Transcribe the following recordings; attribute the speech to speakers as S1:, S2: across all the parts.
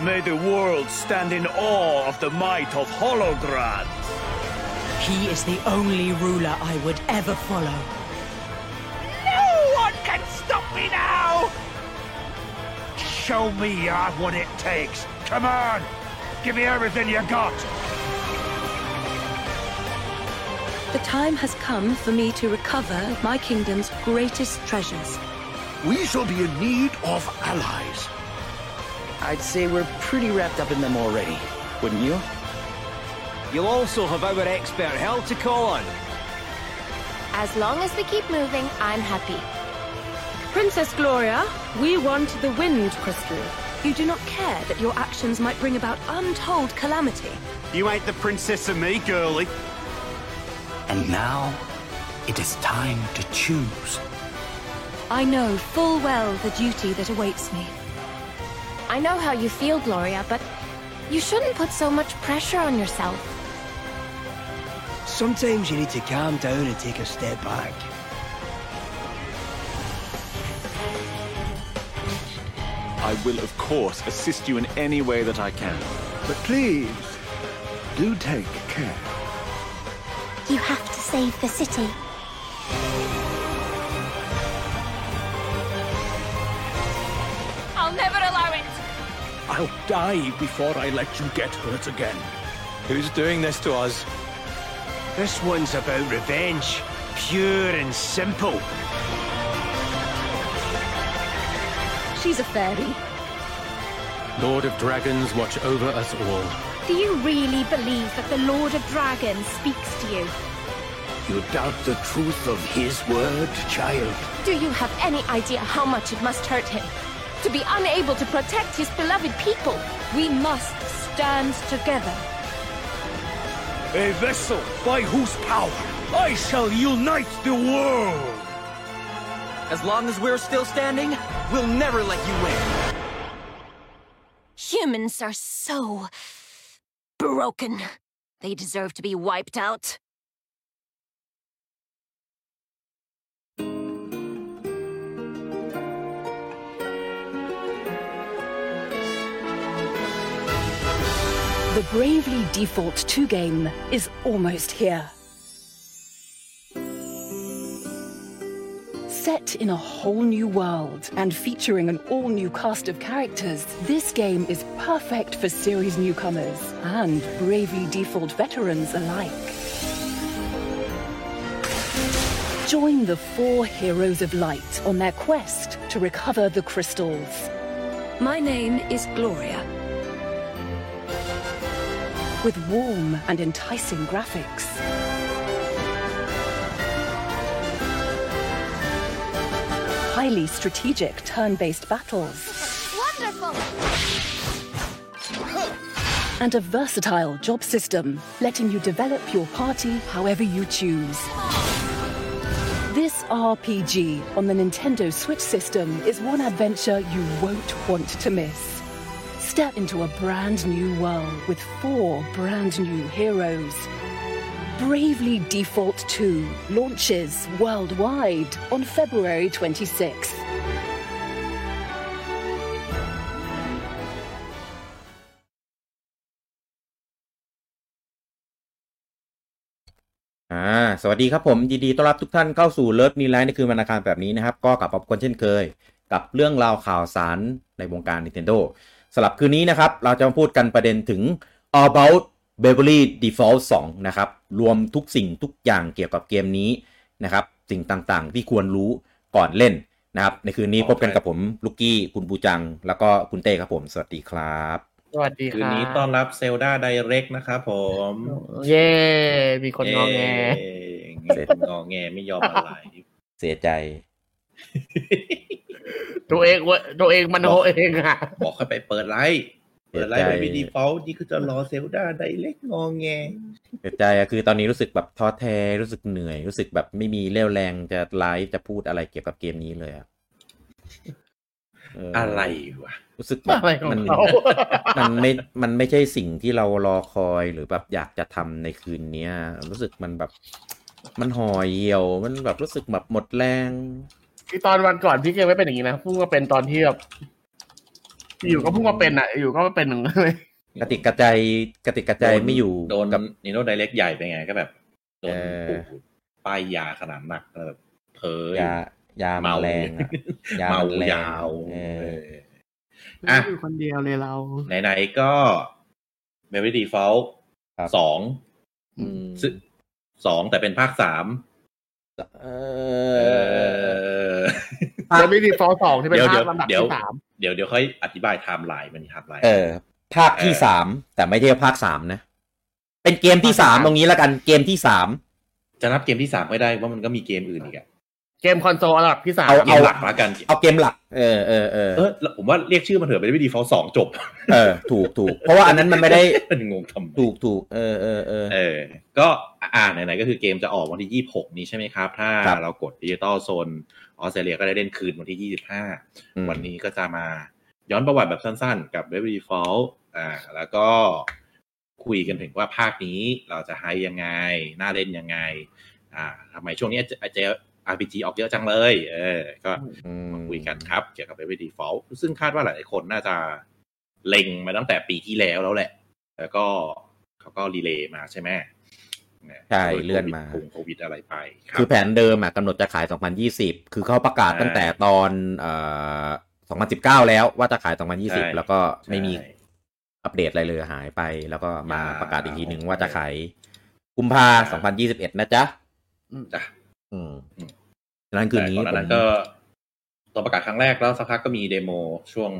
S1: May the world stand in awe of the might of Holograd.
S2: He is the only ruler I would ever follow.
S3: No one can stop me now! Show me uh, what it takes. Come on! Give me everything you got!
S4: The time has come for me to recover my kingdom's greatest treasures.
S5: We shall be in need of allies.
S6: I'd say we're pretty wrapped up in them already, wouldn't you?
S7: You'll also have our expert Hell to call on.
S8: As long as we keep moving, I'm happy.
S4: Princess Gloria, we want the wind crystal. You do not care that your actions might bring about untold calamity.
S9: You ain't the princess of me, girlie.
S6: And now, it is time to choose.
S4: I know full well the duty that awaits me.
S8: I know how you feel, Gloria, but you shouldn't put so much pressure on yourself.
S6: Sometimes you need to calm down and take a step back.
S10: I will, of course, assist you in any way that I can.
S5: But please, do take care.
S11: You have to save the city.
S8: I'll never allow it!
S5: I'll die before I let you get hurt again.
S12: Who's doing this to us?
S3: This one's about revenge. Pure and simple.
S4: She's a fairy.
S12: Lord of Dragons, watch over us all.
S8: Do you really believe that the Lord of Dragons speaks to you?
S5: You doubt the truth of his word, child?
S8: Do you have any idea how much it must hurt him? To be unable to protect his beloved people?
S4: We must stand together.
S1: A vessel by whose power I shall unite the world!
S7: As long as we're still standing, we'll never let you win.
S8: Humans are so broken. They deserve to be wiped out.
S13: The Bravely Default 2 game is almost here. Set in a whole new world and featuring an all new cast of characters, this game is perfect for series newcomers and Bravely Default veterans alike. Join the four heroes of light on their quest to recover the crystals.
S4: My name is Gloria.
S13: With warm and enticing graphics. highly strategic turn-based battles.
S8: Wonderful!
S13: And a versatile job system, letting you develop your party however you choose. This RPG on the Nintendo Switch system is one adventure you won't want to miss. Step into a brand new world with four brand new heroes Bravely Default 2 launches worldwide on February 26th.
S14: อ่าสวัสดีครับผมยินดีต้อนรับทุกท่านเข้าสู่เลิฟนีไลน์ในคืนวันอังคารแบบนี้นะครับ ก็กลับมาพบกันเช่นเคย กับเรื่องราวข่าวสารในวงการ Nintendo สำหรับคืนนี้นะครับ เราจะมาพูดกันประเด็นถึง All About b e v e r l y Default 2 นะครับ รวมทุกสิ่งทุกอย่างเกี่ยวกับเกมนี้นะครับ สิ่งต่างๆ ที่ควรรู้ก่อนเล่นนะครับ ในคืนนี้พบกันกับผมลูกกี้ คุณบูจัง แล้วก็คุณเต้ครับผม สวัสดีครับ
S15: สวัสดีครับ
S16: คืนนี้ต้อนรับเซลดาไดเรกนะครับผม
S15: เย้ มีคนงอแง
S16: เสร็จงอแงไม่ยอมอะไร
S14: เสียใจ
S15: ตัวเองวะตัวเองมันโหเองอ่ะ
S16: บอกให้ไปเปิดไลท์เปิดไลฟ์แบบดีฟอลนี่คือจะรอเซลดาไดเล็กงองแง
S14: เสียใจอะคือตอนนี้รู้สึกแบบท้อแท้รู้สึกเหนื่อย รู้สึกแบบไม่มีเรี่ยวแรงจะไลฟ์จะพูดอะไรเกี่ยวกับเกมนี้เลยอะ
S16: อะไรวะ
S14: รู้สึกแบบมัน มันไม่มันไม่ใช่สิ่งที่เรารอคอยหรือแบบอยากจะทำในคืนเนี้ย รู้สึกมันแบบ มันห่อเหี่ยว มันแบบรู้สึกแบบหมดแรง
S15: คือตอนวันก่อนพี่เกมไม่เป็นอย่างนี้นะพูดว่าเป็นตอนที่แบบ อยู่ก็เพิ่งมาเป็นอ่ะ อยู่ก็มาเป็นหนึ่งเลย
S14: กระติกกระใจายกระติกกระใจายไม่อยู่
S17: โดนกับนิโนไดเรกใหญ่ไปไงก็แบบโดนปู่ป้ายยาขนาดหนักแล้วแบบเพ้อย
S14: า ยามาแรงอะ ยา
S17: เมา
S14: แรง
S17: ยาว
S14: เออ
S17: อ่ะ
S15: อยู่คนเดียวเลยเรา
S17: ไหนๆก็เมริดีเฟลสองซึ่งสองแต่เป็นภาคสามเออ
S15: แล้วไม่ดีฟอลสองที่เป็นภาพลำดับ
S17: เดี๋ยว
S15: ที่สาม
S17: เดี๋ยวเดี๋ยวค่อยอธิบายไทม์ไลน์มันไทม์ไลน์
S14: เออ ภาคที่สามแต่ไม่ใช่ภาคสามนะ เป็นเกมที่สามตรงนี้แล้วกันเกมที่สาม
S17: จะนับเกมที่สามไม่ได้ว่ามันก็มีเกมอื่นอีกอะ
S15: เกมคอนโซลลำดับที่สาม
S14: เอา
S17: เก
S14: เอา
S17: มหลักละกัน
S14: เอาเกมหลัก เออเออเออ
S17: เออผมว่าเรียกชื่อมันเถอะเป็นวิดีฟอลสองจบ
S14: เออ ถูกถูกเพราะว่าอันนั้นมันไม่ได้
S17: มันงงทำไม
S14: ถูกถูกเออเออเออ
S17: เออ ก็อ่าไหนๆก็คือเกมจะออกวันที่ยี่หกนี้ใช่ไหมครับ ถ้า
S14: ครับ
S17: เรากดดิจิตอลโซนออสเตรเลียก็ได้เล่นคืนวันที่ยี่สิบห้า
S14: อืม
S17: วันนี้ก็จะมาย้อนประวัติแบบสั้นๆ กับเว็บดีฟอลอ่า แล้วก็คุยกันถึงว่าภาคนี้เราจะไฮยังไง น่าเล่นยังไง อ่าทำไมช่วงนี้เจ RPG ออกเยอะจังเลย เออ ก็มาคุยกันครับ เกี่ยวกับ Baby Default ซึ่งคาดว่าหลายๆคนน่าจะเล็งมาตั้งแต่ปีที่แล้วแล้วแหละ แล้วก็เขาก็รีเลย์มาใช่ไหม
S14: ใช่เลื่อนมา
S17: โควิดโควิดอะไรไปรับ
S14: คือแผนเดิมอะกำหนดจะขาย 2020 คือเขาประกาศตั้งแต่ตอนเอ่อ2019 แล้วว่าจะขาย 2020 แล้วก็ไม่มีอัปเดตอะไรเลยหายไป แล้วก็มาประกาศอีกทีหนึ่งว่าจะขายกุมภา2021 นะจ๊ะ
S17: จ้ะ
S14: อืมนั่นคืนนี้
S17: ก่อนหน้านั้นก็ตอนประกาศครั้งแรกแล้วสักพักก็มีเดโมช่วง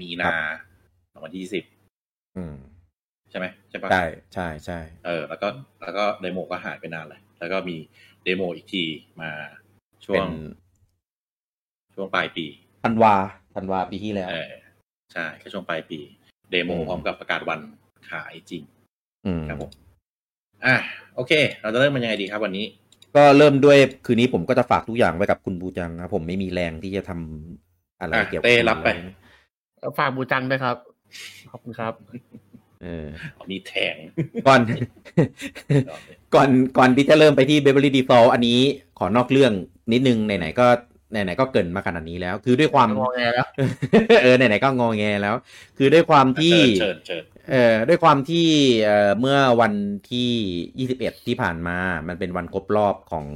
S17: มีนาสองพันยี่สิบ
S14: อืม
S17: ใช่ไหมใช่ปะ
S14: ใช่ใช่ใช่
S17: เออ แล้วก็แล้วก็เดโมก็หายไปนานเลย แล้วก็มีเดโมอีกทีมาช่ว
S14: เป็
S17: ง
S14: น
S17: ช่วงปลายปี
S14: ธันวาธันวาปีที่แล้ว
S17: เออใช่ก็ช่วงปลายปี เดโม
S14: อืม
S17: พร้อมกับประกาศวันขายจริง
S14: อืม
S17: ครับผม อ่ะโอเค เราจะเริ่มมันยังไงดีครับวันนี้
S14: ก็เริ่มด้วยคืนนี้ผมก็จะฝากทุกอย่างไว้กับคุณบูจังนะผมไม่มีแรงที่จะทำอะไร
S17: อ่ะ
S14: เกี่ยวกับ
S17: เต้รับไป
S15: ฝากบูจังด้วยครับ ขอบคุณครับ
S14: เออ
S17: เอามีแทง
S14: ก่อน ก่อนก่อนที่จะเริ่มไปที่ Beverly Default อันนี้ขอนอกเรื่องนิดนึงไหนๆก็ไหนๆก็เกรินมาขนาดนี้แล้ว คือด้วยความ
S15: งอแงแล้ว
S14: เออไหนๆก็งอแงแล้ว คือด้วยความที่
S17: เชิญเชิญ
S14: เอ่อด้วยความที่เอ่อเมื่อวันที่ 21 ที่ผ่านมา มันเป็นวันครบรอบของ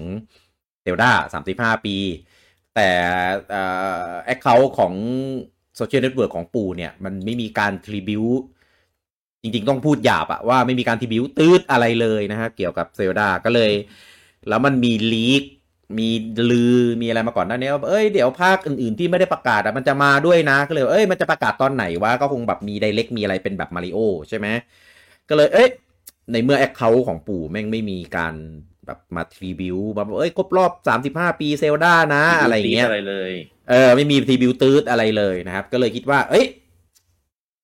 S14: เซลดา35 ปี แต่แอคเคาท์ของโซเชียลเน็ตเวิร์กของปู่เนี่ย มันไม่มีการทริบิวจริงๆ ต้องพูดหยาบอะว่าไม่มีการทริบิวตืดอะไรเลยนะฮะเกี่ยวกับเซลดาก็เลย แล้วมันมีลีก มีลือ มีอะไรมาก่อนหน้านี้ว่าเอ้ย เดี๋ยวภาคอื่นๆที่ไม่ได้ประกาศอะมันจะมาด้วยนะ ก็เลย เอ้ย มันจะประกาศตอนไหนวะ ก็คงแบบมีไดเ c กมีอะไรเป็นแบบมาริโอใช่ไหม ก็เลย เอ้ย ในเมื่อแอคเคาท์ของปู่แม่งไม่มีการแบบมาทรีวิวมาบอกเอ้ย ครบรอบ 35 ปีเซลดานะ อะไรอย่างเงี้ย
S17: อะไรเลย
S14: เออ ไม่มีทรีวิวตืดอะไรเลยนะครับ ก็เลยคิดว่า เอ้ย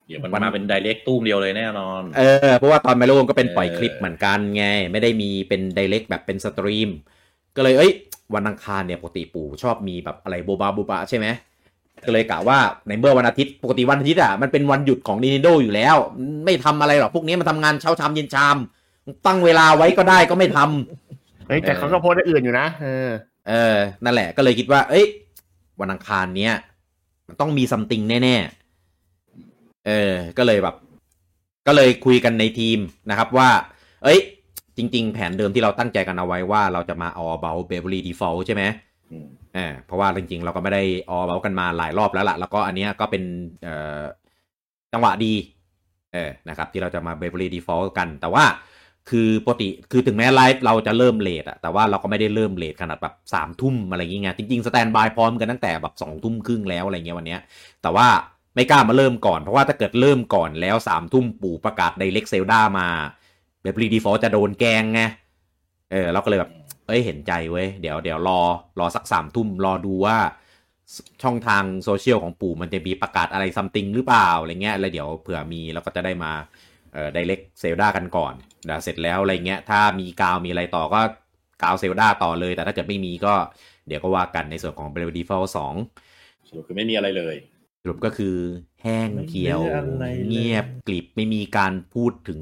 S17: เดี๋ยวมัน
S14: วัน
S17: มาเป็นไดเรกตู้มเดียวเลยแน่นอน
S14: เออ เพราะว่าตอนมาโลมก็เป็นปล่อย
S17: เออ
S14: คลิปเหมือนกันไง ไม่ได้มีเป็นไดเ c กแบบเป็นสตรีม ก็เลยเอ้ย วันอังคารเนี่ยปกติปู่ชอบมีแบบอะไรโบบาโบบาใช่ไหม ก็เลยกะว่าในเมื่อวันอาทิตย์ปกติวันอาทิตย์อ่ะมันเป็นวันหยุดของ Nintendo อยู่แล้ว ไม่ทำอะไรหรอก พวกนี้มันทำงานเช้าชามเย็นชาม ตั้งเวลาไว้ก็ได้ก็ไม่ทำ
S15: เฮ้ยแต่เขาก็โพสต์อันอื่นอยู่นะ เออ
S14: เออ นั่นแหละก็เลยคิดว่า เอ้ย วันอังคารเนี้ย มันต้องมีซัมติงแน่ๆ เออ ก็เลยแบบ ก็เลยคุยกันในทีมนะครับว่า เอ้ย จริง ๆ แผนเดิมที่เราตั้งใจกันเอาไว้ว่าเราจะมา all about Beverly Default ใช่ไหมเออเพราะว่าจริง ๆ เราก็ไม่ได้ all about กันมาหลายรอบแล้วล่ะ แล้วก็อันเนี้ยก็เป็น เอ่อ จังหวะดี เออ นะครับ ที่เราจะมา Beverly Default กัน แต่ว่า คือปกติ คือถึงแม้ไลฟ์เราจะเริ่มเลทอะแต่ว่าเราก็ไม่ได้เริ่มเลทขนาดแบบสามทุ่มอะไรอย่างเงี้ย จริงๆสแตนบายพร้อมกันตั้งแต่แบบสองทุ่มครึ่งแล้วอะไรเงี้ยวันเนี้ย แต่ว่าไม่กล้ามาเริ่มก่อน เพราะว่าถ้าเกิดเริ่มก่อนแล้วสามทุ่มปู่ประกาศไดเ c กเซลดามาแบบรีดีฟอจะโดนแกล้งไง เออเราก็เลยแบบ เอ้ยเห็นใจเว้ย เดี๋ยวเดี๋ยวรอรอสักสามทุ่มรอดูว่า ช่องทางโซเชียลของปู่มันจะมีประกาศอะไรซัมติงหรือเปล่าอะไรเงี้ยแล้วเดี๋ยวเผื่อมีเราก็จะได้มา เอ่อไดเ c กเซลดากันก่อนเดี๋ยวเสร็จแล้วอะไรเงี้ย ถ้ามีกาวมีอะไรต่อก็กาวเซลดาต่อเลย แต่ถ้าเกิดไม่มีก็เดี๋ยวก็ว่ากันในส่วนของ b r e v d e f a u l 2
S17: สรุปคือไม่มีอะไรเลย
S14: สรุปก็คือแห้งเขียว
S17: ไม่มีอะไรเลย
S14: เงียบกริบไม่มีการพูดถึง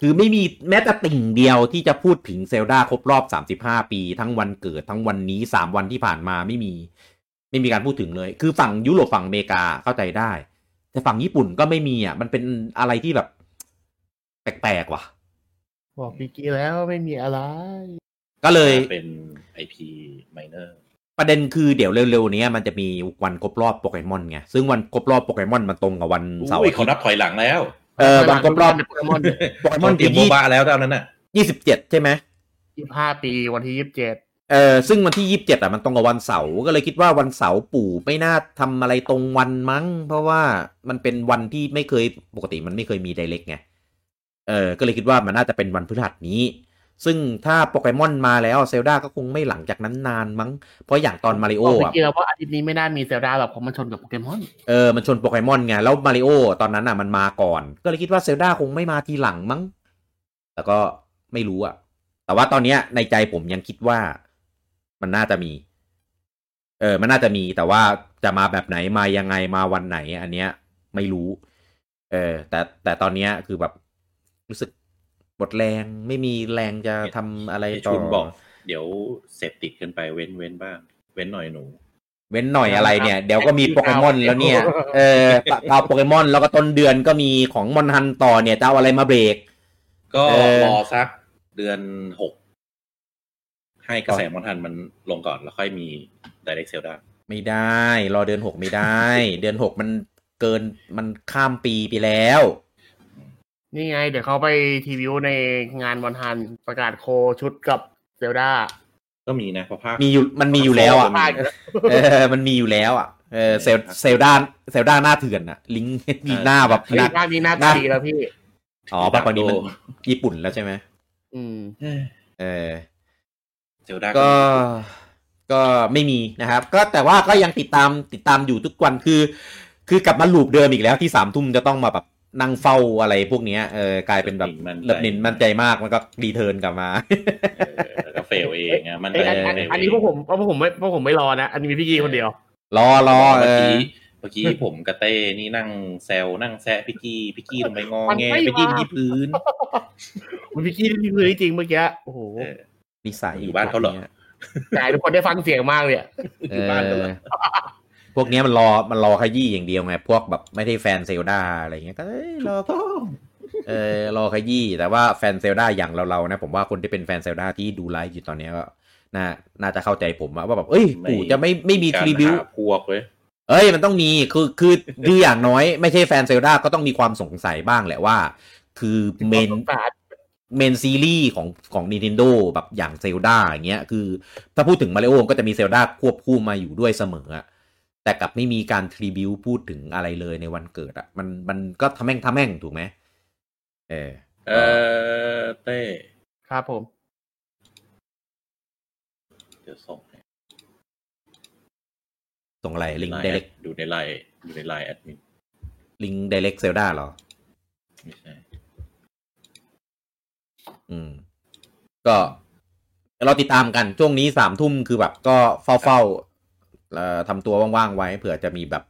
S14: คือไม่มีแม้แต่ติ่งเดียวที่จะพูดถึงเซลดาครบรอบ 35 ปี ทั้งวันเกิดทั้งวันนี้ 3 วันที่ผ่านมาไม่มี ไม่มีการพูดถึงเลย คือฝั่งยุโรปฝั่งอเมริกาเข้าใจได้ แต่ฝั่งญี่ปุ่นก็ไม่มีอ่ะ มันเป็นอะไรที่แบบ แปลกๆว่ะ
S15: บอกปีกี้แล้วไม่มีอะไร
S14: ก็เลย
S17: เป็นไอพีไมเนอร์
S14: ประเด็นคือเดี๋ยวเร็วๆนี้มันจะมีวันครบรอบโปเกมอนไง ซึ่งวันครบรอบโปเกมอนมันตรงกับวันเสาร์อาทิตย์
S17: เขานับถอยหลังแล้ว
S14: เออวันครบรอบ
S15: โปเกมอน
S14: โปเกมอน
S17: เตรียมโมบาแล้วเท่านั้นน่ะ
S14: ยี่สิบเจ็ดใช่ไหม
S15: ยี่ห้าปีวันที่ยี่สิบเจ็ด
S14: เออซึ่งวันที่ยี่สิบเจ็ดอ่ะมันตรงกับวันเสาร์ก็เลยคิดว่าวันเสาร์ปู่ไม่น่าทำอะไรตรงวันมั้ง เพราะว่ามันเป็นวันที่ไม่เคยปกติมันไม่เคยมีไดเรกไงเออก็เลยคิดว่ามันน่าจะเป็นวันพฤหัสนี้ซึ่งถ้าโปเกมอนมาแล้วเซลดาก็คงไม่หลังจากนั้นนานมั้ง เพราะอย่างตอนมาริโอ
S15: อ่ะเจอว่าอาทิตย์นี้ไม่น่ามีเซลดาหรอกเพราะมันชนกับโปเกมอน
S14: เออ มันชนโปเกมอนไง แล้วมาริโอตอนนั้นอ่ะมันมาก่อน ก็เลยคิดว่าเซลดาคงไม่มาทีหลังมั้ง แล้วก็ไม่รู้อ่ะ แต่ว่าตอนเนี้ยในใจผมยังคิดว่ามันน่าจะมี เออ มันน่าจะมี แต่ว่าจะมาแบบไหนมายังไงมาวันไหน อันเนี้ย ไม่รู้ เออ แต่แต่ตอนเนี้ยคือแบบรู้สึกหมดแรงไม่มีแรงจะทำอะไรต่อ
S17: บอก เดี๋ยวเสพติดกันไปเว้นเว้นบ้าง เว้นหน่อยหนู
S14: เว้นหน่อยอะไรเนี่ย เดี๋ยวก็มีโปเกมอนแล้วเนี่ย เออเอาโปเกมอนแล้วก็ต้นเดือนก็มีของมอนฮันต่อเนี่ยจะเอาอะไรมาเบรก
S17: ก็รอสักเดือนหกให้กระแสมอนฮันมันลงก่อนแล้วค่อยมีไดเรกเซลได้
S14: ไม่ได้ รอเดือนหกไม่ได้ เดือนหกมันเกินมันข้ามปีไปแล้ว
S15: นี่ไง เดี๋ยวเขาไปทีวิวในงานวันฮันประกาศโคชุดกับเซลดา
S17: ก็มีนะเพราะภาค
S14: มีอยู่มันมีอยู่แล้วอ่ะเออมันมีอยู่แล้วอ่ะเออเซลเซลดาเซลดาหน้าเถื่อนอ่ะ ลิงมีหน้าแบบ
S15: หน้ามีหน้าตีแล้วพี่
S14: อ๋อปัจจุบันนี้มันญี่ปุ่นแล้วใช่ไหม
S15: อืม
S14: เออ
S17: เซลดา
S14: ก็ก็ไม่มีนะครับ ก็แต่ว่าก็ยังติดตามติดตามอยู่ทุกวันคือ คือกลับมาลูปเดิมอีกแล้วที่สามทุ่มจะต้องมาแบบนั่งเฝ้าอะไรพวกนี้เออกลายเป็นแบบเลิบนินมั่นใจมากมันก็รีเทิร์นกลับมา
S17: ก็เฟลเองอ่ะมัน
S15: อันนี้พวกผมพวกผมไม่พวกผมไม่รอนะอันนี้มีพี่กี้คนเดียว
S14: รอรอ
S17: เมื่อกี้เมื่อกี้ผมกระเต้นี่นั่งแซวนั่งแซะพี่กี้พี่กี้ทำไมงอแงพี่กี้ที่พื้น
S15: มันพี่กี้ที่พื้นจริงเมื่อกี้โอ้โห
S14: นิสัย
S17: อยู่บ้านเขาเหรอแต่
S15: ทุกคนได้ฟังเสียงมากเลย
S17: อยู่บ้านเขาเหรอ
S14: พวกนี้มันรอ มันรอขยี้อย่างเดียวไง พวกแบบไม่ได้แฟนเซลดาอะไรเงี้ย ก็รอก็เออรอขยี้ แต่ว่าแฟนเซลดาอย่างเราๆนะ ผมว่าคนที่เป็นแฟนเซลดาที่ดูไลฟ์อยู่ตอนนี้ก็ น่า น่าจะเข้าใจผมว่าแบบ เอ้ย ปู่จะไม่ ไม่มีทรีบิว
S17: พวกเว้ย
S14: เอ้ย มันต้องมี คือ คือคืออย่างน้อย ไม่ใช่แฟนเซลดาก็ต้องมีความสงสัยบ้างแหละว่า คือเมนเมนซีรีส์ของของ Nintendo แบบอย่างเซลดาอย่างเงี้ย คือ ถ้าพูดถึงมาริโอก็จะมีเซลดาควบคู่มาอยู่ด้วยเสมอแต่กลับไม่มีการทริบิวพูดถึงอะไรเลยในวันเกิดอะ่ะ มันมันก็ทำแม่งทำแม่งถูกไหมเออ
S17: เออเต้
S15: ครับผม
S17: เดี๋ยวส่ง
S14: ส่งอะไรลิงก์ไดเล็ก
S17: ดูในไลน์ดูในไลน์แอดมิน
S14: ลิงก์ไดเล็กเซลดาหรอ
S17: ไม่ใช่
S14: อืม ก็เราติดตามกันช่วงนี้สามทุ่มคือแบบ ก็เฝ้าเฝ้าทำตัวว่างๆไว้เผื่อจะมีแบบ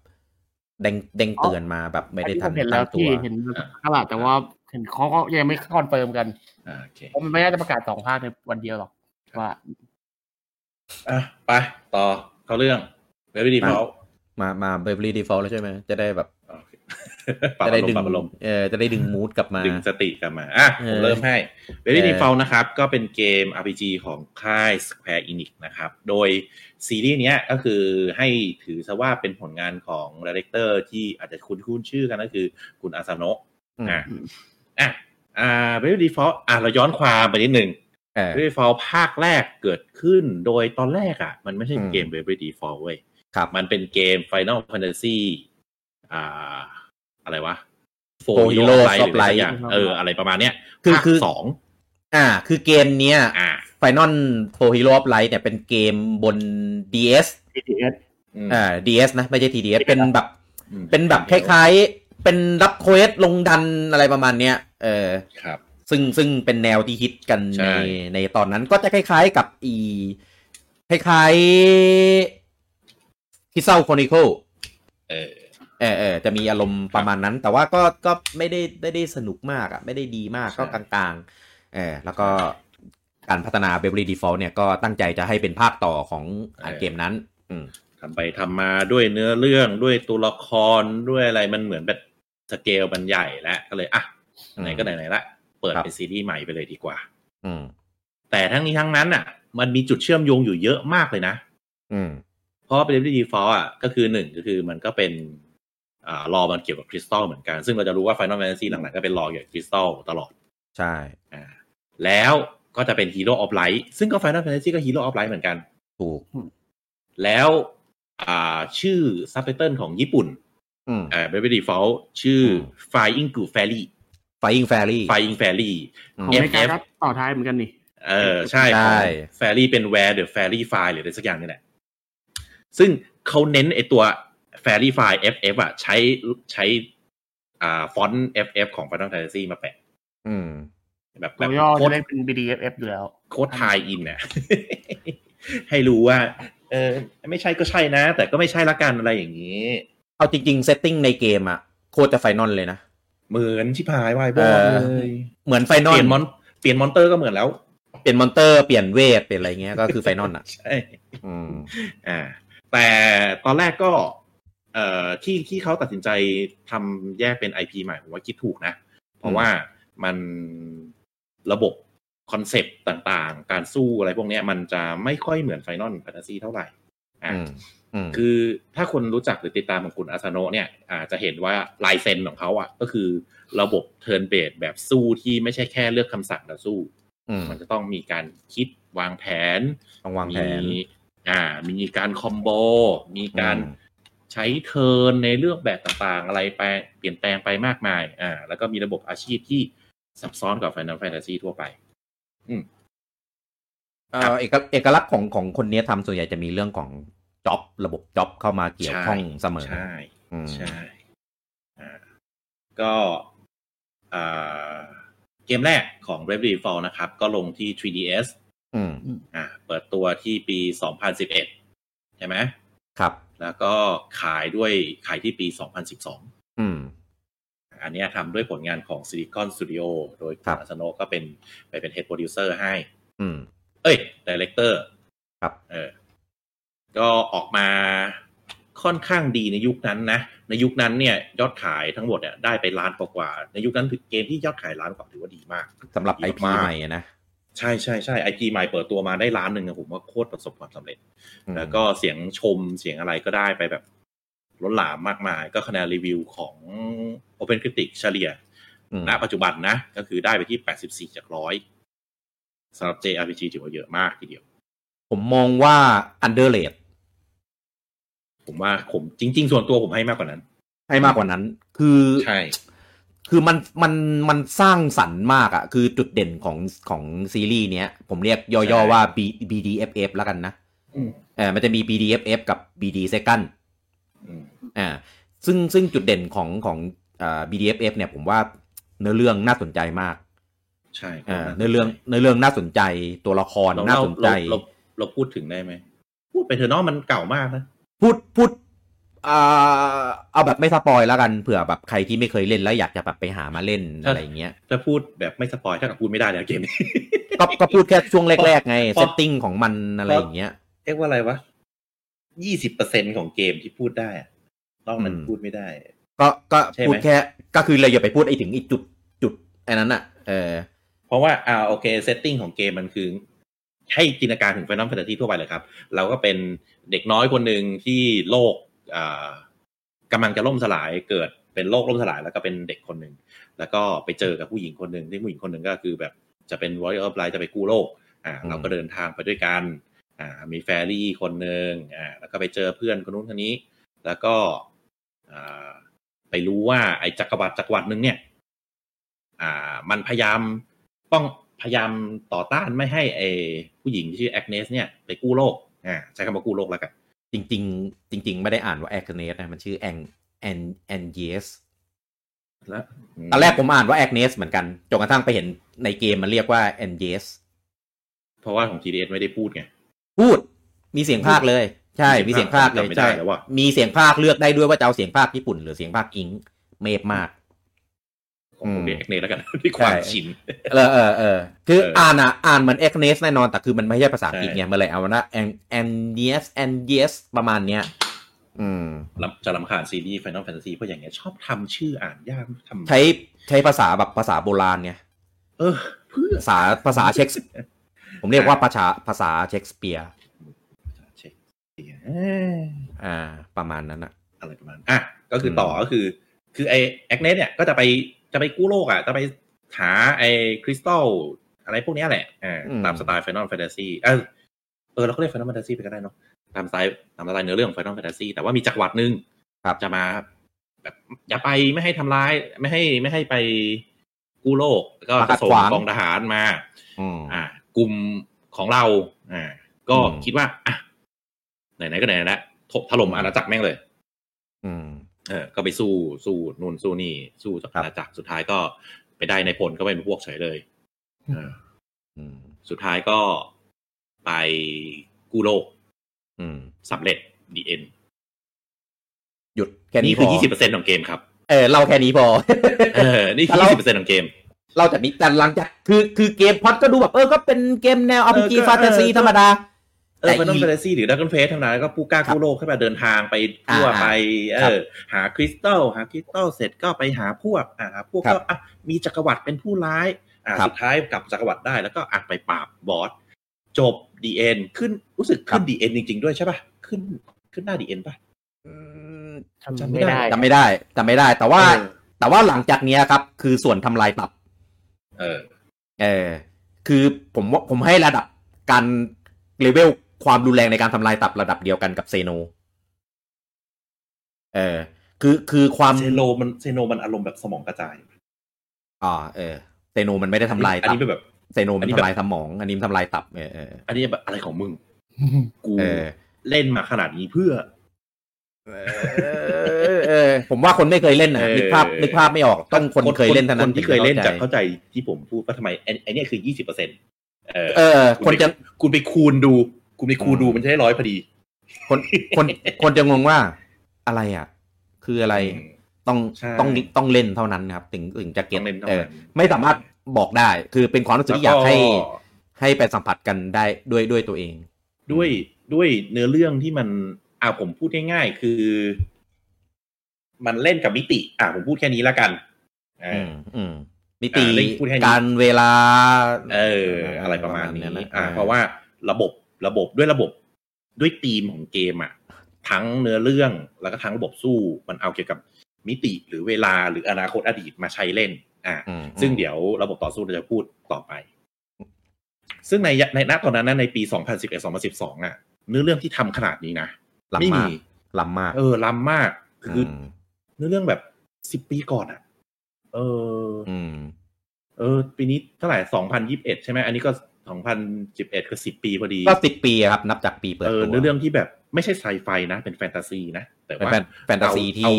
S14: เด้งเด้งเตือนมาแบบไม่ได้ทัน
S15: ตั้
S14: งตัว
S15: เห็นตลาดแต่ว่าเห็นเขาก็ยังไม่คอนเฟิร์มกันเพราะมันไม่น่าจะประกาศสองภาคในวันเดียวหรอกว่า
S17: อ่ะไปต่อเข้าเรื่องเบบี้ดีฟอล
S14: มามาเบบี้ดีฟอลแล้วใช่ไหมจะได้แบบ
S17: จะได้ดึง
S14: ลมเออจะได้ดึงมูดกลับมา
S17: ดึงสติกลับมาอ่ะผมเริ่มให้เบบี้ดีฟอลนะครับ ก็เป็นเกม RPG ของค่าย Square Enix นะครับ โดยซีรีส์เนี้ยก็คือให้ถือซะว่าเป็นผลงานของดีเรคเตอร์ที่อาจจะคุ้นคุ้นชื่อกันก็คือคุณอาซาโนะอ่ะอ่ะอ่าเบบี้ดีฟอลอ่ะเราย้อนความไปนิดนึงเบบี้ดีฟอลภาคแรกเกิดขึ้นโดยตอนแรกอ่ะ มันไม่ใช่เกมเบบี้ดีฟอลเว้ยมันเป็นเกม Final Fantasy อ่าอะไรวะ
S14: โฟฮีโร่
S17: ไลท์หรืออะไรอย่างเอออะไรประมาณเนี้ย
S14: คือคือ
S17: สอง
S14: อ่า คือเกมเนี้ยอ่าไฟนอลโฟฮีโร่ไลท์เนี่ยเป็นเกมบน DS
S15: DS
S14: อ่า DS นะ ไม่ใช่ TDS เป็นแบบ เป็นแบบคล้ายๆ เป็นรับเควสลงดันอะไรประมาณเนี้ยเออ
S17: ครับ
S14: ซึ่งซึ่งเป็นแนวที่ฮิตกันในในตอนนั้นก็จะคล้ายๆกับอีคล้ายๆคิเซาโคนิโค
S17: เออ
S14: เออเออจะมีอารมณ์ประมาณนั้น แต่ว่าก็ก็ไม่ได้ไม่ได้สนุกมากอ่ะ ไม่ได้ดีมากก็กลางๆเออแล้วก็การพัฒนา b e v e r l y Default เนี่ยก็ตั้งใจจะให้เป็นภาคต่อของเกมนั้น อืม
S17: ทำไปทำมาด้วยเนื้อเรื่องด้วยตัวละครด้วยอะไรมันเหมือนแบบสเกลมันใหญ่แล้วก็เลยอ่ะไหนก็ไหนๆละเปิดเป็นซีรีส์ใหม่ไปเลยดีกว่า
S14: อืม
S17: แต่ทั้งนี้ทั้งนั้นอ่ะ มันมีจุดเชื่อมโยงอยู่เยอะมากเลยนะ
S14: อืม
S17: เพราะเป็น Liberty Fall อ่ะก็คือหนึ่งก็คือมันก็เป็นอ่ารอมันเกี่ยวกับคริสตัลเหมือนกัน ซึ่งเราจะรู้ว่า Final Fantasy หลังๆก็เป็นรอเกี่ยวกับคริสตัลตลอด
S14: ใช่
S17: อ่า แล้วก็จะเป็น Hero of Light ซึ่งก็ Final Fantasy ก็ Hero of Light เหมือนกัน
S14: ถูก
S17: แล้วอ่าชื่อซับไตเติลของญี่ปุ่น
S14: อืม
S17: อ่า Liberty Fall ชื่ออ Flying Good Fairy
S14: Flying Fairy
S17: Flying Fairy
S15: ของอเมริกาก็ต่อท้ายเหมือนกันนี่
S17: เออใช่
S14: ใช่
S17: แฟรี่เป็น where the fairy file หรืออะไรสักอย่างนี่แหละ ซึ่งเขาเน้นไอตัว fairy file ff อ่ะใช้ใช้อ่าฟอนต์ ff ของ Final Fantasy มาแปะ
S14: อืม
S17: แบบแบ
S15: ตัว
S17: บ
S15: ย่อ
S17: โค
S15: จะ
S17: ตร
S15: ได้เป็น BDFF อยู่แล้ว
S17: โคตรทายอินเนี่ย ให้รู้ว่า เออ ไม่ใช่ก็ใช่นะ แต่ก็ไม่ใช่ละกันอะไรอย่างนี้
S14: เอาจริงๆเซตติ้งในเกมอะโคตรจะไฟนอลเลยนะ
S17: เหมือนชิพายวายบ
S14: เอ
S17: อ
S14: อ
S17: เลย
S14: เหมือนไฟน
S17: เป
S14: อล
S17: ลี่ยนมอนเปลี่ยนมอนเตอร์ก็เหมือนแล้ว
S14: เปลี่ยนมอนเตอร์เปลี่ยนเวทเปลี่ยนอะไรเงี้ยก็คือไฟนอลอะ
S17: ใช่
S14: อืม
S17: อ่าแต่ตอนแรกก็ เอ่อที่ที่เขาตัดสินใจทำแยกเป็น IP ใหม่ผมว่าคิดถูกนะ เพราะว่ามันระบบคอนเซปต์ต่างๆ การสู้อะไรพวกเนี้ย มันจะไม่ค่อยเหมือนไฟนอลแฟนตาซีเท่าไหร่ อ่า
S14: อืม
S17: คือถ้าคนรู้จักหรือติดตามของคุณอาซาโนะเนี่ยอาจจะเห็นว่าลายเซ็นของเขาอ่ะ ก็คือระบบเทิร์นเบดแบบสู้ที่ไม่ใช่แค่เลือกคำสั่งแล้วสู้
S14: อืม
S17: มันจะต้องมีการคิดวางแผน
S14: ต้องวางแผน
S17: มีอ่า มีการคอมโบ มีการ
S14: อืม
S17: ใช้เทิร์นในเรื่องแบบต่างๆ อะไรไปเปลี่ยนแปลงไปมากมาย อ่า แล้วก็มีระบบอาชีพที่ซับซ้อนกว่า Final Fantasy ทั่วไป
S14: เอ่อเอกเอกลักษณ์ของของคนเนี้ยทำส่วนใหญ่จะมีเรื่องของจ็อบระบบจ็อบเข้ามาเกี่ยวข้องเสมอ
S17: ใช่
S14: อืม
S17: ใช่อ่าก็อ่าเกมแรกของ r e v e r y Fall นะครับ ก็ลงที่ 3DS
S14: อืม
S17: อ่าเปิดตัวที่ปี 2011 ใช่ไหม
S14: ครับ
S17: แล้วก็ขายด้วยขายที่ปี 2012
S14: อืม
S17: อันเนี้ยทำด้วยผลงานของ Silicon Studio โดยคุณอาสโนะก็เป็นไปเป็น Head Producer ให้
S14: อืม
S17: เอ้ย Director
S14: ครับ
S17: เออ ก็ออกมาค่อนข้างดีในยุคนั้นนะ ในยุคนั้นเนี่ยยอดขายทั้งหมดเนี่ยได้ไปล้านกว่าๆในยุคนั้นถือเกมที่ยอดขายล้านกว่าถือว่าดีมาก
S14: สำหรับไอพี
S17: มาก
S14: ใหม่อะนะ
S17: ใช่ใช่ใช่ไอพีใหม่เปิดตัวมาได้ล้านหนึ่งอะผมว่าโคตรประสบความสำเร็จ
S14: อืม
S17: แล้วก็เสียงชมเสียงอะไรก็ได้ไปแบบล้นหลามมากมาย ก็คะแนนรีวิวของ Open Critic เฉลี่ย
S14: อืม
S17: ณปัจจุบันนะ ก็คือได้ไปที่ 84 จากร้อยสำหรับ JRPG ถือว่าเยอะมากทีเดียว
S14: ผมมองว่าอันเดอร์เลด
S17: ผมว่าผมจริง ๆ ส่วนตัวผมให้มากกว่านั้น
S14: ให้มากกว่านั้น คือ
S17: ใช่
S14: คือมันมันมันสร้างสรรค์มากอะคือจุดเด่นของของซีรีส์เนี้ย ผมเรียก
S17: ใช่
S14: ย่อๆว่า B BDFF แล้วกันนะ
S17: อืม
S14: เออมันจะมี BDFF กับ BD Second
S17: อืม
S14: อ่า ซึ่งซึ่งจุดเด่นของของอ่า BDFF เนี่ยผมว่าเนื้อเรื่องน่าสนใจมาก
S17: ใช่
S14: อ่าเนื้อเรื่องเนื้อเรื่องน่าสนใจตัวละคร
S17: เรา
S14: น่า
S17: เล่า
S14: สนใจ
S17: เราเราเราพูดถึงได้ไหม พูดไปเถอะเนอะมันเก่ามากนะ
S14: พูดพูดอ่าเอาแบบไม่สปอยแล้วกันเผื่อแบบใครที่ไม่เคยเล่นแล้วอยากจะแบบไปหามาเล่นอะไรอย่างเงี้ย
S17: ถ้าพูดแบบไม่สปอยเท่ากับพูดไม่ได้เลยนะเกมนี้
S14: ก็ก็พูดแค่ช่วงแรกๆไง
S17: พอ
S14: เซตติ้งของมันอะไรอย่างเงี้ย
S17: เรียกว่าอะไรวะ ยี่สิบเปอร์เซ็นของเกมที่พูดได้อะนอกนั้น
S14: อืม
S17: พูดไม่ได้
S14: ก็ก็
S17: ใช่ไหม
S14: พูดแค่ก็คือเราอย่าไปพูดไอ้ถึงไอ้จุดจุดไอ้นั้นอ่ะ เออ
S17: เพราะว่า อ่า โอเค เซตติ้งของเกมมันคือ ให้จินตนาการถึง Final Fantasy ทั่วไปเลยครับ เราก็เป็นเด็กน้อยคนหนึ่งที่โลก อ่ากำลังจะล่มสลาย เกิดเป็นโลกล่มสลาย แล้วก็เป็นเด็กคนหนึ่ง แล้วก็ไปเจอกับผู้หญิงคนหนึ่งที่ผู้หญิงคนหนึ่งก็คือแบบจะเป็น Warrior of Light จะไปกู้โลก อ่า เราก็เดินทางไปด้วยกัน อ่า มีแฟรี่คนหนึ่งอ่า แล้วก็ไปเจอเพื่อนคนนู้นคนนี้ แล้วก็ อ่า ไปรู้ว่าไอ้จักรวรรดิจักรวรรดิหนึงเนี่ย อ่า มันพยายามป้องพยายามต่อต้านไม่ให้ไอ้ผู้หญิงที่ชื่อแอกเนสเนี่ยไปกู้โลก อ่า ใช้คำว่ากู้โลกแล้วกัน
S14: จริง ๆ จริง ๆ ไม่ได้อ่านว่าแอคเนสนะมันชื่อแองแอนแอนเยส
S17: แล้ว
S14: ตอนแรกผมอ่านว่าแอคเนสเหมือนกันจนกระทั่งไปเห็นในเกมมันเรียกว่าแอนเยส
S17: เพราะว่าของ TDS ไม่ได้พูดไง
S14: พูดมีเสียงภาคเลย ใช่มีเสียงภาคเลย
S17: จำไม่ได้
S14: ใช่
S17: แล้วว่ะ
S14: มีเสียงภาคเลือกได้ด้วยว่าจะเอาเสียงภาคญี่ปุ่นหรือเสียงภาคอิงเมฟมาก
S17: ของผมเรียกแอกเนสแล้ว กัน ด้วยความชิน
S14: เออเออเออคือ
S17: เอออ่
S14: อ่านอ่ะอ่านเหมือนเอ็กเนสแน่นอนแต่คือมันไม่ใช่ภาษาอังกฤษ
S17: ใช่
S14: ไงมาเลยเอานะแอนแอนเนสแอนเยสประมาณเนี้ย อืม
S17: รำจะลำคาญซีรีส์ Final Fantasy เพราะอย่างเงี้ยชอบทำชื่ออ่านยากทำ
S14: ใช้ใช้ภาษาแบบภาษาโบราณไง
S17: เออเพื่อ
S14: ภาษาภาษาเช็คสผมเรียกว่าภาษาภาษาเช็คสเปียร์อ่า ประมาณนั้นอะ
S17: อะไรประมาณอ่ะก็คือต่อก็คือ คือไอแอคเนสเนี่ยก็จะไปจะไปกู้โลกอ่ะ จะไปหาไอคริสตัลอะไรพวกเนี้ยแหละอ่าตามสไตล์ Final Fantasy เออเออเราก็เรียก Final Fantasy ไปก็ได้เนาะตามสไตล์ตามสไตล์เนื้อเรื่อง Final Fantasy แต่ว่ามีจักรวรรดิหนึ่งจะมาแบบอย่าไปไม่ให้ทำร้าย ไม่ให้ไม่ให้ไปกู้โลก ก็จะส่งกองทหารมาอ่ากลุ่มของเรา อ่า ก็คิดว่าอ่ะไหนๆก็ไหนๆแล้วถล่มอาณาจักรแม่งเลย
S14: อืม
S17: เออ ก็ไปสู้สู้นู่นสู้นี่ สู้อาณาจักรสุดท้ายก็ไปได้ในผลก็เป็นพวกเฉยเลยเออสุดท้ายก็ไปกู้โลกสำเร็จดีเอ็น
S14: หยุดแค่นี้
S17: นี่คือยี่สิบเปอร์เซ็นของเกมครับ
S14: เออเราแค่นี้พอ
S17: เออ นี่คือยี่สิบเปอร์เซ็นของเกม
S14: เราจากนี้แต่หลังจากคือคือเกมพอดก็ดูแบบ เออก็เป็นเกมแนว RPG แฟนตาซีธรรมดา
S17: เออฟนอลแฟนตาซีหรือดักเกิลเฟสทั้งนั้นก็ผู้กล้ากู้โลกขึ้นมาเดินทางไปทั่วไป เออ หาคริสตัลหาคริสตัลเสร็จก็ไปหาพวก อ่าพวกก็อ่ะมีจักรวรรดิเป็นผู้ร้าย อ่าสุดท้ายกลับจักรวรรดิได้แล้วก็อ่ะไปปราบบอสจบดีเอ็นขึ้นรู้สึกขึ้นดีเอ็นจริง ๆ ด้วยใช่ป่ะ ขึ้นขึ้นหน้าดีเอ็นป่ะ
S14: จำไม่ได้จำไม่ได้จำไม่ได้ แต่ว่า แต่ว่าหลังจากเนี้ยครับ คือส่วนทำลายตับ
S17: เออ
S14: เออ คือผมว่าผมให้ระดับการเลเวลความรุนแรงในการทำลายตับระดับเดียวกันกับเซโน เออ คือคือความ
S17: เซโนมันเซโนมันอารมณ์แบบสมองกระจาย
S14: อ่า เออ เซโนมันไม่ได้ทำลายตับ อัน
S17: นี้เป็นแบบ
S14: เซโนมันทำลายสมอง อันนี้ทำลายตับ เออเออ
S17: อันนี้แบบอะไรของมึง กูเล่นมาขนาดนี้เพื่อ
S14: เออ ผมว่าคนไม่เคยเล่นนะนึกภาพนึกภาพไม่ออก ต้องคนเคยเล่นเท่านั้น
S17: คนที่เคยเล่นจะเข้าใจที่ผมพูดว่าทำไมไอ้นี่คือยี่สิบเปอร์เซ็นต์
S14: เออ คนจะ
S17: คุณไปคูณดูคุณไปคูณดูมันจะได้ร้อยพอดี
S14: คน คนคนจะงงว่าอะไรอ่ะ คืออะไรต้องต้องต้องเล่นเท่านั้นครับ ถึงถึงจะเก็ตเออ ไม่สามารถบอกได้ คือเป็นความรู้สึกที่อยากให้ให้ไปสัมผัสกันได้ด้วยด้วยตัวเอง
S17: ด้วยด้วยเนื้อเรื่องที่มัน อ่าผมพูดง่ายๆคือ มันเล่นกับมิติ อ่าผมพูดแค่นี้ละกัน
S14: อืมอืมมิติการเวลา
S17: เออ อะไรประมาณนี้อ่าเพราะว่าระบบระบบด้วยระบบด้วยธีมของเกมอะทั้งเนื้อเรื่องแล้วก็ทั้งระบบสู้มันเอาเกี่ยวกับมิติหรือเวลาหรืออนาคตอดีตมาใช้เล่น อ่าซึ่งเดี๋ยวระบบต่อสู้เราจะพูดต่อไป ซึ่งในในณตอนนั้นในปี 2011 2012อ่ะ เนื้อเรื่องที่ทำขนาดนี้นะ
S14: ไม่มีล้ำมาก
S17: เออล้ำมาก คือ เนื้อเรื่องแบบสิบปีก่อนอ่ะ เออเออ ปีนี้เท่าไหร่2021 ใช่ไหมอันนี้ก็สองพันสิบเอ็ดคือสิบปีพอดี
S14: ก็สิบปีครับ นับจากปีเปิดตัว
S17: เรื่องที่แบบไม่ใช่ไซไฟนะ เป็นแฟนตาซีนะ แต่ว่า
S14: แฟนตาซีที่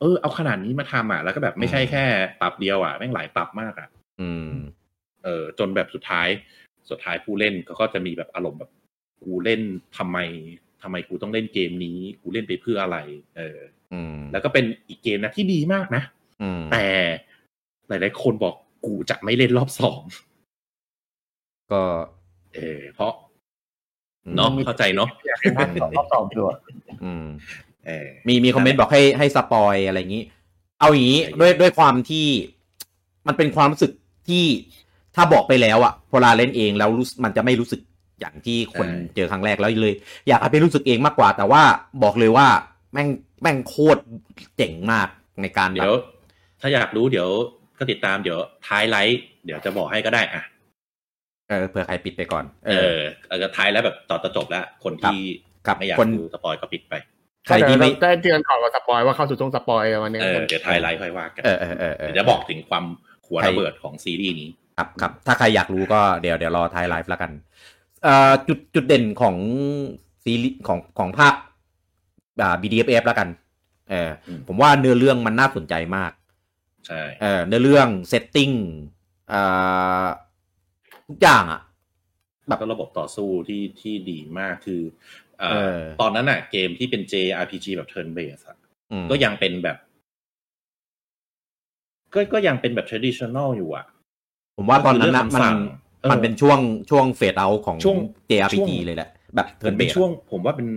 S17: เออ เอาขนาดนี้มาทำอ่ะ แล้วก็แบบไม่ใช่แค่ตับเดียวอ่ะ แม่งหลายตับมากอ่ะ
S14: อืม
S17: เออ จนแบบสุดท้าย สุดท้ายผู้เล่นก็จะมีแบบอารมณ์แบบ กูเล่นทำไม ทำไมกูต้องเล่นเกมนี้ กูเล่นไปเพื่ออะไร เออ
S14: อืม
S17: แล้วก็เป็นอีกเกมนะที่ดีมากนะแต่หลาย ๆ คนบอกกูจะไม่เล่นรอบสอง
S14: ก็
S17: เออเพราะเนาะเข้าใจเนาะ
S15: รอบสองตัว
S14: มีมีคอมเมนต์บอกให้ให้สปอยอะไรอย่างนี้ เอาอย่างนี้ด้วยด้วยความที่มันเป็นความรู้สึกที่ถ้าบอกไปแล้วอะพอลาเล่นเองแล้วรู้มันจะไม่รู้สึกอย่างที่คนเจอครั้งแรกแล้วเลย อยากให้ไปรู้สึกเองมากกว่า แต่ว่าบอกเลยว่า แม่งแม่งโคตรเจ๋งมากในการ
S17: เดี๋ยว ถ้าอยากรู้เดี๋ยวก็ติดตามเดี๋ยวท้ายไลฟ์เดี๋ยวจะบอกให้ก็ได้อ่ะ
S14: เออเผื่อใครปิดไปก่อน
S17: เออเออท้ายแล้วแบบต่อจะจบแล้ว คนที่
S14: กับ
S17: ไม่อยากดูสปอยก็ปิดไป
S15: ใครที่ไม่ได้เตือนก่อนว่าสปอยว่าเข้าสู่ช่วงสปอยวันนี้
S17: เออเดี๋ยวท้ายไลฟ์ค่อยว่ากัน
S14: เออเออเออ
S17: จะบอกถึงความหัวระเบิดของซีรีส์นี้
S14: ครับครับถ้าใครอยากรู้ก็เดี๋ยวเดี๋ยวรอท้ายไลฟ์แล้วกันเอ่อจุดจุดเด่นของซีรีส์ของของภาคอ่า BDFF แล้วกัน เออผมว่าเนื้อเรื่องมันน่าสนใจมาก
S17: ใช่
S14: เออเนื้อเรื่องเซตติ้งอ่าุกอย่างอะ
S17: แบบระบบต่อสู้ที่ที่ดีมากคืออตอนนั้นอะเกมที่เป็น JRPG แบบ turn based ก็ยังเป็นแบบ ก็ก็ยังเป็นแบบ traditional อยู่อะ
S14: ผมว่าตอนนั้นนะมันมันเป็นช่วงช่วงเฟดเอาของ JRPG เลยแหละแบบ
S17: turn based เป็นช่วง ผมว่าเป็น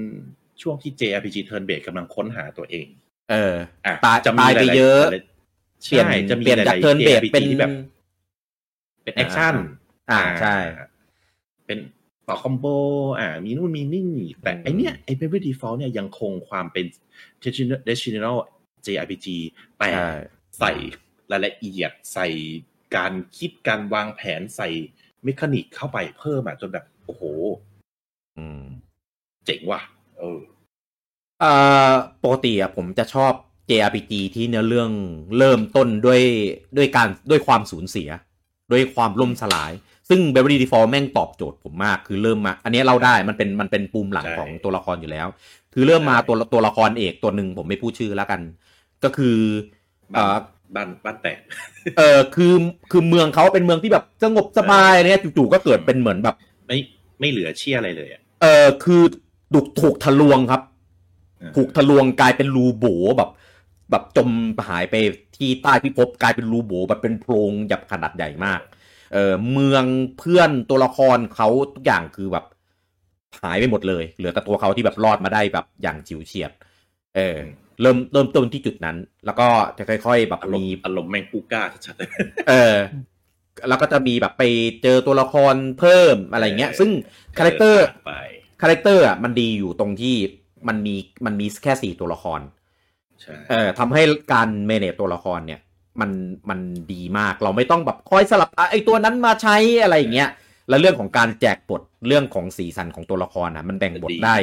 S17: ช่วงที่ JRPG Turn Based กำลังค้นหาตัวเอง
S14: เออ
S17: อ่ะ
S14: ตาย
S17: จะมี
S14: ตายไป
S17: หลาๆ
S14: เยอะ
S17: ใช่จะมี
S14: เปลี่ยน
S17: ห
S14: จาก
S17: ลายๆ
S14: turn based
S17: JRPG
S14: เป็น
S17: ที่แบบ เป็นแอคชั่น
S14: อ่าใช่
S17: เป็นต่อคอมโบ อ่า มีนู่นมีนี่ แต่ไอเนี้ยไอ b a b y Default เนี่ยยังคงความเป็น traditional- traditional JRPG แต่ใส่รายละเอียดใส่การคิดการวางแผนใส่เมคานิกเข้าไปเพิ่มอ่ะจนแบบ โอ้โหเจ๋งว่ะเออ
S14: เอ่อปกติอะผมจะชอบ JRPG ที่เนื้อเรื่องเริ่มต้นด้วยด้วยการด้วยความสูญเสีย ด้วยความล่มสลาย ซึ่ง b e v e r l y Default แม่งตอบโจทย์ผมมาก คือเริ่มมา อันนี้เราได้มันเป็นมันเป็นปูมหลังของตัวละครอยู่แล้ว คือเริ่มมาตัวตัวละครเอกตัวหนึ่งผมไม่พูดชื่อแล้วกัน ก็คือเอ่อ
S17: บ้านบ้านแตก
S14: เออคือคือเมืองเขาเป็นเมืองที่แบบสงบสบายอะไรเนี่ยจู่ๆก็เกิดเป็นเหมือนแบบ
S17: ไม่ไม่เหลือเชี่ยอะไรเลยอ่ะ
S14: เออคือถูกถูกทะลวงครับ
S17: อ่า
S14: ถูกทะลวงกลายเป็นรูโบแบบ แบบจมหายไปที่ใต้พิภพกลายเป็นรูโบแบบเป็นโพรงหยับขนาดใหญ่มาก เออเมืองเพื่อนตัวละครเขาทุกอย่างคือแบบหายไปหมดเลย เหลือแต่ตัวเขาที่แบบรอดมาได้แบบอย่างจิ๋วเฉียด เออ เริ่มเริ่มต้นที่จุดนั้น แล้วก็จะค่อย ๆ แบบมี
S17: อารมณ์แมงปูก้าชัดๆเลย
S14: เออ แล้วก็จะมีแบบไปเจอตัวละครเพิ่มอะไรเงี้ย ซึ่งคาแรคเตอร์
S17: ไป
S14: คาแรคเตอร์อ่ะมันดีอยู่ตรงที่มันมีมันมีแค่สี่ตัวละคร
S17: ใช่
S14: เอ่อทำให้การเมเนจตัวละครเนี่ย มันมันดีมากเราไม่ต้องแบบคอยสลับอ่ะไอตัวนั้นมาใช้อะไรอย่างเงี้ยแล้วเรื่องของการแจกบทเรื่องของสีสันของตัวละครอ่ะ มันแบ่งบทได้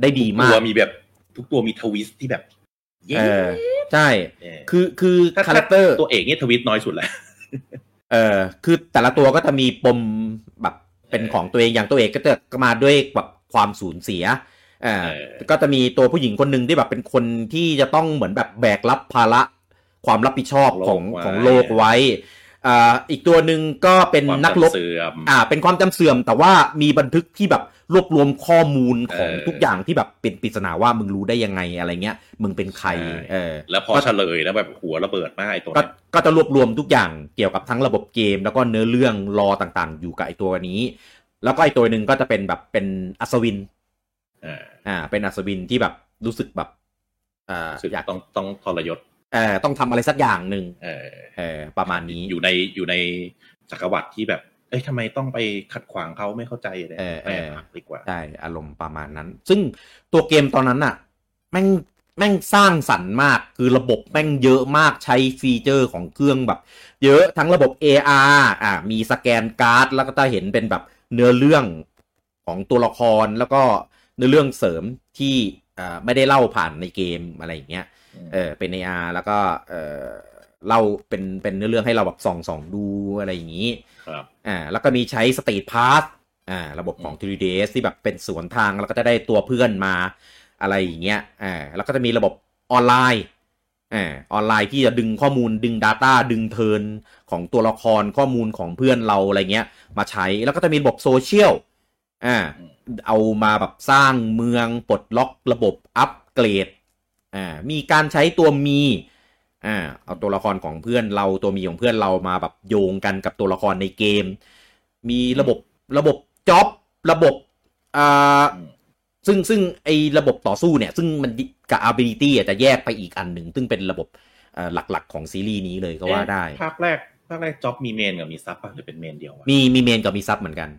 S14: ได้ดีมาก
S17: ตัวมีแบบ ทุกตัวมีทวิสต์ที่แบบ เย้
S14: เออใช่ คือคือ
S17: ถ้า
S14: คาแรคเตอร์
S17: ตัวเอกเนี่ยทวิสต์น้อยสุดแหละ
S14: เออคือแต่ละตัวก็จะมีปมแบบเป็นของตัวเองอย่างตัวเอกก็จะมาด้วยแบบความสูญเสียเออก็จะมีตัวผู้หญิงคนหนึ่งที่แบบเป็นคนที่จะต้องเหมือนแบบแบกรับภาระความรับผิดชอบของ
S17: โลกไว้
S14: ของโลกไว้อ่าอีกตัวหนึ่งก็เป็นนักลบ
S17: เสื่อม
S14: อ่า เป็นความจำเสื่อม แต่ว่ามีบันทึกที่แบบรวบรวมข้อมูลของทุกอย่างที่แบบเป็นปริศนาว่ามึงรู้ได้ยังไงอะไรเงี้ย มึงเป็นใครเออ
S17: แล้วพอเฉลยแล้วแบบหัวระเบิดมากไอ้ตัว
S14: ก็
S17: นั้น
S14: ก็จะรวบรวมทุกอย่างเกี่ยวกับทั้งระบบเกม แล้วก็เนื้อเรื่องรอต่างๆ อยู่กับไอตัวนี้ แล้วก็ไอตัวหนึ่งก็จะเป็นแบบเป็นอัศวินอ่า เป็นอัศวินที่แบบรู้สึกแบบอ่า
S17: รู้สึกต้องต้องทรยศ
S14: เออต้องทำอะไรสักอย่างหนึ่ง
S17: เออ
S14: เออประมาณนี้
S17: อยู่ในอยู่ในจักรวรรดิที่แบบ เอ้ยทำไมต้องไปขัดขวางเขาไม่เข้าใจอะไร
S14: เออเอ
S17: ไม่
S14: อ
S17: พักดีกว่า
S14: ใช่อารมณ์ประมาณนั้น ซึ่งตัวเกมตอนนั้นน่ะ แม่งแม่งสร้างสรรค์มาก คือระบบแม่งเยอะมากใช้ฟีเจอร์ของเครื่องแบบ เยอะทั้งระบบ AR อ่ามีสแกนการ์ด แล้วก็จะเห็นเป็นแบบเนื้อเรื่องของตัวละครแล้วก็เนื้อเรื่องเสริมที่อ่าไม่ได้เล่าผ่านในเกมอะไรอย่างเงี้ยเออเป็น AR แล้วก็เออเล่าเป็นเป็นเนื้อเรื่องให้เราแบบส่องส่องดูอะไรอย่างงี้
S17: ครับ
S14: อ่าแล้วก็มีใช้สต e ทพาสอ่าระบบของ 3ds ที่แบบเป็นสวนทางแล้วก็จะได้ตัวเพื่อนมาอะไรอย่างเงี้ยอ่าแล้วก็จะมีระบบออนไลน์อ่าออนไลน์ที่จะดึงข้อมูลดึง Data ดึงเทิร์นของตัวละครข้อมูลของเพื่อนเราอะไรเงี้ย มาใช้แล้วก็จะมีระบบโซเชียลอ่าเอามาแบบสร้างเมืองปลดล็อกระบบอัปเกรดอ่ามีการใช้ตัวมี อ่าเอาตัวละครของเพื่อนเราตัวมีของเพื่อนเรามาแบบโยงกันกับตัวละครในเกม มีระบบระบบจ็อบระบบอ่าซึ่งซึ่งไอระบบต่อสู้เนี่ย ซึ่งมันกับ ability อ่ะจะแยกไปอีกอันหนึ่ง ซึ่งเป็นระบบเอ่อหลักๆของซีรีส์นี้เลยก็ว่าได้
S17: เอ๊ะภาคแรกภาคแรกจ็อบมีเมนกับมีซับป่ะหรือเป็นเมนเดียววะ
S14: มีมีเมนกับมีซับเหมือนกัน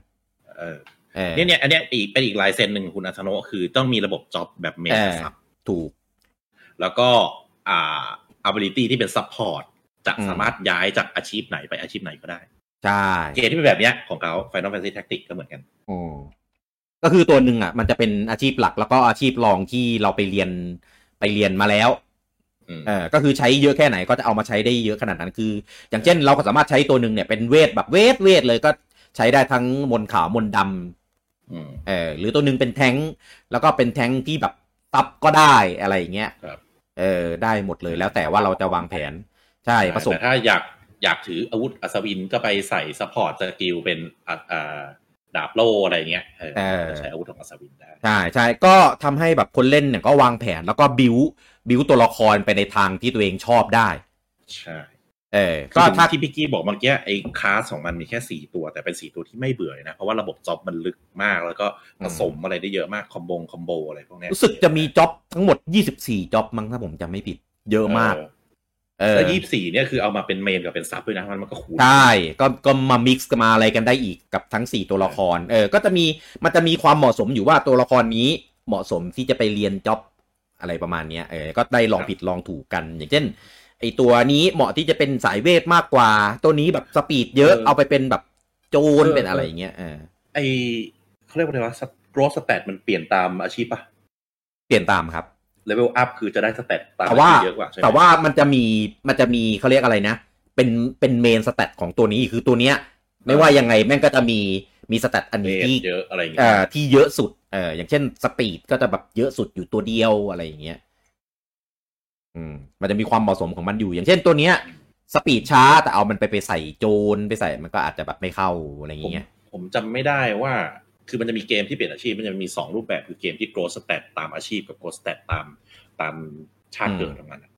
S17: เออ
S14: เออ
S17: เนี่ยเนี่ยอันเนี้ยอีกเป็นอีกลายเซ็นหนึ่งของคุณอัธโนะคือต้องมีระบบจ็อบแบบเมนกับซับ
S14: ถูก
S17: แล้วก็อ่า ability ที่เป็น support จะสามารถย้ายจากอาชีพไหนไปอาชีพไหนก็ได้
S14: ใช่
S17: เกมที่เป็นแบบเนี้ยของเขา Final Fantasy Tactics ก็เหมือนกัน
S14: โอ้ก็คือตัวหนึ่งอ่ะ มันจะเป็นอาชีพหลักแล้วก็อาชีพรองที่เราไปเรียนไปเรียนมาแล้วเออก็คือใช้เยอะแค่ไหนก็จะเอามาใช้ได้เยอะขนาดนั้นคือ อย่างเช่นเราก็สามารถใช้ตัวหนึ่งเนี่ยเป็นเวทแบบเวทเวทเลยก็ใช้ได้ทั้งมนต์ขาวมนต์ดำเออหรือตัวหนึ่งเป็นแท้งค์แล้วก็เป็นแท้งค์ที่แบบตับก็ได้อะไรอย่างเงี้ยเออได้หมดเลยแล้วแต่ว่าเราจะวางแผนใช่ผสม
S17: แต่ถ้าอยากอยากถืออาวุธอัศวินก็ไปใส่ support สกิลเป็นอ่าอ่าดาบโล่อะไรเงี้ยเออ
S14: เออ
S17: จะใช้อาวุธของอัศวินได้
S14: ใช่ใช่ก็ทำให้แบบคนเล่นเนี่ยก็วางแผนแล้วก็บิวบิวตัวละครไปในทางที่ตัวเองชอบได้
S17: ใช่
S14: เออ
S17: ก็ถ้าที่พี่กี้บอกเมื่อกี้ไอ้คลาสของมันมีแค่สี่ตัว แต่เป็นสี่ตัวที่ไม่เบื่อเลยนะ เพราะว่าระบบจ็อบมันลึกมาก แล้วก็ผสมอะไรได้เยอะมาก คอมบงคอมโบอะไรพวกเนี้ย
S14: รู้สึกจะมีจ็อบทั้งหมดยี่สิบสี่จ็อบมั้งถ้าผมจำไม่ผิด เยอะมาก เออ
S17: แล้วยี่สี่เนี่ยคือเอามาเป็นเมนกับเป็นซับด้วยนะมันก็คูณ
S14: ใช่ก็ก็มามิกซ์มาอะไรกันได้อีกกับทั้งสี่ตัวละคร เออ ก็จะมีมันจะมีความเหมาะสมอยู่ว่าตัวละครนี้เหมาะสมที่จะไปเรียนจ็อบอะไรประมาณเนี้ยเออก็ได้ลองผิดลองถูกกัน อย่างเช่น ไอตัวนี้เหมาะที่จะเป็นสายเวทมากกว่า ตัวนี้แบบสปีดเยอะเอาไปเป็นแบบโจรเป็นอะไรอย่างเงี้ยเออ
S17: ไอเขาเรียกว่าอะไรวะโกรสแตทมันเปลี่ยนตามอาชีพปะ
S14: เปลี่ยนตามครับ
S17: เลเวลอัพคือจะได้สเตตตาม
S14: แต่ว่า
S17: เยอะกว่าใช่ไหม
S14: แต่ว่ามันจะมีมันจะมีเขาเรียกอะไรนะ เป็นเป็นเมนสเตตของตัวนี้คือตัวเนี้ย ไม่ว่ายังไงแม่งก็จะมีมีสเตตอัน
S17: เม
S14: นี้
S17: น
S14: ที่
S17: เยอะอะไรอย่างเงี้
S14: เอ่
S17: ย
S14: อที่เยอะสุดเอ่ออย่างเช่นสปีดก็จะแบบเยอะสุดอยู่ตัวเดียวอะไรอย่างเงี้ยอืมมันจะมีความเหมาะสมของมันอยู่ อย่างเช่นตัวเนี้ย สปีดช้าแต่เอามันไปไปใส่โจรไปใส่มันก็อาจจะแบบไม่เข้าอะไรอย่างเงี้ย
S17: ผมจำไม่ได้ว่าคือมันจะมีเกมที่เปลี่ยนอาชีพมันจะมีสองรูปแบบคือเกมที่โกรสแตตตามอาชีพกับโกรสแตตตามตามชาติเกิดของมันอะ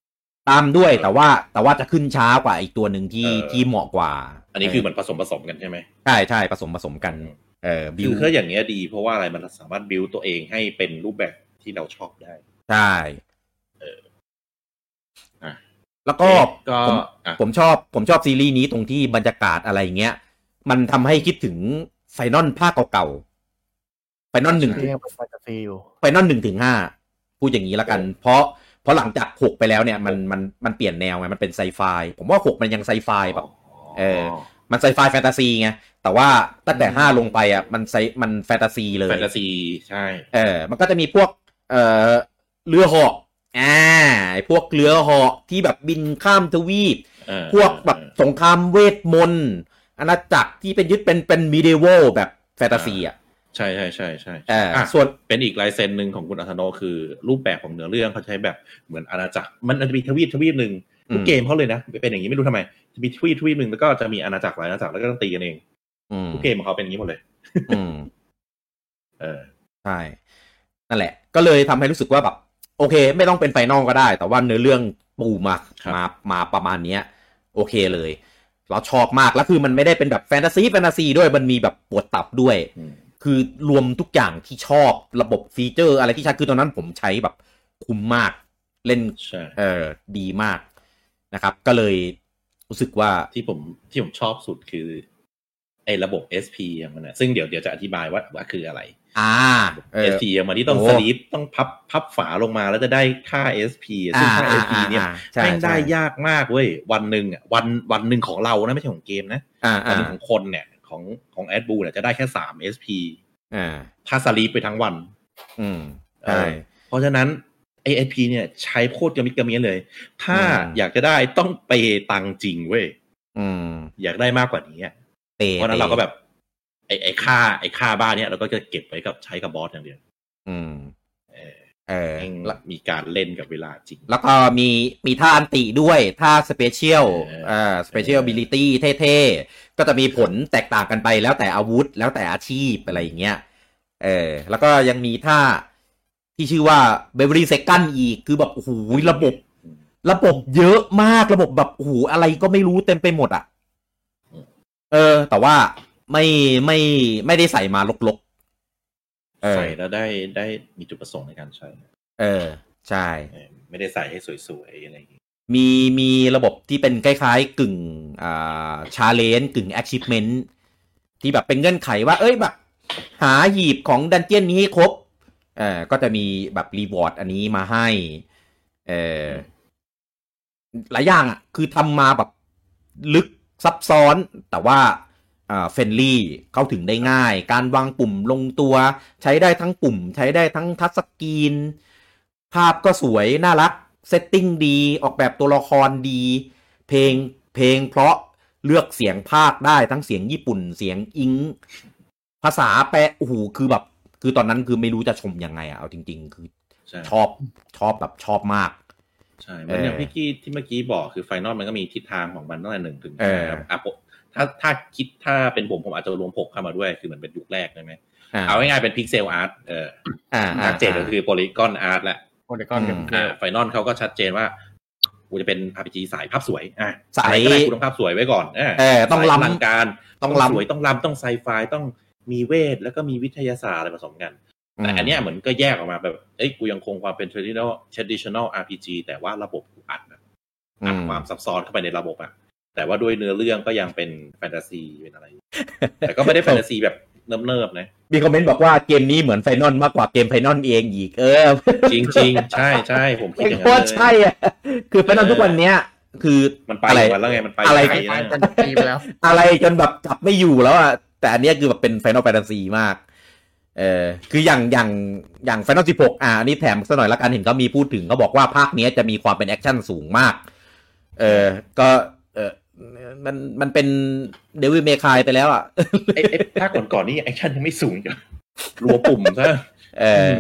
S14: ตามด้วยแต่ว่าแต่ว่าจะขึ้นช้ากว่าอีกตัวหนึ่งที่
S17: เออ
S14: ที่เหมาะกว่า
S17: อันนี้คือเหมือนผสมผสมกันใช่ไหม
S14: ใช่ใช่ผสมผสมกันเออบิ
S17: คื
S14: ว
S17: อถ้าอย่างเงี้ยดีเพราะว่าอะไรมันสามารถบิวตัวเองให้เป็นรูปแบบที่เราชอบได้
S14: ใช่
S17: อ่ะ
S14: แล้วก็
S17: ก็
S14: ผม
S17: อ่ะ
S14: ผมชอบผมชอบซีรีส์นี้ตรงที่บรรยากาศอะไรเงี้ย มันทำให้คิดถึงไฟนอลภาคเก่าๆไฟนอลหนึ่ง
S15: เรียกเป็นแฟนตาซีอยู่
S14: ไฟนอลหนึ่งถึงห้าพูดอย่างนี้ละกัน เพราะเพราะหลังจากหกไปแล้วเนี่ยมันมันมันเปลี่ยนแนวไงมันเป็นไซไฟผมว่าหกมันยังไซไฟแบบเออมันไซไฟแฟนตาซีไงแต่ว่าตั้งแต่ห้าลงไปอ่ะมันไซมันแฟนตาซีเลย
S17: แฟนตาซีใช่
S14: เออมันก็จะมีพวกเออเรือเหาะอ่าไอ้พวกเรือเหาะที่แบบบินข้ามทวีป
S17: เออ
S14: พวกแบบสงครามเวทมนต์อาณาจักรที่เป็นยึดเป็นเป็นมีเดวลแบบแฟนตาซีอ่ะ
S17: ใช่ใช่ใช่ใช่
S14: เอออ่
S17: ะ
S14: ส่วน
S17: เป็นอีกลายเซ็นหนึ่งของคุณอัธโนคือรูปแบบของเนื้อเรื่องเขาใช้แบบเหมือนอาณาจักร มันจะมีทวีปทวีปหนึ่งทุกเกมเขาเลยนะ เป็นอย่างนี้ไม่รู้ทำไมจะมีทวีปทวีปหนึ่งแล้วก็จะมีอาณาจักรหลายอาณาจักรแล้วก็ต้องตีกันเอง
S14: อืม
S17: ทุกเกมของเขาเป็นอย่างนี้หมดเลย
S14: อืม
S17: เออ
S14: ใช่ นั่นแหละ ก็เลยทำให้รู้สึกว่าแบบ โอเค ไม่ต้องเป็นไฟนอลก็ได้ แต่ว่าเนื้อเรื่องปูมามามาประมาณเนี้ย โอเคเลย เราชอบมากแล้วคือมันไม่ได้เป็นแบบแฟนตาซีแฟนตาซีด้วยมันมีแบบปวดตับด้วย คือรวมทุกอย่างที่ชอบระบบฟีเจอร์อะไรที่ใช้คือตอนนั้นผมใช้แบบคุ้มมากเล่น
S17: ใช่
S14: เออดีมากนะครับ ก็เลยรู้สึกว่า
S17: ที่ผมที่ผมชอบสุดคือไอ้ระบบ SP ของมันนะซึ่งเดี๋ยวเดี๋ยวจะอธิบายว่าว่าคืออะไร
S14: อ่าเออ
S17: SP ของมันที่ต้อง
S14: โอ้
S17: สลีปต้องพับพับฝาลงมาแล้วจะได้ค่า SP
S14: อ่า
S17: ซึ่งค่า
S14: อ่า
S17: SP เนี่ย
S14: อ่าใช่
S17: แม่งได้
S14: ใช่
S17: ยากมากเว้ยวันหนึ่งอ่ะวันวันหนึ่งของเรานะไม่ใช่ของเกมนะ
S14: อ่า
S17: วันห
S14: อ่า
S17: นึ่งของคนเนี่ยของของแอดบูเนี่ยจะได้แค่สาม SP
S14: อ่า
S17: ถ้าสลีปไปทั้งวัน
S14: อืม
S17: เอ
S14: ใช่
S17: อเพราะฉะนั้นไอ SP เนี่ยใช้โคตรกระมิดกระเมียนเลย ถ้า
S14: อืม
S17: อยากจะได้ต้องเปย์ตังค์จริงเว้ย
S14: อืม
S17: อยากได้มากกว่านี้อะ
S14: เตะ
S17: เพราะฉะนั้นเราก็
S14: ตะ
S17: แบบไอ้ไอ้ค่าไอ้ค่าบ้านเนี่ยเราก็จะเก็บไว้กับใช้กับบอสอย่างเดียว
S14: อืม เออ
S17: แม่งมีการเล่นกับเวลาจริง
S14: แล้วก็มีมีท่าอันติด้วยท่าสเปเชียลเอ่อสเปเชียลบิลิตี้เท่ๆ ก็จะมีผลแตกต่างกันไปแล้วแต่อาวุธแล้วแต่อาชีพอะไรอย่างเงี้ยเออแล้วก็ยังมีท่าที่ชื่อว่าเบเวอรี่เซกันอีก คือแบบโอ้โหระบบ ระบบเยอะมากระบบแบบโอ้โหอะไรก็ไม่รู้เต็มไปหมดอ่ะ เออ แต่ว่าไม่ไม่ไม่ได้ใส่มาลกๆเออ
S17: ใส่แล้วได้ได้มีจุดประสงค์ในการใช้
S14: เออ ใช่
S17: ไม่ได้ใส่ให้สวยๆอะไรอย่างงี้
S14: มีมีระบบที่เป็นคล้ายๆกึ่งอ่าชาเลนจ์กึ่ง achievement ที่แบบเป็นเงื่อนไขว่า เอ้ยแบบ หาหีบของดันเจียนนี้ให้ครบเอ่อก็จะมีแบบรีวอร์ดอันนี้มาให้เอ่อหลายอย่างอ่ะ คือทำมาแบบลึกซับซ้อน แต่ว่าอ่าเฟนลี่เข้าถึงได้ง่าย การวางปุ่มลงตัว ใช้ได้ทั้งปุ่ม ใช้ได้ทั้งทัชสกรีน ภาพก็สวย น่ารัก เซตติ้งดี ออกแบบตัวละครดี เพลงเพลงเพราะเลือกเสียงภาคได้ทั้งเสียงญี่ปุ่นเสียงอิง ภาษาแปลโอ้โหคือแบบ คือตอนนั้นคือไม่รู้จะชมยังไงอะเอาจริง ๆ คือ
S17: ใช่
S14: ชอบชอบแบบชอบมาก
S17: ใช่เหมือนอย่าง
S14: เออ
S17: พี่กี้ที่เมื่อกี้บอกคือไฟนอลมันก็มีทิศทางของมันตั้งแต่หนึ่งถึง
S14: เออ
S17: นะครับอ่ะผมถ้าถ้าคิดถ้าเป็นผมผมอาจจะรวมหกเข้ามาด้วย คือมันเป็นยุคแรกใช่ไหม
S14: อ่า
S17: เอาง่ายๆเป็นพิกเซลอาร์ตเออ
S14: อ่า
S17: ชัดเจนก็คือโพลีกอนอาร์ตแหละ
S15: โพลีกอน
S14: อืม
S17: ไฟนอลเขาก็ชัดเจนว่า กูจะเป็น RPG สายภาพสวยอ่ะ
S14: สาย
S17: อะไรก็ได้กูต้องภาพสวยไว้ก่อน
S14: เออต้อง
S17: สาย
S14: ล้ำ
S17: ลังการ
S14: ต้องล้ำ
S17: สวยต้องล้ำต้องไซไฟต้องมีเวท แล้วก็มีวิทยาศาสตร์อะไรผสมกัน
S14: อืม
S17: แต่อันเนี้ยเหมือนก็แยกออกมาแบบเอ้ยกูยังคงความเป็น traditional traditional RPG แต่ว่าระบบกูอัดแบบ
S14: อืม
S17: ความซับซ้อนเข้าไปในระบบอะแต่ว่าด้วยเนื้อเรื่องก็ยังเป็นแฟนตาซีเป็นอะไร แต่ก็ไม่ได้แฟนตาซีแบบเนิบๆนะ
S14: มีคอมเมนต์บอกว่าเกมนี้เหมือนไฟนอลมากกว่าเกมไฟนอลเองอีก เออ
S17: จริงจริง ๆใช่ใช่ผมคิดอย่าง
S14: เพ
S17: นั้น
S14: ราะ
S17: เลย
S14: ใช่อ่ะ คือไฟนอลทุกวันเนี้ย คือ
S17: มันไป
S14: อะไร
S17: หมดแล้วไงมันไป
S14: อะไร
S17: ปนะ
S14: อะไรจนแบบจับไม่อยู่แล้วอ่ะแต่อันเนี้ยคือแบบเป็นไฟนอลแฟนตาซีมาก เออคืออย่างอย่างอย่างไฟนอลสิบหกอ่ะอันนี้แถมสักหน่อยละกันเห็นเขามีพูดถึงเขาบอกว่าภาคเนี้ยจะมีความเป็นแอคชั่นสูงมาก เออก็เออมันมันเป็นเดวิลเมคายไปแล้วอ่ะ
S17: ไอ้ไอ้ภาคก่อนๆนี่แอคชั่นยังไม่สูง อยู่รัวปุ่มซะ
S14: เอออ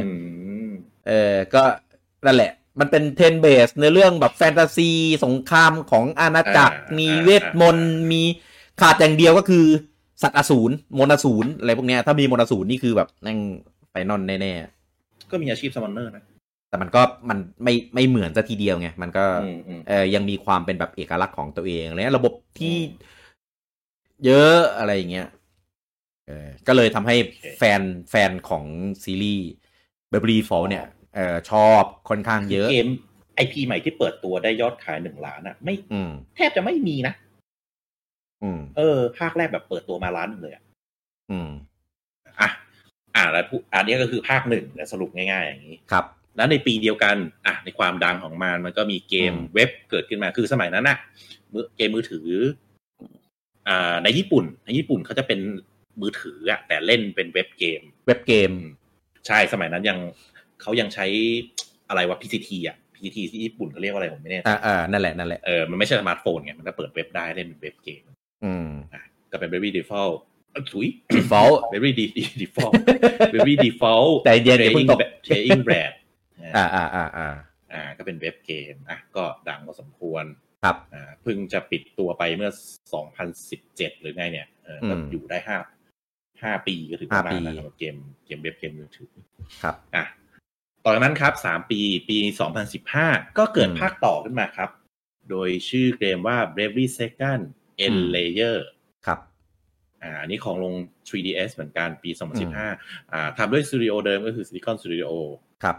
S14: เออก็นั่นแหละ มันเป็นเทนเบสในเรื่องแบบแฟนตาซี สงครามของอาณาจักร
S17: อ่ามี
S14: มีเวทมนต์มีขาดอย่างเดียวก็คือ สัตว์อสูรมนต์อสูรอะไรพวกเนี้ยถ้ามีมนต์อสูรนี่คือแบบนั่งไปนอนแน่
S17: ก็มีอาชีพสมอนเนอร์นะ
S14: ๆแต่มันก็มันไม่ไม่เหมือนซะทีเดียวไง มันก็
S17: อืมอืม
S14: เออยังมีความเป็นแบบเอกลักษณ์ของตัวเองอะไรเลยระบบที่เยอะอะไรอย่างเงี้ยเออก็เลยทำให้แฟนแฟนของซีรีส์เบอร์รีฟอลเนี่ยเออชอบค่อนข้างเยอะ
S17: เกมไอพีใหม่ที่เปิดตัวได้ยอดขายหนึ่งล้านอ่ะ ไม่
S14: อืม
S17: แทบจะไม่มีนะ
S14: อืม
S17: เออ ภาคแรกแบบเปิดตัวมาล้านหนึ่งเลยอะ
S14: อืม
S17: อ่าแล้วผู้อันนี้ก็คือภาคหนึ่งนะสรุปง่ายๆอย่างนี้
S14: ครับ
S17: แล้วในปีเดียวกันอ่ะในความดังของมันมันก็มีเกมเว็บเกิดขึ้นมาคือสมัยนั้นน่ะมือเกมมือถืออ่าในญี่ปุ่น ในญี่ปุ่นเขาจะเป็นมือถืออะแต่เล่นเป็นเว็บเกม
S14: เว็บเกม
S17: ใช่สมัยนั้นยังเขายังใช้อะไรวะ PCT อ่ะ PCT ที่ญี่ปุ่นเขาเรียกว่าอะไรผมไม่แน่ใจ
S14: อ่าอ่านั่นแหละนั่นแหละ
S17: เออมันไม่ใช่สมาร์ทโฟนไงมันก็เปิดเว็บได้เล่นเป็นเว็บเกม
S14: อืม
S17: ก็เป็น Baby Default เอ้ยถุ ย
S14: Default
S17: Baby D- D- Default Baby Default
S14: ใจเย็นอย่าเพิ่งตก
S17: เทรอิงแบรด
S14: อ่าอ่าอ่าอ่า
S17: อ่า ก็เป็นเว็บเกมอ่ะก็ดังพอสมควร
S14: ครับ
S17: อ่าเพิ่งจะปิดตัวไปเมื่อ 2017 หรือไงเนี่ยเออก็
S14: อืม
S17: อยู่ได้ห้าห้าปีก็ถือว่า
S14: ห้าปี
S17: นานนะครับเกมเกมเว็บเกมมือถือ
S14: ครับ
S17: อ่ะต่อจากนั้นครับสามปีปี 2015 ก็เกิดภาคต่อขึ้นมาครับ โดยชื่อเกมว่า Bravely Second End
S14: อืม
S17: Layer
S14: ครับ
S17: อ่าอันนี้ของลง 3DS เหมือนกันปี 2015อ่าทำด้วยสตูดิโอเดิมก็คือ Silicon Studio
S14: ครับ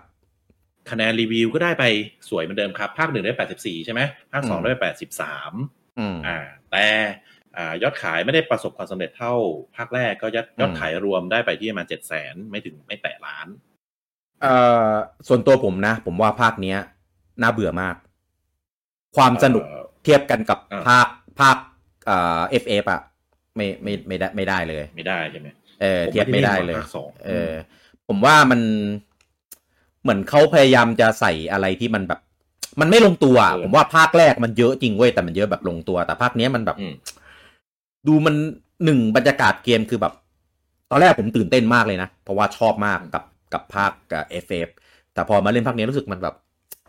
S17: คะแนนรีวิวก็ได้ไปสวยเหมือนเดิมครับ ภาคหนึ่งได้ 84 ใช่ไหมภาคสองได้ 83
S14: อืม
S17: อ่า แต่อ่ายอดขายไม่ได้ประสบความสำเร็จเท่า ภาคแรกก็ยอดยอดขายรวมได้ไปที่ประมาณ 7 0 0 0 0ไม่ถึงไม่แตะล้าน
S14: เอ่อส่วนตัวผมนะ ผมว่าภาคเนี้ย น่าเบื่อมาก ความสนุกเทียบกันกับภาคภาคเอ่อ FF อะไม่ไม่ไม่ได้ไม่ได้เลย
S17: ไม่ได้ใช่ไหม
S14: เออเทียบไม่ได้เล
S17: ผ
S14: ย
S17: มไม่ได้เล่นภาคสอง
S14: เออ ผมว่ามันเหมือนเขาพยายามจะใส่อะไรที่มันแบบ มันไม่ลงตัวอะผมว่าภาคแรกมันเยอะจริงเว้ยแต่มันเยอะแบบลงตัว แต่ภาคเนี้ยมันแบบ ดูมันหนึ่งบรรยากาศเกมคือแบบ ตอนแรกผมตื่นเต้นมากเลยนะ เพราะว่าชอบมากกับกับภาคกับเอฟเอฟแต่พอมาเล่นภาคเนี้ยรู้สึกมันแบบ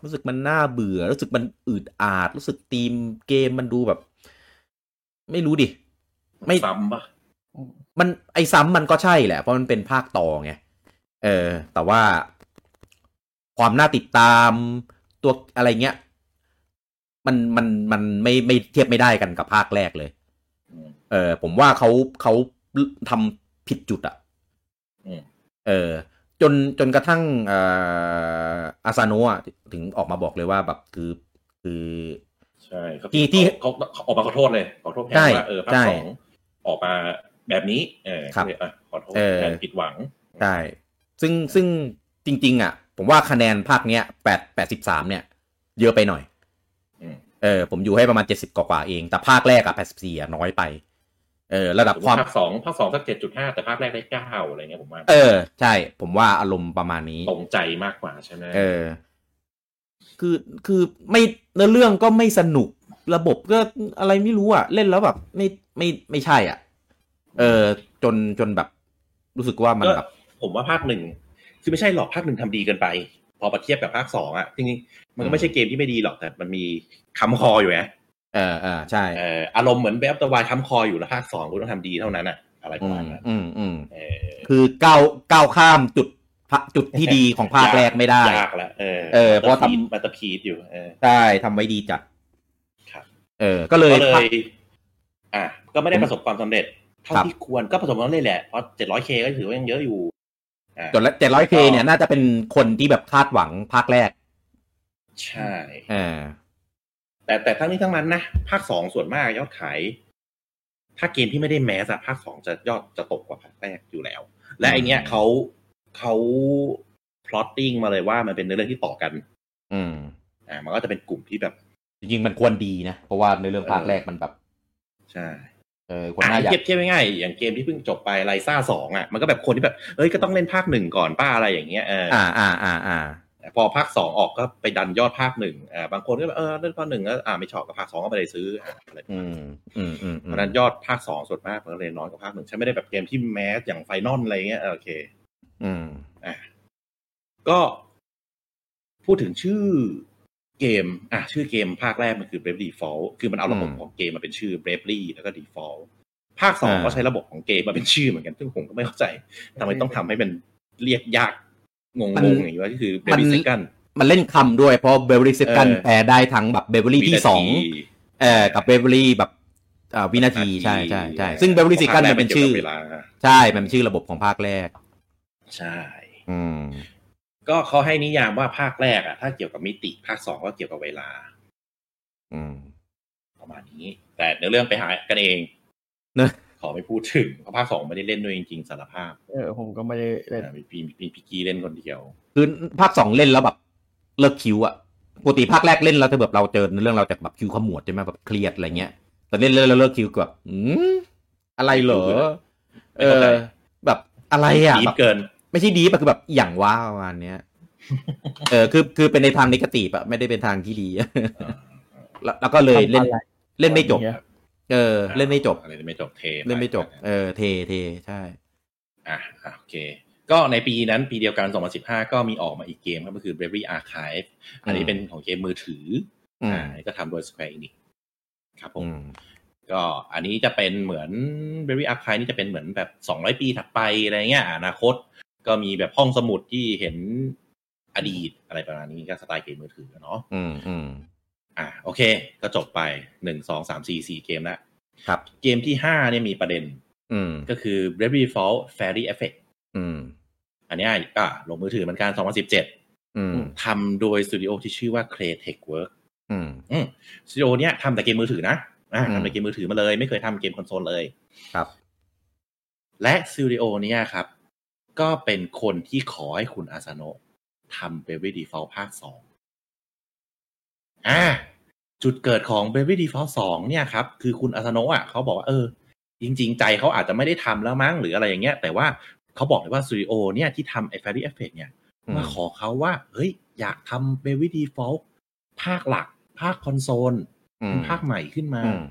S14: รู้สึกมันน่าเบื่อ รู้สึกมันอืดอาด รู้สึกธีมเกมมันดูแบบ ไม่รู้ดิ ไม่
S17: ซ้ำปะ
S14: มันไอ้ซ้ำมันก็ใช่แหละ เพราะมันเป็นภาคต่อไง เออ แต่ว่าความน่าติดตามตัวอะไรเงี้ย มันมันมันไม่ไม่เทียบไม่ได้กันกับภาคแรกเลย เออผมว่าเขาเขาทำผิดจุดอะ
S17: อืม
S14: เออจนจนกระทั่งเอ่ออาซาโนะอะถึงออกมาบอกเลยว่าแบบคือคือ
S17: ใช่ครับ
S14: ที่ที่
S17: เขาเขาเขาออกมาขอโทษเลยขอโทษแทน
S14: ใช่
S17: ว่าเออภาค
S14: ใช่
S17: สองออกมาแบบนี้ เออ
S14: ครับ
S17: เลยอ่ะขอโทษ
S14: เออ
S17: แทนผิดหวัง
S14: ใช่ซึ่งซึ่งจริง ๆ อ่ะ ผมว่าคะแนนภาคเนี้ยแปดแปดสิบสามเนี่ย เยอะไปหน่อย
S17: อืม
S14: เออ ผมอยู่ให้ประมาณเจ็ดสิบกว่าๆเอง แต่ภาคแรกอะแปดสิบสี่อะน้อยไป เออ ระดับ
S17: ผม
S14: ควา
S17: ว่าม ภาคสองภาคสองสักเจ็ดจุดห้าแต่ภาคแรกได้เก้าอะไรเงี้ยผมว่า
S14: เออ ใช่ ผมว่าอารมณ์ประมาณนี้
S17: ตรงใจมากกว่าใช่ไหม
S14: เออ คือ คือไม่เนื้อเรื่องก็ไม่สนุก ระบบก็อะไรไม่รู้อ่ะ เล่นแล้วแบบ ไม่ ไม่ ไม่ใช่อ่ะ เออ จน จนแบบ รู้สึกว่ามัน
S17: ก็
S14: แบบ
S17: ผมว่าภาคหนึ่งคือไม่ใช่หรอกภาคหนึ่งทำดีเกินไป พอมาเทียบกับภาคสองอ่ะจริงๆมันก็ไม่ใช่เกมที่ไม่ดีหรอกแต่มันมีค้ำคออยู่ไง
S14: เออเออใช่
S17: เอออารมณ์เหมือนแบบตะวายค้ำคออยู่แล้วภาคสองคุณต้องทำดีเท่านั้นอ่ะ อะไรประ
S14: อื
S17: มาณ
S14: ม
S17: นั้น
S14: อืมอืม
S17: เออ
S14: คือก้าว ก้าวข้ามจุดพะจุดที่ดีของภาคแรกไม่ได้
S17: ยากละเออ
S14: เออเพราะทำ
S17: มันตะพีดอยู่เออ
S14: ใช่ทำไว้ดีจัด เออ ก็เลย
S17: ก็เลยอ่ะก็ไม่ได้ประสบความสำเร็จ เท่าที่ควรก็ประสบความสำเร็จแหละเพราะ 700K ก็ถือว่ายังเยอะอยู่อ่ะ
S14: จนละเจ็ดร้อยเคเนี่ยน่าจะเป็นคนที่แบบคาดหวังภาคแรก
S17: ใช่
S14: เออ
S17: แต่แต่ทั้งนี้ทั้งนั้นนะ ภาคสองส่วนมากยอดขาย ถ้าเกมที่ไม่ได้แมสอะภาคสองจะยอดจะตกกว่าภาคแรกอยู่แล้ว และไอเนี้ยเขาเขาพลอตติ้งมาเลยว่ามันเป็นเนื้อเรื่องที่ต่อกัน
S14: อืม
S17: อ่า มันก็จะเป็นกลุ่มที่แบบ
S14: จริงๆมันควรดีนะ เพราะว่าในเรื่องภาคแรกมันแบบ
S17: ใช่
S14: เออคน
S17: อ่ะ
S14: น่าอยาก
S17: เทียบเทียบง่ายๆอย่างเกมที่เพิ่งจบไปไลซ่าสองอ่ะมันก็แบบคนที่แบบเอ้ยก็ต้องเล่นภาคหนึ่งก่อนป้าอะไรอย่างเงี้ยเออ
S14: อ่าอ่าอ่าอ่า
S17: พอภาคสองออกก็ไปดันยอดภาคหนึ่งอ่าบางคนก็แบบเออเล่นภาคหนึ่งแล้วอ่าไม่ชอบกับภาคสองก็ไม่ได้ซื้ออ่ะอะไร
S14: อืมอืมอืม
S17: เพราะฉะนั้นยอดภาคสองส่วนมากมันก็เลยน้อยกว่าภาคหนึ่งใช่ไม่ได้แบบเกมที่แมสอย่างไฟนอลอะไรเงี้ยเออโอเค
S14: อืม
S17: อ่ะก็พูดถึงชื่อเกม อ่ะ ชื่อเกมภาคแรกมันคือ Brave Default คือมันเอาระบบ
S14: อืม
S17: ของเกมมาเป็นชื่อ Bravely แล้วก็ Default ภาคสอง
S14: อ่า
S17: ก็ใช้ระบบของเกมมาเป็นชื่อเหมือนกัน ซึ่งผมก็ไม่เข้าใจทำไมต้องทำให้มันเรียกยากงงๆอย่างนี้ว่าก็คือ
S14: มัน
S17: Bravely Second
S14: มันเล่นคำด้วยเพราะเบเวอรี่เซกัน
S17: เออ
S14: แปลได้ทั้งแบบเบเวอรี่ที่
S17: วินาที
S14: สองเออกับเบเวอรี่แบบอ่าวินาทีใช่ใช่ใช่
S17: เออ
S14: ซึ่งเบเวอรี่เซกัน
S17: เพราะภาคแรก
S14: มันเป็นชื่อ
S17: มันเกี่ยวกับเวลา
S14: ใช่มันเป็นชื่อระบบของภาคแรก
S17: ใช่
S14: อืม
S17: ก็เขาให้นิยามว่าภาคแรกอ่ะ ถ้าเกี่ยวกับมิติภาคสองก็เกี่ยวกับเวลา
S14: อืม
S17: ประมาณนี้ แต่เนื้อเรื่องไปหากันเอง
S14: นะ
S17: ขอไม่พูดถึงเพราะภาคสองไม่ได้เล่นด้วยจริงๆสารภาพ
S15: เออ ผมก็ไม่ได้เล่น
S17: มีพี่มีพี่กี้เล่นคนเดียว
S14: คือภาคสองเล่นแล้วแบบ เลิกคิวอะปกติภาคแรกเล่นเราจะแบบเราเจอเรื่องเราจากแบบคิวขมวดใช่ไหมแบบเครียดอะไรเงี้ย แต่เล่นเล่นแล้วเลิกคิวก็แบบอืมอะไรเหรอ
S17: ไม่
S14: เอ
S17: เข้าใจ
S14: อ แบบอะไรอะ
S17: ดี
S14: แบบ
S17: ฟเกิน
S14: ไม่ใช่ดีปะคือแบบอย่างว้าประมาณเนี้ย เออคือคือเป็นในทางนิกติปะไม่ได้เป็นทางที่ ดี แล้วแล้วก็เลยเล่น
S17: ทำอะไร
S14: เล่นไม่จบ เออ เล่นไม่จบ
S17: อะไรเล่นไม่จบเทป
S14: เล่นไม่จบ เออ เทเทใช่
S17: อ่ะอ่ะโอเค ก็ในปีนั้นปีเดียวกัน 2015 ก็มีออกมาอีกเกมครับก็คือ Bravery Archive อันนี้
S14: อืม
S17: เป็นของเกมมือถือ
S14: อืม
S17: อ่าก็ทำโดย Square Enix ครับผมก็อันนี้จะเป็นเหมือน Bravery Archive นี่จะเป็นเหมือนแบบ 200 ปีถัดไปอะไรเงี้ยอนาคต ก็มีแบบห้องสมุดที่เห็นอดีตอะไรประมาณนี้ก็สไตล์เกมมือถือเนาะ
S14: อืมอืม
S17: อ่ะโอเค ก็จบไปหนึ่งสองสามสี่สี่เกมแล้ว
S14: ครับ
S17: เกมที่ห้าเนี่ยมีประเด็น
S14: อืม
S17: ก็คือ Bravely Default Fairy Effect
S14: อืม
S17: อันเนี้ยก็ลงมือถือเหมือนกัน2017
S14: อืม
S17: ทำโดยสตูดิโอที่ชื่อว่า Claytech Work
S14: อืม
S17: อืมสตูดิโอเนี้ยทำแต่เกมมือถือนะอ่ะ
S14: อืม
S17: ทำแต่เกมมือถือมาเลย ไม่เคยทำเกมคอนโซลเลย
S14: ครับ
S17: และสตูดิโอเนี้ยครับ ก็เป็นคนที่ขอให้คุณอาซาโนะทำ Bravely Default ภาคสองอ่า จุดเกิดของ Baby Default 2 เนี่ยครับ คือคุณอาซาโนะอ่ะเขาบอกว่าเออ จริง ๆ ใจเขาอาจจะไม่ได้ทำแล้วมั้งหรืออะไรอย่างเงี้ย แต่ว่าเขาบอกเลยว่าสตูดิโอเนี่ยที่ทำไอ้ Fairy Effect เนี่ย
S14: อืม
S17: มาขอเขาว่า เฮ้ย อยากทำ Baby Default ภาคหลัก ภาคคอนโซล
S14: อืม
S17: เป็นภาคใหม่ขึ้นมา
S14: อืม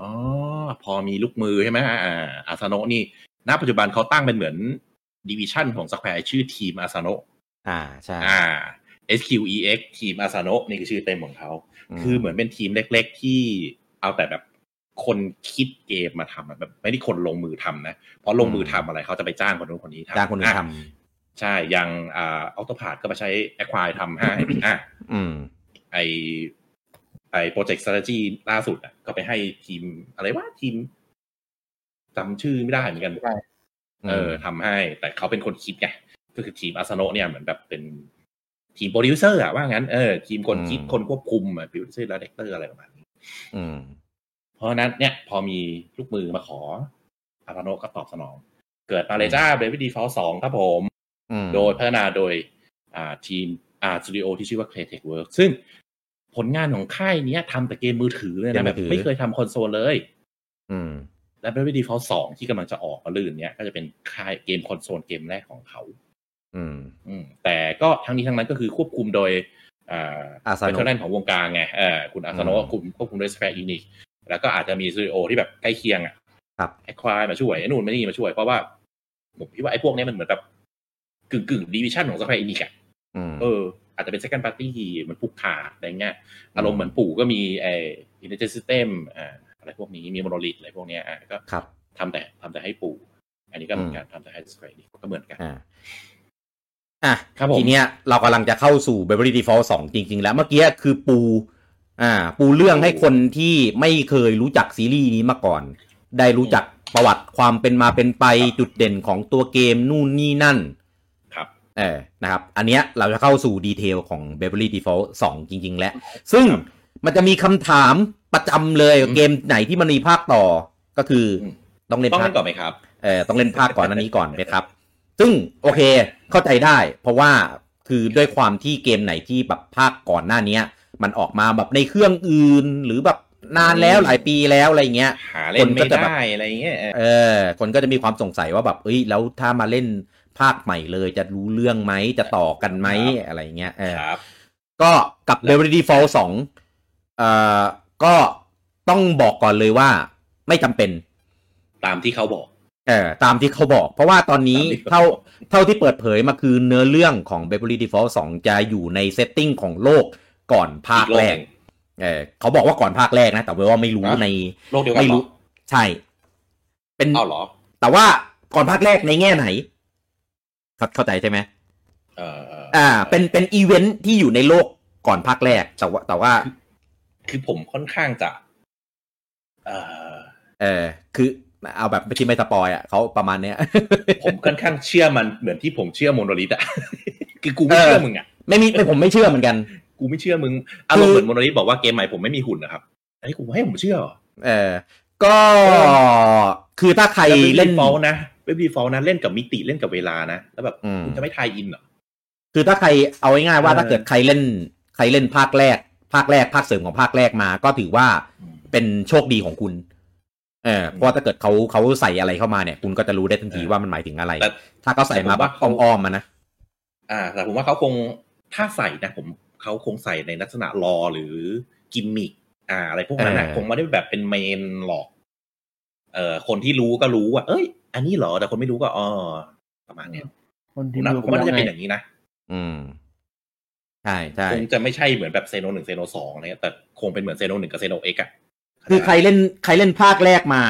S17: อ๋อ พอมีลูกมือใช่ไหมอ่าอ่าอาซาโนะนี่ณปัจจุบันเขาตั้งเป็นเหมือนดิวิชันของสแควร์ชื่อทีมอาซาโนะ
S14: อ่า ใช่
S17: อ่า SQEX ทีมอาซาโนะนี่คือชื่อเต็มของเขา
S14: อืม
S17: คือเหมือนเป็นทีมเล็ก ๆ ที่เอาแต่แบบคนคิดเกมมาทำอะแบบไม่ได้คนลงมือทำนะ เพราะลงมือทำอะไรเขาจะไปจ้างคนนู้นคนนี้ทำ
S14: จ้างคนอื่นท
S17: อ่ะใช่อย่างอ่าออโตพาดก็ไปใช้แอควายทำให้ อ่ะ
S14: ำอืม
S17: ไอไอโปรเจกต์ strategy ล่าสุดอ่ะก็ไปให้ทีมอะไรว่าทีมจำชื่อไม่ได้เหมือนกัน เออทำให้แต่เขาเป็นคนคิดไงก็คือทีมอาสโนะเนี่ยเหมือนแบบเป็นทีมโปรดิวเซอร์อะว่างั้นเออทีมคนคิด
S14: อืม
S17: คนควบคุมอะโปรดิวเซอร์และเด็กเตอร์อะไรประมาณนี้
S14: อืม
S17: เพราะฉะนั้นเนี่ยพอมีลูกมือมาขออาสโนะก็ตอบสนอง เกิดมาเลยจ้าเบบี้ดีฟอลสองครับผม
S14: อืม
S17: โดยพัฒนาโดยอ่าทีมอ่าสตูดิโอที่ชื่อว่า Claytech Work ซึ่งผลงานของค่ายเนี้ยทำแต่เกมมือถือเลย
S14: เก
S17: นะ
S14: มมื
S17: แบ
S14: อบ ถือ
S17: ไม่เคยทำคอนโซลเลย
S14: อืม
S17: และ b r a v e l y Default 2 ที่กำลังจะออกมาลื่นเนี้ยก็จะเป็นค่ายเกมคอนโซลเกมแรกของเขา
S14: อืม
S17: อืมแต่ก็ทั้งนี้ทั้งนั้นก็คือควบคุมโดยอ่า
S14: อาซาโนะ
S17: เทอร์แลนของวงการไงเออคุณอาซาโนะ
S14: อืม
S17: ก็คุมควบคุมโดยสแควร์อินิกแล้วก็อาจจะมีสตูดิโอที่แบบใกล้เคียงอ่ะ
S14: ครับ
S17: ไอควายมาช่วยไอ้นู่นไม่นี่มาช่วย เพราะว่าผมคิดว่าไอ้พวกเนี้ยมันเหมือนแบบกึ่งกึ่งดีวิชั่นของสแควร์อินิกอ่ะ
S14: อืม
S17: เอออาจจะเป็น second party มันผูกขาดอะไรเงี้ยอารมณ์เหมือนปู่ก็มีไออินเตอร์ซิสเต็มอ่าอะไรพวกนี้มีโมโนลิทอะไรพวกเนี้ยอ่ะก็
S14: ครับ
S17: ทำแต่ทำแต่ให้ปู่ อันนี้ก็เหมือนกันทำแต่ให้สแควร์อินิกก็เหมือนกัน
S14: อ่า อ่ะ
S17: ครับผม
S14: ทีเนี้ยเรากำลังจะเข้าสู่ b r a v e r y Default 2 จริง ๆ แล้วเมื่อกี้คือปู อ อ่า ปูเรื่องให้คนที่ไม่เคยรู้จักซีรีส์นี้มาก่อน ได้รู้จักประวัติความเป็นมาเป็นไปจุดเด่นของตัวเกมนู่นนี่นั่น
S17: ครับ
S14: เออนะครับ อันเนี้ยเราจะเข้าสู่ดีเทลของ Beverly Default 2 จริง ๆ แล้ว ซึ่งมันจะมีคำถามประจำเลยเกมไหนที่มันมีภาคต่อก็คือต้องเล่น
S17: ต้อง
S14: ภา
S17: เล่
S14: คน
S17: ก่อนไหมครับ
S14: เออต้องเล่นภาคก่อนอันนี้ก่อนไหมครับ ซึ่งโอเคเข้าใจได้ เพราะว่าคือด้วยความที่เกมไหนที่แบบภาคก่อนหน้าเนี้ย มันออกมาแบบในเครื่องอื่น หรือแบบนานแล้วหลายปีแล้วอะไรเงี้ย
S17: หาเล่นไม่
S14: ก็จะแบบ
S17: ได้อะไรเงี้ย
S14: เออ คนก็จะมีความสงสัยว่าแบบเอ้ย แล้วถ้ามาเล่นภาคใหม่เลย จะรู้เรื่องไหม จะต่อกันไหม อะไรเงี้ย เออก็กับ d e v i d Fall 2เอ่อ ก็ต้องบอกก่อนเลยว่า ไม่จำเป็น
S17: ตามที่เขาบอก
S14: เออ ตามที่เขาบอก เพราะว่าตอนนี้เท่าเท่าที่เปิดเผยมาคือเนื้อเรื่องของ b e v e r l y Default 2 จะอยู่ในเซตติ้งของโลกก่อนภาคแรก เออเขาบอกว่าก่อนภาคแรกนะ แต่ว่าไม่รู้ใน
S17: โลกเดียวกัน
S14: ไม่รู้
S17: เหรอ
S14: ใช่ เป็น
S17: อ้าวเหรอ
S14: แต่ว่าก่อนภาคแรกในแง่ไหนเข้าเข้าใจใช่ไหม
S17: เออเออ
S14: อ่า เป็นเป็นอีเวนท์ที่อยู่ในโลกก่อนภาคแรก แต่ว่าแต่ว่า
S17: คือผมค่อนข้างจะ เอ่อ
S14: เออคือเอาแบบไม่ที่ไม่สปอยอ่ะเขาประมาณเนี้ย
S17: ผมค่อนข้างเชื่อมันเหมือนที่ผมเชื่อโมโนลิทอะ คือกูไม่เชื่อมึงอะ
S14: ไม่มีไม่ผมไม่เชื่อเหมือนกัน
S17: กูไม่เชื่อมึงอารมณ์เหมือนโมโนลิทบอกว่าเกมใหม่ผมไม่มีหุ่นนะครับไอ้ยกูให้ผมเชื่อเหรอ
S14: เออ ก็คือถ้าใครเล่น
S17: ฟอลนะเว็บดีฟอลนะ เล่นกับมิติเล่นกับเวลานะ แล้วแบบ
S14: อืม
S17: คุณจะไม่ทายอินเหรอ
S14: คือถ้าใครเอาง่ายๆว่า
S17: เออ
S14: ถ้าเกิดใครเล่น ใครเล่นภาคแรก ภาคแรกภาคเสริมของภาคแรกมา ก็ถือว่าเป็นโชคดีของคุณเออเพราะว่าถ้าเกิดเขาเขาใส่อะไรเข้ามาเนี่ย คุณก็จะรู้ได้ทันทีว่ามันหมายถึงอะไร ถ้าเขาใส่มาแบบอ้อมๆมานะ
S17: อ่า แต่ผมว่าเขาคงถ้าใส่นะ ผมเขาคงใส่ในลักษณะรอหรือกิมมิคอ่า อะไรพวกนั้นนะ
S14: เออ
S17: คงไม่ได้แบบเป็นเมนหรอก เอ่อคนที่รู้ก็รู้ว่าเอ้ย อันนี้เหรอ แต่คนไม่รู้ก็อ๋อประมาณเนี้ย
S15: คนที่
S17: นะ
S15: ดู
S17: ผมว่าน่าจะเป็น
S15: ไ
S17: อย่างนี้นะ
S14: อืม ใช่ใช่
S17: คงจะไม่ใช่เหมือนแบบเซโนหนึ่งเซโนสองอะไรเงี้ยแต่คงเป็นเหมือนเซโนหนึ่งกับเซโนเอ็กอะ
S14: คือใครเล่นใครเล่นภาคแรกมา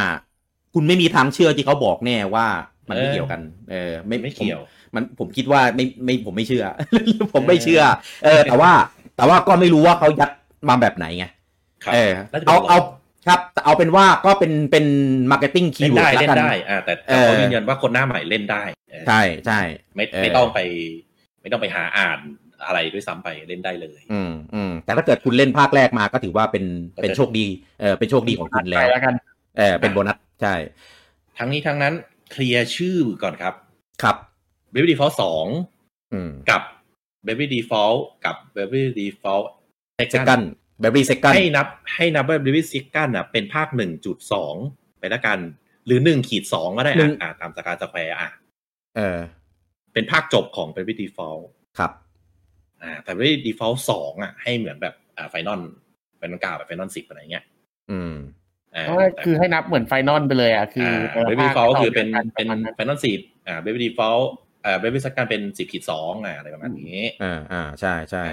S14: คุณไม่มีทางเชื่อที่เขาบอกแน่ว่า มันไม่
S17: เออ
S14: เกี่ยวกัน เออ ไม่
S17: ไม่เกี่ยว
S14: ผมมันผมคิดว่าไม่ไม่ผมไม่เชื่อ ผมไม่เชื่อ เออ แต่ว่า แต่ว่าก็ไม่รู้ว่าเขายัดมาแบบไหนไงเออ
S17: น่าจะเป็น
S14: เอา
S17: รอ
S14: เอาครับแต่เอาเป็นว่าก็เป็นเป็นมาร์เก็ตติ้งคี
S17: เล่น
S14: ย์เวิ
S17: ได้
S14: ร์ด
S17: เล่น
S14: ละกัน
S17: ได้อ่าแต่แต่เขา
S14: เออ
S17: ยืนยันว่าคนหน้าใหม่เล่นได้เออ
S14: ใช่ใช่
S17: ไม่
S14: เ
S17: ไม่ต้องไป ไม่ต้องไปหาอ่านอะไรด้วยซ้ำไปเล่นได้เลย
S14: อืมอืมแต่ถ้าเกิดคุณเล่นภาคแรกมาก็ถือว่าเป็นเป็นโชคดี เออเป็นโชคดีของคุณแล้ว
S15: แล้วกัน
S14: เออเป็นโบนัสใช่
S17: ทั้งนี้ทั้งนั้นเคลียร์ชื่อก่อนครับ
S14: ครับ
S17: b a b y Default สอง
S14: อืม
S17: กับ b a b y Default กับ b a b y Default
S14: เซกันเบบี้เซกัน
S17: ให้นับให้นับว่า b a b y Second อ่ะเป็นภาคหนึ่งจุดสองไปละกัน หรือหนึ่งขีดสองก็ได้
S14: หนึ่
S17: อ่ะ
S14: ง
S17: อ่ะตามสกาสแควร์อ่ะ
S14: เออ
S17: เป็นภาคจบของ b a b y Default
S14: ครับ
S17: อ่าแต่ b a b y Default สองอ่ะให้เหมือนแบบอ่าไฟนอลเป็นกล่าวแบบไฟนอลสิบอะไรเงี้ย
S14: อืม
S17: อ่า
S15: เพราะว่าคือให้นับเหมือนไฟนอลไปเลยอ่ะ คือแต่ละ
S17: เบบี้ฟ
S15: ภา
S17: อลคือเป็น
S15: ต่างกั
S17: เป็นแฟนตาซีอ่าเบบี้ดีฟอลอ่าเบบี้สักการเป็นสิบขีดสองอ่าอะไรประมาณนี้
S14: อ่าอ่าใช่ใช่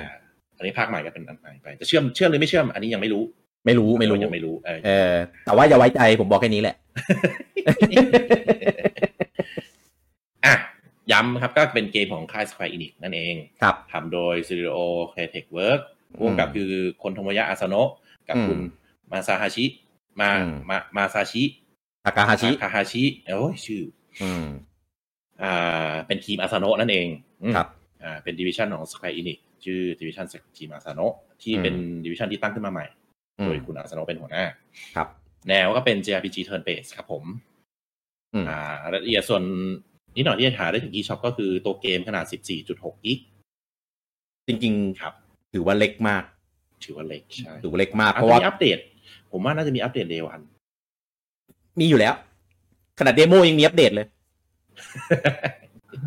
S17: อันนี้ภาคใหม่ก็เป็นอันใหม่ไปจะเชื่อมเชื่อมหรือไม่เชื่อมอันนี้ยังไม่รู้
S14: ไม่รู้ไม่รู้
S17: ยังไม่รู้เออ
S14: เออ แต่ว่าอย่าไว้ใจผมบอกแค่นี้แหละ
S17: อ่ะย้ำนะครับก็เป็นเกมของค่าย Square Enix นั่นเอง
S14: ครับ
S17: ทำโดย Studio c r e a t e Work ร่วมกับ
S14: อืม
S17: คือคนโทโมยะอาซาโนะกับ
S14: อืม
S17: คุณมาซาฮาชิ มา
S14: อืม
S17: มามาซาชิ
S14: อากาฮาชิ
S17: ทาฮาชิโอ้ยชื่อ
S14: อืม
S17: อ่าเป็นทีมอาซาโนะนั่นเอง
S14: ครับ
S17: อ่าเป็นดิวิชันของ Square Enix ชื่อดิวิชันทีมอาซาโนะที่
S14: อืม
S17: เป็นดิวิชันที่ตั้งขึ้นมาใหม่
S14: อืม
S17: โดยคุณอาซาโนะเป็นหัวหน้า
S14: ครับ
S17: แนวก็เป็น JRPG turn based ครับผม
S14: อืม
S17: อ่ารายละเอียดส่วนนิดหน่อยที่จะหาได้จาก eShop ก็คือตัวเกมขนาด 14.6 กิก
S14: จริง
S17: ๆครับ
S14: ถือว่าเล็กมาก
S17: ถือว่าเล็กใช่
S14: ถือว่าเล็กมาก
S17: อาจ
S14: เพราะ
S17: จะมี
S14: ว่า
S17: อัปเดต ผมว่าน่าจะมีอัปเดตเดวัน
S14: มีอยู่แล้ว ขนาดเดโมยังมีอัปเดตเลย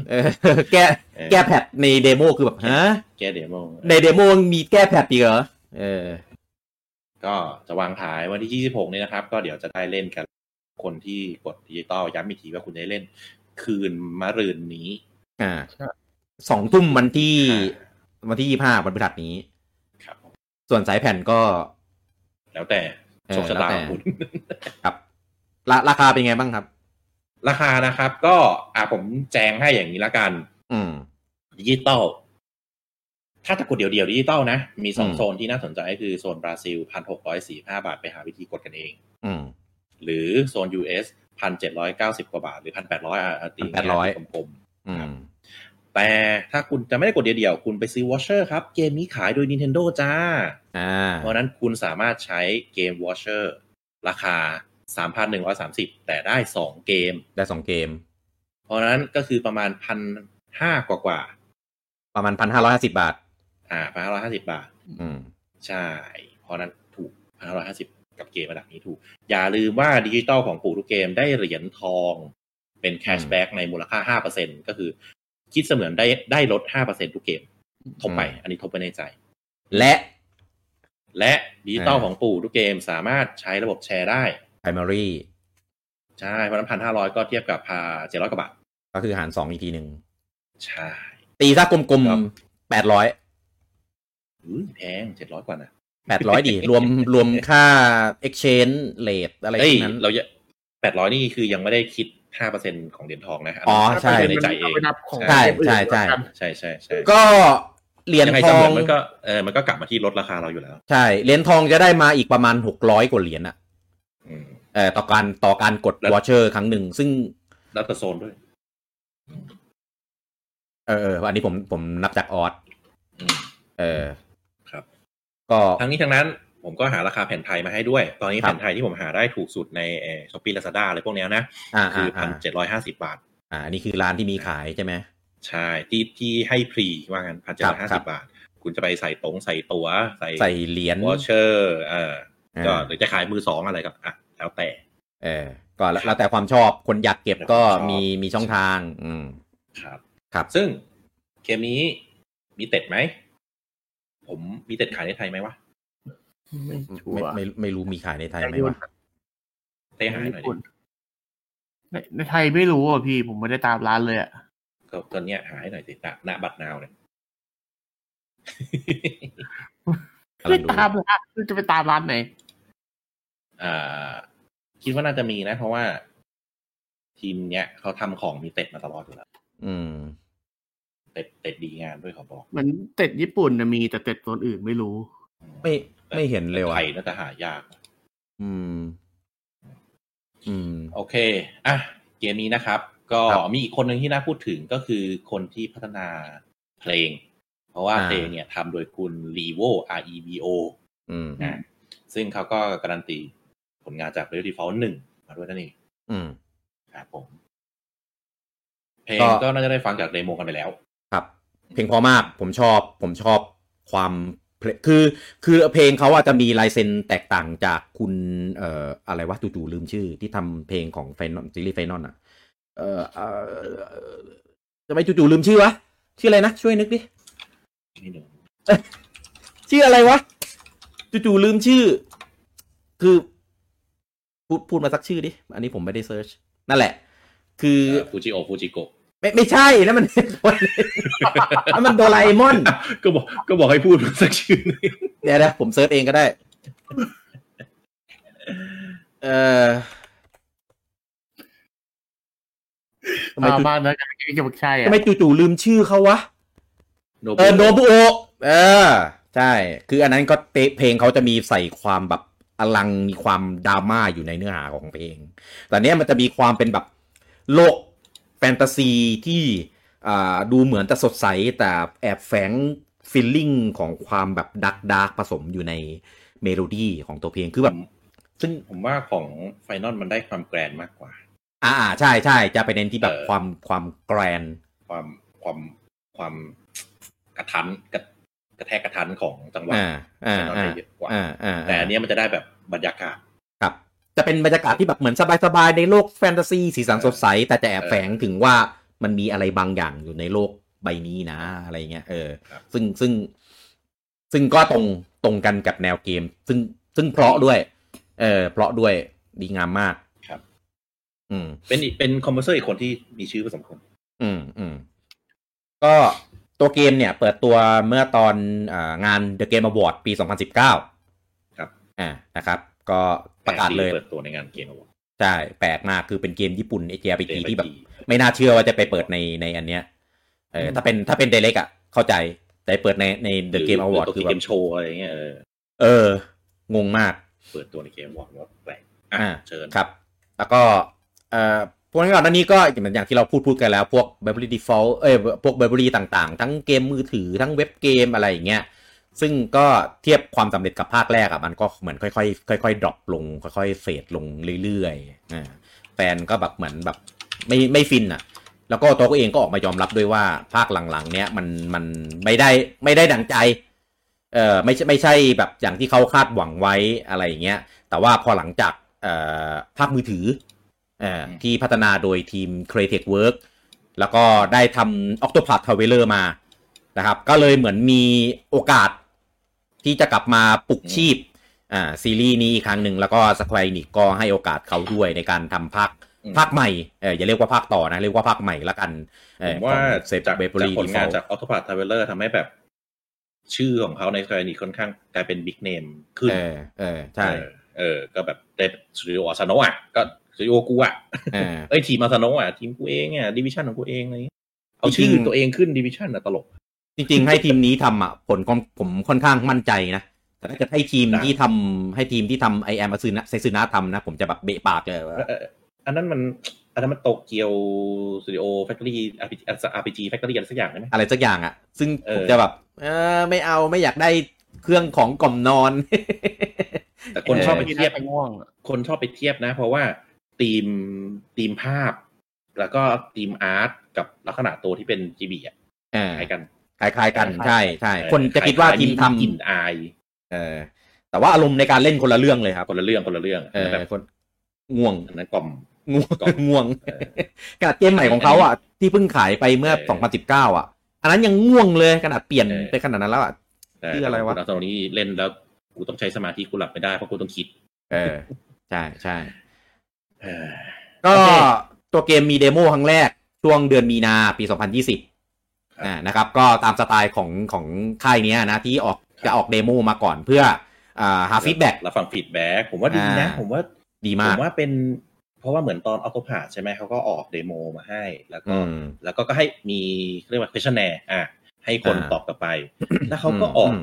S14: เออแก้
S17: เออ
S14: แก้แพทในเดโมคือแบบฮะ
S17: แก้เดโม
S14: ในเดโมยังมีแก้แพทอีกเหรอเออ
S17: ก็จะวางขายวันที่ 26 นี้นะครับ ก็เดี๋ยวจะได้เล่นกันคนที่กดดิจิตอลย้ำอีกทีว่าคุณได้เล่น คืนมะรืนนี้
S14: อ่าสองทุ่มวันที่วันที่ยี่ห้าวันพฤหัสนี้
S17: ครับ
S14: ส่วนสายแผ่นก็
S17: แล้วแต่
S14: เออ
S17: โชคชะตา
S14: แล้วแต่
S17: ของคุณ
S14: ราราคาเป็นไงบ้างครับ
S17: ราคานะครับ ก็อ่าผมแจงให้อย่างนี้ละกัน
S14: อืม
S17: ดิจิตอล ถ้าตะกรุดเดียวๆดิจิตอลนะ มีสอง
S14: อืม
S17: โซนที่น่าสนใจก็คือโซนบราซิลพันหกร้อยสี่ห้าบาทไปหาวิธีกดกันเอง
S14: อืม
S17: หรือโซน US พันเจ็ดร้อยเก้าสิบกว่าบาท หรือพันแปดร้อยตี
S14: แปดร้อย
S17: กลม
S14: อืม
S17: ๆแต่ถ้าคุณจะไม่ได้กดเดียวๆ คุณไปซื้อวอชเชอร์ครับ เกมนี้ขายโดย Nintendo จ้า
S14: อ่า
S17: เพราะฉะนั้นคุณสามารถใช้เกมวอชเชอร์ราคา 3,130 แต่ได้ 2 เกม
S14: ได้ 2 เกม
S17: เพราะฉะนั้นก็คือประมาณพันห้ากว่ากว่า
S14: ประมาณพันห้าร้อยห้าสิบาท
S17: ๆอ่าพันห้าร้อยห้าสิบาท
S14: อืม
S17: ใช่ เพราะฉะนั้นถูกพันห้าร้อยห้าสิบกับเกมระดับนี้ถูก อย่าลืมว่าดิจิตอลของปู่ทุกเกมได้เหรียญทองเป็นแคชแบ็กในมูลค่าห้าเปอร์เซ็นก็คือ คิดเสมือนได้ได้ลดห้าเปอร์เซ็นทุกเกม ทบไป อันนี้ทบไปในใจ
S14: และ
S17: และดิจิตอล
S14: อ่า
S17: ของปู่ทุกเกมสามารถใช้ระบบแชร์ได้
S14: primary
S17: ใช่ เพราะฉะนั้นพันห้าร้อยก็เทียบกับพาเจ็ดร้อยกว่าบาท
S14: ก็คือหาร 2 อีกทีหนึ่ง
S17: ใช่
S14: ตีซะกลมๆแปดร้อย
S17: อุ๊ยแพงเจ็ดร้อยกว่านะ
S14: แปดร้อยดิ ร วมรวมค่า exchange rate อะไรพ
S17: เอ้ยว
S14: กนั้น
S17: เราจะแปดร้อยนี่คือยังไม่ได้คิดห้าเปอร์เซ็นของเหรียญทองนะนนั้น
S14: อ๋อใช่
S17: ห้าเปอร์เซ็นต์ในใจายเอง
S15: เอาไปนับของ
S14: ใช่ใช่ใช่
S17: ใช่ใช่ใช่
S14: ก็เหรียญ
S17: งไ
S14: ทอ
S17: จำ
S14: ง
S17: นวนมันก็เออมันก็กลับมาที่ลดราคาเราอยู่แล้ว
S14: ใช่ เหรียญทองจะได้มาอีกประมาณหกร้อยกว่าเหรียญอ่ะ
S17: อืม
S14: เออต่อการต่อการกดวอเชอร์ครั้งหนึ่ง ซึ่ง
S17: แล้วแต่โซนด้วย
S14: เออเอออันนี้ผมผมนับจากออส
S17: อืม
S14: เออ
S17: ครับ
S14: ก็
S17: ทั้งนี้ทั้งนั้นผมก็หาราคาแผ่นไทยมาให้ด้วย ตอนนี้
S14: ครับ
S17: แผ่นไทยที่ผมหาได้ถูกสุดในช้อปปี้ลาซาด้าอะไรพวกเนี้ยนะ
S14: อ่า
S17: คือพั
S14: อ่า
S17: นเจ็ดร้อยห้าสิบบาท
S14: อ่าอันนี้คือร้านที่มีขายใช่ไหม
S17: ใช่ที่ที่ให้พรีว่างั้นพันเจ็ดร้อย
S14: ครั
S17: ห้า
S14: บครั
S17: สิ
S14: บ
S17: บาท คุณจะไปใส่ตรงใส่ตัว ใส่
S14: ใส่เหรียญ
S17: วอเชอร์เออก็
S14: อ่า
S17: หรือจะขายมือสองอะไรก็อ่ะแล้วแต่
S14: เออก็แล้วแล้วแต่ความชอบคนอยากเก็บก็มีมีช่องทาง อืม
S17: ครับ
S14: ครับ
S17: ซึ่งเกมนี้มีเต็ดไหม ผมมีเต็ดขายในไทยไหมวะ
S14: ไม่ไม่ไม่ไม่รู้มีขายในไทยไหมวะ
S17: เต้หายหน่อยดิ
S15: ในในไทยไม่รู้อ่ะพี่ผมไม่ได้ตามร้านเลยอ่ะ
S17: ก็ตอนเนี้ยหายหน่อยสิหน้าหน้าบัตรนาว เนี่ย
S15: ไม่ได้ตามร้านจะไปตามร้านไหน
S17: อ่า คิดว่าน่าจะมีนะ เพราะว่า ทีมเนี้ยเขาทำของมีเต็ดมาตลอดอยู่แล้ว
S14: อืม
S17: เต็ดเต็ดดีงานด้วยเขาบอก
S15: เหมือนเต็ดญี่ปุ่นนะมีแต่เต็ดตัวอื่นไม่รู้
S14: ไม่ไม่เห็นเลยว่ะ
S17: ไทยน่าจะหายาก
S14: อืม อืม
S17: โอเค อ่ะ เกมนี้นะครับ ก็
S14: ครับ
S17: มีอีกคนหนึ่งที่น่าพูดถึงก็คือคนที่พัฒนาเพลง เพราะว่า
S14: อ่า
S17: เพลงเนี่ยทำโดยคุณ r e v o R E V O
S14: อืม
S17: นะซึ่งเขาก็การันตีผลงานจาก r e d e f a u l หนึ่งมาด้วยนั่นเอง
S14: อืม
S17: ครับผม เพลง
S14: ก็
S17: ก็น่าจะได้ฟังจากเดโมกันไปแล้ว
S14: ครับเพลงเพอมากผมชอบผมชอบความเพลงคือ คือเพลงเขาอาจจะมีลายเซ็นแตกต่างจากคุณเอ่ออะไรวะจู่ๆลืมชื่อ ที่ทำเพลงของไฟนอลซีรีส์ไฟนอลอ่ะเอ่อเอ่อทำไมจู่ๆลืมชื่อวะ ชื่ออะไรนะช่วยนึกดิ
S17: นี่หนึ่ง
S14: ชื่ออะไรวะจู่ๆลืมชื่อ คือพูดพูดมาสักชื่อดิ อันนี้ผมไม่ได้เซิร์ช นั่นแหละ คือ
S17: ฟูจิโอฟูจิโกะ
S14: ไม่ไม่ใช่แล้วมัน แล้วมันโดราเอมอน
S17: ก็บอกก็บอกให้พูดมาสักชื่อหนึ ง
S14: เดี๋ยวนะผมเซิร์ชเองก็ได้ เออทำไม
S15: ตาม
S14: จู่
S15: บ้านนะก็ไม่จะบอกใช่อ่ะ
S14: ทำไมจู่ๆลืมชื่อเขาวะ
S17: โน
S14: เอ
S17: บุ
S14: อโนบุโอะเออ ใช่ คืออันนั้นก็เตะเพลงเขาจะมีใส่ความแบบอลังมีความดราม่าอยู่ในเนื้อหาของเพลง แต่เนี้ยมันจะมีความเป็นแบบโลกแฟนตาซีที่อ่าดูเหมือนจะสดใส แต่แอบแฝงฟิลลิ่งของความแบบดักดาร์กผสมอยู่ในเมโลดี้ของตัวเพลงคือแบบ ซึ่ง
S17: ผมว่าของไฟนอลมันได้ความแกรนมากกว่า
S14: อ่าใช่ใช่จะไปเน้นที่แบบ
S17: เออ
S14: ความความแกรน
S17: ความความความกระทันกระกระแทกกระทันของจังหวะ
S14: อ่าอ่า
S17: ไฟนอลได้เยอะกว่า
S14: อ่าอ่าอ่า
S17: แต่อันเนี้ยมันจะได้แบบบรรยากาศ
S14: ครับจะเป็นบรรยากาศที่แบบเหมือนสบายๆ ในโลกแฟนตาซีสีสันสดใส แต่จะแอบแฝงถึงว่ามันมีอะไรบางอย่างอยู่ในโลกใบนี้นะ อะไรเงี้ยเออ ซึ่งซึ่ง ซึ่งก็ตรงตรงกันกับแนวเกม ซึ่งซึ่งเพราะด้วย เออเพราะด้วยดีงามมาก
S17: ครับ
S14: อืม
S17: เป็นอีกเป็นคอมเพรสเซอร์อีกคนที่มีชื่อพอสมควร
S14: อืมอืมก็ตัวเกมเนี่ย เปิดตัวเมื่อตอนอางาน The Game Award ปี 2019
S17: ครับ
S14: อ่านะครับ ก็ประกาศเลย
S17: เปิดตัวในงานเกมอวอร์ด
S14: ใช่ แปลกมากคือเป็นเกมญี่ปุ่น JRPG ที่แบบ
S17: JRPG
S14: ไม่น่าเชื่อว่าจะไปเปิดในในอันเนี้ยเอออ
S17: ม
S14: ถ้าเป็นถ้าเป็นเดเล็กอ่ะ เข้าใจ แต่เปิดในใน The
S17: หรือ
S14: Game Award
S17: หรือตัว
S14: คือ
S17: ที่
S14: แบ
S17: เก
S14: บ
S17: มโชว์อะไรอย่างเงี้ยเออ
S14: เออ งงมาก
S17: เปิดตัวในเกมวอร์ดว่าแปลก
S14: อ่า
S17: เชิญ
S14: ครับ แล้วก็เอ่อพวกนี้ก่อนหน้านี้ก็อย่างอย่างที่เราพูดพูดกันแล้ว พวก Burberry Default เอ้ยพวก Burberry ต่างๆ ทั้งเกมมือถือทั้งเว็บเกมอะไรอย่างเงี้ยซึ่งก็เทียบความสำเร็จกับภาคแรกอะมันก็เหมือนค่อยๆค่อยๆดรอปลง ค่อยๆเฟดลงเรื่อยๆอ่าแฟนก็แบบเหมือนแบบไม่ไม่ฟินอะแล้วก็ตัวเขาเองก็ออกมายอมรับด้วยว่าภาคหลังๆ เนี้ยมันมันไม่ได้ไม่ได้ดังใจ เออไม่ใช่ไม่ใช่แบบอย่างที่เขาคาดหวังไว้อะไรอย่างเงี้ย แต่ว่าพอหลังจากเอ่อภาคมือถือเอ่อที่พัฒนาโดยทีม Creative Work แล้วก็ได้ทำ Octopath Traveler มานะครับ ก็เลยเหมือนมีโอกาสที่จะกลับมาปลุกชีพอ่าซีรีส์นี้อีกครั้งหนึ่ง แล้วก็ Square Enix ก็ให้โอกาสเขาด้วยในการทำภาค
S17: อืม
S14: ภาคใหม่เอออย่าเรียกว่าภาคต่อนะ เรียกว่าภาคใหม่ละกันเอ
S17: ผ
S14: อ
S17: มว่า
S14: ของ Safe
S17: จาก
S14: Bravery
S17: จากผลงาน
S14: Default
S17: จากออโตพา t ทาวเวลเลอร์ทำให้แบบ ชื่อของเขาในสกายนีค่อนข้างกลายเป็นบิ๊กเนมขึ้น
S14: เออเออใช่
S17: เออเออ ก็แบบได้สตูดิโออาซาโนะอ่ะ ก็สตูดิโอกูอ่ะ
S14: เออ
S17: เอ้ย ทีมอาซาโนะอ่ะ ทีมกูเองอ่ะดิวิชันของกูเองอะไรอย่างเงี้ยเอาชื่อตัวเองขึ้นดิวิชันอ่ะตลก
S14: จริงๆ ให้ทีมนี้ทำอ่ะผลก็ผมค่อนข้างมั่นใจนะ แต่ถ้าเกิดให้ทีมที่ทำให้ทีมที่ทำไอแอมซืนะไซซืนะทำนะ ผมจะแบบเบะปากเลยว่า
S17: เอออันนั้นมันอันนั้นมันโตเกียวสตูดิโอแฟคทอรี่อาร์พีอาร์พีจีแฟคทอรี่อะไรสักอย่างใช่ไหม
S14: อะไรสักอย่างอ่ะ ซึ่ง
S17: เออ
S14: ผมจะแบบ เออไม่เอาไม่อยากได้เครื่องของกล่อมนอน
S17: แต่คน
S14: เออ
S17: ชอบไปเทียบคนชอบไปเทียบนะ เพราะว่าทีมทีมภาพ แล้วก็ทีมอาร์ตกับลักษณะตัวที่เป็นจีบีอ่ะ
S14: เออ
S17: คล้ายกัน
S14: คล้ายๆกันใช่ใช่
S17: เออ
S14: คนจะคิดว่า
S17: ล้ยๆ
S14: ทีมทำ
S17: กลิ่นอาย
S14: เออ แต่ว่าอารมณ์ในการเล่นคนละเรื่องเลยครับ
S17: คนละเรื่องคนละเรื่อง
S14: เออ
S17: แบบ
S14: คนง่วง
S17: อันนั้นกล่อม
S14: ง่วงง่วงขนาดเกมใหม่ของเขาอ่ะ ที่เพิ่งขายไปเมื่อ 2019 อ่ะ อันนั้นยังง่วงเลยขนาดเปลี่ยนไปขนาดนั้นแล้วอ่ะ
S17: แต่
S14: ชื่ออะไรวะ
S17: ตอนนี้เล่นแล้วกูต้องใช้สมาธิกูหลับไม่ได้เพราะกูต้องคิด
S14: เออ ใช่ใช่
S17: เออ
S14: ก็
S17: โอเค
S14: ตัวเกมมีเดโมครั้งแรก ช่วงเดือนมีนาปี 2020อ่านะครับ ก็ตามสไตล์ของของค่ายเนี้ยนะ ที่ออกจะออกเดโมมาก่อนเพื่ออ่าหาฟีดแบ็ก
S17: รับฟังฟีดแบ็กผมว่าดีนะ
S14: อ่า
S17: ผมว่า
S14: ดีมา
S17: ผ
S14: ก
S17: มว่าเป็น เพราะว่าเหมือนตอนออโตพาใช่ไหมเขาก็ออกเดโมมาให้ แล้วก็
S14: อืม
S17: แล้วก็ก็ให้มีเรียกว่า questionnaire อ่ะให้คน
S14: อ่า
S17: ตอบกลับไป แล้วเขาก็ออก
S14: อืม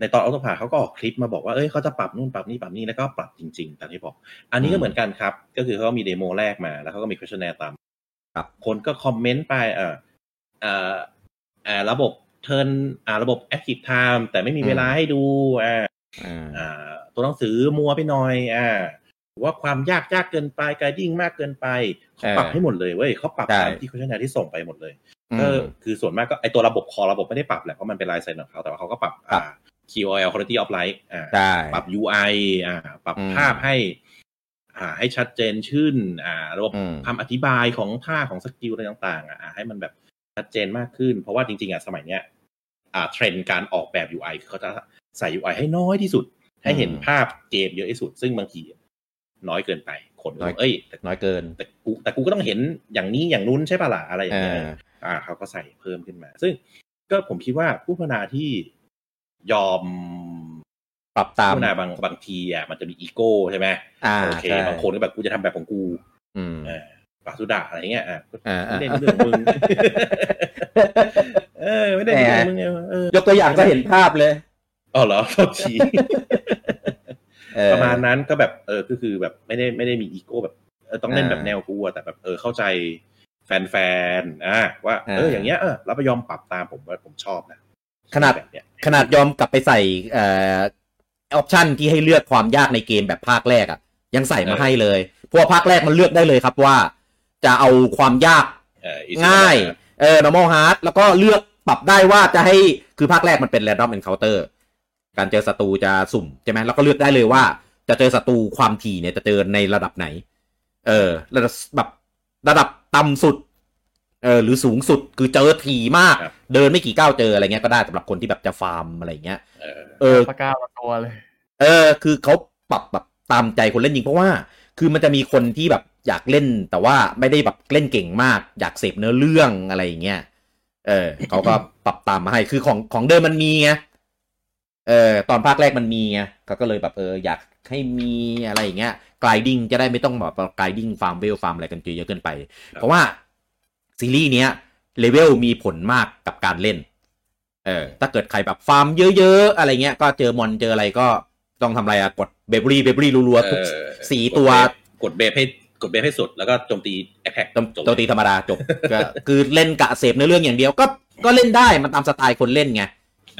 S17: ในตอนออโตพาเขาก็ออกคลิปมาบอกว่าเอ้ยเขาจะปรับนู่นปรับนี่ปรับนี่แล้วก็ปรับจริงๆตามที่บอก อันนี้ก็เหมือนกันครับ ก็คือเขามีเดโมแรกมาแล้วเขาก็มี questionnaire ตาม
S14: ครับ
S17: คนก็คอมเมนต์ไปเอ่อเอ่อเอ่อระบบเทิร์นอ่าระบบ active time แต่ไม่มีเวลาให้ดูอ่า
S14: อ่า
S17: อ่าตัวหนังสือมัวไปหน่อยอ่าหรือว่าความยากยากเกินไปกายดิ้งมากเกินไปเขาปรับ
S14: เออ
S17: ให้หมดเลยเว้ยเขาปรับ
S14: ใช่
S17: ตามที่คุณชนะที่ส่งไปหมดเลย
S14: อืม
S17: ก็คือส่วนมากก็ไอตัวระบบคอระบบไม่ได้ปรับแหละเพราะมันเป็นลายเซ็นของเขาแต่ว่าเขาก็ปรับ
S14: ครั
S17: อ่า
S14: บ
S17: QOL quality of life อ่า
S14: ใช่
S17: ปรับ UI อ่าปรับ
S14: อืม
S17: ภาพให้ อ่า ให้ชัดเจนขึ้นอ่าระบบ
S14: อืม
S17: คำอธิบายของท่าของสกิลอะไรต่างๆอ่ะอ่าให้มันแบบชัดเจนมากขึ้น เพราะว่าจริงๆอ่ะสมัยเนี้ย อ่าเทรนด์การออกแบบ UI คือเขาจะใส่ UI ให้น้อยที่สุด ให้เห็นภาพเกมเยอะที่สุด ซึ่งบางทีน้อยเกินไป คนก็
S14: น้อย
S17: เอ้ยแต่
S14: น้อยเกิน
S17: แต่กูแต่กูก็ต้องเห็นอย่างนี้อย่างนู้นใช่ปะล่ะอะไรอย่างเงี้ย
S14: เออ
S17: อ่าเขาก็ใส่เพิ่มขึ้นมา ซึ่งก็ผมคิดว่าผู้พัฒนาที่ยอม
S14: ปรับตาม
S17: ผู้นาบางบางทีอ่ะมันจะมีอีโก้ใช่ไหม
S14: อ่า
S17: โอเค
S14: ใช่
S17: บางคนก็แบบกูจะทำแบบของกู
S14: อืม
S17: เออปาสุดาอะไรเงี้ยอ่ะ
S14: อ่า
S17: ไม่ได้
S14: อ่า
S17: เรื่องมึงเออไม่ได้เรื่องมึงไงวะเออย
S14: กตัวอย่างก็เห็นภาพเลย
S17: อ๋อเหรอโทษที
S14: เออ
S17: ประมาณนั้นก็แบบเออก็คือแบบไม่ได้ไม่ได้มีอีโก้แบบเออต้องเล่น
S14: อ่า
S17: แบบแนวกูอะแต่แบบเออเข้าใจแฟนๆอ่ะว่าเออ
S14: เออ
S17: อ
S14: อ
S17: ย่างเงี้ยเออเราไปยอมปรับตามผมว่าผมชอบนะ
S14: ขนาด
S17: แบบเนี้ย
S14: ขนาดยอมกลับไปใส่เอ่อออปชันที่ให้เลือกความยากในเกมแบบภาคแรกอะ่ะ ยังใส่มา
S17: เออ
S14: ให้เลยเพราะว่าภาคแรกมันเลือกได้เลยครับว่า จะเอาความยาก
S17: เออ easy
S14: ง่าย
S17: มก
S14: เออ normal hard แล้วก็เลือกปรับได้ว่าจะให้คือภาคแรกมันเป็น random encounter การเจอศัตรูจะสุ่มใช่ไหมแล้วก็เลือกได้เลยว่า จะเจอศัตรูความถี่เนี่ยจะเจอในระดับไหน เออระดับแบบระดับต่ำสุด เออหรือสูงสุดคือเจอถี่มาก
S17: ครับ
S14: เดินไม่กี่ก้าวเจออะไรเงี้ยก็ได้สำหรับคนที่แบบจะฟาร์มอะไรเงี้ย
S17: เออ
S14: เออ
S15: สก้าละตัวเลย
S14: เออ คือเขาปรับแบบตามใจคนเล่นจริงเพราะว่า คือมันจะมีคนที่แบบอยากเล่น แต่ว่าไม่ได้แบบเล่นเก่งมาก อยากเสพเนื้อเรื่องอะไรอย่างเงี้ย เออ เขาก็ปรับตามมาให้ คือของของเดิมมันมีไง เออ ตอนภาคแรกมันมีไงเขาก็เลยแบบเอออยากให้มีอะไรอย่างเงี้ยกลายดิ้งจะได้ไม่ต้องแบบกลายดิ้งฟาร์มเวลฟาร์มอะไรกันเยอะเกินไป เพราะว่าซีรีส์เนี้ยเลเวลมีผลมากกับการเล่น เออถ้าเกิดใครแบบฟาร์มเยอะ ๆ อะไรเงี้ย ก็เจอมอนเจออะไรก็ต้องทำอะไรอะกดเบเบอรี่เบเบอรี่รัวๆทุก
S17: เออ
S14: สีตัว
S17: กดเบฟให้กดเบฟให้สุดแล้วก็โจมตีแอคแท็ก
S14: โจมตีธรรมดาจบ ก็คือเล่นกะเสพเนื้อเรื่องอย่างเดียวก็ก็เล่นได้มันตามสไตล์คนเล่นไง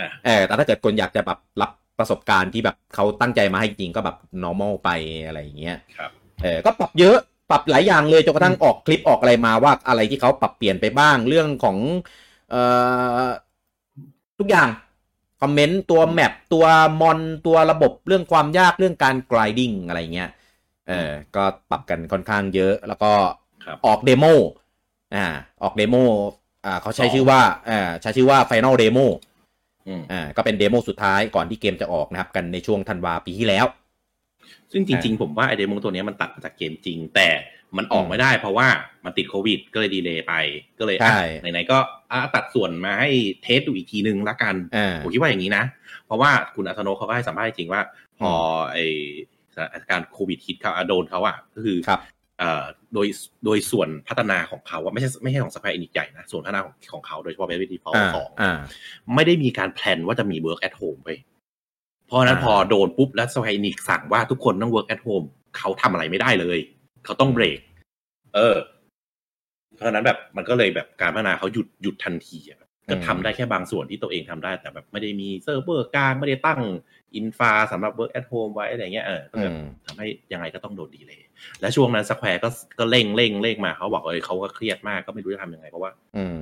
S17: อ่ะ
S14: เออแต่ถ้าเกิดคนอยากจะแบบรับประสบการณ์ที่แบบเขาตั้งใจมาให้จริงก็แบบ normal ไปอะไรอย่างเงี้ย
S17: ครับ
S14: เออก็ปรับเยอะปรับหลายอย่างเลยจนกระทั่งออกคลิปออกอะไรมาว่าอะไรที่เขาปรับเปลี่ยนไปบ้างเรื่องของเอ่อทุกอย่าง คอมเมนต์ตัวแมปตัวมอนตัวระบบเรื่องความยากเรื่องการกรายดิ้งอะไรเงี้ย เออ ก็ปรับกันค่อนข้างเยอะ แล้วก็ออกเดโม อ่า ออกเดโม อ่า เขาใช้ชื่อว่า อ่า ใช้ชื่อว่า Final Demo อ่า ก็เป็นเดโมสุดท้ายก่อนที่เกมจะออกนะครับ กันในช่วงธันวาปีที่แล้ว
S17: ซึ่งจริง ๆ ผมว่าไอเดโมตัวเนี้ยมันตัดมาจากเกมจริง แต่มันออกไม่ได้เพราะว่ามันติดโควิด ก็เลยดีเลย์ไปก็เลยอ่ะ
S14: ใช่
S17: ไหนๆก็อ่ะตัดส่วนมาให้เทสดูอีกทีนึงละกัน
S14: อ่า
S17: ผมคิดว่าอย่างนี้นะ เพราะว่าคุณอัธโนเขาก็ให้สัมภาษณ์จริงว่า พอไอสถานการณ์โควิดฮิตเขาอ่ะโดนเขาอ่ะก็คือเอ่อโดยโดยส่วนพัฒนาของเขาว่าไม่ใช่ไม่ใช่ของสปายอินิกใหญ่นะส่วนพัฒนาของของเขาโดยเฉพาะเบบี้ดีพอ
S14: อ่า
S17: สอง
S14: อ่า
S17: ไม่ได้มีการแพลนว่าจะมี work at home ไป เพราะฉะนั้นพอโดนปุ๊บแล้วสไวนิกสั่งว่าทุกคนต้อง work at home เขาทำอะไรไม่ได้เลย เขาต้องเบรก เออ เพราะฉะนั้นแบบมันก็เลยแบบการพัฒนาเขาหยุดหยุดทันทีอะก็ทำได้แค่บางส่วนที่ตัวเองทำได้ แต่แบบไม่ได้มีเซิร์ฟเวอร์กลาง ไม่ได้ตั้งอินฟาสำหรับ work at home ไว้อะไรเงี้ยเออก็แบบทำให้ยังไงก็ต้องโดนดีเลย และช่วงนั้นสแควร์ก็ก็เร่งเร่งเร่งมาเขาบอกเออเขาก็เครียดมากก็ไม่รู้จะทำยังไงเพราะว่า
S14: อืม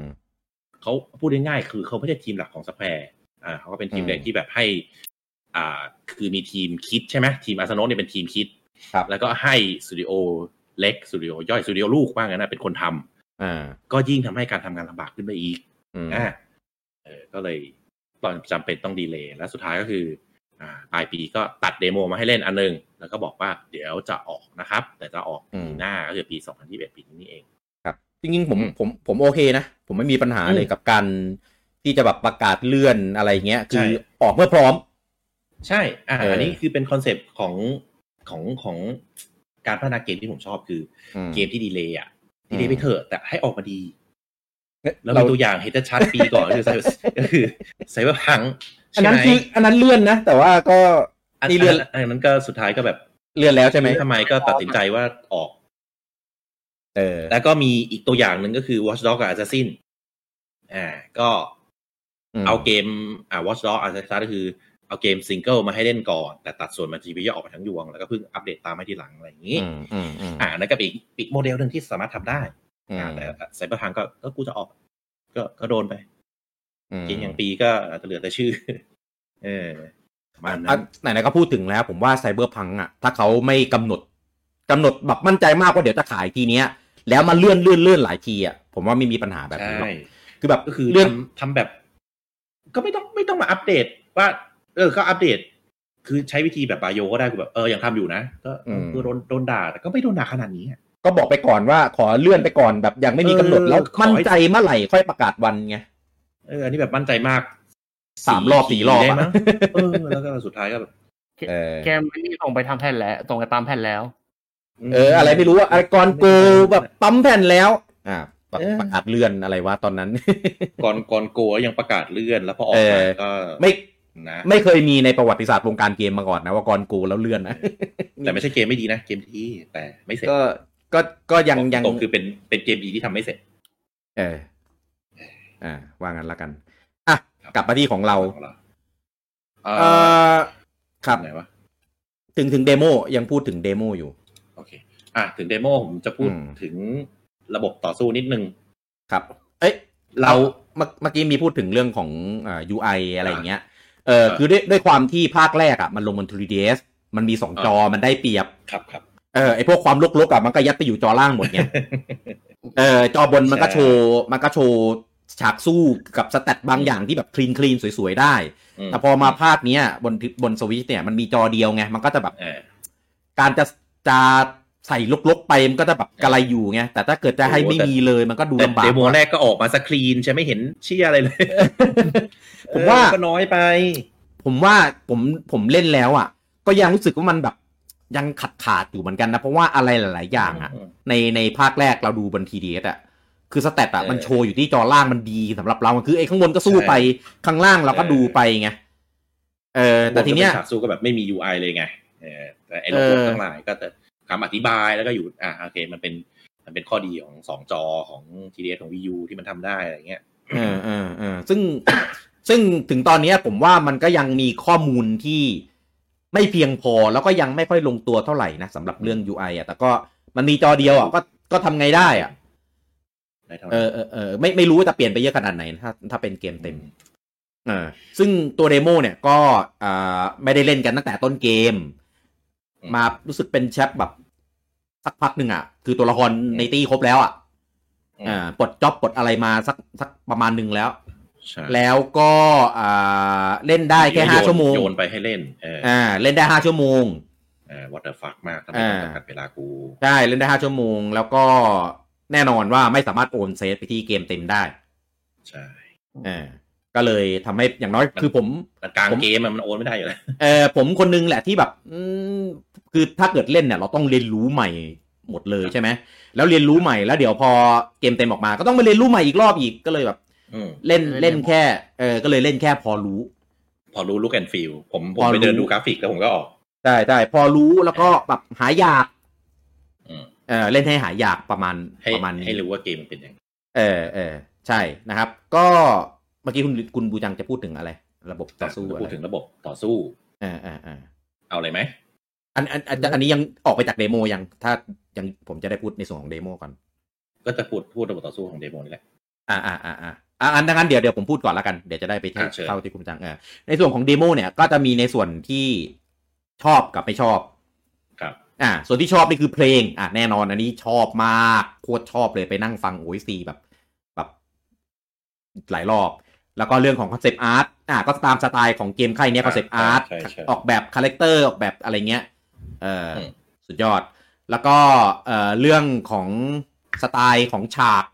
S17: เขาพูดง่ายๆ คือเขาไม่ใช่ทีมหลักของสแควร์อ่าเขาก็เป็นทีม
S14: อืม
S17: แรกที่แบบให้ อ่า คือมีทีมคิดใช่ไหมทีมอาร์เซนอลเนี่ยเป็นทีมคิด
S14: ครับ
S17: แล้วก็ให้สตูดิโอเล็กสตูดิโอย่อยสตูดิโอลูกว่างั้นนะเป็นคนทำ
S14: อ่า
S17: ก็ยิ่งทำให้การทำงานลำบากขึ้นไปอีก
S14: อืม
S17: อ่าเออก็เลยตอนจำเป็นต้องดีเลย์และสุดท้ายก็คือ อ่าปลายปีก็ตัดเดโมมาให้เล่นอันหนึง แล้วก็บอกว่าเดี๋ยวจะออกนะครับ แต่จะออกปีหน้าก็คือปี 2021 ปีนี้นี่เอง
S14: ครับจริงๆผมผมผมโอเคนะ ผมไม่มีปัญหาเลยกับการที่จะแบบประกาศเลื่อนอะไรเงี้ย คือ
S17: ใช่
S14: ออกเมื่อพร้อม
S17: ใช่อ่า
S14: เอออั
S17: อันนี้คือเป็นคอนเซปต์ของของของการพัฒนาเกมที่ผมชอบคืออ
S14: ม
S17: เกมที่ดีเลย์อ่ะ ดีเลย์ไปเถอะแต่ให้ออกมาดี แล้ว
S14: เรา
S17: มี
S14: มี
S17: ตัวอย่างเห็นชัดๆปีก่อน ก็คือ Cyber- ก็คือไซเบอร์พัง
S14: อันนั้นคืออันนั้นเลื่อนนะ แต่ว่าก็
S17: อัน
S14: นี่
S17: เลื
S14: เลื่
S17: อ
S14: อน
S17: นอันนั้นก็สุดท้ายก็แบบ
S14: เลื่อนแล้วใช่ไหม
S17: ทำไมก็ตัดสินใจว่าออก
S14: เออ
S17: แล้วก็มีอีกตัวอย่างหนึ่งก็คือ Watch Dogs กับ Assassin อ่า ก็เอาเกมอ่า Watch Dogs Assassin ก็คือ เอาเกมซิงเกิลมาให้เล่นก่อน แต่ตัดส่วนมา GPU ออกมาทั้งยวง แล้วก็เพิ่งอัปเดตตามให้ทีหลังอะไรอย่างนี้
S14: อืมอืม
S17: อ่านั่นก็เป็นอีกอีกโมเดลหนึ่งที่สามารถทำได้
S14: อืม
S17: อ่าแต่ไซเบอร์พังก็ก็กูจะออก ก็ก็โดนไป
S14: อืม
S17: เกมอย่างปีก็อาจจะเหลือแต่ชื่อ เออประมาณ
S14: อ่ะ
S17: นั้น
S14: ไหนๆก็พูดถึงแล้ว ผมว่าไซเบอร์พังอ่ะ ถ้าเขาไม่กำหนดกำหนดแบบมั่นใจมากว่าเดี๋ยวจะขายทีเนี้ย แล้วมาเลื่อนเลื่อนเลื่อนหลายทีอ่ะ ผมว่าไม่มีปัญหาแบบนี้หรอ
S17: ใช่
S14: กคือแบบ
S17: ก็คือ
S14: เลื่อน
S17: ทำทำแบบ ก็ไม่ต้องไม่ต้องมาอัปเดต ว่า เออ ก็อัปเดต คือใช้วิธีแบบบาโยก็ได้กูแบบเออยังทำอยู่นะ ก็
S14: อืม
S17: ก็โดนโดนด่า แต่ก็ไม่โดนด่าขนาดนี้อะ
S14: ก็บอกไปก่อนว่าขอเลื่อนไปก่อนแบบยังไม่มีกำหนด
S17: เออ
S14: แล้ว
S17: ขอให้
S14: มั่นใจเมื่อไหร่ค่อยประกาศวันไง
S17: เอออันนี้แบบมั่นใจมาก
S14: สามรอบสี่รอบอะ
S17: ได้มั้งเออแล้วก็สุดท้ายก็แบบ
S14: เออ
S15: เกมนี้ส่งไปทำแผ่นแล้วส่งไปตามแผ่นแล้ว
S14: เออ อะไรไม่รู้อะอะไรกรโกแบบปั๊มแผ่นแล้ว อ่าประประกาศเลื่อนอะไรวะตอนนั้น
S17: ก่อนก่อนโกะยังประกาศเลื่อนแล้วพอออก
S14: เอ
S17: มา
S14: อ
S17: ก็
S14: ไม่
S17: นะ
S14: ไม่เคยมีในประวัติศาสตร์วงการเกมมาก่อนนะว่ากรโกแล้วเลื่อนนะ
S17: แต่ไม่ใช่เกมไม่ดีนะ เกมที่แต่ไม่เสร็จ
S14: ก็ก็ก็ยังยัง
S17: ตรงคือเป็นเป็นเกมดีที่ทำไม่เสร็จ
S14: เอออ่าว่างั้นละกัน อ่ะ กลับมาที่ของเรา
S17: เอ
S14: เออครับ
S17: ไหนวะ
S14: ถึงถึงเดโมยังพูดถึงเดโมอยู่
S17: อ่ะถึงเดโมผมจะพูด
S14: อืม
S17: ถึงระบบต่อสู้นิดนึง
S14: ครับ เอ้ย
S17: เรา
S14: เมื่อเมื่อกี้มีพูดถึงเรื่องของอ่า UI อะไรอย่างเงี้ย เออคือด้วยด้วยความที่ภาคแรกอ่ะมันลงบน 3DS มันมีสองจอมันได้เปรียบ
S17: ครับครับ
S14: เออไอพวกความลกๆอ่ะมันก็ยัดไปอยู่จอล่างหมด ไง เออจอบนมันก็
S17: ใช่
S14: โชว์มันก็โชว์ฉากสู้กับสแตทบางอย่างที่แบบคลีนคลีนสวยๆได้
S17: อืม
S14: แต่พอมาภาคเนี้ยบนบนสวิตเนี่ยมันมีจอเดียวไง มันก็จะแบบ การจะจะใส่ลกๆไปมันก็จะแบบกระไรอยู่ไง แต่ถ้าเกิดจะให้ไม่มีเลยมันก็ดู
S17: แต่
S14: ลำบาก
S17: เดโมแรกก็ออกมาสครีนใช่ไม่เห็นเชี่ยอะไรเลย
S14: ผมว่า
S17: เออก็น้อยไป
S14: ผมว่าผมผมเล่นแล้วอ่ะ ก็ยังรู้สึกว่ามันแบบยังขาดขาดๆอยู่เหมือนกันนะ เพราะว่าอะไรหลาย ๆ อย่างอ่ะ ในในภาคแรกเราดูบนทีเดสอ่ะ คือสเตตอะมันโชว์อยู่ที่จอล่างมันดีสำหรับเรามันคือไอ้ข้างบนก็สู้ไปข้างล่างเราก็ดูไปไงเออ แต่ทีเนี้ย
S17: ฉากสู้ก็แบบไม่มี UI เลยไงเออแต่ไอ้ระบบทั้งหลายก็จะคำอธิบายแล้วก็อยู่ อ่ะโอเค มันเป็นมันเป็นข้อดีของสองจอของ TDS ของ Wii U ที่มันทำได้อะไรเงี้ย
S14: เออเออเออซึ่ง ซึ่งถึงตอนเนี้ยผมว่ามันก็ยังมีข้อมูลที่ไม่เพียงพอแล้วก็ยังไม่ค่อยลงตัวเท่าไหร่นะสำหรับเรื่อง UI อ่ะแต่ก็มันมีจอเดียวอ่ะก็ก็ทำไงได้อ่ะ
S17: ได้เท่าไหร่
S14: เออเออเออไม่ไม่รู้ว่าจะเปลี่ยนไปเยอะขนาดไหนนะถ้าถ้าเป็นเกมเต็มเออซึ่งตัวเดโมเนี่ยก็อ่าไม่ได้เล่นกันตั้งแต่ต้นเกม มารู้สึกเป็นแชปแบบ สักพักหนึ่งอ่ะ คือตัวละครในตี้ครบแล้วอ่ะอ่าปลดจ็อบปลดอะไรมาสักสักประมาณหนึ่งแล้ว แล้วก็อ่าเล่นได้แค่ห้า
S17: โยน
S14: ชั่วโมง
S17: โยนไปให้เล่นเอออ่
S14: อ่า เล่นได้ห้าชั่วโมง
S17: เออ what the fuck มากทำไมต้องจำกัดเวลากู
S14: ใช่เล่นได้ห้าชั่วโมง แล้วก็แน่นอนว่าไม่สามารถโอนเซฟไปที่เกมเต็มได้
S17: ใช่
S14: อ่าก็เลยทำให้อย่างน้อยคือผม
S17: มันกลางเกมอะมันโอนไม่ได้อยู่แล้ว
S14: เออผมคนนึงแหละที่แบบอืมคือถ้าเกิดเล่นเนี่ย เราต้องเรียนรู้ใหม่หมดเลยใช่ไหมแล้วเรียนรู้ใหม่แล้วเดี๋ยวพอเกมเต็มออกมาก็ต้องมาเรียนรู้ใหม่อีกรอบอีกก็เลยแบบ
S17: อืม
S14: เล่นเล่นแค่เออก็เลยเล่นแค่พอรู้
S17: พอรู้ลูกแอนฟิลผมผ
S14: พ
S17: ม
S14: อรู้
S17: ไปเดินดูกราฟิกแล้วผมก็ออก
S14: ใช่ใช่พอรู้แล้วก็แบบหายอยาก
S17: อืม
S14: เออเล่นให้หายอยากประมาณ
S17: ให้
S14: ประมาณนี้
S17: ให้รู้ว่าเกมมันเป็นยังไง
S14: เออเออใช่นะครับ ก็เมื่อกี้คุณคุณบูจังจะพูดถึงอะไร ระบบต่อสู้อะไร
S17: พูดถึงระบบต่อสู้
S14: เออเออเออ
S17: เอาเลยไหม
S14: อันอันอันอันนี้ยังออกไปจากเดโมยังถ้ายังผมจะได้พูดในส่วนของเดโมก่อน
S17: ก็จะพูดพูดระบบต่อสู้ของเดโมนี่แหละ
S14: อ่าอ่าอ่าอ่าอ่ะอันดังนั้นเดี๋ยวเดี๋ยวผมพูดก่อนละกัน เดี๋ยวจะได้ไปเที่ยว
S17: อ่ะเชิญ
S14: เข้าที่คุณจังเออในส่วนของเดโมเนี่ยก็จะมีในส่วนที่ชอบกับไม่ชอบ
S17: ครับ
S14: อ่า ส่วนที่ชอบนี่คือเพลง อ่ะแน่นอนอันนี้ชอบมากโคตรชอบเลยไปนั่งฟังโอซีแบบแบบหลายรอบ แล้วก็เรื่องของคอนเซปต์อาร์ตอ่ะก็ตามสไตล์ของเกมค่ายเนี้ยคอนเซปต์อาร์ต
S17: ใช่ใช่
S14: ออกแบบคาแรคเตอร์ออกแบบอะไรเงี้ยเอออสุดยอด แล้วก็เอ่อเรื่องของสไตล์ของฉาก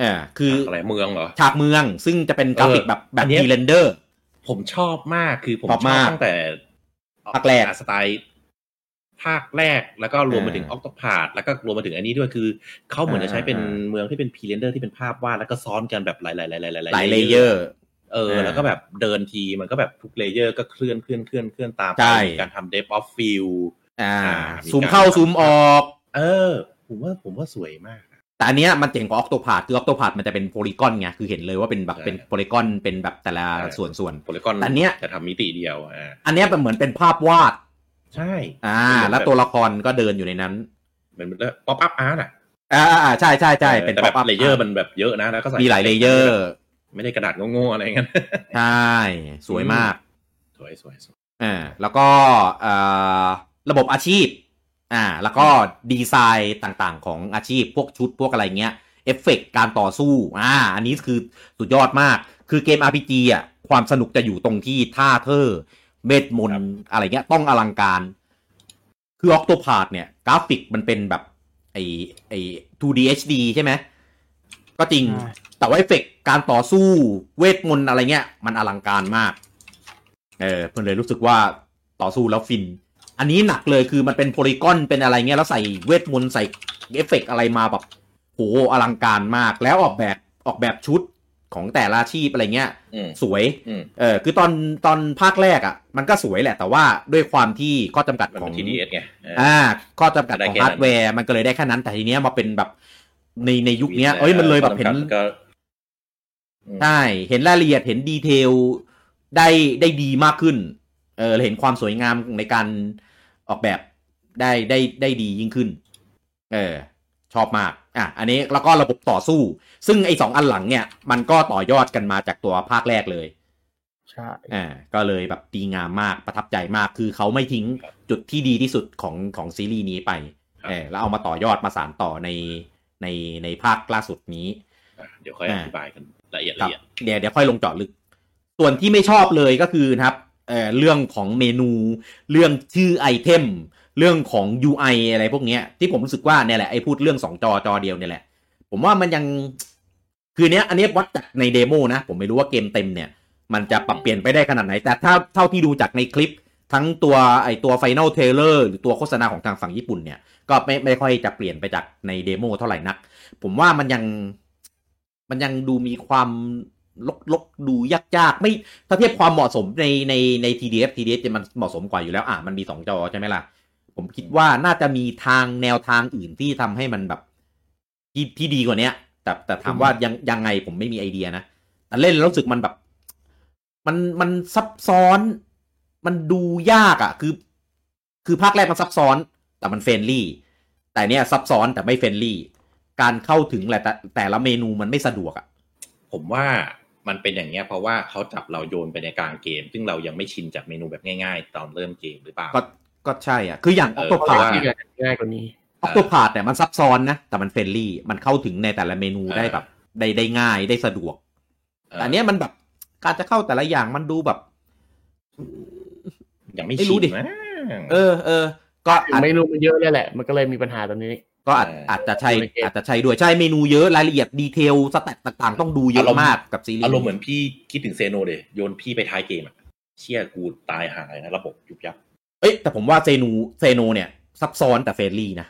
S14: เออคือ
S17: อะไรเมืองเหรอ
S14: ฉากเมืองซึ่งจะเป็นกราฟิกแบบแบ
S17: อั
S14: บ
S17: นเนี้ย
S14: ทีเรนเดอร์
S17: ผมชอบมากคือผม
S14: ชอบมาก
S17: ตั้งแต่
S14: ภาคแรก
S17: สไตล์ภาคแรกแล้วก็รวมไปถึงอ
S14: เออ
S17: อกตพาดแล้วก็รวมไปถึงอันนี้ด้วยคือเขาเหมือนจะใช้เป็น
S14: เออเออ
S17: เมืองที่เป็นพรีเรนเดอร์ที่เป็นภาพวาดแล้วก็ซ้อนกันแบบหลายๆหลายๆหลายๆ
S14: หลายเลเยอร์
S17: เออ
S14: เออ
S17: แล้วก็แบบเดินทีมันก็แบบทุกเลเยอร์ก็เคลื่อนเคลื่อนเคลื่อนเคลื่อนตามไป
S14: ใช่
S17: มีการทำเดฟออฟฟิล
S14: อ่า
S17: อ่ามี
S14: ซูมเข้า
S17: การ
S14: ซูมออก
S17: เออ ผมว่าผมว่าสวยมาก
S14: แต่อันเนี้ยมันเจ๋งกว่าออกโตพาดคือออกโตพาดมันจะเป็นโพลีกอนไงคือเห็นเลยว่าเป็นแบบ
S17: ใช่
S14: เป็นโพลีกอนเป็นแบบแต่ละส่วนส่วน
S17: โพลีกอน
S14: แต่เนี้ย
S17: จะทำมิติเดียวอ่า
S14: ๆอันเนี้ยเป็นเหมือนเป็นภาพวาด
S17: ใช่
S14: อ่า แล้วตัวละครก็เดินอยู่ในนั้น
S17: เหมือนแล้วป๊อปอัพอาร์ตอ่ะ
S14: อ่าอ่าใช่ใช่ใช่เป็น
S17: แต่
S14: ป๊
S17: แบ
S14: อป
S17: บ
S14: อัพ
S17: เลเยอร์มันแบบเยอะนะแล้วก็ใส่
S14: มีหลายเลเยอร์
S17: ไม่ได้กระดาษโง่ๆอะไรเงี้ย
S14: ใช่สวยมาก
S17: สวยสวยสวย
S14: อ่าแล้วก็เอ่อระบบอาชีพอ่าแล้วก็ดีไซน์ต่างๆ ของอาชีพพวกชุดพวกอะไรเงี้ยเอฟเฟกต์การต่อสู้อ่าอันนี้คือสุดยอดมาก คือเกม RPG อ่ะความสนุกจะอยู่ตรงที่ท่าเทอร์เมดมนต์อะไรเงี้ยต้องอลังการ คือออกตัวพาดเนี่ย กราฟิกมันเป็นแบบ ไอไอ 2D HD ใช่ไหม ก็จริง แต่ว่าเอฟเฟกต์การต่อสู้เวทมนต์อะไรเงี้ย มันอลังการมาก เออเพิ่นเลยรู้สึกว่าต่อสู้แล้วฟิน อันนี้หนักเลยคือมันเป็นโพลีกอนเป็นอะไรเงี้ย แล้วใส่เวทมนต์ใส่เอฟเฟกต์อะไรมาแบบโหอลังการมาก แล้วออกแบบออกแบบชุดของแต่ละอาชีพอะไรเงี้ย
S17: อืม
S14: สวย
S17: อืม
S14: เออคือตอนตอนภาคแรกอะ่ะ มันก็สวยแหละ แต่ว่าด้วยความที่ข้อจำกัดของ
S17: TDS ไงเอออ
S14: อ่าข้อจำกัด
S17: ได้
S14: ของ
S17: แค่นั้น
S14: ฮาร์ดแวร์มันก็เลยได้แค่นั้น แต่ทีเนี้ยมาเป็นแบบในในยุคเนี้ยเอ้ยมันเลยแบบเห็น
S17: ข้อจำกัดก็
S14: ใช่ เห็นรายละเอียด เห็นดีเทล ได้ได้ดีมากขึ้น เออ เห็นความสวยงามในการออกแบบได้ได้ได้ดียิ่งขึ้น เออ ชอบมาก อ่ะ อันนี้แล้วก็ระบบต่อสู้ ซึ่งไอ้สองอันหลังเนี่ย มันก็ต่อยอดกันมาจากตัวภาคแรกเลย
S15: ใช่
S14: อ่า ก็เลยแบบดีงามมาก ประทับใจมาก คือเขาไม่ทิ้งจุดที่ดีที่สุดของของซีรีส์นี้ไป เออ แล้วเอามาต่อยอดมาสานต่อในในในภาคล่าสุดนี้
S17: เดี๋ยวค่อยอธิบายกันละเอียด
S14: ค
S17: ละ
S14: รับ
S17: เอียด
S14: เดี๋ยวเดี๋ยวค่อยลงเจาะลึก ส่วนที่ไม่ชอบเลยก็คือนะครับเอ่อเรื่องของเมนู เรื่องชื่อไอเทม เรื่องของ UI อะไรพวกเนี้ย ที่ผมรู้สึกว่าเนี่ยแหละไอพูดเรื่องสองจอจอเดียวเนี่ยแหละ ผมว่ามันยังคือเนี้ย อันเนี้ยวัดจากในเดโมนะ ผมไม่รู้ว่าเกมเต็มเนี่ย มันจะปรับเปลี่ยนไปได้ขนาดไหน แต่ถ้าเท่าที่ดูจากในคลิป ทั้งตัวไอตัวไฟแนลเทเลอร์หรือตัวโฆษณาของทางฝั่งญี่ปุ่นเนี่ย ก็ไม่ไม่ค่อยจะเปลี่ยนไปจากในเดโมเท่าไหร่นัก ผมว่ามันยังมันยังดูมีความลกลกดูยากๆ ไม่ถ้าเทียบความเหมาะสมในในใน TDF TDF เนี่ยมันเหมาะสมกว่าอยู่แล้วอ่ะมันมีสองจอใช่ไหมล่ะ ผมคิดว่าน่าจะมีทางแนวทางอื่นที่ทำให้มันแบบที่ที่ดีกว่าเนี้ย แต่แต่ถามว่ายังยังไงผมไม่มีไอเดียนะ แต่เล่นแล้วรู้สึกมันแบบ มันมันซับซ้อน มันดูยากอะ่ะ คือ คือภาคแรกมันซับซ้อน แต่มันเฟรนลี่ แต่เนี้ยซับซ้อนแต่ไม่เฟรนลี่ การเข้าถึงแหละแต่แต่ละเมนูมันไม่สะดวกอ่ะ
S17: ผมว่ามันเป็นอย่างเงี้ยเพราะว่าเขาจับเราโยนไปในกลางเกม ซึ่งเรายังไม่ชินจากเมนูแบบง่ายๆ ตอนเริ่มเกมหรือเปล่า
S14: ก็ก็ใช่อ่ะ คืออย่างอ
S17: เอ
S14: อ
S17: อ
S14: โตพาด
S15: ที่จะง่ายกว่านี้
S14: ออโตพาดเนี่ยมันซับซ้อนนะ แต่มันเฟรนลี่ มันเข้าถึงในแต่ละเมนูได้แบบ ได้ได้ง่ายได้สะดวก แต่อันเนี้ยมันแบบการจะเข้าแต่ละอย่างมันดูแบบ
S17: ยังไม่
S14: ไม่
S17: ชิ
S14: รู้
S17: น
S14: ดิ
S17: นะ
S14: เออเออ ก็อาจ
S15: เมนูมันเยอะแล้วแหละ มันก็เลยมีปัญหาตอนนี้
S14: ก็อาจอาจจะใช่อาจจะใช่ด้วยใช่เมนูเยอะรายละเอียดดีเทลสแตทต่างๆ ต้องดูเยอะมากกับซีรีส์
S17: อารมณ์เหมือนพี่คิดถึงเซโนเลยโยนพี่ไปท้ายเกมอะเชี่ยกูตายหายนะระบบยุบยับ
S14: เอ้ยแต่ผมว่าเซนูเซโนเนี่ย ซับซ้อนแต่เฟรนลี่นะ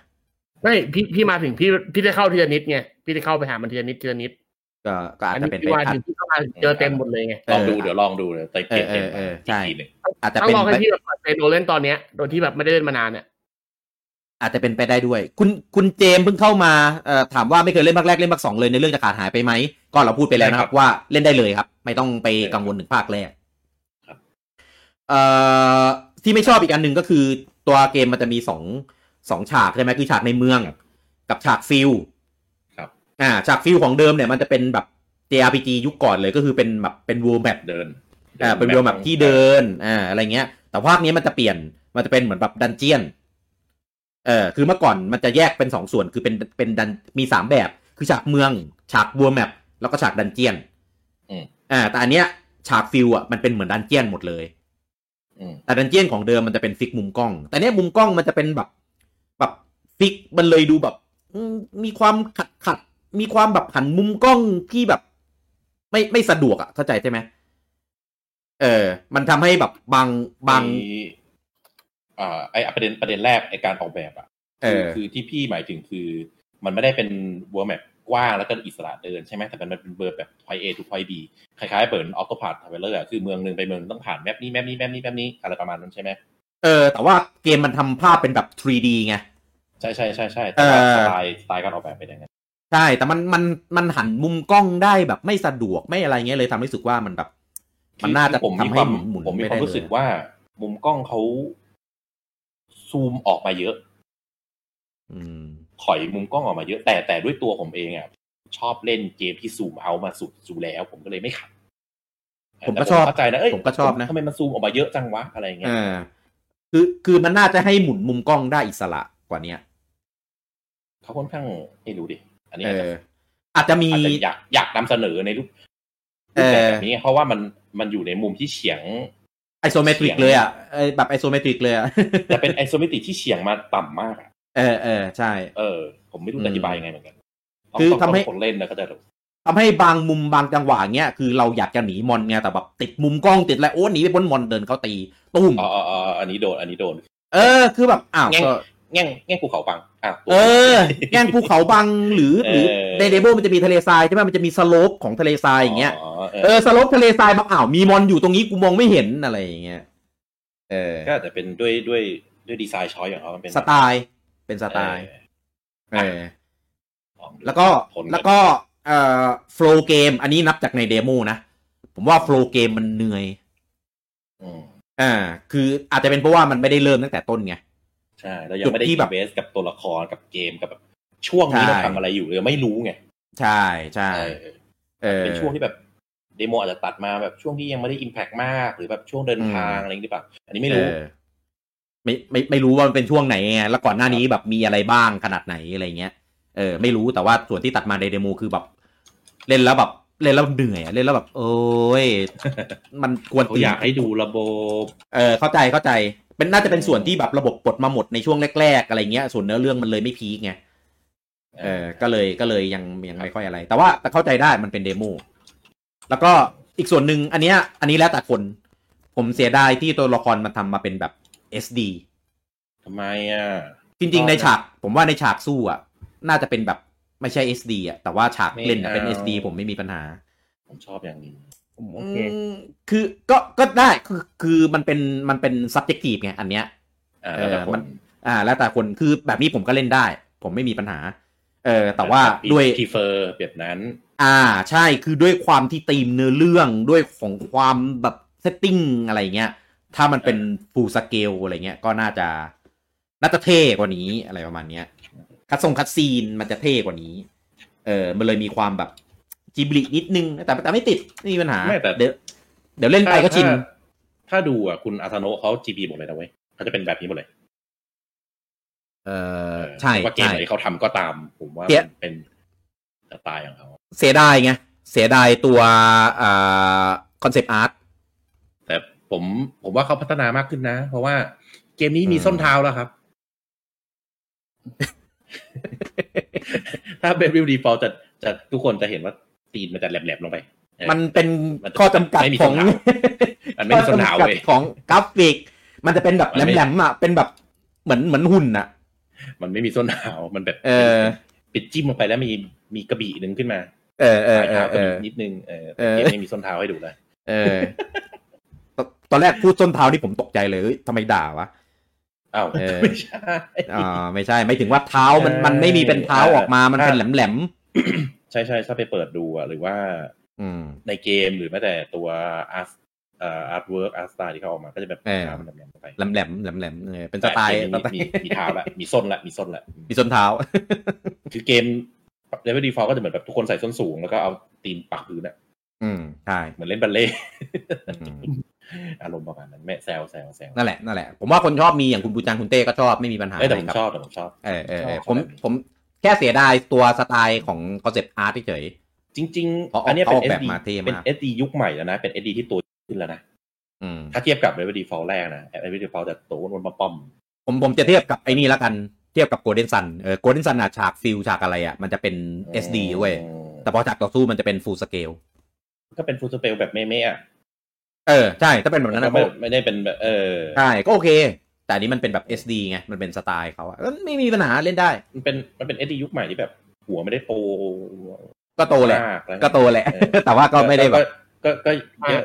S15: ไม่พี่พี่มาถึงพี่พี่ได้เข้าทีละนิดไงพี่ได้เข้าไปหามันทีละนิดทีละนิด
S14: ก็ก็อาจ
S15: อัน
S14: จะ
S15: นี้
S14: เป็นไป
S15: พี่มา
S14: อาจ
S15: ถึงพี่เข้ามาเจอเต็มหมดเลยไง
S17: ลองดูเดี๋ยวลองดูเดี๋ยวเตรียมเกมไป
S14: เออเออเออใช่
S17: ทีหนึ่ง
S14: อาจจะ
S15: ต้อง
S14: เป็น
S15: ลองให้
S14: ไป
S15: พี่แบบเซโนเล่นตอนเนี้ยโดยที่แบบไม่ได้เล่นมานานเนี่ย
S14: อาจจะเป็นไปได้ด้วย คุณคุณเจมส์เพิ่งเข้ามาเอ่อถามว่าไม่เคยเล่นภาคแรกเล่นภาคสองเลยในเรื่องจะขาดหายไปไหมก็เราพูดไปแล้วนะครับว่าเล่นได้เลยครับ ไม่ต้องไปกังวลถึงภาคแรกเอ่อที่ไม่ชอบอีกอันหนึ่งก็คือตัวเกมมันจะมีสองสองฉากใช่ไหมคือฉากในเมือง กับฉากฟิล
S17: ครับ
S14: อ่าจากฟิลของเดิมเนี่ยมันจะเป็นแบบ JRPG ยุคก่อนเลยก็คือเป็นแบบเป็น world map
S17: เดิน
S14: อ่าเป็น world map ที่เดินอ่าอะไรเงี้ย แต่ภาคนี้มันจะเปลี่ยนมันจะเป็นเหมือนแบบดันเจียนเออคือเมื่อก่อนมันจะแยกเป็นสองส่วนคือเป็นเป็นดันมีสามแบบ คือฉากเมือง ฉาก world map แล้วก็ฉากดันเจียน
S17: อืม
S14: อ่าแต่อันเนี้ยฉากฟิลอ่ะมันเป็นเหมือนดันเจียนหมดเลย
S17: อืม
S14: แต่ดันเจียนของเดิมมันจะเป็นฟิกมุมกล้อง แต่เนี้ยมุมกล้องมันจะเป็นแบบแบบฟิกมันเลยดูแบบอืมมีความขัดขัดมีความแบบหันมุมกล้องที่แบบ ไม่ไม่สะดวกอะ่ะเข้าใจใช่ไหมเออ มันทำให้แบบบางบาง
S17: ไอ้อ่าไอประเด็นประเด็นแรกไอการออกแบบอ่ะ
S14: เอ
S17: คือ
S14: อ
S17: คือที่พี่หมายถึงคือ มันไม่ได้เป็นเวอร์แมปกว้างแล้วก็อิสระเดินใช่ไหมแต่มันเป็นเวอร์แบบพอยเอทูพอยบีคล้ายๆเปิดออโต้พาดทาวเวลเลอร์คือเมืองหนึ่งไปเมืองต้องผ่านแมปนี้แมปนี้แมปนี้แมปนี้อะไรประมาณนั้นใช่ไหม
S14: เออ แต่ว่าเกมมันทำภาพเป็นแบบ 3D ไง
S17: ใช่ใช่ใช่ใช่แต่ว่า
S14: เออ
S17: สไตล์สไตล์การออกแบบเป็นอย่างนั้น
S14: ใช่ แต่มันมันมันหันมุมกล้องได้แบบไม่สะดวกไม่อะไรเงี้ยเลยทำให้รู้สึกว่ามันแบบ มันน่าจะ
S17: คือผมมี
S14: ทำ
S17: ค
S14: ให้
S17: วาม
S14: หมุน
S17: ผมมี
S14: ไได้
S17: ความรู้สึกว่า มุมกล้องเขาซูมออกมาเยอะ
S14: อืม
S17: ถอยมุมกล้องออกมาเยอะแต่แต่ด้วยตัวผมเองอ่ะชอบเล่นเกมที่ซูมเอามาสุดสูแล้ว ผมก็เลยไม่ขัด
S14: ผมก็ชอบ
S17: แต่เข้าใจนะเอ้ย
S14: ผมก็ชอบนะ
S17: ทำไมมันซูมออกมาเยอะจังวะอะไรอย่างเงี้ย
S14: เอ่าคือคือมันน่าจะให้หมุนมุมกล้องได้อิสระกว่าเนี้ย
S17: เขาค่อนข้างไม่รู้ดิอันนี้
S14: เอ
S17: อาจจะ
S14: อ อาจจะมี
S17: อาจจะอยากอยากนำเสนอในรูป
S14: เออ
S17: รูปแบบนี้เพราะว่ามันมันอยู่ในมุมที่เฉียง
S14: ไอโซเมตริกเลยอ่ะเออแบบไอโซเมตริกเลย อ่ะ
S17: แต่เป็นไอโซเมตริกที่เฉียงมาต่ำมากอะ
S14: เออเออใช่
S17: เออ ผมไม่รู้จะอธิบายยังไงเหมือนกันต้ง
S14: คือ
S17: ต้ง
S14: ทำให้
S17: คนเล่นนะก็จะรู้
S14: ทำให้บางมุมบางจังหวะเนี้ยคือเราอยากจะหนีมอนไงแต่แบบติดมุมกล้องติดอะไรโอ้หนีไปบนมอนเดินเขาตีตุ้ม
S17: อ๋ออ๋ออ๋ออันนี้โดนอันนี้โดน
S14: เออ คือแบบอ้าว
S17: แง่ง
S14: ก็
S17: แง่งแง่งภูเขาบังอ่ะตัว
S14: เออแง่งภูเขาบังหรือหรือ
S17: เออ
S14: ในเดโบมันจะมีทะเลทรายใช่ไหมมันจะมีสโลปของทะเลทรายอย่างเงี้ย
S17: อ๋อ
S14: เออสโลปทะเลทรายแบบอ้าวมีมอนอยู่ตรงนี้กูมองไม่เห็นอะไรอย่างเงี้ย เออ
S17: ก็อาจจะเป็นด้วยด้วยด้วยดีไซน์ช้อยของเขามันเป็น
S14: สไตล์เป็นสไตล์เออแล้วก็
S17: ผล
S14: แล้วก็เอ่อโฟล์เกม อันนี้นับจากในเดโมนะ ผมว่าโฟล์เกมมันเหนื่อย
S17: อืม
S14: อ่าคืออาจจะเป็นเพราะว่ามันไม่ได้เริ่มตั้งแต่ต้นไง
S17: ใช่เรายังไม่ได้
S14: จุดที่แบบ
S17: อินเวสกับตัวละครกับเกมกับแบบช่วงนี้
S14: ใช่
S17: เราทำอะไรอยู่เราไม่รู้ไง
S14: ใช่ใช่เออ
S17: เป็นช่วงที่แบบเดโมอาจจะตัดมาแบบช่วงที่ยังไม่ได้อิมแพกมากหรือแบบช่วงเดินทาง
S14: อืม
S17: อะไรอย่างนี้หรือเปล่าอันนี้ไม่รู้
S14: เออไม่ไม่ไม่รู้ว่ามันเป็นช่วงไหนไงแล้วก่อนหน้านี้แบบมีอะไรบ้างขนาดไหนอะไรเงี้ยเออไม่รู้แต่ว่าส่วนที่ตัดมาในเดโมคือแบบ เล่นแล้วแบบเล่นแล้วเหนื่อยอะเล่นแล้วแบบ โอ้ย มันกวน
S17: เขา
S14: ตีน
S17: อยากให้ดูระบบ
S14: เออเข้าใจเข้าใจเป็นน่าจะเป็นส่วนที่แบบระบบปลดมาหมดในช่วงแรก ๆ อะไรเงี้ย ส่วนเนื้อเรื่องมันเลยไม่พีคไงเออก็เลยก็เลยยังยังไม่ค่อยอะไร แต่ว่าแต่เข้าใจได้มันเป็นเดโมแล้วก็อีกส่วนหนึ่งอันเนี้ย อันนี้แล้วแต่คน ผมเสียดายที่ตัวละครมันทำมาเป็นแบบ SD
S17: ทำไมอ่ะ
S14: จริงๆในฉากผมว่าในฉากสู้อ่ะ น่าจะเป็นแบบไม่ใช่ SD อ่ะ แต่ว่าฉากเล่นอะเป็น
S17: ไม่เอา
S14: SD ผมไม่มีปัญหา
S17: ผมชอบอย่างนี้
S14: โอเค คือก็ก็ได้คือคือมันเป็นมันเป็น subjective ไงอันเนี้ย
S17: เออแล้วแต่คน
S14: มันอ่า แล้วแต่คนคือแบบนี้ผมก็เล่นได้ ผมไม่มีปัญหา เออ แต่ว่าด้วย
S17: ทีเฟอร์แบบนั้น
S14: อ่าใช่คือด้วยความที่ตีมเนื้อเรื่องด้วยของความแบบเซตติ้งอะไรเงี้ย ถ้ามันเป็นฟูลสเกลอะไรเงี้ยก็น่าจะน่าจะเท่กว่านี้อะไรประมาณเนี้ยคัดทรงคัดซีนมันจะเท่กว่านี้ เออมันเลยมีความแบบจิบลินิดนึงแต่แต่ไม่ติดไม่มีปัญหา
S17: ไม่แต่
S14: เดี๋ยวเดี๋ยวเล่นไปก็ชิน
S17: ถ้าถ้าดูอ่ะคุณอาซาโนะเขา GB หมดเลยนะเว้ยเขาจะเป็นแบบนี้หมดเลย
S14: เออใช่
S17: ว่าเกม
S14: ใช่
S17: ไหนเขาทำก็ตาม ผมว่า
S14: เสีย
S17: มันเป็นสไตล์ของเขา
S14: เสียดายไงเสียดายตัวอ่าคอนเซปต์อาร์ต
S17: แต่ผมผมว่าเขาพัฒนามากขึ้นนะ เพราะว่าเกมนี้มีส้นเท้าแล้วครับ ถ้าเป็นวิวดีฟอลจะจะทุกคนจะเห็นว่าตีนมันจะแหลมๆลงไปออ
S14: มันเป็น
S17: มันจะ
S14: ข้อจำกัด
S17: ไม่มี
S14: ข
S17: ส้
S14: อน ง
S17: เท้า มันไม่มีส้นเท้า
S14: ข้อจำกัด
S17: เว้ย
S14: ของกราฟิก มันจะเป็นแบบ
S17: มันไม่
S14: แหลมๆอ่ะ เป็นแบบเหมือนเหมือนหุ่นอ่ะ
S17: มันไม่มีส้นเท้ามันแบบ
S14: เออ
S17: ปิดจิ้มลงไปแล้วมีมีกระบี่หนึ่งขึ้นมา
S14: เออเออ
S17: ปลายเท้าก
S14: เอ
S17: ระ
S14: อ
S17: บี่นิดนึงเออ
S14: เออ
S17: เกมนี้มีส้นเท้าให้ดูเลย
S14: เออ ตตอนแรกพูดส้นเท้านี่ผมตกใจเลยเฮ้ยทำไมด่าวะ
S17: อ้าว
S14: เออ
S17: ไม่ใช่
S14: อ่าไม่ใช่ไม่ถึงว่าเท้ามันมันไม่มีเป็นเท้าออกมา มันเป็นแหลมแหลม
S17: ใช่ใช่ถ้าไปเปิดดูอะหรือว่า
S14: ๆอืม
S17: ในเกมหรือแม้แต่ตัวอาร์ตเอ่ออาร์ตเวิร์กอาร์ตสไตล์ที่เขาออกมาก็จะแบบ
S14: เออ
S17: เท้ามันแหลมๆลงไป
S14: แหลมแหลมแหลมแหลมๆเออเป็นสไตล์
S17: แต่เกมนี้มีมีมีเท้าละมีส้นละมีส้นละ
S14: มีส้นเท้า
S17: คือเกมเลเวลดีฟอลก็จะเหมือนแบบทุกคนใส่ส้นสูงแล้วก็เอาตีนปักพื้นอะ
S14: อืมใช่
S17: เหมือนเล่นบัลเล่ต์ อารมณ์ประมาณนั้นแม่แซวแซวแซว
S14: นั่นแหละนั่นแหละผมว่าคนชอบมีอย่างคุณบูจังคุณเต้ก็ชอบไม่มีปัญหา
S17: เอ้ยแต่ผม
S14: ะไรค
S17: ช
S14: รับ
S17: อบแต่ผมชอบ
S14: เออเออ
S17: ช
S14: เอ
S17: อบ
S14: อ
S17: ชอบ
S14: ผม
S17: แบบนี้
S14: ผมแค่เสียดายตัวสไตล์ของคอนเซปต์อาร์ตเฉย
S17: จริง
S14: เพราะ
S17: ๆ อันเนี้ยเป็น
S14: เขาออกแบบ
S17: SD
S14: มาเท่มาก
S17: เป็น SD ยุคใหม่แล้วนะ เป็น SD ที่ตัวขึ้นแล้วนะ
S14: ๆอืม
S17: ถ้าเทียบกับ Level Default แรกนะ Level Default จะตัวอ้วนๆป้อม
S14: ผมผมจะเทียบกับไอ้นี่ละกันเทียบกับโกลเด้นซันเออโกลเด้นซันอะฉากฟิลฉากอะไรอะมันจะเป็น SD เว้ยแต่พอฉากต่อสู้มันจะเป็นฟูลสเกล
S17: ๆก็เป็น Full Scale แบบเม่ๆอ่ะ
S14: เออใช่ถ้าเป็นแบบนั้น
S17: ก็
S14: นะ
S17: ไม่
S14: ก็
S17: ไม่ได้เป็นแบบเออ
S14: ใช่ก็โอเค แต่อันนี้มันเป็นแบบ SD ไงมันเป็นสไตล์เขาอะแล้วไม่มีปัญหาเล่นได้
S17: มันเป็นมันเป็น SD ยุคใหม่ที่แบบ หัวไม่ได้โต
S14: ก็โตแหละ
S17: มาอไร
S14: ก็โตแหละ
S17: เออ
S14: แต่ว่าก็ไม่ได้แบบ
S17: ก็ก็ก็เยอะ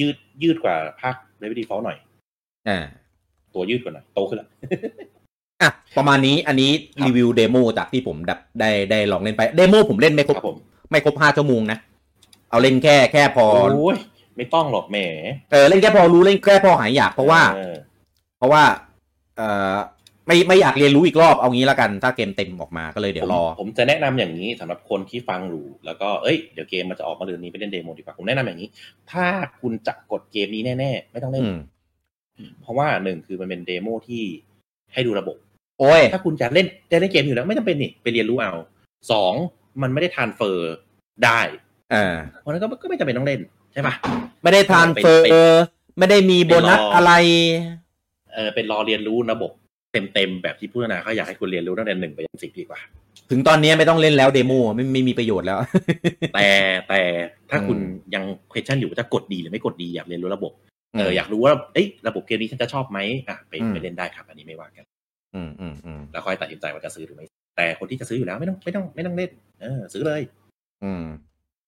S17: ยืดยืดกว่าภาค Level Default หน่อย
S14: อ่า
S17: ตัวยืดกว่าหน่อยโตขึ้นละ
S14: ประมาณนี้อันนี้รีวิวเดโมจากที่ผมดับได้ได้ลองเล่นไปเดโมผมเล่นไม่ครบไม่ครบห้าชั่วโมงนะเอาเล่นแค่แค่พอ
S17: โอ้ยไม่ต้องหรอกแหม
S14: เออเล่นแค่พอรู้เล่นแค่พอหายอยากเพราะว่า
S17: เออ
S14: เพราะว่า เออไม่ไม่อยากเรียนรู้อีกรอบเอางี้ละกัน ถ้าเกมเต็มออกมาก็เลยเดี๋ยวรอ
S17: ผมจะแนะนำอย่างนี้สำหรับคนที่ฟังอยู่แล้วก็เอ้ยเดี๋ยวเกมมันจะออกมาเดือนนี้ไปเล่นเดโมดีกว่าผมแนะนำอย่างนี้ ถ้าคุณจะกดเกมนี้แน่ๆ ไม่ต้องเล่น
S14: อืม
S17: เพราะว่าหนึ่งคือมันเป็นเดโมที่ให้ดูระบบ
S14: โอ้ย
S17: ถ้าคุณจะเล่นจะเล่นเกมอยู่แล้วไม่จำเป็นนี่ไปเรียนรู้เอาสองมันไม่ได้ทานเฟอร์ได้
S14: เออ
S17: เพราะฉะนั้นก็ก็ไม่จำเป็นต้องเล่นใช่ปะ
S14: ไม่ได้ทานเฟอร์
S17: ไปไป
S14: ไม่ได้มีโบนัสอะไร
S17: เออเป็นรอเรียนรู้ระบบเต็มๆแบบที่ผู้พัฒนาเขาอยากให้คุณเรียนรู้ตั้งแต่หนึ่งไปจนสิบดีกว่า
S14: ถึงตอนนี้ไม่ต้องเล่นแล้วเดโมไม่ไม่มีประโยชน์แล้ว
S17: แต่แต่ถ้าคุณยัง question อยู่ว่าจะกดดีหรือไม่กดดีอยากเรียนรู้ระบบ เอออยากรู้ว่าเอ้ยระบบเกมนี้ฉันจะชอบไหมอ่ะไป
S14: อืม
S17: ไปเล่นได้ครับ อันนี้ไม่ว่ากัน
S14: อืมอืมอืม
S17: แล้วค่อยตัดสินใจว่าจะซื้อหรือไม่ แต่คนที่จะซื้ออยู่แล้วไม่ต้องไม่ต้องไม่ต้องเล่นเออซื้อเลย
S14: อืม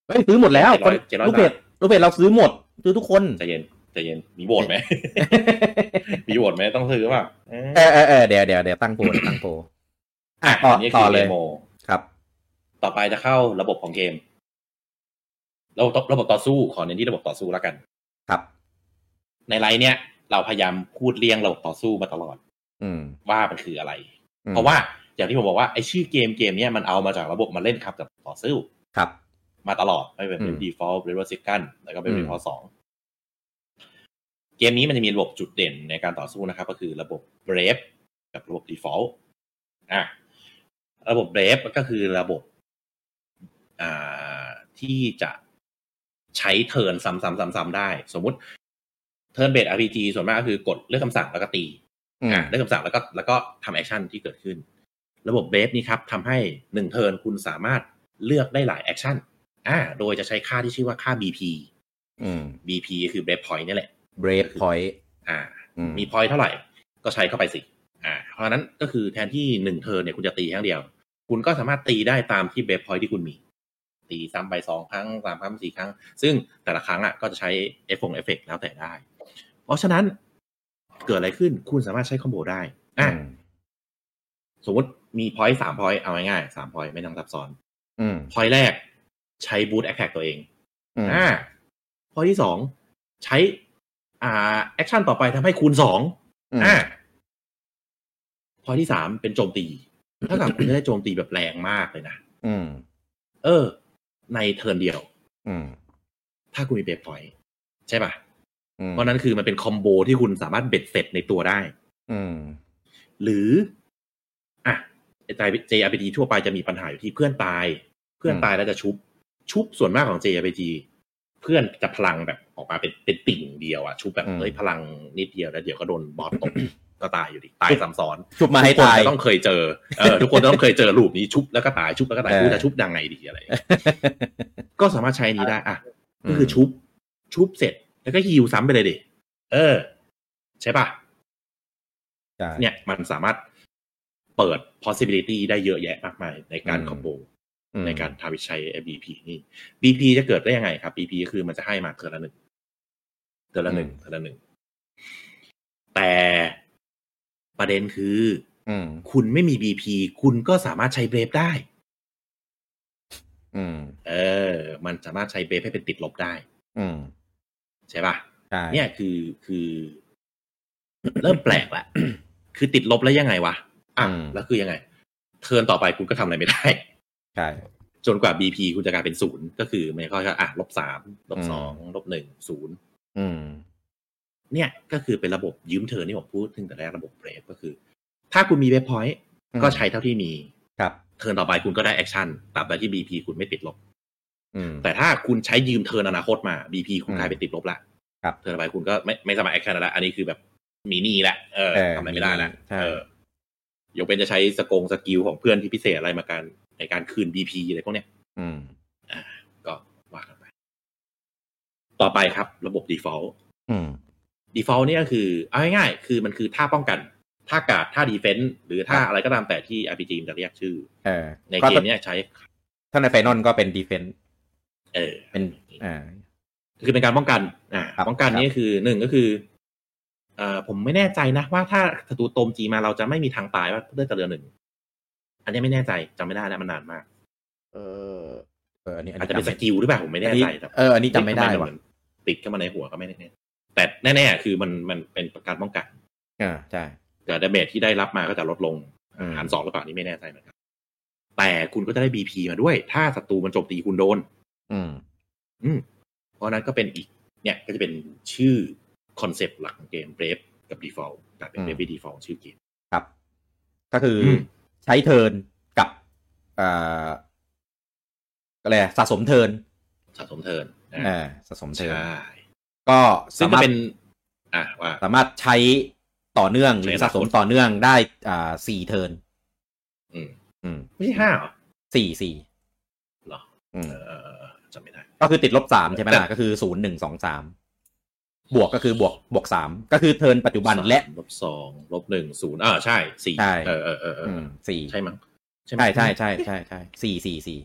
S14: เฮ้ยซื้อหมดแล้ว
S17: เจ็ดร้อยเจ็ดร้อย
S14: ลูกเพจ
S17: บาท
S14: ลูกเพจเราซื้อหมดซื้อทุกคน
S17: ใจเย็นใจเย็นมีโหวต ไหม มีโหวตไหมต้องซื้อป่ะเออ
S14: เออเออเออเดี๋ยวเดี๋ยวเดี๋ยวตั้งโพลเดี๋ยวตั้งโพลอ่ะต่อ
S17: นี่
S14: ต่
S17: คือ อเด
S14: เลย
S17: โม
S14: ครับ
S17: ต่อไปจะเข้าระบบของเกมระบบระบบต่อสู้ขอเน้นที่ระบบต่อสู้แล้วกัน
S14: ครับ
S17: ในไลน์เนี้ยเราพยายามพูดเรียงระบบต่อสู้มาตลอด
S14: อืม
S17: ว่ามันคืออะไร
S14: อืม
S17: เพราะว่าอย่างที่ผมบอกว่าไอชื่อเกมเกมเนี้ยมันเอามาจากระบบมาเล่นครับกับต่อสู้
S14: ครับ
S17: มาตลอดไม่ว่าเป็น
S14: อืม
S17: default r e v e r s e c o n d แล้วก็เป็น
S14: อืม
S17: default สองเกมนี้มันจะมีระบบจุดเด่นในการต่อสู้นะครับ ก็คือระบบ brave กับระบบ default อ่ะระบบ brave ก็คือระบบ อ่าที่จะใช้เทิร์นซ้ำๆๆๆได้ สมมุติเทิร์นเบส RPG ส่วนมากก็คือกดเลือกคำสั่งแล้วก็ตี
S14: อืม
S17: อ่ะได้คำสั่งแล้วก็แล้วก็ทำแอคชั่นที่เกิดขึ้น ระบบเบฟนี้ครับทำให้หนึ่งเทิร์นคุณสามารถเลือกได้หลายแอคชั่นอ่าโดยจะใช้ค่าที่ชื่อว่าค่า BP
S14: อืม
S17: BP คือ Brave Point นี่แหละ
S14: brave point
S17: อ่า
S14: อืม
S17: มี Point เท่าไหร่ ก็ใช้เข้าไปสิ อ่าเพราะฉะนั้นก็คือแทนที่หนึ่งเทิร์นเนี่ยคุณจะตีครั้งเดียว คุณก็สามารถตีได้ตามที่เบฟพอยที่คุณมี ตีซ้ำไปสองครั้งสามครั้งสี่ครั้ง ซึ่งแต่ละครั้งอ่ะก็จะใช้เอฟเฟงเอฟเฟกแล้วแต่ได้ เพราะฉะนั้นเกิดอะไรขึ้นคุณสามารถใช้คอมโบได้อ่ะสมมติมีพอยต์สามพอยต์เอาง่ายๆสามพอยต์ไม่ต้องซับซ้อนพอยต์แรก ใช้บูตแอคแท็กตัวเองอ่าพอยต์ที่สองใช้อ่าแอคชั่นต่อไปทำให้คูณสองอ่าพอยต์ที่สามเป็นโจมตีถ้ากับคุณจะได้โจมตีแบบแรงมากเลยนะ
S14: อืม
S17: เออ ในเทิร์นเดียว
S14: อืม
S17: ถ้าคุณมีเบรกพอยต์ใช่ป่ะเพราะนั้นคือมันเป็นคอมโบที่คุณสามารถเบ็ดเสร็จในตัวได้
S14: อืม
S17: หรือ อ่ะใจ JRPG ทั่วไปจะมีปัญหาอยู่ที่เพื่อนตาย เพื่อนตายแล้วจะชุบ ชุบส่วนมากของ JRPG เพื่อนจะพลังแบบออกมาเป็นเป็นติ่งเดียวอะชุบแบบเฮ้ยพลังนิดเดียวแล้วเดี๋ยวก็โดนบอสตกก็ตายอยู่ดิตายซ้ำซ้อน
S14: ชุบมาให้
S17: ทุกคน
S14: ตาย
S17: จะ ต้องเคยเจอเออทุกคนจะต้องเคยเจอรูปนี้ชุบแล้วก็ตายชุบแล้วก็ตาย
S14: เออ
S17: กูจะชุบยังไงดีอะไร ก็สามารถใช้อันนี้ได้อ่ะก็คือชุบ ชุบเสร็จแล้วก็ฮิวซ้ำไปเลยดิเออ ใช่ป่ะ เนี่ยมันสามารถเปิด possibility ได้เยอะแยะมากมายในการคอมโบ
S14: อืม
S17: ในการทำวิชัย BP นี่ BP จะเกิดได้ยังไงครับ BP ก็คือมันจะให้มาเทอร์ละหนึ่งเทอร์ละหนึ่งเทอร์ละหนึ่ง แต่ประเด็นคือ
S14: อืม
S17: คุณไม่มี BP คุณก็สามารถใช้เบรฟได้
S14: อืม
S17: เออ มันสามารถใช้เบรฟให้เป็นติดลบได้
S14: อืม
S17: ใช่ป่ะ
S14: ใช่
S17: เนี่ยคือคือ เริ่มแปลกละ คือติดลบแล้วยังไงวะ อ่ะ แล้วคือยังไง เทิร์นต่อไปคุณก็ทำอะไรไม่ได้
S14: ใช่
S17: จนกว่า BP คุณจะกลายเป็นศูนย์ก็คือมันก็จะอ่ะลบสามลบสองลบหนึ่งศูนย์
S14: อืม
S17: เนี่ยก็คือเป็นระบบยืมเทิร์นที่ผมพูดถึงแต่แรกระบบเบรฟก็คือ ถ้าคุณมีเวบพอยต์ก็ใช้เท่าที่มี
S14: ครับ
S17: เทิร์นต่อไปคุณก็ได้แอคชั่นตราบใดที่ BP คุณไม่ติดลบ
S14: อืม
S17: แต่ถ้าคุณใช้ยืมเทิร์นอนาคตมา BP คุณกลายเป็นติดลบละ
S14: ครับ
S17: เทิร์นต่อไปคุณก็ไม่ไม่สามารถแอคชั่นได้ละ อันนี้คือแบบมีหนี้ละเออ
S14: เออ
S17: ทำอะไรไม่ได้ละ
S14: มีหนี้ใช่
S17: เออยกเป็นจะใช้สกงสกิลของเพื่อนที่พิเศษอะไรมาการในการคืน BP อะไรพวกเนี้ย
S14: อืม
S17: ก็ว่ากันไป ต่อไปครับ ระบบ default
S14: อืม
S17: default เนี่ยก็คือ เอาง่ายๆคือมันคือท่าป้องกัน ท่ากาดท่า defense หรือท่าอะไรก็ตามแต่ที่ RPG มันจะเรียกชื่อ
S14: เออ
S17: ในเกมเนี่ยใช้
S14: ถ้าในไฟนอลก็เป็นดีเฟนต์
S17: เออ
S14: เป็นอ่า
S17: คือเป็นการป้องกัน อ่า ป้องกันนี่คือหนึ่งก็คือเอ่อผมไม่แน่ใจนะ ว่าถ้าศัตรูโตมจีมาเราจะไม่มีทางตายว่าเลือดจะเหลือหนึ่ง อันนี้ไม่แน่ใจจำไม่ได้แล้วมันนานมาก
S14: เออ เอออันนี้อัน
S17: อาจ
S14: นี้
S17: จะเป็นส
S14: จำไม่
S17: กิลหรือเปล่าผมไม่แน่ใจแต่
S14: เอออันนี้จำไม่ได้ว่ะ
S17: นติดเข้ามาในหัวก็ไม่แน่แต่แน่ๆคือมันมันเป็นการป้องกัน
S14: อ่าใช่
S17: แต่ดาเมจที่ได้รับมาก็จะลดลงหารสองหรือเปล่านี่ไม่แน่ใจเหมือนกันแต่คุณก็จะได้บีพีมาด้วย ถ้าศัตรูมันโจมตีคุณโดน
S14: อืม
S17: อืมเพราะฉะนั้นก็เป็นอีก เนี่ยก็จะเป็นชื่อคอนเซปต์หลักของเกม Brave กับ Default กลายเป็น
S14: อืม
S17: Brave with Default ชื่อเกม
S14: ครับ ก็คืออ
S17: ม
S14: ใช้เทิร์นกับอ่าอะไรอะสะสมเทิร์น
S17: สะสมเทิร์นนะ
S14: อ่าสะสมเทิร์น
S17: ใช่
S14: ก็
S17: ซึ่
S14: สาง
S17: ก็
S14: มารถ
S17: เป็น อ่ะว่า
S14: สามารถใช้ต่อเนื่องหรือ
S17: ใช้อนาคต
S14: สะสมต่อเนื่องได้อ่าสี่เทิร์น
S17: อืม
S14: อืม
S17: ไม่ใช่ห้าเหรอ
S14: สี่สี่
S17: เหรอ
S14: อืม
S17: เออจำไม่ได้
S14: ก็คือติดลบสามใช่ไหม
S17: แต่
S14: ล่ะก็คือศูนย์หนึ่งสองสามบวกก็คือบวกบวกสามก็คือเทิร์นปัจจุบันและ
S17: ลบสองลบหนึ่งศูนย์อ่าใช่สี่
S14: ใช่
S17: เออเออเออเออ
S14: อืมสี่
S17: ใช่มั้งใช่ไหม
S14: ใช่ใช่ใช่ใช่ใช่สี่สี่สี่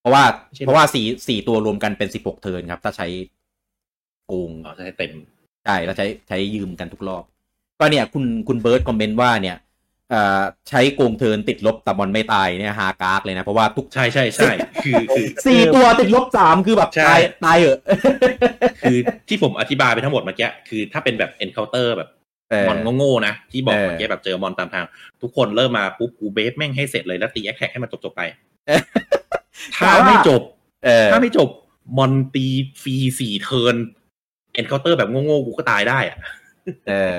S14: เพราะว่า
S17: ใช่
S14: เพราะว่าสี่สี่ตัวรวมกันเป็นสิบหกเทิร์นครับ ถ้าใช้โกง
S17: อ๋อใช่เต็ม
S14: ใช่แล้วใช้ใช้ยืมกันทุกรอบ ก็เนี่ยคุณคุณเบิร์ดคอมเมนต์ว่าเนี่ยเอ่อใช้โกงเทิร์นติดลบแต่บอลไม่ตายเนี่ยฮากากเลยนะ เพราะว่าทุก
S17: ใช่ใช่ใช่คือคือ
S14: สี่ตัวติดลบสามคือแบบตายตายเหอะ
S17: คือที่ผมอธิบายไปทั้งหมดเมื่อกี้คือถ้าเป็นแบบ encounter แบบ
S14: เออ
S17: มอนโง่ๆนะ ที่บอก
S14: เออ
S17: เมื่อกี้แบบเจอมอนตามทาง ทุกคนเริ่มมาปุ๊บกูเบฟแม่งให้เสร็จเลยแล้วตีแอคแท็กให้มันจบๆ ไป ถ้าไม่จบ
S14: เออ
S17: ถ้าไม่จบมอนตีฟรีสี่เทิร์น encounter แบบโง่ๆกูก็ตายได้อะ
S14: เออ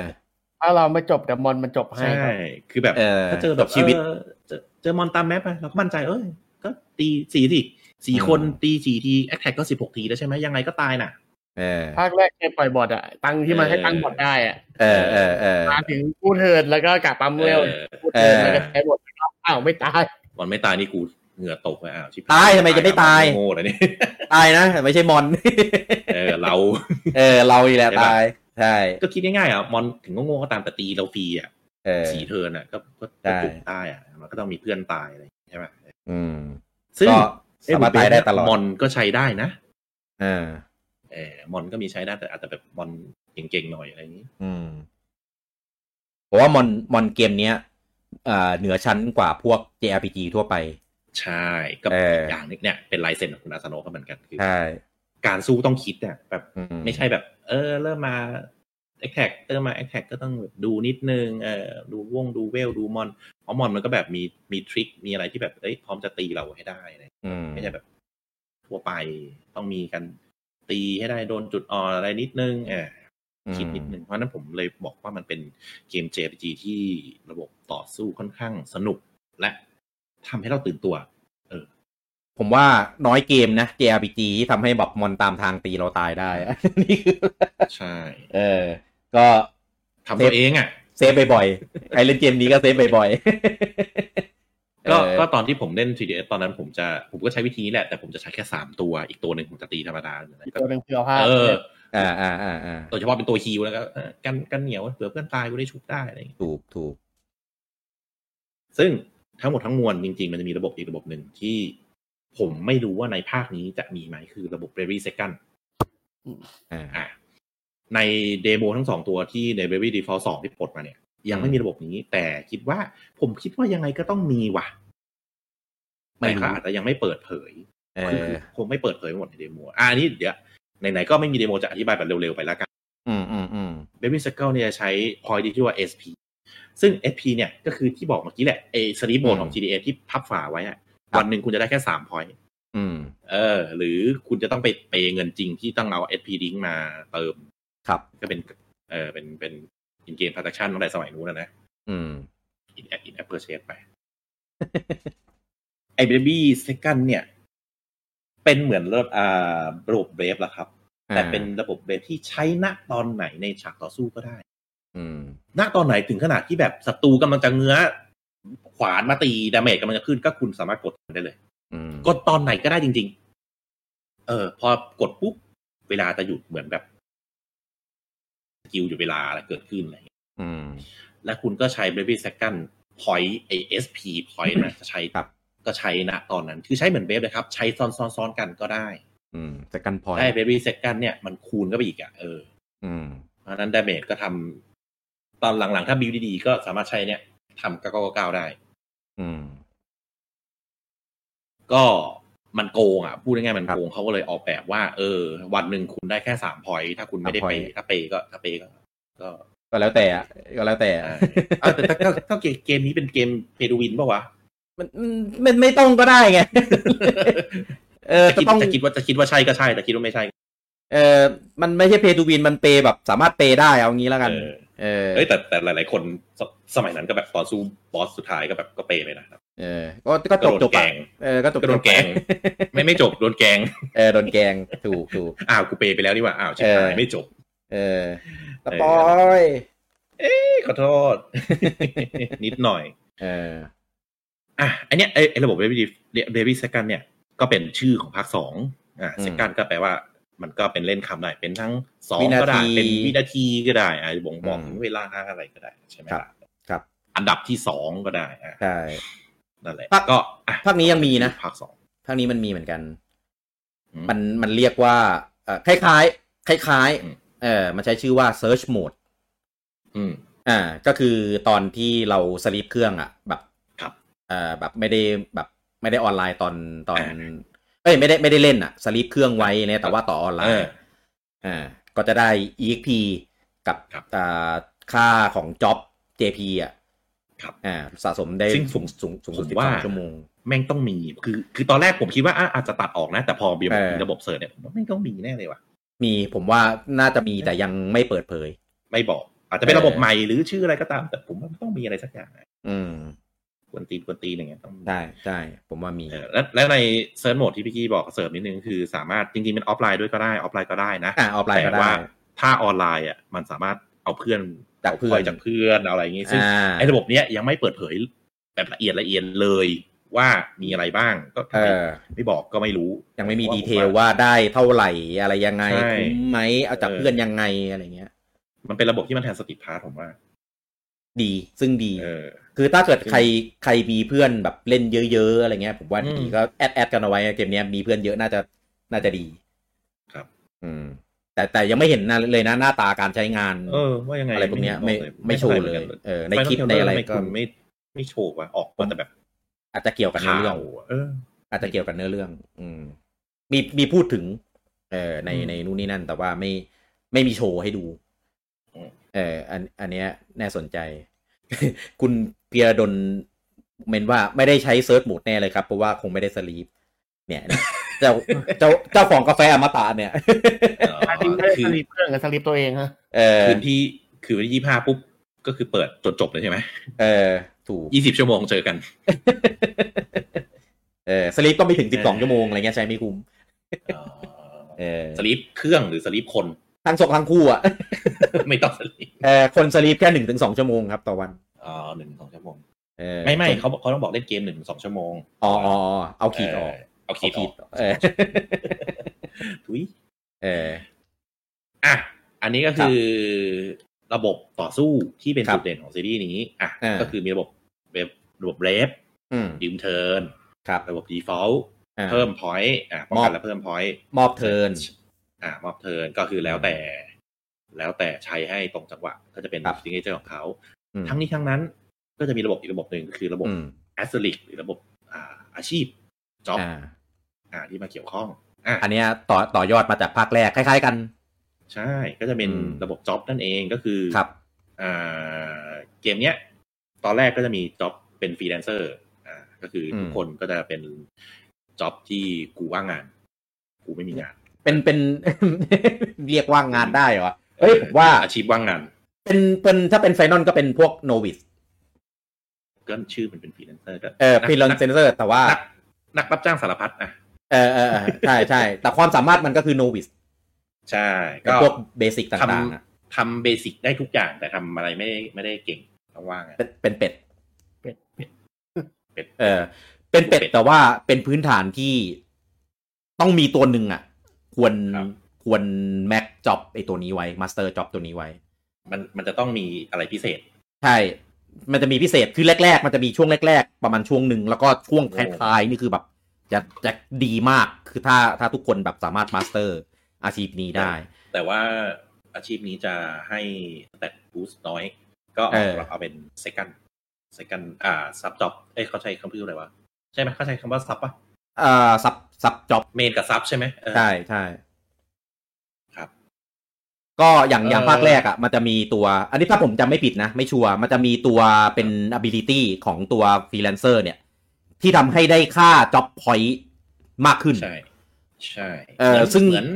S15: ถ้าเราไม่จบแต่มอนมันจบให้
S17: ใช่ คือแบบถ้าเจอแบบ
S14: ชีวิต
S17: เออเจอเจอมอนตามแมปไปเราก็มั่นใจเอ้ยก็ตีสี่สิสี่คนตีสี่ทีแอคแท็กก็สิบหกทีแล้วใช่ไหมยังไงก็ตายน่ะ
S14: เออ
S15: ภาคแรกเคยปล่อยบอทอะตังค์ที่มัน
S17: เออ
S15: ให้ตังค์บอทได้อะ
S14: เออเออเออ
S15: มาถึงพูดเถิดแล้วก็กลับปั๊มเวล
S17: เออ
S15: พูดเถิด
S14: เออ
S15: แล้วก็ใช้บอทครับอ้าวไม่ตาย
S17: มอนไม่ตายนี่กูเหงื่อตกเลยอ้าวชิบ
S14: ตายทำไมจะไม่ตาย
S17: โง่เลยเนี่ย
S14: ตายนะ ไม่ใช่มอน
S17: เออเรา
S14: เออ เราอีกแหละ
S17: ใช่ปะ
S14: ตาย ใช่
S17: ก็คิดง่ายๆอ่ะมอนถึงโง่ๆก็ตามแต่ตีเราฟรีอ่ะ
S14: เออ
S17: สีเทิร์นอ่ะ ก็ก็
S14: ได้
S17: ปลุกได้อ่ะมันก็ต้องมีเพื่อนตายอะไรอย่างเงี้ยใช่ไหม
S14: อืม
S17: ซึ่ง
S14: ก็สามารถตายได้ตลอด
S17: มอนก็ใช้ได้นะ
S14: อ่า
S17: เออมอนก็มีใช้ได้แต่อาจจะแบบมอนเก่งๆหน่อยอะไรอย่างนี้
S14: อืมผมว่ามอนมอนเกมเนี้ยอ่าเหนือชั้นกว่าพวก JRPG ทั่วไป
S17: ใช่ก็อย่างหนึงเนี่ยเป็นลายเซ็นของคุณอาสโนะก็เหมือนกันคือ
S14: ใช่
S17: การสู้ต้องคิดเนี่ยแบบ
S14: อืม
S17: ไม่ใช่แบบ เออ เริ่มมาแอคแท็กเริ่มมาแอคแท็กก็ต้องแบบดูนิดนึงเออดูวงดูเวลดูมอนเพราะมอนมันก็แบบมีมีทริคมีอะไรที่แบบเอ้ยพร้อมจะตีเราให้ได้อะไร
S14: อืม
S17: ไม่ใช่แบบ ทั่วไปต้องมีกันตีให้ได้โดนจุดอ่อนอะไรนิดนึงเออคิดนิดนึงเพราะฉะนั้นผมเลยบอกว่ามันเป็นเกม JRPG ที่ระบบต่อสู้ค่อนข้างสนุกและทำให้เราตื่นตัว
S14: ผมว่าน้อยเกมนะ JRPG ที่ทำให้แบบมอนตามทางตีเราตาย ได้ นี่คือ
S17: ใช่
S14: เออ ก็
S17: ทำตัวเองอะ
S14: เซฟบ่อยๆใครเล่นเกมนี้ก็เซฟบ่อยๆ
S17: ก็
S14: เออ
S17: ก็ตอนที่ผมเล่น 3DS ตอนนั้นผมจะผมก็ใช้วิธีนี้แหละ แต่ผมจะใช้แค่สามตัว อีกตัวหนึ่งผมจะตีธรรมดาเลยนะ
S15: อีกตัวหนึ่งคือเอาผ้า
S17: เออ
S14: อ่าอ่าอ่าอ่า
S17: โดยเฉพาะเป็นตัวฮิวแล้วก็เออกันกันเหนียวเผื่อเพื่อนตายกูได้ชุบได้อะไรอย่างเงี้ย
S14: ถูกถูก
S17: ซึ่งทั้งหมดทั้งมวลจริง ๆ มันจะมีระบบอีกระบบหนึ่งที่ผมไม่รู้ว่าในภาคนี้จะมีไหมคือระบบ b r a v y Second
S14: อ่า
S17: อ่ะในเดโมทั้งสองตัวที่ใน b r a v y Default 2 ที่ปลดมาเนี่ย ยังไม่มีระบบนี้ แต่คิดว่าผมคิดว่ายังไงก็ต้องมีว่ะ
S14: ไม่
S17: แต่
S14: รู้
S17: เขาอาจจะยังไม่เปิดเผย
S14: เอ
S17: คือ
S14: อ
S17: คงไม่เปิดเผยหมดในเดโมอ่านี่เดี๋ยวไหนๆก็ไม่มีเดโมจะอธิบายแบบเร็วๆไปแล้วกัน
S14: อืมอืมอืม
S17: Baby Circle เนี่ยใช้ point ที่ชื่อว่า SP ซึ่ง SP เนี่ยก็คือที่บอกเมื่อกี้แหละไอ้สลีปโบนของ GDA ที่พับฝาไว้อะวันหนึ่งคุณจะได้แค่สาม point
S14: อืม
S17: เออ หรือคุณจะต้องไปเปย์เงินจริงที่ต้องเอา SP link มาเติม
S14: ครับ
S17: ก็เป็นเออเป็นเป็นอินเกมทรานซัคชันตั้งแต่สมัยนู้นแล้วนะ
S14: อืม
S17: อินแอปอินแอปเปอร์เชไป ไอ้เบบี้เซคันเนี่ย เป็นเหมือนระบบอ่าระบบเบฟละครับ
S14: อ่า
S17: แต่เป็นระบบเบฟที่ใช้ณตอนไหนในฉากต่อสู้ก็ได้
S14: อืม
S17: ณตอนไหนถึงขนาดที่แบบศัตรูกำลังจะเงื้อ ขวานมาตีดาเมจกำลังจะขึ้นก็คุณสามารถกดได้เลย
S14: อืม
S17: กดตอนไหนก็ได้จริง ๆ เออ พอกดปุ๊บ เวลาจะหยุดเหมือนแบบสกิลหยุดเวลาอะไรเกิดขึ้นอะไรอย่างเงี้ย
S14: อืม
S17: และคุณก็ใช้ Baby Second Point ไอ SP Point นะจะใช้ก็ใช้นะตอนนั้น คือใช้เหมือนเบฟเลยครับ ใช้ซ้อนซ้อนซ้อนกันก็ได้
S14: อืมแต่กันพอย
S17: ได้ Baby Second เนี่ยมันคูณก็ไปอีกอะ่ะเออ
S14: อืม
S17: เพราะฉะนั้นดาเมจก็ทำตอนหลังๆ ถ้าบิวดีๆ ก็สามารถใช้เนี่ยทำก้าวก้าได้
S14: อืม
S17: ก็มันโกงอ่ะ พูดง่ายๆมันโกงเขาก็เลยออกแบบว่า เออ วันหนึ่งคุณได้แค่สามพอยถ้าคุณไม่ได้
S14: สาม
S17: เป
S14: point
S17: ย์ถ้าเปย์ก็ถ้าเปย์ก็ก็
S14: ก็แล้วแต่อะก็แล้วแต่อะ
S17: เอาแต่ถ้าถ้าถ้าเกมนี้เป็นเกมเพดูวินปะวะ
S14: มันมันไม่ต้องก็ได้ ไง เออ
S17: จะคิด
S14: จะต้อง
S17: จะคิดว่าจะคิดว่าใช่ก็ใช่ แต่คิดว่าไม่ใช่
S14: เออมันไม่ใช่เพย์ทูวินมันเปย์แบบสามารถเปย์ได้เอางี้แล้วกัน เออ
S17: เอ้ยแต่แต่หลายๆคนสสมัยนั้นก็แบบตอนสู้บอสสุดท้ายก็แบบก็เปไปนะครับ
S14: เออ ก็ก็จ
S17: ก็
S14: บ
S17: โดน
S14: จบ
S17: แก
S14: อะ
S17: ง
S14: เออ ก็จบ
S17: ก็โดนแกง
S14: จบไป
S17: ไม่ไม่จบโดนแกง
S14: เออ โดนแกง ถูกถูก
S17: อ้าวกูเปไปแล้วนี่หว่าอ้าวชิบหาย
S14: เออ
S17: ไม่จบ
S14: เออส
S17: เออ
S14: ปอย
S17: เอ้ยขอโทษ นิดหน่อย
S14: เออ
S17: อ่ะอันเนี้ยไอ้ไอ้ระบบ baby baby second เนี่ย ก็เป็นชื่อของภาคสองอ่า
S14: อืม
S17: second ก็แปลว่า มันก็เป็นเล่นคำได้เป็นทั้งสอง
S14: วินาที
S17: ก็ได้เป็นวินาทีก็ได้อ่าบ่งบอกถึงเวลาอะไรก็ได้ใช่ไหม
S14: ครับ ครับ
S17: อันดับที่สองก็ได้อ่า
S14: ใช่
S17: นั่นแหละ
S14: ภาค
S17: ก็อ่ะ
S14: ภาคนี้ยังมีนะ
S17: ภาคสอง
S14: ภาคนี้มันมีเหมือนกัน
S17: อืม
S14: มันมันเรียกว่าเออคล้ายๆคล้ายๆเออมันใช้ชื่อว่า Search Mode
S17: อืม
S14: อ่าก็คือตอนที่เราสลีปเครื่องอ่ะ แบบ
S17: ครับ
S14: เอ่อแบบไม่ได้แบบไม่ได้ออนไลน์ตอนตอน เอ้ยไม่ได้ไม่ได้เล่นอ่ะสลีปเครื่องไว้เนี่ยแต่ว่าต่อออนไลน์อ่าก็จะได้ exp กับ
S17: ครับ
S14: อ่าค่าของจ็อบ jp อ่ะ
S17: ครับ
S14: อ่าสะสมได้
S17: ซึ่ง
S14: สูงสูงสูงสุด
S17: ผม
S14: สิบส
S17: ว่า
S14: องชั่วโมง
S17: แม่งต้องมีคือคือตอนแรกผมคิดว่าอ่ะอาจจะตัดออกนะ แต่พอเบียร์บอก
S14: เออ
S17: มีระบบเสิร์ชเนี่ยผมว่าแม่งต้องมีแน่เลยว่ะ
S14: มีผมว่าน่าจะมีแต่ยังไม่เปิดเผย
S17: ไม่บอก อาจจะเป็น
S14: เออ
S17: ระบบใหม่หรือชื่ออะไรก็ตาม แต่ผมว่ามันต้องมีอะไรสักอย่างนะ
S14: อืม
S17: กวนตีนกวนตีนอย่างเงี้ยต้องมี
S14: ใช่ใช่ผมว่ามี
S17: เออและและในเซิร์ชโหมดที่พี่กี้บอกเสริมนิดนึงคือสามารถจริงๆมันออฟไลน์ด้วยก็ได้ออฟไลน์ก็ได้นะ
S14: อ่าออฟไลน์ก็
S17: แต่
S14: ได้
S17: ว่าถ้าออนไลน์อ่ะมันสามารถเอาเพื่อน
S14: จาก
S17: า
S14: เพื่อน
S17: ข้ยจากเพื่อนเอาอะไรอย่างงี้ซึ่ง
S14: อ่า
S17: ไอ้ระบบเนี้ยยังไม่เปิดเผยแบบละเอียดละเอียดเลยว่ามีอะไรบ้างก็
S14: เอ
S17: ไม่
S14: อ
S17: ไม่บอกก็ไม่รู้
S14: ยังไม่มีดีเทลว่าได้เท่าไหร่อะไรยังไง
S17: ใช่
S14: คุ้มไหมเอาจากเพื่อนยังไงอะไรเงี้ย
S17: มันเป็นระบบที่มันแทนสติพาร์ทผมว่า
S14: ดีซึ่งดี คือถ้าเกิดใครใครมีเพื่อนแบบเล่นเยอะๆอะไรเงี้ย ผมว่า
S17: อืม
S14: ดีก็แอดแอดกันเอาไว้เกมเนี้ยมีเพื่อนเยอะน่าจะน่าจะดี
S17: ครับ
S14: อืม แต่แต่ยังไม่เห็นนะเลยนะหน้าตาการใช้งาน
S17: เออว่ายังไง
S14: ไรพวกเนี้ยไม่
S17: บอก
S14: ไม่โชว์เลย
S17: ไม่ท่าไหกั
S14: เออ ใน
S17: ม่
S14: คลิป
S17: ท่า
S14: ในอะไร
S17: ทำม
S14: ก็
S17: คุณไม่ไม่โชว์ว่าออกมาแต่แบบ
S14: อาจจะเกี่ยวกับเนื้อเรื่อง
S17: ข่าวอะเออ
S14: อาจจะเกี่ยวกับเนื้อเรื่อง อืม มีมีพูดถึง เออใน
S17: อืม
S14: ในนู่นนี่นั่น แต่ว่าไม่ไม่มีโชว์ให้ดู เอออันอันเนี้ยน่าสนใจ คุณเปียดนเมนว่าไม่ได้ใช้เซิร์ชโหมดแน่เลยครับ เพราะว่าคงไม่ได้สลีปเนี่ย เจ้าเจ้าเจ้าของกาแฟอมตะเนี่ย
S15: อันนี้ไม่ได้สลิปเครื่องกับสลิปตัวเองฮะ
S14: เออ
S17: คืนที่คือวันที่ยี่ห้าปุ๊บ ก็คือเปิดจนจบเลยใช่ไหม
S14: เออ ถูก
S17: ยี่สิบชั่วโมงเจอกัน
S14: เออสลีปก็ไม่ถึงสิบสองชั่วโมงอะไรเงี้ยใช้ไม่คุ้มเออ
S17: สลีปเครื่องหรือสลีปคน
S14: ทั้งสองทั้งคู่อ่ะ
S17: ไม่ต้องสลีป
S14: เออคนสลีปแค่หนึ่งถึงสองชั่วโมงครับ ต่อวัน
S17: อ๋อหนึ่งสองชั่วโมง
S14: เออ
S17: ไม่ไม่เขาบอกเขาต้องบอกเล่นเกมหนึ่งสองชั่วโมง
S14: อ๋ออ๋ออ๋อเอาขีดออก
S17: เอาขีด ออก
S14: เออ
S17: ทุย
S14: เออ
S17: อ่ะ อันนี้ก็คือระบบต่อสู้ที่เป็นจุดเด่นของซีรีส์นี้อ่ะ
S14: อ่า
S17: ก็คือมีระบบเว็บระบบเรฟ
S14: อืม
S17: ยืมเทิร์น
S14: ครับ
S17: บบ default
S14: อ่า
S17: เพิ่ม point อ่ะป้อง
S14: ม
S17: กั
S14: อบ
S17: นและเพิ่ม point
S14: มอบเทิร์น
S17: อ่ะมอบเทิร์นก็คือแล้วแต่ แล้วแต่ใช้ให้ตรงจังหวะ ก็จะเป็น
S14: ครับ
S17: ซิงเกิลของเขา
S14: อืม
S17: ทั้งนี้ทั้งนั้นก็จะมีระบบอีกระบบหนึ่งก็คือระบบ
S14: อืม
S17: แอสลิกหรือระบบอ่าอาชีพจ็อบ
S14: อ่า
S17: อ่าที่มาเกี่ยวข้อง
S14: อันเนี้ยต่อต่อยอดมาจากภาคแรกคล้ายๆกัน
S17: ใช่ ก็จะเป็น
S14: อืม
S17: ระบบจ็อบนั่นเองก็คือ
S14: ครับ
S17: อ่าเกมเนี้ย ตอนแรกก็จะมีจ็อบเป็นฟรีแลนเซอร์อ่าก็คืออ
S14: ม
S17: ทุกคนก็จะเป็นจ็อบที่กูว่างงาน กูไม่มีงาน
S14: เป็นเป็น เรียกว่างงานได้เหรอเฮ้ยผมว่า
S17: อาชีพว่างงาน
S14: เป็นเป็นถ้าเป็นไฟนอลก็เป็นพวกโนวิส
S17: ก็ชื่อมันเป็นฟรีแลนเซอร์ก็
S14: เออ
S17: นัก
S14: พีลอน
S17: นัก
S14: เซนเซอร์ แต่ว่า
S17: นักรับจ้างสารพัดนะ
S14: เออเออเออใช่ใช่แต่ความสามารถมันก็คือโนวิส
S17: ใช่
S14: เป็นพวกเบสิก
S17: ท
S14: ต่างๆอะ
S17: ำทำเบสิกได้ทุกอย่าง แต่ทำอะไรไม่ได้ไม่ได้เก่งต้องว่างงาน
S14: เป็นเป็นเป็ด
S15: เป็ดเป็ด
S14: เออ เป็นเป็ดแต่ว่าเป็นพื้นฐานที่ต้องมีตัวหนึ่งอ่ะ ควรควรแม็กจ็อบไอตัวนี้ไว้มาสเตอร์จ็อบตัวนี้ไว้
S17: มันมันจะต้องมีอะไรพิเศษ
S14: ใช่ มันจะมีพิเศษ คือแรก ๆ มันจะมีช่วงแรก ๆ ประมาณช่วงหนึ่ง แล้วก็ช่วงท้ายๆนี่คือแบบ จะจะดีมาก คือถ้าถ้าทุกคนแบบสามารถมาสเตอร์อาชีพนี้ได้
S17: แต่ว่าอาชีพนี้จะให้แตทบูสต์น้อย ก็
S14: เอ
S17: เอา
S14: อ
S17: เอาเป็น second second อ่า sub job เอ้ยเขาใช้คำพูดอะไรวะ ใช่ไหมเขาใช้คำว่า sub ป่ะ
S14: เอ่อซับซับจ็อบ
S17: main กับ sub ใช่ไหมเออ
S14: ใช่ใช่
S17: ครับ
S14: ก็อย่างอย่าง
S17: เอ่อ
S14: ภาคแรกอ่ะ มันจะมีตัว อันนี้ถ้าผมจำไม่ผิดนะ ไม่ชัวร์มันจะมีตัวเป็น ability ของตัวฟรีแลนเซอร์เนี่ย ที่ทำให้ได้ค่า job point มากขึ้น
S17: ใช่ ใช่
S14: เอ
S17: ห
S14: อ
S17: มืน
S14: ซึ่ง
S17: เหมือน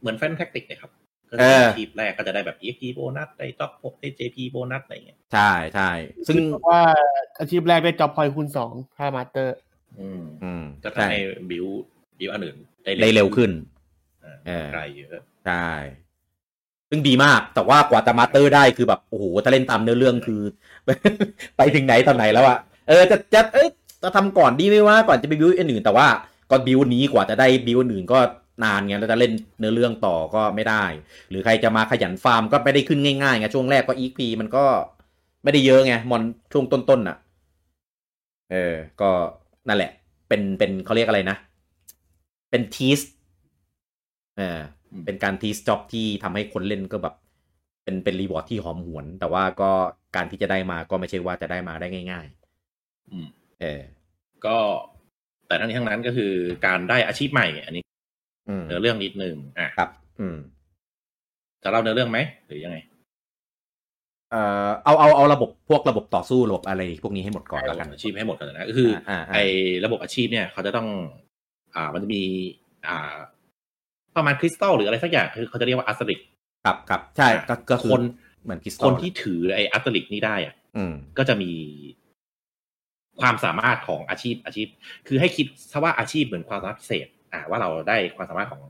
S17: เหมือนแฟนแท็กติกเลยครับ ก็
S14: เอ
S17: คือ ออาชีพแรกก็จะได้แบบ EFP โบนัสได้ top 6ได้ JP โบนัสอะไรอย่างเงี้ย
S14: ใช่ใช่ ซึ่ง
S15: เพราะว่าอาชีพแรกได้จ็อบพอยคูณสองค่ามาสเตอร์
S17: อืม
S14: อืม
S17: ก็
S14: ใช่
S17: ทำให้บิวบิวอันอื่นได้
S14: ได้เร็วขึ้น
S17: เออไกลเยอะ
S14: ใช่ ซึ่งดีมาก แต่ว่ากว่าจะมาสเตอร์ได้คือแบบ โอ้โห ถ้าเล่นตามเนื้อเรื่อง คือ ไปถึงไหนตอนไหนแล้วอะเออ จะจะเอ้ยจะทำก่อนดีไหมว่าก่อนจะไปบิวอันอื่น แต่ว่าก่อนบิวนี้กว่าจะได้บิวอันอื่นก็นานไงแล้วจะเล่นเนื้อเรื่องต่อก็ไม่ได้ หรือใครจะมาขยันฟาร์มก็ไม่ได้ขึ้นง่ายๆไงช่วงแรกก็อีพีมันก็ไม่ได้เยอะไงมอนช่วงต้นๆน่ะ เออ ก็นั่นแหละ เป็นเป็นเขาเรียกอะไรนะ เป็นทีส เออเป็นการทีสจ็อบที่ทำให้คนเล่นก็แบบ เป็นเป็นรีวอร์ดที่หอมหวน แต่ว่าก็การที่จะได้มาก็ไม่ใช่ว่าจะได้มาได้ง่ายๆ
S17: อืม
S14: เออ
S17: ก็แต่ทั้งนี้ทั้งนั้นก็คือการได้อาชีพใหม่ อันนี้
S14: อืม
S17: เนื้อเรื่องนิดนึงอ่ะ
S14: ครับ อืม
S17: จะเล่าเนื้อเรื่องไหมหรือยังไง
S14: เอ่อเอาเอาเอาระบบพวกระบบต่อสู้ระบบอะไร พวกนี้ให้หมดก่อนแล้วกัน
S17: อาชีพให้หมดก่อนนะก็คืออา
S14: อ่า
S17: ไอ้ระบบอาชีพเนี่ย เขาจะต้อง อ่ามันจะมี อ่า ประมาณคริสตัลหรืออะไรสักอย่างคือเขาจะเรียกว่าอัสริก
S14: ครับครับใช่ก็ก็อ
S17: คน
S14: เหมือนคริสตัล
S17: คนที่ถือไอ้อัสริกนี้ได้อ่ะ
S14: อืม
S17: ก็จะมีความสามารถของอาชีพอาชีพ คือให้คิดซะว่าอาชีพเหมือนความสามารถพิเศษ อ่า ว่าเราได้ความสามารถของ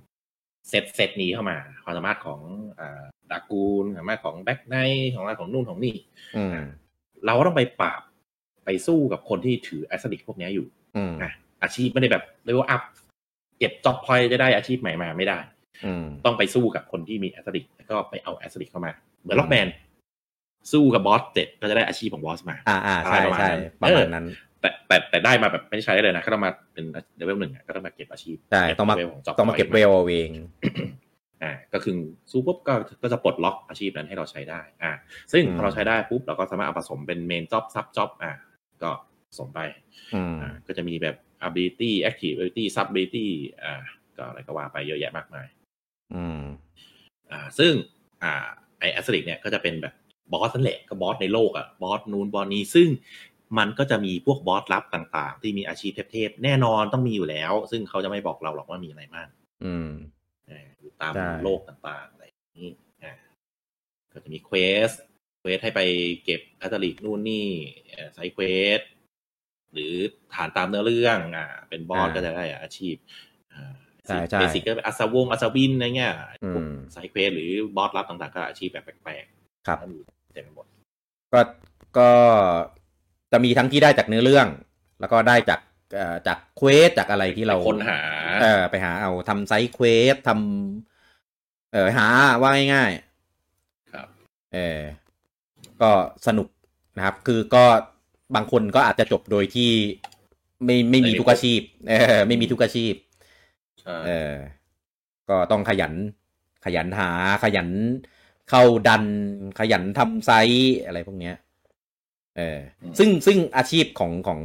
S17: เซตเซตนี้เข้ามา ความสามารถของอ่าดากูลความสามารถของแบ็กไนของอะไรของนู่นของนี่
S14: อืม
S17: เราก็ต้องไปปราบไปสู้กับคนที่ถือแอสซิลิกพวกเนี้ยอยู่
S14: อืม
S17: อ่ะอาชีพไม่ได้แบบเรียกว่าอัพเก็บจ็อบพอยจะได้อาชีพใหม่มาไม่ได้
S14: อืม
S17: ต้องไปสู้กับคนที่มีแอสซิลิกแล้วก็ไปเอาแอสซิลิกเข้ามา เหมือนล็อกแมน สู้กับบอสเสร็จก็จะได้อาชีพของบอสมา
S14: อ่าอ่าใช่ใช่ประมาณนั้น
S17: แต่แต่แต่ได้มาแบบไม่ได้ใช้เลยนะ ก็ต้องมาเป็นเลเวลหนึ่งอะก็ต้องมาเก็บอาชีพ
S14: ใช่
S17: เก็บ
S14: ต้องมา
S17: เลเวลของจ็บ
S14: ต้องมาเก็บเวลเอาเอง
S17: อ่าก็คือสู้ปุ๊บก็ก็จะปลดล็อกอาชีพนั้นให้เราใช้ได้ อ่า ซึ่งพอเราใช้ได้ปุ๊บเราก็สามารถเอาผสมเป็นเมนจ็อบซับจ็อบอ่าก็ผสมไป
S14: อืม
S17: อ่าก็จะมีแบบ ability active ability sub ability อ่าก็อะไรก็ว่าไปเยอะแยะมากมาย
S14: อืม
S17: อ่าซึ่งอ่าไอแอสริกเนี่ยก็จะเป็นแบบบอสนั่นแหละก็บอสในโลกอะ่ะบอสนู้นบอสนี้ซึ่งมันก็จะมีพวกบอสลับต่างๆ ที่มีอาชีพเทพๆแน่นอนต้องมีอยู่แล้ว ซึ่งเขาจะไม่บอกเราหรอกว่ามีอะไรบ้าง
S14: อืม
S17: อ่าอยู่ตาม
S14: ใช่
S17: โลกต่างๆอะไรอย่างนี้อ่าก็จะมีเควสเควสให้ไปเก็บแอสริกนู่นนี่เอ่อไซด์เควสหรือฐานตามเนื้อเรื่องอ่าเป็นบอสก็จะได้อาชีพ
S14: ใช่ใช่
S17: เบสิกก็เป็นอาซาวงอาซาวินอะไรเงี้ย
S14: อืม
S17: ไซเควสหรือบอสลับต่างๆ ก็อาชีพแบบแปลกๆ
S14: ครับ
S17: ก็มีเต็มไปหมด
S14: ก็ก็จะมีทั้งที่ได้จากเนื้อเรื่อง แล้วก็ได้จากเอ่อจากเควสจากอะไรที่เรา
S17: ไปค้นหา
S14: เออไปหาเอาทำไซต์เควสทำเออหาว่าง่าย
S17: ๆครับ
S14: เออก็สนุกนะครับ คือก็บางคนก็อาจจะจบโดยที่ไม่ไม่มีทุกอาชีพเออไม่มีทุกอาชีพ เออ ก็ต้องขยัน ขยันหา ขยันเข้าดัน ขยันทำไซส์อะไรพวกเนี้ย เออ ซึ่งซึ่งอาชีพของของ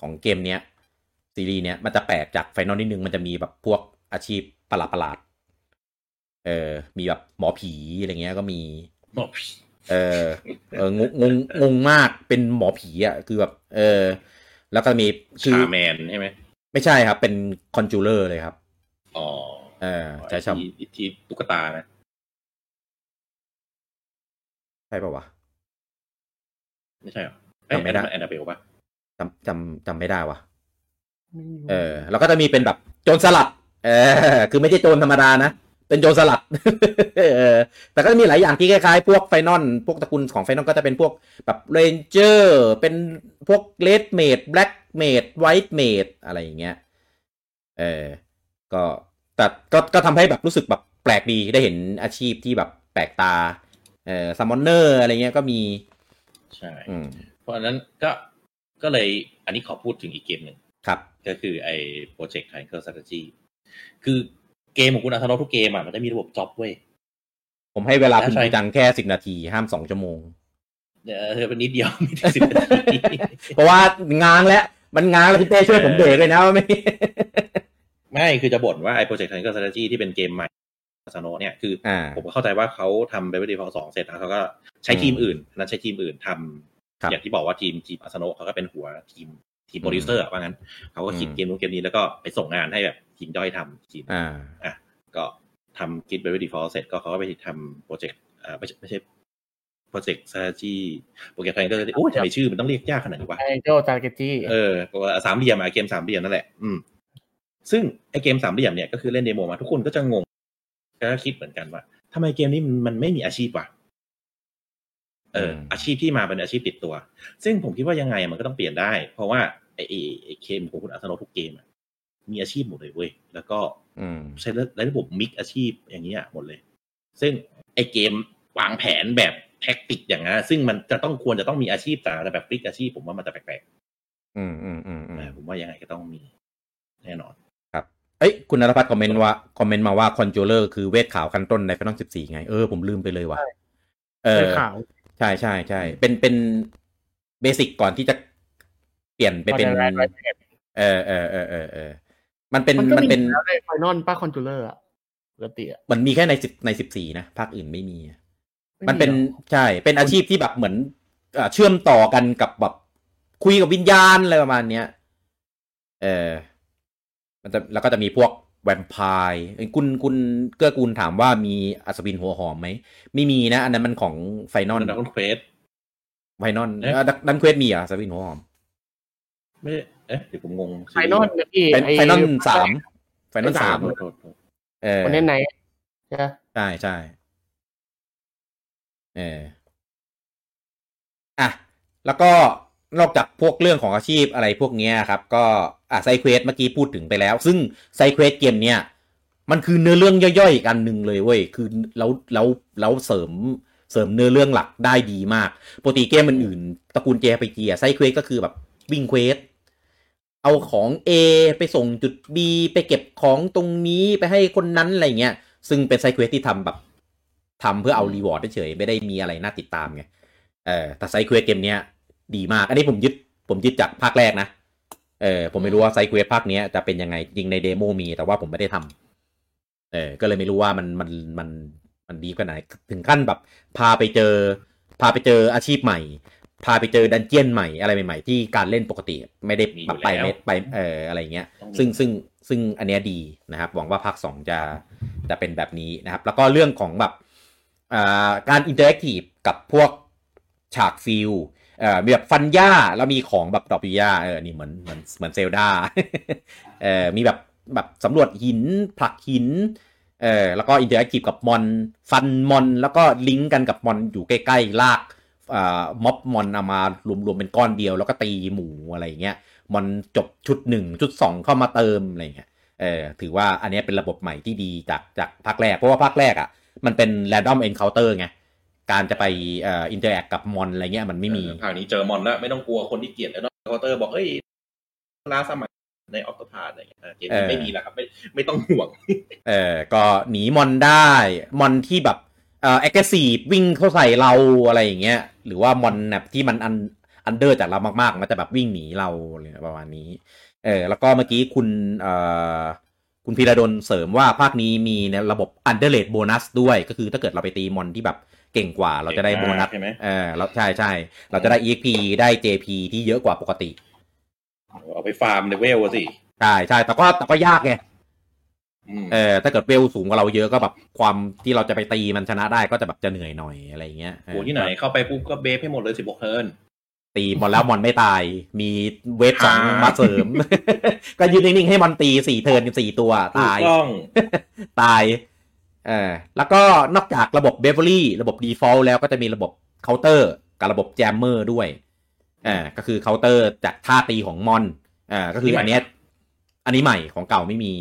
S14: ของเกมเนี้ย ซีรีส์เนี้ยมันจะแปลกจากไฟนอลนิดนึง มันจะมีแบบพวกอาชีพประหลาดประหลาดๆเออ มีแบบหมอผีอะไรเงี้ยก็มี
S17: หมอผี
S14: เออ เอองงงงงงมาก เป็นหมอผีอ่ะ คือแบบ เออ แล้วก็มีคือ
S17: ชาแมนใช่ไหม
S14: ไม่ใช่ครับ เป็นคอนจูเลอร์เลยครับ
S17: อ๋อ
S14: เออใช้ชา
S17: ที่ที่ตุ๊กตานะ
S14: ใช่ป่าวะ
S17: ไม่ใช่เหรอเอ้ย
S14: จำไม่ได้
S17: แอนนาเบลปะ
S14: จำจำจำไม่ได้วะ
S15: ไม่รู้
S14: เออ แล้วก็จะมีเป็นแบบโจรสลัด เออ คือไม่ใช่โจรธรรมดานะ เป็นโจรสลัด เออ แต่ก็จะมีหลายอย่างที่คล้ายๆ พวกไฟนอลพวกตระกูลของไฟนอลก็จะเป็นพวกแบบเรนเจอร์ เป็นพวกเลดเมดแบล็กเมดไวท์เมดอะไรอย่างเงี้ย เออ ก็แต่ก็ก็ทำให้แบบรู้สึกแบบแปลกดีได้เห็นอาชีพที่แบบแปลกตา เออซัมมอนเนอร์อะไรเงี้ยก็มี
S17: ใช่
S14: อืม
S17: เพราะฉะนั้นก็ก็เลยอันนี้ขอพูดถึงอีกเกมหนึ่ง
S14: ครับ
S17: ก็คือไอ้ Project Triangle Strategy คือเกมของคุณอาทารอทุกเกมอ่ะมันจะมีระบบจ็อบเว้ย
S14: ผมให้เวลาคุณ
S17: แล้วใช้
S14: จริงจังแค่สิบนาทีห้ามสองชั่วโมง
S17: เออเป็นนิดเดียวไม่ถึงสิบนาที
S14: เพราะว่าง้างแล้ว มันง้างแล้วพี่เต้ช่วยผมเบรกเลยนะ ว่าไม่
S17: ไม่คือจะบ่นว่าไอ้ Project Triangle Strategy ที่เป็นเกมใหม่ซาโนเนี่ยคืออผมก็เข้าใจว่าเขาทำ b บ v e r l y f a l l 2เสร็จแล้วเขาก็ใช้ทีมอื่นนั้นใช้ทีมอื่นทำอย่างที่บอกว่าทีมทีมอาซาโนเขาก็เป็นหัวทีมทีมโปรดิวเซอร์ว่างั้น เขาก็คิด
S14: อืม
S17: เกมนู้นเกมนี้แล้วก็ไปส่งงานให้แบบทีมย่อยทำอีกทีหนึ่ง
S14: อ่า
S17: อ่ะก็ทำคิด b บ v e r l y f a l l เสร็จก็เขาก็ไปทำโปรเจกต์อ่าไม่ใช่ไม่ใช่ Project Strategy Project Triangle Strategy โอ้ยทำไมชื่อมันต้องเรียกยากขนาดนี้วะ
S15: ไอโจจาร์เกตตี้
S17: เออสามเหลี่ยมอะเกมสามเหลี่ยมนั่นแหละ อืม ซึ่งไอเกมสามเหลี่ยมเนี่ยก็คือเล่นเดโมมาทุกคนก็จะงงก็คิดเหมือนกันว่าทำไมเกมนี้มันมันไม่มีอาชีพวะเออ อาชีพที่มาเป็นอาชีพติดตัว ซึ่งผมคิดว่ายังไงมันก็ต้องเปลี่ยนได้ เพราะว่าไอไอ้ไอเกมของคุณอาสนทุกเกมอะมีอาชีพหมดเลยเว้ย แล้วก็
S14: อืม
S17: ใช้ระบบมิกอาชีพอย่างเงี้ยหมดเลย ซึ่งไอเกมวางแผนแบบแท็กติกอย่างนั้นซึ่งมันจะต้องควรจะต้องมีอาชีพแต่ละแบบฟิกอาชีพผมว่ามันจะแปลกๆ
S14: อืมอืมอืมอืม
S17: ผมว่ายังไงก็ต้องมีแน่นอน
S14: ครับ เอ้ยคุณนรพัฒน์คอมเมนต์ว่าคอมเมนต์มาว่าคอนจูเลอร์คือเวทขาวคันต้นในฟนอลสิบสี่ไง เออผมลืมไปเลยว่ะเออ
S15: เวทขาว
S14: ใช่ใช่ใช่เป็นเป็นเบสิกก่อนที่จะเปลี่ยนไปเป็น
S15: Modern Red Red
S14: เออเออเออเออเออมันเป็น
S15: ก็
S14: มันเป็น
S15: แล้วในไฟนอลป้าคอนจูเลอร์อะปกติอะ
S14: มันมีแค่ในสิบในสิบสี่นะภาคอื่นไม่มี
S15: ไม่มี
S14: มันเป็น
S15: หร
S14: ใช่เป็นอาชีพที่แบบเหมือนเอ่อเชื่อมต่อกันกับแบบคุยกับวิญญาณอะไรประมาณเนี้ย เออ มันจะแล้วก็จะมีพวกแวมไพร์เอ้ยคุณคุณเกื้อกูลถามว่ามีอัศวินหัวหอมไหม ไม่มีนะ อันนั้นมันของไฟนอล
S17: ดักเควส
S14: ไฟนอล
S17: เอ๊ะ
S14: ดันเควสมีเหรออัศวินหัวหอม
S17: ไม่เอ๊ะเดี๋ยวผมงง
S15: ไฟนอลนะพี่
S14: ไฟนอลสามไฟ
S15: ไฟ
S14: น
S15: น
S14: อล
S15: อล
S14: สา
S15: สาม ม
S17: โทษโทษ
S14: เออ
S15: คนเล่นไหนใช่ปะ
S14: ใช่ใช่เอออ่ะ แล้วก็นอกจากพวกเรื่องของอาชีพอะไรพวกเนี้ยครับ ก็อ่ะไซเควสเมื่อกี้พูดถึงไปแล้ว ซึ่งไซเควสเกมเนี้ยมันคือเนื้อเรื่องย่อยๆอีกอันหนึ่งเลยเว้ย คือแล้วแล้วแล้วเสริม เสริมเนื้อเรื่องหลักได้ดีมากปกติเกมอื่นๆตระกูล JRPG อะไซเควสก็คือแบบวิ่งเควส เอาของ A ไปส่งจุด B ไปเก็บของตรงนี้ไปให้คนนั้นอะไรเงี้ย ซึ่งเป็นไซเควสที่ทำแบบทำเพื่อเอารีวอร์ดเฉยๆไม่ได้มีอะไรน่าติดตามไง เออแต่ไซเควสเกมเนี้ยดีมาก อันนี้ผมยึดผมยึดจากภาคแรกนะ เออผมไม่รู้ว่าไซเควสภาคเนี้ยจะเป็นยังไงจริงในเดโมมี แต่ว่าผมไม่ได้ทำเออก็เลยไม่รู้ว่ามันมันมันมันดีขนาดไหนถึงขั้นแบบ พาไปเจอ พาไปเจออาชีพใหม่ พาไปเจอดันเจียนใหม่อะไรใหม่ ๆ ที่การเล่นปกติไม่ได้
S17: มีอยู่
S14: แบบไป
S17: แล้ว
S14: ไม่ไปเอออะไรเงี้ย ซึ่งซึ่งซึ่งอันเนี้ยดีนะครับ หวังว่าภาคสองจะจะเป็นแบบนี้นะครับ แล้วก็เรื่องของแบบอ่าการอินเตอร์แอคทีฟกับพวกฉากฟิลเอ่อมีแบบฟันหญ้าแล้วมีของแบบดอกปิหญ้าเออนี่เหมือนเหมือนเหมือนเซลดา เออมีแบบแบบสำรวจหินผลักหิน เออแล้วก็อินเตอร์แอคทีฟกับมอน ฟันมอน แล้วก็ลิงก์กันกับมอนอยู่ใกล้ๆลากเอ่อม็อบมอนเอามารวมๆเป็นก้อนเดียว แล้วก็ตีหมูอะไรอย่างเงี้ยมอนจบชุดหนึ่งชุดสองเข้ามาเติมอะไรอย่างเงี้ยเออถือว่าอันเนี้ยเป็นระบบใหม่ที่ดีจากจากภาคแรก เพราะว่าภาคแรกอะ่ะมันเป็น random encounter ไง การจะไปเอ่ออินเตอร์แอคกับมอนอะไรเงี้ยมันไม่มี
S17: ภาคนี้เจอมอนแล้ว ไม่ต้องกลัวคนที่เกลียดแล้วเนาะเคาน์เตอร์บอกเอ้ยลาสมัยในออโตพาอะไรอย่างเงี้ยอ่ะเกมนี้
S14: เออ
S17: ไม่มีแล้วครับไม่ไม่ต้องห่วง
S14: เออก็หนีมอนได้ มอนที่แบบเอ่อแอคทีฟวิ่งเข้าใส่เราอะไรอย่างเงี้ย หรือว่ามอนแบบที่มันอันอันเดอร์จากเรามากๆ มันจะแบบวิ่งหนีเราอะไรประมาณนี้ เออแล้วก็เมื่อกี้คุณเอ่อคุณพีระดลเสริมว่าภาคนี้มีในระบบ underrate bonus ด้วย ก็คือถ้าเกิดเราไปตีมอนที่แบบเก่งกว่า เราจะได้โบนั
S17: เก่งมาก
S14: ส
S17: ใช่ไหม
S14: เออเราใช่ใช่เราจะได้ exp ได้ jp ที่เยอะกว่าปกติ
S17: เอาไปฟาร์มเลเวลอะสิ
S14: ใช่ใช่แต่ก็แต่ก็ยากไง เออถ้าเกิดเวลสูงกว่าเราเยอะก็แบบความที่เราจะไปตีมันชนะได้ก็จะแบบจะเหนื่อยหน่อยอะไรอย่างเงี้ย
S17: โหที่ไหนเข้าไปปุ๊บก็เบฟให้หมดเลยสิบหกเทิร์น
S14: ตีมอนแล้วมอนไม่ตาย มีเวฟสอง
S17: หาม
S14: มาเสริม ก็ยืนนิ่งๆให้มอนตีสี่เทิร์นสี่ตัวตาย
S17: ถูกต้อง
S14: ตาย เออแล้วก็นอกจากระบบเบเวอรี่ระบบ Default แล้วก็จะมีระบบเคาน์เตอร์กับระบบแจมเมอร์ด้วยเออก็คือเคาน์เตอร์จากท่าตีของมอนเออก็คืออันเนี้ยอันนี้ใหม่ของเก่าไม่มี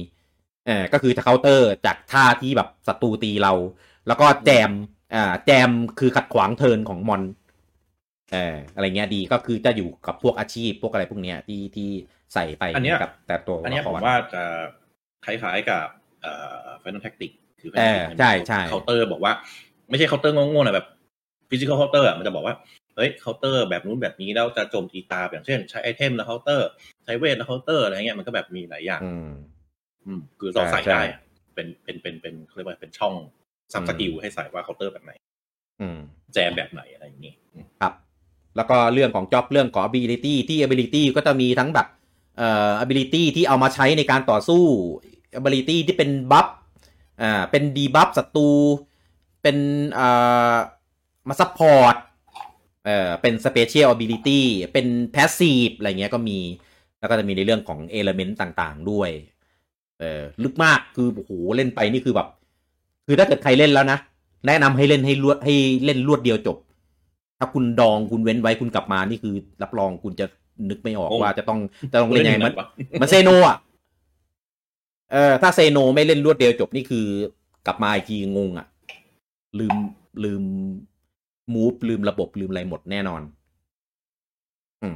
S14: เออก็คือจะเคาน์เตอร์จากท่าที่แบบศัตรูตีเรา แล้วก็แจมอ่าแจมคือขัดขวางเทิร์นของมอนเอออะไรเงี้ยดีก็คือจะอยู่กับพวกอาชีพพวกอะไรพวกเนี้ยที่ที่ใส่ไป
S17: อันเนี้ย
S14: กับแต่ตัว
S17: อันเนี้ย
S14: ละค
S17: ผม
S14: ร
S17: ว่าจะคล้ายๆกับเอ่อ Final Tactic คือ
S14: เอ
S17: Final
S14: อ
S17: Tactic
S14: ใช่ใช่
S17: เคาน์เตอร์บอกว่า ไม่ใช่เคาน์เตอร์โงงๆนะแบบฟิสิกอลเคาน์เตอร์มันจะบอกว่าเฮ้ยเคาน์เตอร์แบบนู้นแบบนี้แล้วจะโจมตีตามอย่างเช่น ใช้ไอเทมแล้วเคาน์เตอร์ใช้เวทแล้วเคาน์เตอร์อะไรเงี้ยมันก็แบบมีหลายอย่าง
S14: อืม
S17: อืมคือเราใส่
S14: ใช่
S17: ได้อะเป็นเป็นเป็นเป็นเขาเรียกว่าเป็นช่องซับสกิล
S14: อืม
S17: ให้ใส่ว่าเคาน์เตอร์แบบไหน
S14: อืม
S17: แจมแบบไหนอะไรอย่างนี้
S14: ครับ แล้วก็เรื่องของจ็อบเรื่องของ ability ที่ ability ก็จะมีทั้งแบบเอ่อ ability ที่เอามาใช้ในการต่อสู้ ability ที่เป็นบัฟอ่าเป็นดีบัฟศัตรูเป็นเอ่อมาซัพพอร์ตเอ่อเป็น special ability เป็น passive อะไรเงี้ยก็มี แล้วก็จะมีในเรื่องของ element ต่างๆด้วย เออลึกมากคือโอ้โหเล่นไปนี่คือแบบ คือถ้าเกิดใครเล่นแล้วนะ แนะนำให้เล่นให้รวดให้เล่นรวดเดียวจบ ถ้าคุณดองคุณเว้นไว้คุณกลับมานี่คือ รับรองคุณจะนึกไม่ออก
S17: โอ้
S14: ว่าจะต้องจะต้องเล่นยังไงมั
S17: เล่
S14: น
S17: นยังไงวะ
S14: มันเซโนอ่ะเออถ้าเซโนไม่เล่นรวดเดียวจบนี่คือกลับมาอีกทีงงอ่ะ ลืมลืมมูฟลืมระบบลืมอะไรหมดแน่นอน อืม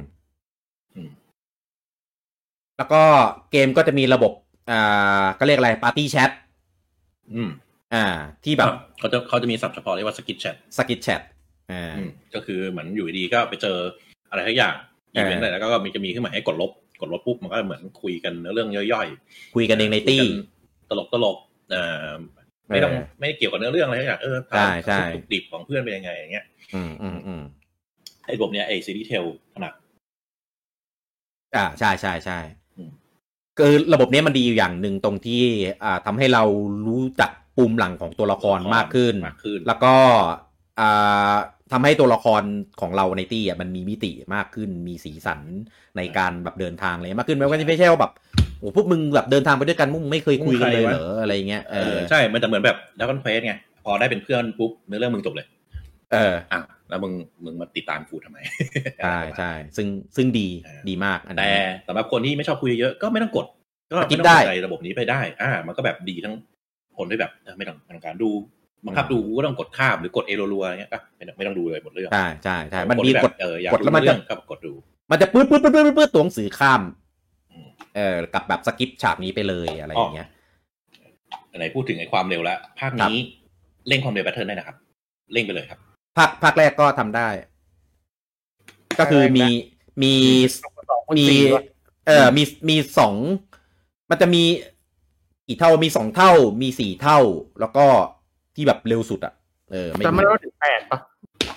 S14: แล้วก็เกมก็จะมีระบบ อ่าก็เรียกอะไรปาร์ตี้แชท
S17: อืม
S14: อ่า ที่แบบ
S17: เขาจะเขาจะมีศัพท์เฉพาะเรียกว่าสกิทแชท
S14: สกิทแชท อ่า
S17: อืมก็คือเหมือนอยู่ดีๆก็ไปเจออะไรทักอย่าง
S14: เอ
S17: อี
S14: อ
S17: เวนต์อะไรแล้วก็มีจะมีขึ้นมาให้กดลบ กดลบปุ๊บมันก็เหมือนคุยกันเรื่องย่อย
S14: คุยกันเองในตี้
S17: ๆ ตลกตลกๆเอ่อไม่ต้อง
S14: เออ
S17: ไม่ได้เกี่ยวกับเนื้อเรื่องอะไรทักอย่างเออ
S14: ใช่ใช่
S17: สุขดิบของเพื่อนเป็นยังไงอย่างเงี้ย
S14: อืมอืมอืม
S17: ไอ้ระบบเนี้ยไอ้ซีรีส์เทลถนัด
S14: อ่า ใช่ใช่ใช่
S17: อืม
S14: คือระบบเนี้ยมันดีอยู่อย่างหนึ่งตรงที่ อ่าทำให้เรารู้จักปุ่มหลังของตัวละครมากขึ้น
S17: มากขึ้น
S14: แล้วก็อ่าทำให้ตัวละครของเราในตี้อ่ะมันมีมิติมากขึ้น มีสีสันในการแบบเดินทางเลยมากขึ้นไม่ว่าจะไม่ใช่ว่าแบบโอ้พวกมึงแบบเดินทางไปด้วยกันมึงไม่เคยคุยกันเลยเหรออะไรเงี้ยเอ
S17: เอ
S14: อ
S17: อใช่ มันจะเหมือนแบบแล้วก็เควสไง พอได้เป็นเพื่อนปุ๊บเนื้อเรื่องมึงจบเลย
S14: เออ
S17: อ่ะแล้วมึงมึงมาติดตามกูทำไม
S14: ใช่ใช่ซึ่งซึ่งดีดีมากอัน
S17: แต่
S14: นี้
S17: สำหรับคนที่ไม่ชอบคุยเยอะๆก็ไม่ต้องกด ก็
S14: สกิ
S17: ไม่ต้
S14: ป
S17: อง
S14: ได้
S17: สนใจระบบนี้ไปได้ อ่า มันก็แบบดีทั้งคนที่แบบเออไม่ต้องไม่ต้องการดู บังคับดูกูก็ต้องกดข้ามหรือกดเอรัวๆอะไรเงี้ยอ่ะไม่ต้องไม่ต้องดูเลยหมดเรื่อง
S14: ใช่ใช่ใช่มันมีกด
S17: เอออยาก
S14: กดแล้วมัน
S17: รู้เรื่
S14: จะ
S17: องก็กดดู
S14: มันจะปื๊ดปื๊ดปื๊ดปื๊ดปื๊ดตัวหนังสือข้ามเออกับแบบสกิปฉากนี้ไปเลยอะไรอย่างเงี้ย
S17: ไหนพูดถึงไอ้ความเร็วแล้วภาคนี้เร่งความเร็วแบตเทิลได้นะครับ เร่งไปเลยครับ
S14: ภาคภาคแรกก็ทำได้ ก็คือมีมีมีเอ่อมีมีสองมันจะมีกี่เท่ามีสองเท่า มีสี่เท่า แล้วก็ที่แบบเร็วสุดอ่ะเออ
S15: จำไม่ได้ว่าถึงแปดปะ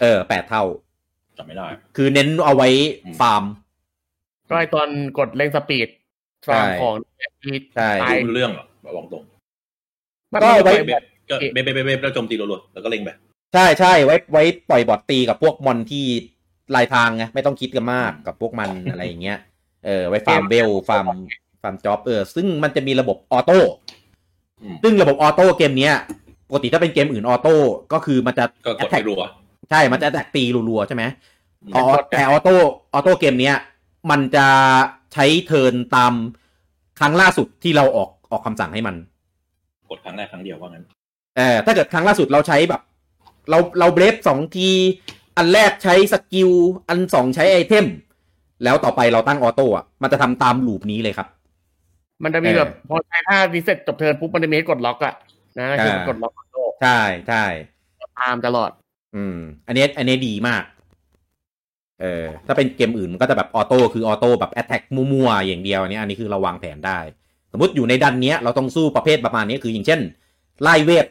S14: เออแปดเท่า
S17: จำไม่ได้
S14: คือเน้นเอาไว้ฟาร์ม
S15: ก็ไอตอนกดเร่งสปีด
S14: ใช่
S15: ฟาร์มของที่
S14: ใช่
S15: ตาย
S17: รู้เรื่องหรอบอกตรง
S15: มันก็ไว้
S17: เบก็เบเบเบเบแล้วโจมตีรัวๆแล้วก็เร่งไป
S14: ใช่ใช่ไว้ไว้ปล่อยบอทตีกับพวกมอนที่ลายทางไงไม่ต้องคิดกันมากกับพวก มัน อะไรอย่างเงี้ยเออไว้ฟาร์มเบลฟาร์มฟาร์มจ็อบเออซึ่งมันจะมีระบบออโต้ซึ่งระบบออโต้เกมเนี้ยปกติถ้าเป็นเกมอื่นออโต้ก็คือมันจะ
S17: ก็กดไปรัว
S14: ใช่มันจะแตกตีรัวๆใช่ไหม
S17: อืม
S14: อ๋อแต่ออโต้ออโต้เกมเนี้ยมันจะใช้เทิร์นตามครั้งล่าสุดที่เราออกออกคำสั่งให้มัน
S17: กดครั้งแรกครั้งเดียวว่างั้น
S14: เออถ้าเกิดครั้งล่าสุดเราใช้แบบ เราเราเบรฟสองที อันแรกใช้สกิล อันสองใช้ไอเทม แล้วต่อไปเราตั้งออโต้อะมันจะทำตามลูปนี้เลยครับ
S15: มันจะมี
S14: เออ
S15: แบบพอใช้ท่ารีเซ็ตจบเทิร์นปุ๊บมันจะมีให้กดล็อกอะนะคือ
S14: อ่าก
S15: กดล็อกคอนโทรล
S14: ใช่ใช่
S15: ตามตลอด
S14: อืม อันเนี้ยอันเนี้ยดีมาก เออถ้าเป็นเกมอื่นมันก็จะแบบออโต้คือออโต้แบบแอตแทกมั่วๆอย่างเดียวอันเนี้ยอันนี้คือเราวางแผนได้ สมมติอยู่ในดันเนี้ยเราต้องสู้ประเภทประมาณนี้คืออย่างเช่น ไล่เวท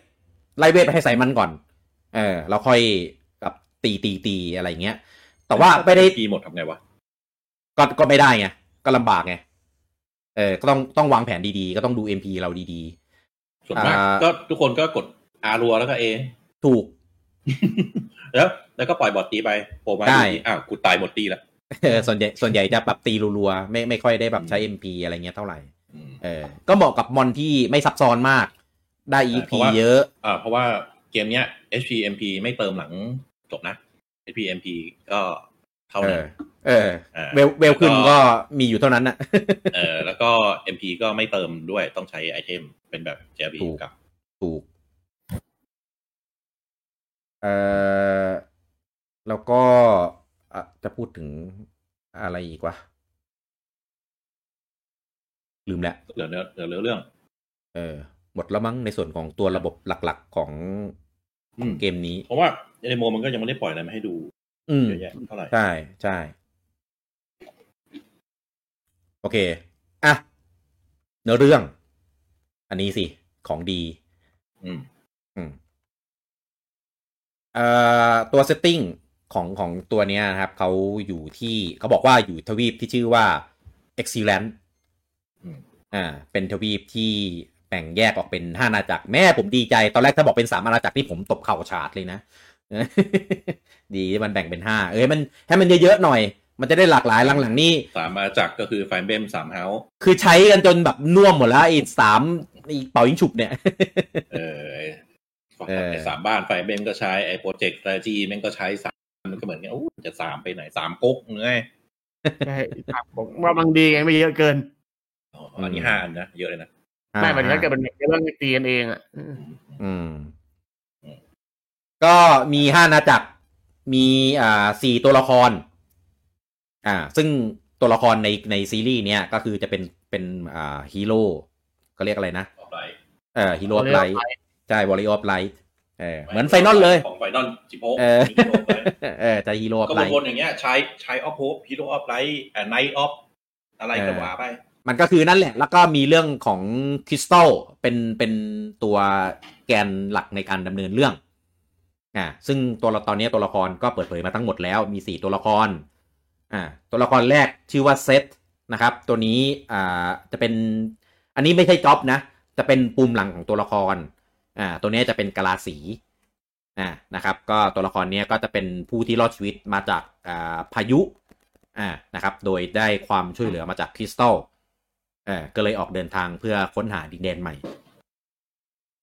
S14: ไล่เวทไปให้ใส่มันก่อน เออเราค่อยแบบตีตีตีอะไรอย่างเงี้ย แต่ว่าไม่ได้
S17: ตีหมดทำไงวะ
S14: ก็ก็ไม่ได้ไงก็ลำบากไงเออก็ต้องต้องวางแผนดีๆ ก็ต้องดู MP เราดีๆ
S17: ส่วนมาก
S14: อ่
S17: ก็ทุกคนก็กดอารัวแล้วก็เอ
S14: ถูก
S17: แล้วแล้วก็ปล่อยบอดตีไปโผล่มา
S14: ได้
S17: อยู่ดีอ้าวกูตายหมดตีแล้ว
S14: เออส่วนใหญ่ส่วนใหญ่จะแบบตีรัวๆไม่ไม่ค่อยได้แบบใช้ MP อะไรเงี้ยเท่าไหร่เออก็เหมาะกับมอนที่ไม่ซับซ้อนมาก ได้ EP
S17: เพราะว่า
S14: เยอะ
S17: อ่าเพราะว่าเกมเนี้ย HPMP ไม่เติมหลังจบนะ HPMP ก็เท่า
S14: เอ
S17: นั้
S14: อน เออ
S17: เออ
S14: เวลเวลขึ้น
S17: แล้วก็
S14: ก็มีอยู่เท่านั้นน่ะ
S17: เออแล้วก็ MP ก็ไม่เติมด้วยต้องใช้ไอเทมเป็นแบบ JB กับ
S14: ถูก เออแล้วก็อ่ะจะพูดถึงอะไรอีกวะ ลืมแล้ว
S17: เหลือเนื้อเหลือเรื่อง
S14: เออ หมดแล้วมั้งในส่วนของตัวระบบหลักๆของของเกมนี้
S17: เพราะว่าเดโมมันก็ยังไม่ได้ปล่อยอะไรมาให้ดู
S14: อืม
S17: เยอะแยะเท่าไหร่
S14: ใช่ใช่โอเค อ่ะ เนื้อเรื่อง อันนี้สิ ของดี
S17: อืม
S14: อืมเอ่อตัวเซตติ้งของของตัวเนี้ยนะครับ เขาอยู่ที่เขาบอกว่าอยู่ทวีปที่ชื่อว่า Excellent
S17: อืม
S14: อ่า เป็นทวีปที่แบ่งแยกออกเป็นห้าอาณาจักรแม่ผมดีใจ ตอนแรกถ้าบอกเป็นสามอาณาจักรที่ผมตบเข่าฉาดเลยนะ ดีที่มันแบ่งเป็นห้าเอ้ยมันให้มันเยอะๆหน่อย มันจะได้หลากหลายหลังๆนี่
S17: สามอาณาจักรก็คือไฟเบมสามเฮา
S14: คือใช้กันจนแบบน่วมหมดแล้วไอ้สามไอ้เป่ายิงฉุบเนี่ย
S17: เออไอ้ไอ้สามบ้านไฟเบมก็ใช้ไอโปรเจกต์สตรจีแม่งก็ใช้สามมันก็เหมือนกันโอ้จะสามไปไหนสามก๊กเนื้อ
S15: ใช่ครับผมว่าบางดีไงไม่เยอะเกิน
S17: อันนี้ห้าอันนะเยอะเลยนะ
S15: ไม่เหมือนถ้าเกิดเป็นเรื่องตีกันเองอะอืม
S14: อืม ก็มีห้านาจักรมีอ่าสี่ตัวละคร อ่า ซึ่งตัวละครในในซีรีส์เนี้ยก็คือจะเป็นเป็นอ่าฮีโร่ก็เรียกอะไรนะเออฮีโร่ออฟไลท์ใช่วอลเลย์ออฟไลท์เออเหมือนไฟนอลเลย
S17: ของไฟนอลจิโพ
S14: เออ เออจะฮีโร่ออฟ
S17: ก็
S14: ไลท์
S17: วนๆอย่างเงี้ย ใช้ใช้ออฟโฮปฮีโร่ออฟไลท์แอนไนท์ออฟอะไรก็ว่าไป
S14: มันก็คือนั่นแหละ แล้วก็มีเรื่องของคริสตัลเป็นเป็นตัวแกนหลักในการดำเนินเรื่องอ่าซึ่งตัวละตอนนี้ตัวละครก็เปิดเผยมาทั้งหมดแล้วมีสี่ตัวละครอ่าตัวละครแรกชื่อว่าเซตนะครับ ตัวนี้อ่าจะเป็นอันนี้ไม่ใช่จ็อบนะ จะเป็นปุ่มหลังของตัวละครอ่าตัวนี้จะเป็นกะลาสีอ่านะครับ ก็ตัวละครเนี้ยก็จะเป็นผู้ที่รอดชีวิตมาจากอ่าพายุอ่านะครับ โดยได้ความช่วยเหลือมาจากคริสตัล เออก็เลยออกเดินทางเพื่อค้นหาดินแดนใหม่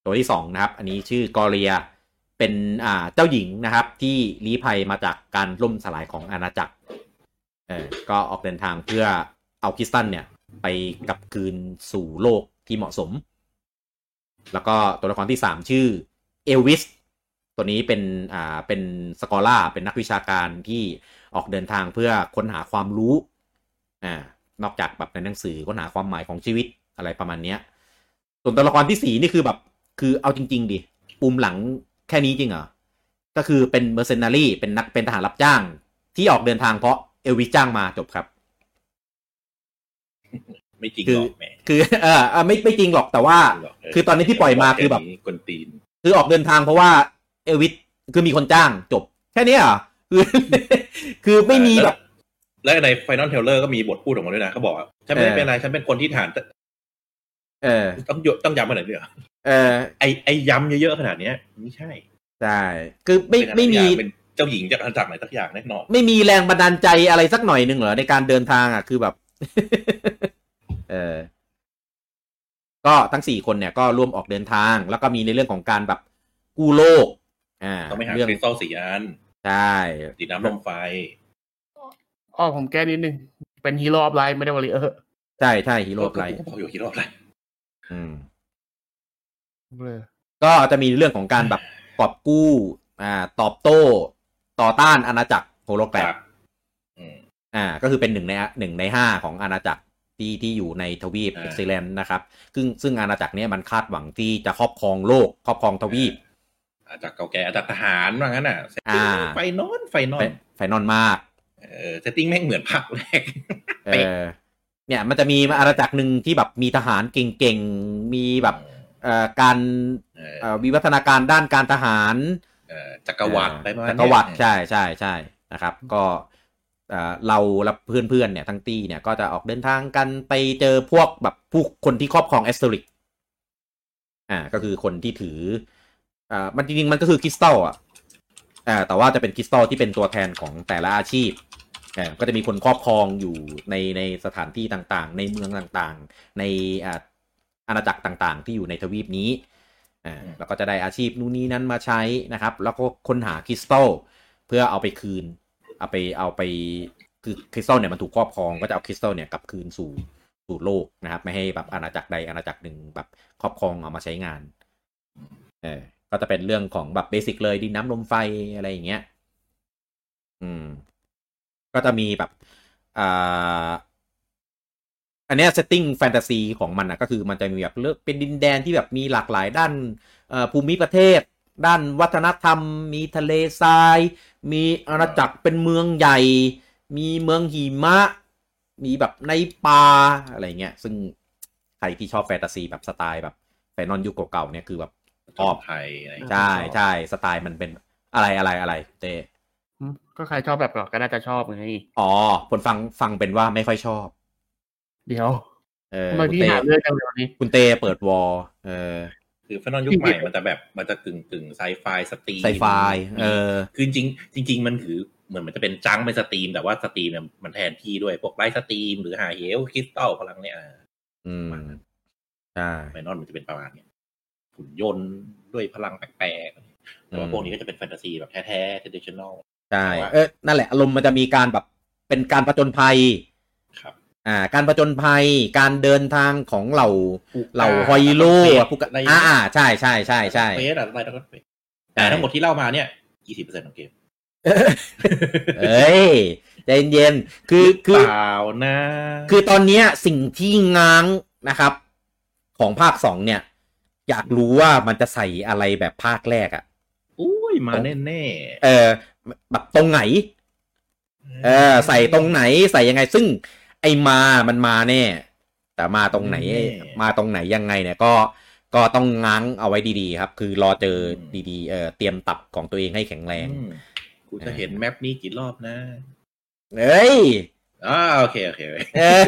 S14: ตัวที่สองนะครับ อันนี้ชื่อกอเรีย เป็นอ่าเจ้าหญิงนะครับ ที่ลี้ภัยมาจากการล่มสลายของอาณาจักร เออก็ออกเดินทางเพื่อเอาคริสตันเนี่ย ไปกลับคืนสู่โลกที่เหมาะสม แล้วก็ตัวละครที่สามชื่อเอลวิส ตัวนี้เป็นอ่าเป็นสกอล่าเป็นนักวิชาการที่ออกเดินทางเพื่อค้นหาความรู้อ่านอกจากแบบในหนังสือค้นหาความหมายของชีวิตอะไรประมาณเนี้ย ส่วนตัวละครที่สี่นี่คือแบบ คือเอาจริง ๆดิปุ่มหลังแค่นี้จริงเหรอ ก็คือเป็นเมอร์เซนารีเป็นนักเป็นทหารรับจ้าง ที่ออกเดินทางเพราะเอลวิสจ้างมาจบครับ
S17: ไม่จริง
S14: คื
S17: หร
S14: อ
S17: อกแหม
S14: คือเออเอ่อไม่ไม่จริงหรอกแต่ว่า คือตอนนี้ที่ปล่อยมาคือแบบ
S17: กวนตีน
S14: คือออกเดินทางเพราะว่าเอลวิสคือมีคนจ้างจบ แค่เนี้ยเหรอคือ คือไม่มีแบบ
S17: และใน Final t a ลเลอร์ก็มีบทพูดออกมาด้วยนะเขาบอกว่าฉันไม่ได้เป็นอะไร ฉันเป็นคนที่ฐาน
S14: เออ
S17: ต้องยต้องย้ำขนาดนี้เหรอ
S14: เออ
S17: ไอไอย้ำเยอะๆขนาดเนี้ยไม่ใช่
S14: ใช่ คือไม่
S17: เป็นอะร
S14: ไม่มี
S17: อย่างเป็นเจ้าหญิงจากอาณาจักรไหนสักอย่างแน่นอน
S14: ไม่มีแรงบันดาลใจอะไรสักหน่อยหนึ่งเหรอในการเดินทางอ่ะคือแบบ เออ ก็ทั้งสี่คนเนี่ยก็ร่วมออกเดินทาง แล้วก็มีในเรื่องของการแบบกู้โลก อ่า
S17: ต้องไปหา
S14: เรื่อง
S17: คริสตัลสีอัน
S14: ใช่
S17: สีน้ำลมไฟ
S15: อ๋อผมแก้นิดนึง เป็นฮีโร่ออฟไลน์ไม่ได้วอริเออร์
S14: ใช่ใช่ฮีโร่ไล
S17: ก็บอกอยู่ฮีโร่ไล
S14: อืม ก็จะมีเรื่องของการแบบกอบกู้ อ่า ตอบโต้ ต่อต้านอาณาจักรโฮโลแกรมอ่า ก็คือเป็นหนึ่งในหนึ่งในห้าของอาณาจักรที่ที่อยู่ในทวีปเอ็กซิแลนด์นะครับ ซึ่งซึ่งอาณาจักรเนี้ยมันคาดหวังที่จะครอบครองโลก ครอบครองทวีป
S17: อาจากเก่าแก่อาจากทหารว่างั้นอ่ะเซตติ้ง
S14: อ่า
S17: ไฟนอนไฟนอ
S14: ไฟ
S17: น
S14: ไฟนอนมาก
S17: เออเซตติ้งแม่งเหมือนภาคแรก
S14: เออเนี่ยมันจะมีอาณาจักรหนึ่งที่แบบมีทหารเก่งๆ มีแบบเอ่อการเอ่อวิวัฒนาการด้านการทหาร
S17: จักรวรรดิไปประมาณเนี้
S14: จั
S17: ย
S14: กรวรรดิใช่ใช่ใช่นะครับ ก็เอ่อเราและเพื่อนๆเนี่ยทั้งตี้เนี่ยก็จะออกเดินทางกันไปเจอพวกแบบผู้คนที่ครอบครองแอสเตริกอ่าก็คือคนที่ถืออ่ามันจริงๆมันก็คือคริสตัลอ่ะ อ่าแต่ว่าจะเป็นคริสตัลที่เป็นตัวแทนของแต่ละอาชีพอ่าก็จะมีคนครอบครองอยู่ในในสถานที่ต่างๆ ในเมืองต่างๆ ในอ่าอาณาจักรต่างๆ ที่อยู่ในทวีปนี้อ่าแล้วก็จะได้อาชีพนู่นนี่นั้นมาใช้นะครับ แล้วก็ค้นหาคริสตัลเพื่อเอาไปคืน เอาไปเอาไปคือคริสตัลเนี่ยมันถูกครอบครองก็จะเอาคริสตัลเนี่ยกลับคืนสู่สู่โลกนะครับ ไม่ให้แบบอาณาจักรใดอาณาจักรหนึ่งแบบครอบครองเอามาใช้งาน เออ ก็จะเป็นเรื่องของแบบเบสิกเลยดินน้ำลมไฟอะไรอย่างเงี้ย อืม ก็จะมีแบบ อ่า อันเนี้ยเซตติ้งแฟนตาซีของมันนะก็คือมันจะมีแบบเลือกเป็นดินแดนที่แบบมีหลากหลายด้านเอ่อภูมิประเทศ ด้านวัฒนธรรม มีทะเลทราย มีอาณาจักรเป็นเมืองใหญ่ มีเมืองหิมะ มีแบบในป่าอะไรเงี้ย ซึ่งใครที่ชอบแฟนตาซีแบบสไตล์แบบแฟนนอนยุคเก่าๆเนี่ยคือแบบชอบ
S17: ไทยอะไร
S14: ใช่ใช่สไตล์มันเป็นอะไรอะไรอะไรเต้
S15: อืมก็ใครชอบแบบเก่าก็น่าจะชอบไง
S14: อ๋อผลฟังฟังเป็นว่าไม่ค่อยชอบ
S15: เดี๋ยว
S14: เออ
S15: ทำไม
S14: คุณ
S15: พี่
S14: เต้
S15: หาเรื่องจังเลยวันนี้
S14: คุณเตเปิดวอลเออ
S17: คือฟนอนยุคใหม่มันจะแบบมันจะกึ่งกึ่งไซไฟสตรีม
S14: sci-fi เออ
S17: คือจริงๆจริง ๆ มันคือเหมือนมันจะเป็นจังเป็นสตรีม แต่ว่าสตรีมเนี่ยมันแทนที่ด้วยพวกไลท์สตรีม หรือหาเฮลคริสตัลพลังเนี่ย
S14: อืมใช่
S17: ไฟนอนมันจะเป็นประมาณเนี้ยหุ่นยนต์ด้วยพลังแปลกๆแต่ว่าพวกนี้ก็จะเป็นแฟนตาซีแบบแท้ๆ traditional
S14: ใช่เออนั่นแหละอารมณ์มันจะมีการแบบเป็นการประจนภัย
S17: ครับ
S14: อ่า การประจนภัย การเดินทางของเหล่าเหล่า
S17: อ่า
S14: ฮอยโล
S17: แล้วก็
S14: ผู้กะ
S17: อะไร
S14: อ่าอ่าใช่ใช่ใช่ใช่
S17: เฟสอะไรแล้วก็เฟสแต่ทั้งหมดที่เล่ามาเนี่ยกี่สิบเปอร์เซ็นต์ของเกม
S14: เอ้ยใจเย็นๆคือคือ
S17: เปล่านะ
S14: คือตอนเนี้ยสิ่งที่ง้างนะครับ ของภาคสองเนี่ย อยากรู้ว่ามันจะใส่อะไรแบบภาคแรกอะ
S17: อุ้ยมาแน่
S14: เออแบบตรงไหน เออ ใส่ตรงไหนใส่ยังไง ซึ่ง ไอมามันมาแน่แต่มาตรงไหน มาตรงไหนยังไงเนี่ย ก็ก็ต้องง้างเอาไว้ดีๆ ครับ คือรอเจอดีๆเออเตรียมตับของตัวเองให้แข็งแรง
S17: อืมกูจะเห็นแมปนี้กี่รอบนะ
S14: เอ้ย
S17: อ่าโอเค โอเคว้ย
S14: เออ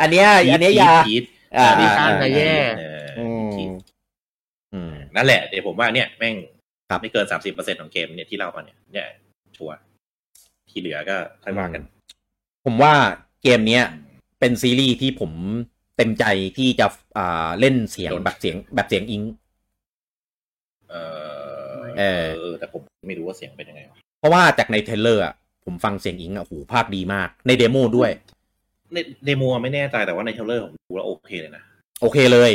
S14: อันเนี้ ยอันเนี้ย
S17: พีท
S14: อย่า
S17: พีท
S14: อ่า
S17: พีท
S14: อ่า
S17: พีท
S14: อ่า
S17: พีทเออพีท
S14: อืม
S17: นั่นแหละ เดี๋ยวผมว่าเนี่ยแม่ง
S14: ครับ
S17: ไม่เกินสามสิบเปอร์เซ็นของเกมเนี่ยที่เล่ามาเนี่ยเนี่ยชัวร์ที่เหลือก็ค่อยว่ากัน
S14: ผมว่าเกมเนี้ยเป็นซีรีส์ที่ผมเต็มใจที่จะอ่าเล่นเสียงแบบเสียงแบบเสียงอิง
S17: เออ
S14: เออ
S17: เออ แต่ผมไม่รู้ว่าเสียงเป็นยังไงวะ
S14: เพราะว่าจากในเทรลเลอร์อะผมฟังเสียงอิงอ่ะโหภาคดีมาก ในเดโมด้วย
S17: ในเดโมไม่แน่ใจแต่ว่าในเทรลเลอร์ผมดูแล้วโอเคเลยนะ
S14: โอเคเลย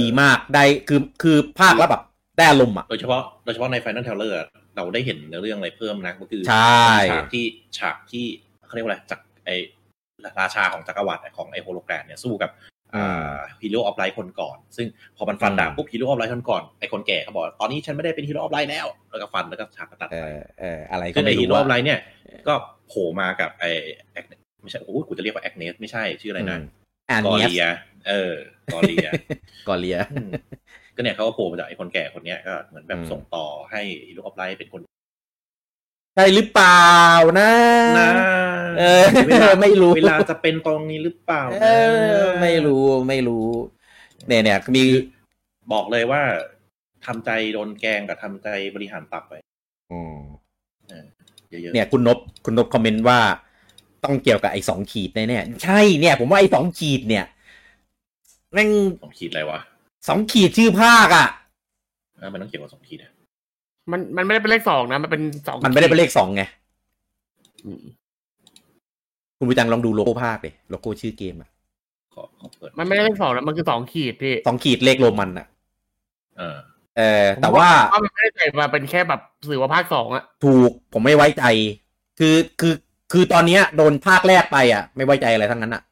S14: ดีมากได้คือคือภาคแล้วแบบ ได้อารมณ์อ่ะ
S17: โดยเฉพาะโดยเฉพาะใน Final t e l l e r เราได้เห็นเนื้อเรื่องอะไรเพิ่มนะก็คือ
S14: ใช่
S17: ฉากที่ฉากที่เขาเรียกว่าอะไรจากไอราชาของจักรวรรดิของไอโฮโลแกรมเนี่ยสู้กับฮีโร่ออฟไลน์คนก่อน ซึ่งพอมันฟันดาบปุ๊บฮีโร่ออฟไลน์คนก่อนไอคนแก่เขาบอกตอนนี้ฉันไม่ได้เป็นฮีโร่ออฟไลน์แล้ว แล้วก็ฟันแล้วก็ฉากก็ตัดไป
S14: อะไรก็
S17: ซึ่งไอ
S14: ไม่
S17: ฮี
S14: รู้
S17: โร่ออฟไล
S14: อะ
S17: น์เนี่ยก็โผล่มากับไอแอคไม่ใช่โอ้ยกูจะเรียกว่าแอคเนสไม่ใช่ชื่ออะไรนะ
S14: อืม Agnes
S17: กอเรียเออกอเรี ย
S14: กอเลีย
S17: อืม ก็เนี่ยเขาก็โผล่มาจากไอ้คนแก่คนเนี้ยก็เหมือนแบบส่งต่อให้ลูกออฟไลน์เป็นคน
S14: ใช่หรือเปล่านะ
S17: นะ
S14: เออ ไม่รู้
S17: เวลาจะเป็นตรงนี้หรือเปล่านะ
S14: เออ ไม่รู้ไม่รู้ เนี่ยเนี่ยมี
S17: บอกเลยว่าทำใจโดนแกล้งกับทำใจบริหารตับไป
S14: อืม
S17: เยอะๆ
S14: เนี่ยคุณนบคุณนบคอมเมนต์ว่า ต้องเกี่ยวกับไอ้สองขีดแน่ๆใช่เนี่ย ผมว่าไอ้สองขีดเนี่ยแม่ง
S17: สองขีดอะไรวะ
S14: สองขีดชื่อภาคอ่ะ
S17: เออมันต้องเกี่ยวกับสองขีดอะ
S15: มันมันไม่ได้เป็นเลขสองนะ มันเป็นสอง
S14: มันไม่ได้เป็นเลขสองไง คุณผู้จังลองดูโลโก้ภาคเลยโลโก้ชื่อเกมอ่ะ
S17: ขอขอเปิด
S15: มันไม่ได้เลขสองนะมันคือสองขีดพี่
S14: สองขีดเลขโรมันอ่ะ
S17: เออ
S14: เออ แต่ว่า
S15: ผมมันไม่ได้ใส่มาเป็นแค่แบบสื่อว่าภาคสองอะ
S14: ถูกผมไม่ไว้ใจ คือคือคือตอนเนี้ยโดนภาคแรกไปอ่ะ ไม่ไว้ใจอะไรทั้งนั้นอ่ะ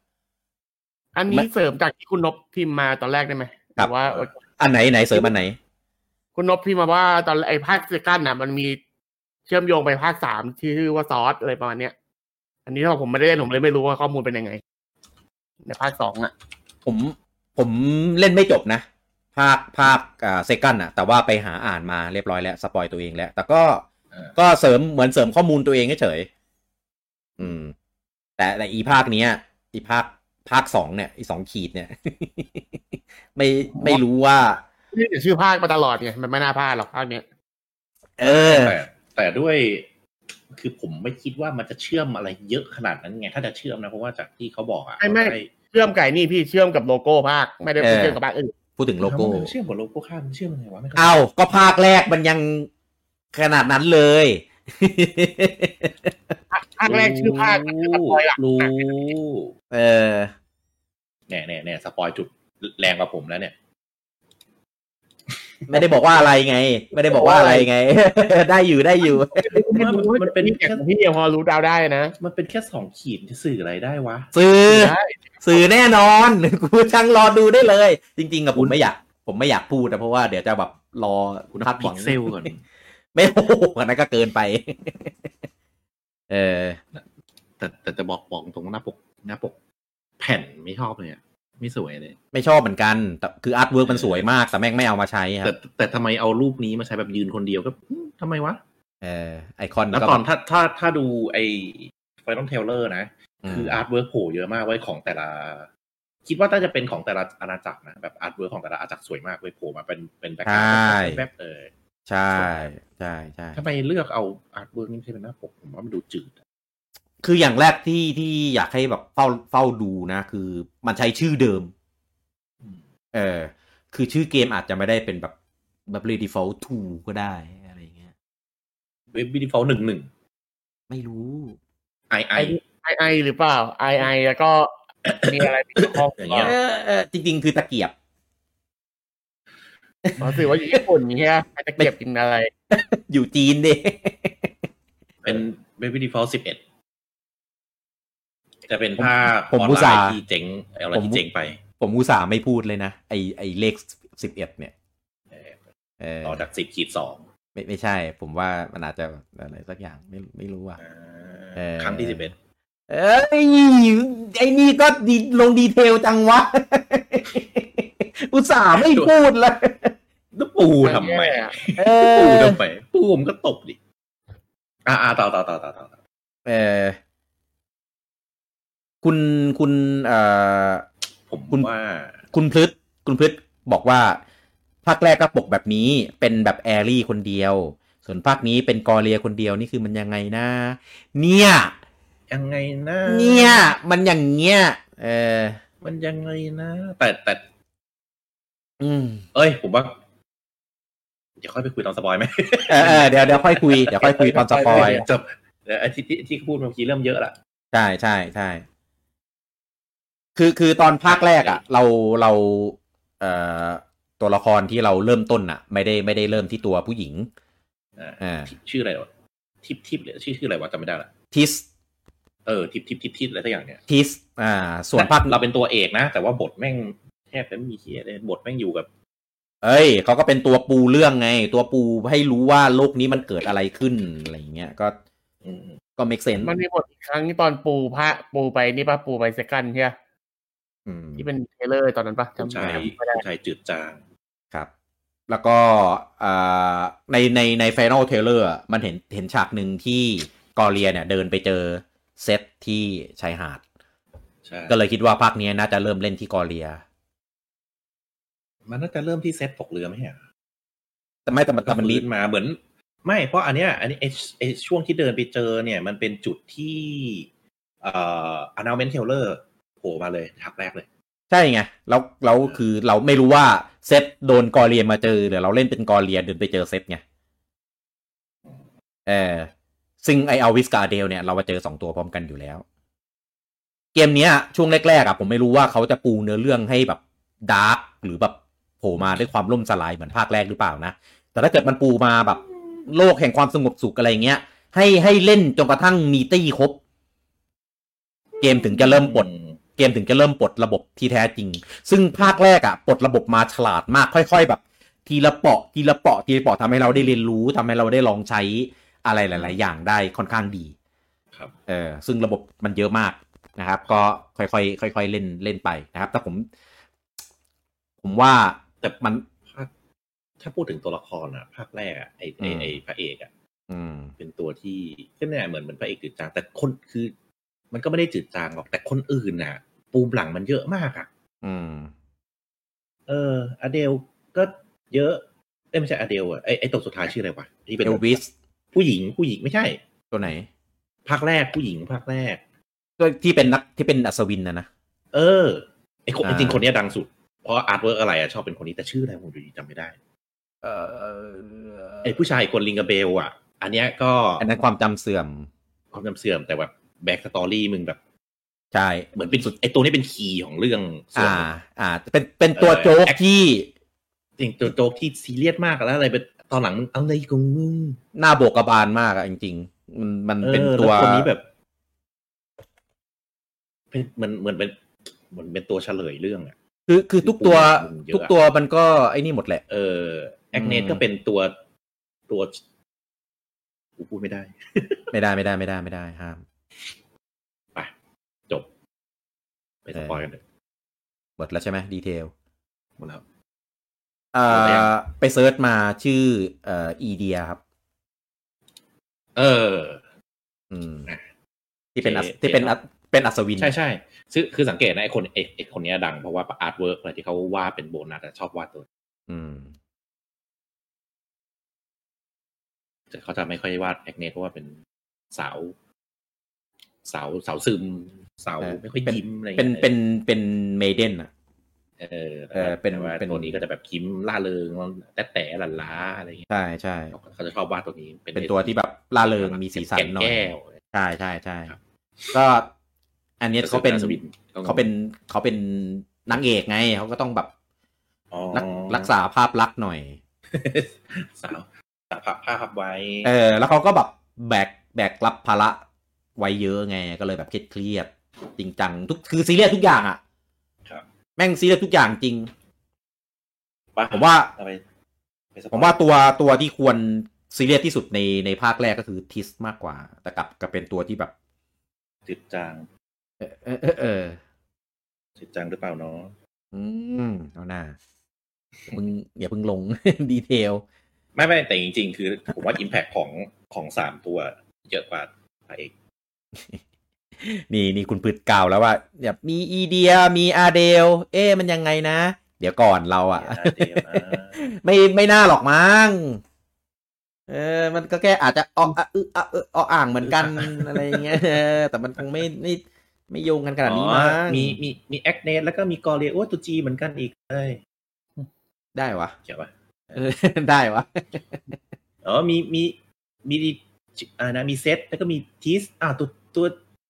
S15: อันนี้เสริมจากที่คุณนบพิมพ์มาตอนแรกได้ไหม
S14: ครับ
S15: หอว่า
S14: อันไหนไหนเสริมอันไหน
S15: คุณนบพิมพ์มาว่าตอนไอ้ภาคเซกันน่ะ มันมีเชื่อมโยงไปภาคสามที่ชื่อว่าซอสอะไรประมาณเนี้ย อันนี้เราผมไม่ได้เล่นผมเลยไม่รู้ว่าข้อมูลเป็นยังไง ในภาคสองอ่ะ
S14: ผมผมเล่นไม่จบนะ ภาคภาคอ่าเซกันอ่ะ แต่ว่าไปหาอ่านมาเรียบร้อยแล้ว สปอยตัวเองแล้ว แต่ก็ก็เสริมเหมือนเสริมข้อมูลตัวเองเฉยๆอืม แต่แต่อีภาคเนี้ย อีภาคภาคสองเนี่ย อีสองขีดเนี่ย ไม่ไม่รู้ว่า
S15: นี่ชื่อภาคมาตลอดไงมันไม่น่าพลาดหรอกภาคเนี้ย
S14: เออ
S17: แต่แต่ด้วยคือผมไม่คิดว่ามันจะเชื่อมอะไรเยอะขนาดนั้นไง ถ้าจะเชื่อมนะเพราะว่าจากที่เขาบอกอะ
S15: ไม่ไม่เชื่อมไก่นี่พี่เชื่อมกับโลโก้ภาค ไม่ได้
S14: เออ
S15: เชื่อมกับภาคอื่น
S14: พูดถึงโลโก้
S17: เชื่อมกับโลโก้ข้ามเชื่อมยังไงวะไม่เข้าใจ
S14: เอ้าก็ภาคแรกมันยังขนาดนั้นเลย
S15: ภาคแรกชื่อภาคมันคือสปอยล์หลัก
S17: รู้
S14: เออ
S17: เนี่ยเนี่ยเนี่ยสปอยจุดแรงกว่าผมแล้วเนี่ย
S14: ไม่ได้บอกว่าอะไรไง ไม่ได้บอกว่าอะไรไง ได้อยู่ได้อยู่
S17: มันเป็น
S15: แค่พี่พอรู้ดาวได้นะ
S17: มันเป็นแค่สองขีดจะสื่ออะไรได้วะ
S14: สื่อสื่อแน่นอน กูช่างรอดูได้เลย จริงๆกับผมไม่อยาก ผมไม่อยากพูดนะเพราะว่าเดี๋ยวจะแบบรอคุณภาพ
S17: พิกเซลก่อน
S14: ไม่โอ้โห อันนั้นก็เกินไป เออ
S17: แต่แต่จะบอกบอกตรงหน้าปกหน้าปก แผ่นไม่ชอบเลยอะไม่สวยเลย
S14: ไม่ชอบเหมือนกันแต่คืออาร์ตเวิร์กมันสวยมากแต่แม่งไม่เอามาใช้ค
S17: แต่
S14: รับ
S17: แต่ทำไมเอารูปนี้มาใช้แบบยืนคนเดียวก็อืมทำไมวะ
S14: เออไอคอน
S17: แล้ว
S14: ก็
S17: ตอนถ้าถ้าถ้าดูไอ้ไฟนอลเทเลอร์นะ
S14: อืม
S17: คืออาร์ตเวิร์กโผล่เยอะมากไว้ยของแต่ละ คิดว่าน่าจะเป็นของแต่ละอาณาจักรนะ แบบอาร์ตเวิร์กของแต่ละอาณาจักรสวยมากเว้ยโผล่มาเป็นเป็นแบ็ค
S14: ใช่
S17: แป๊บๆเออ
S14: ใช่ใช่ใช่
S17: ทำไมเลือกเอาอาร์ตเวิร์กนี่ใช่เป็นหน้าปกผมว่ามันดูจืดอะ
S14: คืออย่างแรกที่ที่อยากให้แบบเฝ้าเฝ้าดูนะ คือมันใช้ชื่อเดิม เออ คือชื่อเกมอาจจะไม่ได้เป็นแบบแบบ Default 2 ก็ได้อะไรอย่างเงี้ย
S17: เว็บบีดีฟอลหนึ่งหนึ่ง
S14: ไม่รู้
S17: ไอไอ
S15: ไอไอหรือเปล่าไอไอแล้วก็มีอะไรที่เกี่ยวข้อง
S17: อย่างเงี้ย
S14: เออเออจริงๆ คือตะเกียบ
S15: อ๋อสื่อว่าอยู่ญี่ปุ่นอย่างเงี้ยใครจะเก็บกินอะไร
S14: อยู่จีนดิ
S17: เป็นเว็บบีดีฟอลสิบเอ็ดจะเป็นภาพ
S14: ผม
S17: ออน
S14: อุต
S17: ไล
S14: ส่าห์
S17: น์ที่เจ๋งอะไรที่เจ๋งไป
S14: ผมอุตส่าห์ไม่พูดเลยนะ ไอไอเลขสิบเอ็ดเนี่ย เออ
S17: ต่อจากสิบขีดสอง
S14: ไม่ไม่ใช่ ผมว่ามันอาจจะอะไรสักอย่างไม่ไม่รู้อ่ะเออ
S17: ครั้งที่สิบเอ็ด
S14: เอ้ยไอ้นี่ก็ดีลงดีเทลจังวะ อุตส่าห์ไม่พูด เลย
S17: ปูทำไม
S14: เอ
S17: ปู
S14: อ
S17: ทำไมปูผมก็ตบดิ อ่าอ่าต่อต่อต่อต่อต่อต่อ
S14: เออคุณคุณเอ่อ
S17: คุณว่า
S14: คุณพฤษคุณพฤษบอกว่า ภาคแรกก็ปกแบบนี้ เป็นแบบแอรี่คนเดียว ส่วนภาคนี้เป็นกอเรียคนเดียวนี่คือมันยังไงนะ เนี่ย
S17: ยังไงนะ
S14: เนี่ย มันอย่างเงี้ยเออ
S17: มันยังไงนะ แต่แต่
S14: อืม
S17: เอ้ย ผมว่า เดี๋ยวค่อยไปคุยตอนสปอยไหม
S14: เออเออเดี๋ยวเดี๋ยวค่อยคุยเดี๋ยวค่อยคุยตอนสปอย
S17: จบเดี๋ยวไอ้ที่ที่ที่พูดเมื่อกี้เริ่มเยอะละ
S14: ใช่ใช่ใช่คือคือตอนภาคแรกอะ่ะ เราเราเอ่อ ตัวละครที่เราเริ่มต้นอะไม่ได้ไม่ได้เริ่มที่ตัวผู้หญิง
S17: อ่าชื่ออะไรวะทิปทิปเลยชื่อชื่ออะไรวะจำไม่ได้ละ
S14: ทิส
S17: เออทิปทิปทิปทิปอะไรสักอย่างเนี่ย
S14: ทิสอ่า ส่วนภาค
S17: เราเป็นตัวเอกนะ แต่ว่าบทแม่งแทบจะไม่มีเฮียเลยบทแม่งอยู่กับ
S14: เอ้ยเขาก็เป็นตัวปูเรื่องไง ตัวปูให้รู้ว่าโลกนี้มันเกิดอะไรขึ้นอะไรอย่างเงี้ยก็ก็เมกเซน
S15: มันมีบทอีกครั้งที่ตอนปูพระปูไปนี่ปะปูไปเซกันใช่ไหมที่เป็นเทเลอร์ตอนนั้นปะ
S17: จำชายชายจืดจาง
S14: ครับ แล้วก็ในในในไฟนอลเทเลอร์มันเห็นเห็นฉากหนึ่งที่กอเรียเนี่ย เดินไปเจอเซตที่ชายหาด ก็เลยคิดว่าภาคนี้น่าจะเริ่มเล่นที่กอเรีย
S17: มันน่าจะเริ่มที่เซตตกเรือไหมฮะ
S14: แต่ไม่แต่มันแต่มัน
S17: ลีดมาเหมือน ไม่เพราะอันเนี้ย อันนี้ไอช่วงที่เดินไปเจอเนี่ย มันเป็นจุดที่เอ่อ announcement t เ l e r ผล่มาเลยทักแรกเลย
S14: ใช่ไงแล้วแล้วคือเราไม่รู้ว่าเซตโดนกอเรียมาเจอหรือเราเล่นเป็นกอเรียเดินไปเจอเซตไงเออซึ่งไอเอาวิสกาเดลเนี่ยเรามาเจอสองตัวพร้อมกันอยู่แล้ว เกมเนี้ย ช่วงแรกๆอ่ะผมไม่รู้ว่าเขาจะปูเนื้อเรื่องให้แบบดาร์กหรือแบบโผล่มาด้วยความล่มสลายเหมือนภาคแรกหรือเปล่านะ แต่ถ้าเกิดมันปูมาแบบ โลกแห่งความสงบสุขอะไรเงี้ย ให้ให้เล่นจนกระทั่งมีตี้ครบ เกมถึงจะเริ่มปลดเกมถึงจะเริ่มปลดระบบที่แท้จริง ซึ่งภาคแรกอะ่ะปลดระบบมาฉลาดมาก ค่อยๆแบบ ทีละเปาะ ทีละเปาะ ทีละเปาะทำให้เราได้เรียนรู้ทำให้เราได้ลองใช้อะไรหลาย ๆ อย่างได้ค่อนข้างดี
S17: ครับ
S14: เออ ซึ่งระบบมันเยอะมากนะครับ ก็ค่อยๆ ค่อย ๆ เล่นเล่นไปนะครับ แต่ผม ผมว่า
S17: แต่
S14: มัน
S17: ภาคถ้าพูดถึงตัวละครอ่ะ ภาคแรกอ่ะไอไอไอพระเอกอ่ะเป็นตัวที่ก็แน่เหมือนเหมือนพระเอกจืดจางแต่คนคือมันก็ไม่ได้จืดจางหรอกแต่คนอื่นน่ะ ปูมหลังมันเยอะมากอ่ะ
S14: อืม
S17: เอออเดลก็เยอะ เอ้ยไม่ใช่อเดลอ่ะไอไอตัวสุดท้ายชื่ออะไรวะที่เป็น
S14: เอลวิส
S17: ผู้หญิงผู้หญิงไม่ใช่
S14: ตัวไหน
S17: ภาคแรกผู้หญิงภาคแรก
S14: ตัวที่เป็นนักที่เป็นอัศวินนะนะ
S17: เออไอคนจริงคนนี้ดังสุด เพราะอาร์ตเวิร์กอะไรอ่ะชอบเป็นคนนี้แต่ชื่ออะไรผมดูจำไม่ได้
S14: เออไ
S17: อผู้ชายคนลิงกาเบล อ่ะ อันเนี้ยก็
S14: อันนั้นความจำเสื่อม
S17: ความจำเสื่อมแต่แบบแบ็กสตอรี่มึงแบบ
S14: ใช่
S17: เหมือนเป็นสุดไอตัวนี้เป็นคีย์ของเรื่อง
S14: อ่า อ่า เป็นเป็นตัวโจ๊กที่
S17: จริงตัวโจ๊กที่ซีเรียสมากแล้วอะไรเป็นตอนหลังมึงอะไรกูมึง
S14: หน้าโบกบาลมากอะจริงๆมันมันเป็นตัว
S17: คนนี้แบบ เป็นมันเหมือนเป็นเหมือนเป็นตัวเฉลยเรื่องอะ
S14: คือคือทุกตัว ทุกตัวมันก็ไอ้นี่หมดแหละ
S17: เออแอคเนสก็เป็นตัวตัวกูพูดไม่ได้
S14: ไม่ได้ไม่ได้ไม่ได้ไม่ได้ห้าม
S17: จบ ไปสปอยกันเลย
S14: หมดแล้วใช่ไหมดีเทล
S17: หมดแล้ว
S14: อ่าไปเซิร์ชมาชื่อ เอ่ออีเดียครับ
S17: เออ
S14: อืมที่เป็นที่เป็นเป็นอัศวิน
S17: ใช่ใช่ซึ่งคือสังเกตนะไอคนไอคนนี้ดังเพราะว่าอาร์ตเวิร์กอะไรที่เขาวาดเป็นโบนัสชอบวาดตัว
S14: อืม
S17: เขาจะไม่ค่อยวาดแอคเนสเพราะว่าเป็นสาวสาวสาวซึมสาวไม่ค่อยยิ้มอะไร
S14: เป็นเป็นเป็นเมเดนอะ
S17: เออเออเป็นว่าตัวนี้ก็จะแบบยิ้มล่าเริงแต่แต่หลันล้าอะไรอย่างเงี้
S14: ยใช่ใช่
S17: เขาจะชอบวาดตัวนี้
S14: เป็นตัวที่แบบล่าเริงมีสีสันหน่อยใช่ใช่ใช่ก็อันนี้เขาเป็นเขาเป็นเขาเป็นนางเอกไงเขาก็ต้องแบบรักษาภาพลักษณ์หน่อย
S17: สาวสาวภาพภาพไว้
S14: เออ แล้วเขาก็แบบแบกแบกรับภาระไว้เยอะไงก็เลยแบบเครียดจริงจังทุกคือซีเรียสทุกอย่างอ่ะแม่งซีเรียสทุกอย่างจริงผมว่าผมว่าตัวตัวที่ควรซีเรียสที่สุดในในภาคแรกก็คือทิสมากกว่า แต่กลับกลับเป็นตัวที่แบบ
S17: จืดจาง
S14: เออเออเออ
S17: จืดจางหรือเปล่าเนาะ
S14: อืมเอาหน้ามึงอย่าเพิ่ง ลงดีเทล
S17: ไม่ไม่แต่จริง ๆ คือ ผมว่าอิมแพคของของสามตัว เยอะกว่าพ ระเอก
S14: นี่นี่คุณพืชกล่าวแล้วว่าแบบมีอีเดียมีอาเดล เอ๊มันยังไงนะ เดี๋ยวก่อนเราอ่ะ ไม่ไม่น่าหรอกมั้งเออ มันก็แค่อาจจะออกอ่ะอึอ่ะเอออ่างเหมือน กันอะไรเงี้ย แต่มันคงไม่ไม่ไม่โยงกันขนาดนี้มั้ง
S17: มีมีมีแอคเนสแล้วก็มีกอเรโอตุจีเหมือนกันอีกเลย
S14: ได้วะ
S17: เขียวปะ
S14: ได้วะ
S17: อ๋อมีมีมีอ่านะมีเซตแล้วก็มีทีสอ่าตัวตัว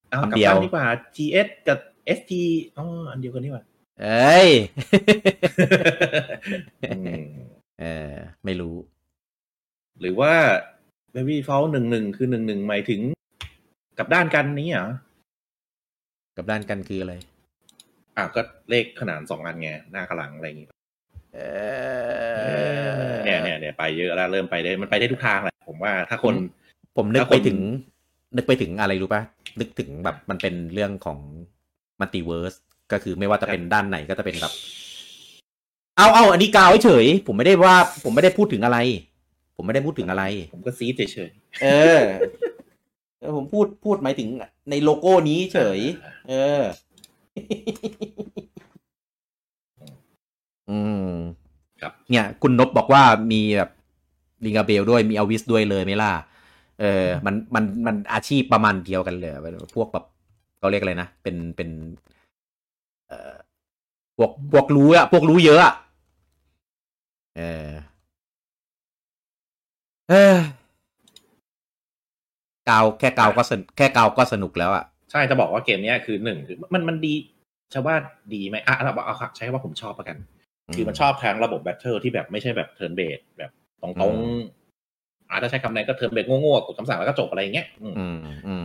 S17: เอากลับบ้านดีกว่า GS กับ ST อ๋ออันเดียวกันนี่หว่า
S14: เอ้ย เออ ไม่รู้
S17: หรือว่าเบบี้ฟอลหนึ่งหนึ่งคือหนึ่งหนึ่งหมายถึงกลับด้านกันนี้เหรอ
S14: กับด้านกันคืออะไร
S17: อ่ะก็เลขขนานสองอันไง หน้ากระหลังอะไรอย่างงี้เนี่ยเนี่ยเนี่ยไปเยอะแล้วเริ่มไปได้มันไปได้ทุกทางแหละผมว่าถ้าคน
S14: ผมนึกไปถึง นึกไปถึงอะไรรู้ปะนึกถึงแบบมันเป็นเรื่องของมัลติเวิร์สก็คือไม่ว่าจะเป็นด้านไหนก็จะเป็นแบบ เอาเอาอันนี้กาวเฉยผมไม่ได้ว่า ผมไม่ได้พูดถึงอะไร ผมไม่ได้พูดถึงอะไร
S17: ผมก็ซีดเฉย
S14: เออผมพูดพูดหมายถึงในโลโก้นี้เฉย เอ อ อืม
S17: ครับ
S14: เนี่ย คุณนบบอกว่ามีแบบลิงกาเบลด้วยมีอวิสด้วยเลยไหม่ล่ะ เออ มันมันมันอาชีพประมาณเดียวกันเลยพวกแบบเขาเรียกอะไรนะ เป็นเป็น เอ่อพวกพวกรู้อะพวกรู้เยอะอะเออเออกาวแค่กาวก็สนแค่กาวก็สนุกแล้วอะ
S17: ใช่จะบอกว่าเกมเนี้ยคือหนึ่งคือมันมันดีชาวบ้านดีไหมอ่ะเราเอาใช้ว่าผมชอบประกัน คือมันชอบทางระบบแบทเทิลที่แบบไม่ใช่แบบเทิร์นเบสแบบตรงตรงอาจจะใช้คำไหนก็เทิร์นเบสโง่ๆกดคำสั่งแล้วก็จบอะไรอย่างเงี้ย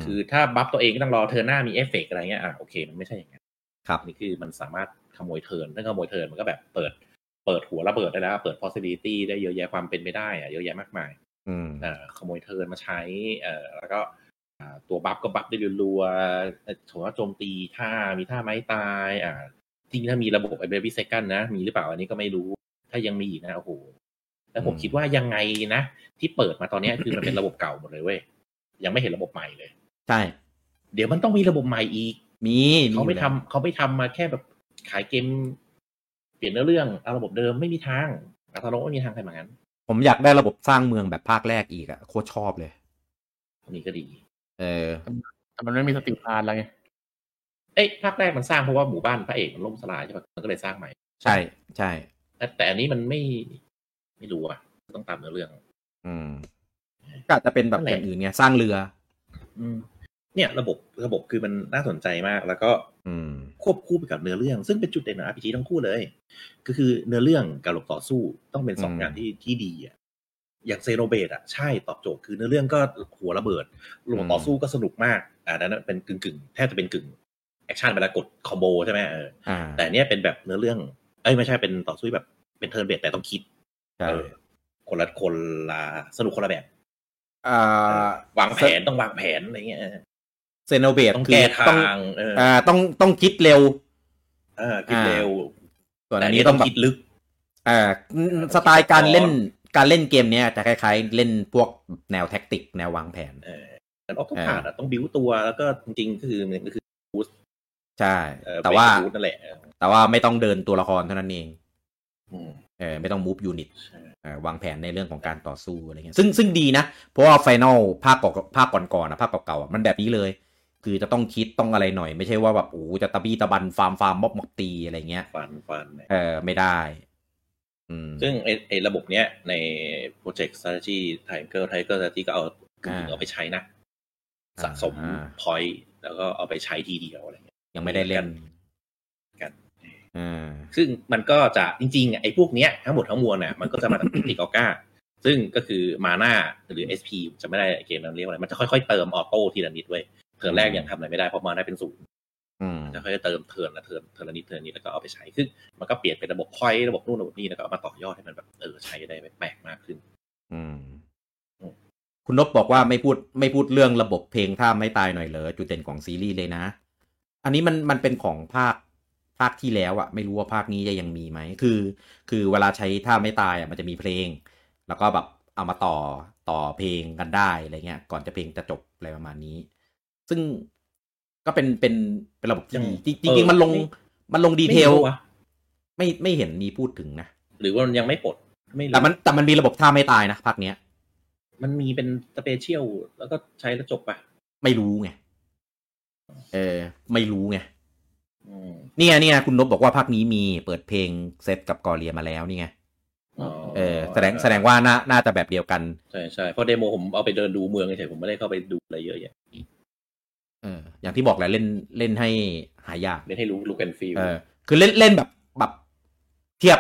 S17: คือถ้าบัฟตัวเองก็ต้องรอเทิร์นหน้ามีเอฟเฟกอะไรเงี้ยอ่ะโอเคมันไม่ใช่อย่างเงี้ย
S14: ครับ
S17: นี่คือมันสามารถขโมยเทิร์นถ้าขโมยเทิร์นมันก็แบบเปิด เปิดหัวระเบิดได้แล้ว เปิด possibility ได้เยอะแยะความเป็นไปได้อะเยอะแยะมากมายอ่าขโมยเทิร์นมาใช้เอ่อแล้วก็ตัวบัฟก็บัฟได้รัวๆถือว่าโจมตีท่ามีท่าไม้ตาย อ่าจริงถ้ามีระบบไอเบบี้เซคันนะ มีหรือเปล่าอันนี้ก็ไม่รู้ ถ้ายังมีนะโอ้โหแล้วผมคิดว่ายังไงนะ ที่เปิดมาต อนนี้คือมันเป็นระบบเก่าหมดเลยเว้ยยังไม่เห็นระบบใหม่เลย
S14: ใช่
S17: เดี๋ยวมันต้องมีระบบใหม่อีก
S14: มี
S17: เขาไม่ทำเขาไม่ทำมาแค่แบบขายเกม เปลี่ยนเนื้อเรื่องเอาระบบเดิมไม่มีทางอัตโนไม่มีทางใครแบบนั้น
S14: ผมอยากได้ระบบสร้างเมืองแบบภาคแรกอีกอะโคตรชอบเลย
S17: อันนี้ก็ดี
S14: เออ
S15: แต่มันไม่มีสติพานแล้วไง
S17: เอ้ยภาคแรกมันสร้างเพราะว่าหมู่บ้านพระเอกมันล่มสลายใช่ปะมันก็เลยสร้างใหม่
S14: ใช่ใช่
S17: แต่แต่อันนี้มันไม่ไม่รู้อ่ะ ต้องตามเนื้อเรื่อง
S14: อืมก็จะเป็นแบบอย่างอื่นไงสร้างเรือ
S17: อืม เนี่ยระบบระบบคือมันน่าสนใจมาก แล้วก็
S14: อืม
S17: ควบคู่ไปกับเนื้อเรื่อง ซึ่งเป็นจุดเด่นของ RPG ทั้งคู่เลย ก็คือเนื้อเรื่องกับระบบต่อสู้ต้องเป็นสองงานที่ที่ดีอ่ะอย่างเซโนเบตอ่ะใช่ตอบโจทย์คือเนื้อเรื่องก็หัวระเบิดหลวงต่อสู้ก็สนุกมากอ่านั้นเป็นกึ่งกึ่งแทบจะเป็นกึ่งแอคชั่นเวลากดคอมโบใช่ไหมเออแต่เนี้ยเป็นแบบเนื้อเรื่อง เอ้ยไม่ใช่เป็นต่อสู้แบบเป็นเทิร์นเบตแต่ต้องคิด
S14: เอ
S17: อคนละคนละสนุกคนละแบบ
S14: อ่าว
S17: างแผนต้องวางแผนอะไรเงี้ย
S14: เซโนเบต
S17: ต้องแก้ทาง
S14: อ่าต้องต้องคิดเร็ว
S17: อ่าคิดเร็ว
S14: ส่วนอันนี้ต้อง
S17: คิดลึก
S14: อ่าสไตล์การเล่นการเล่นเกมเนี้ยจะคล้ายๆ เล่นพวกแนวแท็กติก แนววางแผน
S17: เออแต่ออกก็ผ่านต้องบิวตัวแล้วก็จริงๆก็คือมันก็คือบูส
S14: ใช่ แต่ว่า
S17: นั่นแหละ
S14: แต่ว่าไม่ต้องเดินตัวละครเท่านั้นเองเออไม่ต้องมูฟยูนิตวางแผนในเรื่องของการต่อสู้อะไรเงี้ยซึ่งซึ่งดีนะ เพราะว่าไฟแนลภาคก่อนภาคก่อนๆนะภาคเก่าๆมันแบบนี้เลย คือจะต้องคิดต้องอะไรหน่อย ไม่ใช่ว่าแบบโอ้จะตะบี้ตะบันฟาร์มฟาร์มม็อบม็อบตีอะไรเงี้ย
S17: ฟันฟัน
S14: เออไม่ได้
S17: ซึ่งไอ้ไอระบบเนี้ยในโปรเจกต์ strategy tiger tiger strategy ก็เอาเอาไปใช้นะ สะสม point แล้วก็เอาไปใช้ทีเดียวอะไรเงี้ย
S14: ยังไม่ได้เล่น
S17: กัน
S14: ซึ่
S17: งมันก็จะจริงๆไอ้พวกเนี้ยทั้งหมดทั้งมวลน่ะมันก็จะมาจากติกอก้า ซึ่งก็คือมาหน้าหรือ SP จะไม่ได้เกมนั้นเรียกว่าอะไรมันจะค่อยๆเติมออโต้ทีละนิดเว้ยเทิร์นแรกยังทำอะไรไม่ได้เพราะมาได้เป็นศูนย์จะค่อยๆเติมเทิร์นละเทิร์นเทิร์นละนิดเทิร์นนี้แล้วก็เอาไปใช้คือมันก็เปลี่ยนเป็นระบบพอยระบบนู่นระบบนี่แล้วก็เอามาต่อยอดให้มันแบบเออใช้ได้แปลกมากขึ้น
S14: อืม คุณนบบอกว่าไม่พูดไม่พูดเรื่องระบบเพลงท่าไม่ตายหน่อยเลยจุดเด่นของซีรีส์เลยนะ อันนี้มันมันเป็นของภาคภาคที่แล้วอะไม่รู้ว่าภาคนี้จะยังมีไหมคือ คือเวลาใช้ท่าไม่ตายอะมันจะมีเพลง แล้วก็แบบเอามาต่อต่อเพลงกันได้อะไรเงี้ยก่อนจะเพลงจะจบอะไรประมาณนี้ ซึ่งก็เป็นเป็นเป็นระบบที่ดีจริงจริงมันลงมันลงดีเทลไม่ไม่เห็นมีพูดถึงนะ
S17: หรือว่ามันยังไม่ปลดไม่
S14: แต่มันแต่มันมีระบบท่าไม่ตายนะภาคเนี้ย
S17: มันมีเป็นสเปเชียลแล้วก็ใช้แล้วจบปะ
S14: ไม่รู้ไงเออ ไม่รู้ไงนี่ไงนี่ไงคุณนบบอกว่าภาคนี้มีเปิดเพลงเซตกับกอเรียมาแล้วนี่ไงเออ แสดงแสดงว่าน่าน่าจะแบบเดียวกัน
S17: ใช่ใช่เพราะเดโมผมเอาไปเดินดูเมืองเฉยผมไม่ได้เข้าไปดูอะไรเยอะแยะ
S14: เอออย่างที่บอกแหละเล่นเล่นให้หายาก
S17: เล่นให้รู้ลูกแอนฟิล
S14: เออ คือเล่นเล่นแบบแบบเทียบ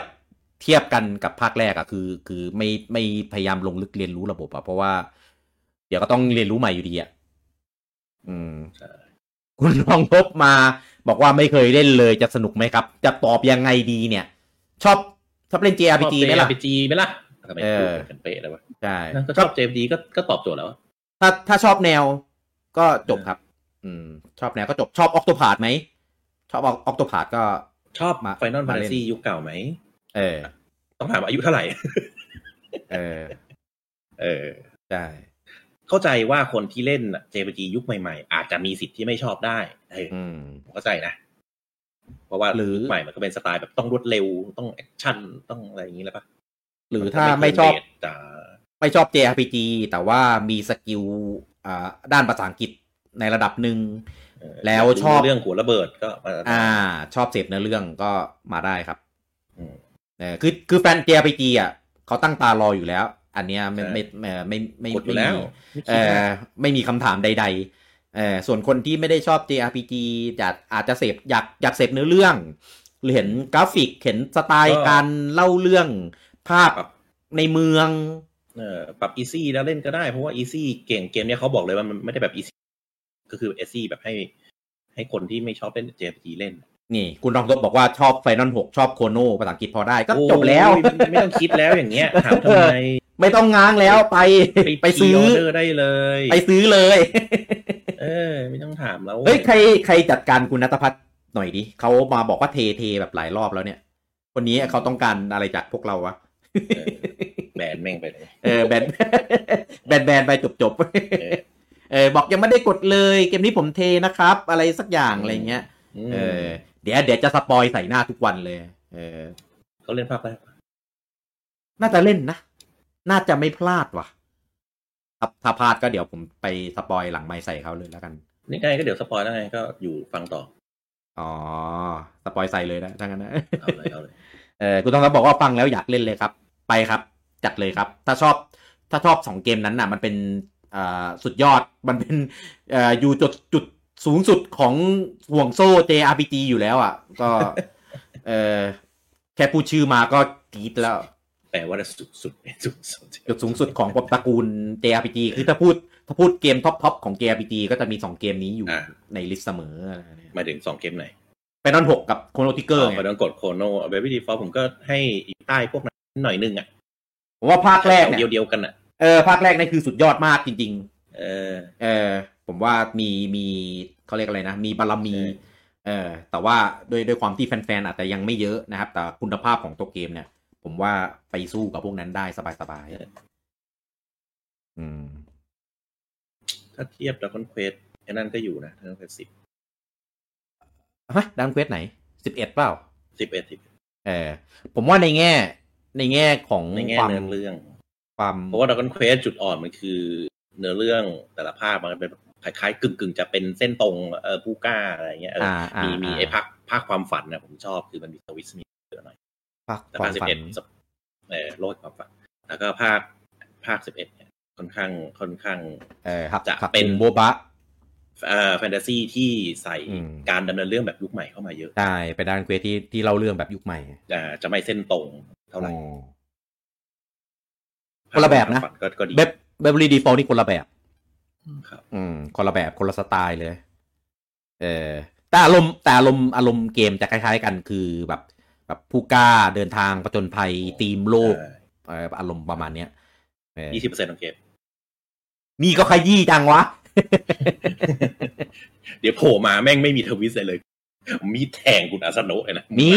S14: เทียบกันกับภาคแรกอะคือ คือไม่ไม่พยายามลงลึกเรียนรู้ระบบอะเพราะว่า เดี๋ยวก็ต้องเรียนรู้ใหม่อยู่ดีอะอืมคุณลองพบมา บอกว่าไม่เคยเล่นเลยจะสนุกไหมครับ จะตอบยังไงดีเนี่ย ชอบชอบเล่น JRPG ไหมล่ะ
S17: RPG ไหมล่ะทำไมพูดกันเป๊ะเลยวะ
S14: ใช่
S17: ก็ชอบ JRPG ก็ก็ตอบโจทย์แล้วอะ
S14: ถ้าถ้าชอบแนวก็จบครับ อืม ชอบแนวก็จบชอบออกโตพาดไหม ชอบออกโตพาดก็
S17: ชอบมาไฟนอล
S14: มา
S17: ฟาน
S14: เล่น
S17: ซียุคเก่าไหม
S14: เออ
S17: ต้องถามอายุเท่า ไหร่
S14: เออ
S17: เออ
S14: ใช่
S17: เข้าใจว่าคนที่เล่น JRPG ยุคใหม่ๆ อาจจะมีสิทธิ์ที่ไม่ชอบได้เออ
S14: อืม
S17: ผมเข้าใจนะ เพราะว่า
S14: หรือ
S17: ยุคใหม่มันก็เป็นสไตล์แบบต้องรวดเร็วต้องแอคชั่นต้องอะไรอย่างนี้แล้วปะ
S14: หรือถ้าไม่ชอบ
S17: จะ
S14: ไม่ชอบ JRPG แต่ว่ามีสกิลอ่าด้านภาษาอังกฤษในระดับหนึ่ง แล้วชอบ
S17: เรื่องหัวระเบิดก็มา
S14: อ่า ชอบเสพเนื้อเรื่องก็มาได้ครับเออคือคือแฟน JRPG อ่ะเขาตั้งตารออยู่แล้ว อันเนี้ยไม่ไม่ไม่ไม่ไม่
S17: กดอยู่
S14: ไม่
S17: แล้
S14: มี
S17: ว
S14: เออไม่มีคำถามใด ๆเออส่วนคนที่ไม่ได้ชอบ JRPG จะอาจจะเสพอยากอยากเสพเนื้อเรื่อง หรือเห็นกราฟิกเห็นสไตล์การเล่าเรื่องภาพในเมือง
S17: เออปรับอีซี่แล้วเล่นก็ได้ เพราะว่าอีซี่เก่งเกมเนี้ยเขาบอกเลยว่ามันไม่ได้แบบอีซี่ก็คือเอซี่แบบให้ ให้คนที่ไม่ชอบเล่น JRPG เล่น
S14: นี่ คุณรองรบบอกว่าชอบไฟนอลหกชอบโคโนภาษาอังกฤษพอได้ ก็จบแล้ว
S17: โอ้ยไม่ไม่ต้องคิดแล้วอย่างเงี้ย ถามทำไม
S14: ไม่ต้องง้างแล้วไปไปซื้อ
S17: ออเดอร์ได้เลย
S14: ไปซื้อเลย
S17: เออ ไม่ต้องถามแล้ว
S14: เฮ้ย ใครใครจัดการคุณนัทพัฒน์หน่อยดิเขามาบอกว่าเทเทแบบหลายรอบแล้วเนี่ย คนนี้เขาต้องการอะไรจากพวกเราวะ
S17: แบนแม่งไปเลย
S14: เออแบน แบนแบนไปจบจบเออบอกยังไม่ได้กดเลย เกมนี้ผมเทนะครับ อะไรสักอย่างอะไรเงี้ยเออเดี๋ยวเดี๋ยวจะสปอยใส่หน้าทุกวันเลย เออ
S17: เขาเล่นภาคแรก
S14: น่าจะเล่นนะ น่าจะไม่พลาดว่ะถ้าถ้าพลาดก็เดี๋ยวผมไปสปอยหลังไมค์ใส่เขาเลยแล้วกัน
S17: นี่ไงก็เดี๋ยวสปอยแล้วไงก็อยู่ฟังต่อ
S14: อ๋อ สปอยใส่เลยนะถ้างั้นนะ
S17: เอาเลยเอาเลย
S14: เออคุณต้องรับบอกว่าฟังแล้วอยากเล่นเลยครับ ไปครับ จัดเลยครับ ถ้าชอบ ถ้าชอบสองเกมนั้นน่ะ มันเป็นอ่าสุดยอด มันเป็นอ่าอยู่จุดจุดสูงสุดของห่วงโซ่ JRPG อยู่แล้วอ่ะ ก็ เออแค่พูดชื่อมาก็กรี๊ดแล้ว
S17: แปลว่าสุดสุดสุดสุด
S14: จุดสูงสุดของปมตระกูล JRPG คือถ้าพูดถ้าพูดเกมท็อปทอปของ JRPG ก็จะมีสองเกมนี้อยู่ในลิสต์เสมอ
S17: หมายถึงสองเกมไหน
S14: ไปนอนหกกับโคโนติเกอร์ไง
S17: ไปต้องกดโคโนเบบี้ดีฟอผมก็ให้อีกใต้พวกนั้นหน่อยนึงอ่ะ
S14: ผมว่าภาคแรก
S17: เดี
S14: เนี่ย ยว
S17: เดียวๆกันอ่ะ
S14: เออภาคแรกนี่คือสุดยอดมากจริง
S17: เออ
S14: ๆ เออ ผมว่ามีมีเขาเรียกอะไรนะ มีบารมี เออ แต่ว่าด้วยด้วยความที่แฟนๆอาจจะยังไม่เยอะนะครับ แต่คุณภาพของตัวเกมเนี่ย ผมว่าไปสู้กับพวกนั้นได้สบายๆอืม
S17: ถ้าเทียบดราก้อนเควสไอ้นั่นก็อยู่นะดราก้อนเควสสิบ
S14: ฮะดังเควสไหนสิบเอ็ดเปล่า
S17: สิบเอ็ดสิบ
S14: เออผมว่าในแง่ ในแง่ของ
S17: ในแง่
S14: ความ
S17: เนื้อเรื่อง
S14: ความ
S17: เพราะว่าดราก้อนเควสจุดอ่อนมันคือ เนื้อเรื่องแต่ละภาคมันเป็นคล้ายๆกึ่งๆ จะเป็นเส้นตรงเออผู้กล้าอะไรเงี้ยเอออา
S14: อ่า
S17: มีมี
S14: อ่า
S17: ไอ้ภาคภาคความฝันนะผมชอบคือมันมีสวิตช์มีเยอะหน่อย
S14: ภาค
S17: แต่
S14: ควา
S17: ภาค
S14: ม
S17: สิบ
S14: ฝั
S17: เอ็ด
S14: น
S17: เออโลดความฝัน แล้วก็ภาคภาคสิบเอ็ดเนี่ยค่อนข้างค่อนข้าง
S14: เออครับ
S17: จะ
S14: ครับ
S17: เป็น
S14: โบบะ
S17: เอ่อแฟนตาซีที่ใส่
S14: อืม
S17: การดำเนินเรื่องแบบยุคใหม่เข้ามาเยอะ
S14: ใช่ไปด้านเควสที่ที่เล่าเรื่องแบบยุคใหม่
S17: อ่าจะไม่เส้นตรงเท่าไหร่
S14: อ๋อคนละแบบนะ
S17: ภาคความฝัก็ก็ดี
S14: เบบเบบลีดีฟอลนี่คนละแบบ
S17: ครับ
S14: อืม คนละแบบคนละสไตล์เลย เออแต่อารมณ์แต่อารมณ์อารมณ์เกมจะคล้าย ๆ กันคือแบบ แบบผู้กล้าเดินทางประจนภัยตีมโลกเอออารมณ์ประมาณเนี้ยเออ
S17: ยี่สิบเปอร์เซ็นต์ของเกม
S14: นี่ก็ขยี้จังวะ
S17: เดี๋ยวโผล่มาแม่งไม่มีทวิสต์อะไรเลย มีแทงคุณอาสโนะเลยนะ
S14: มี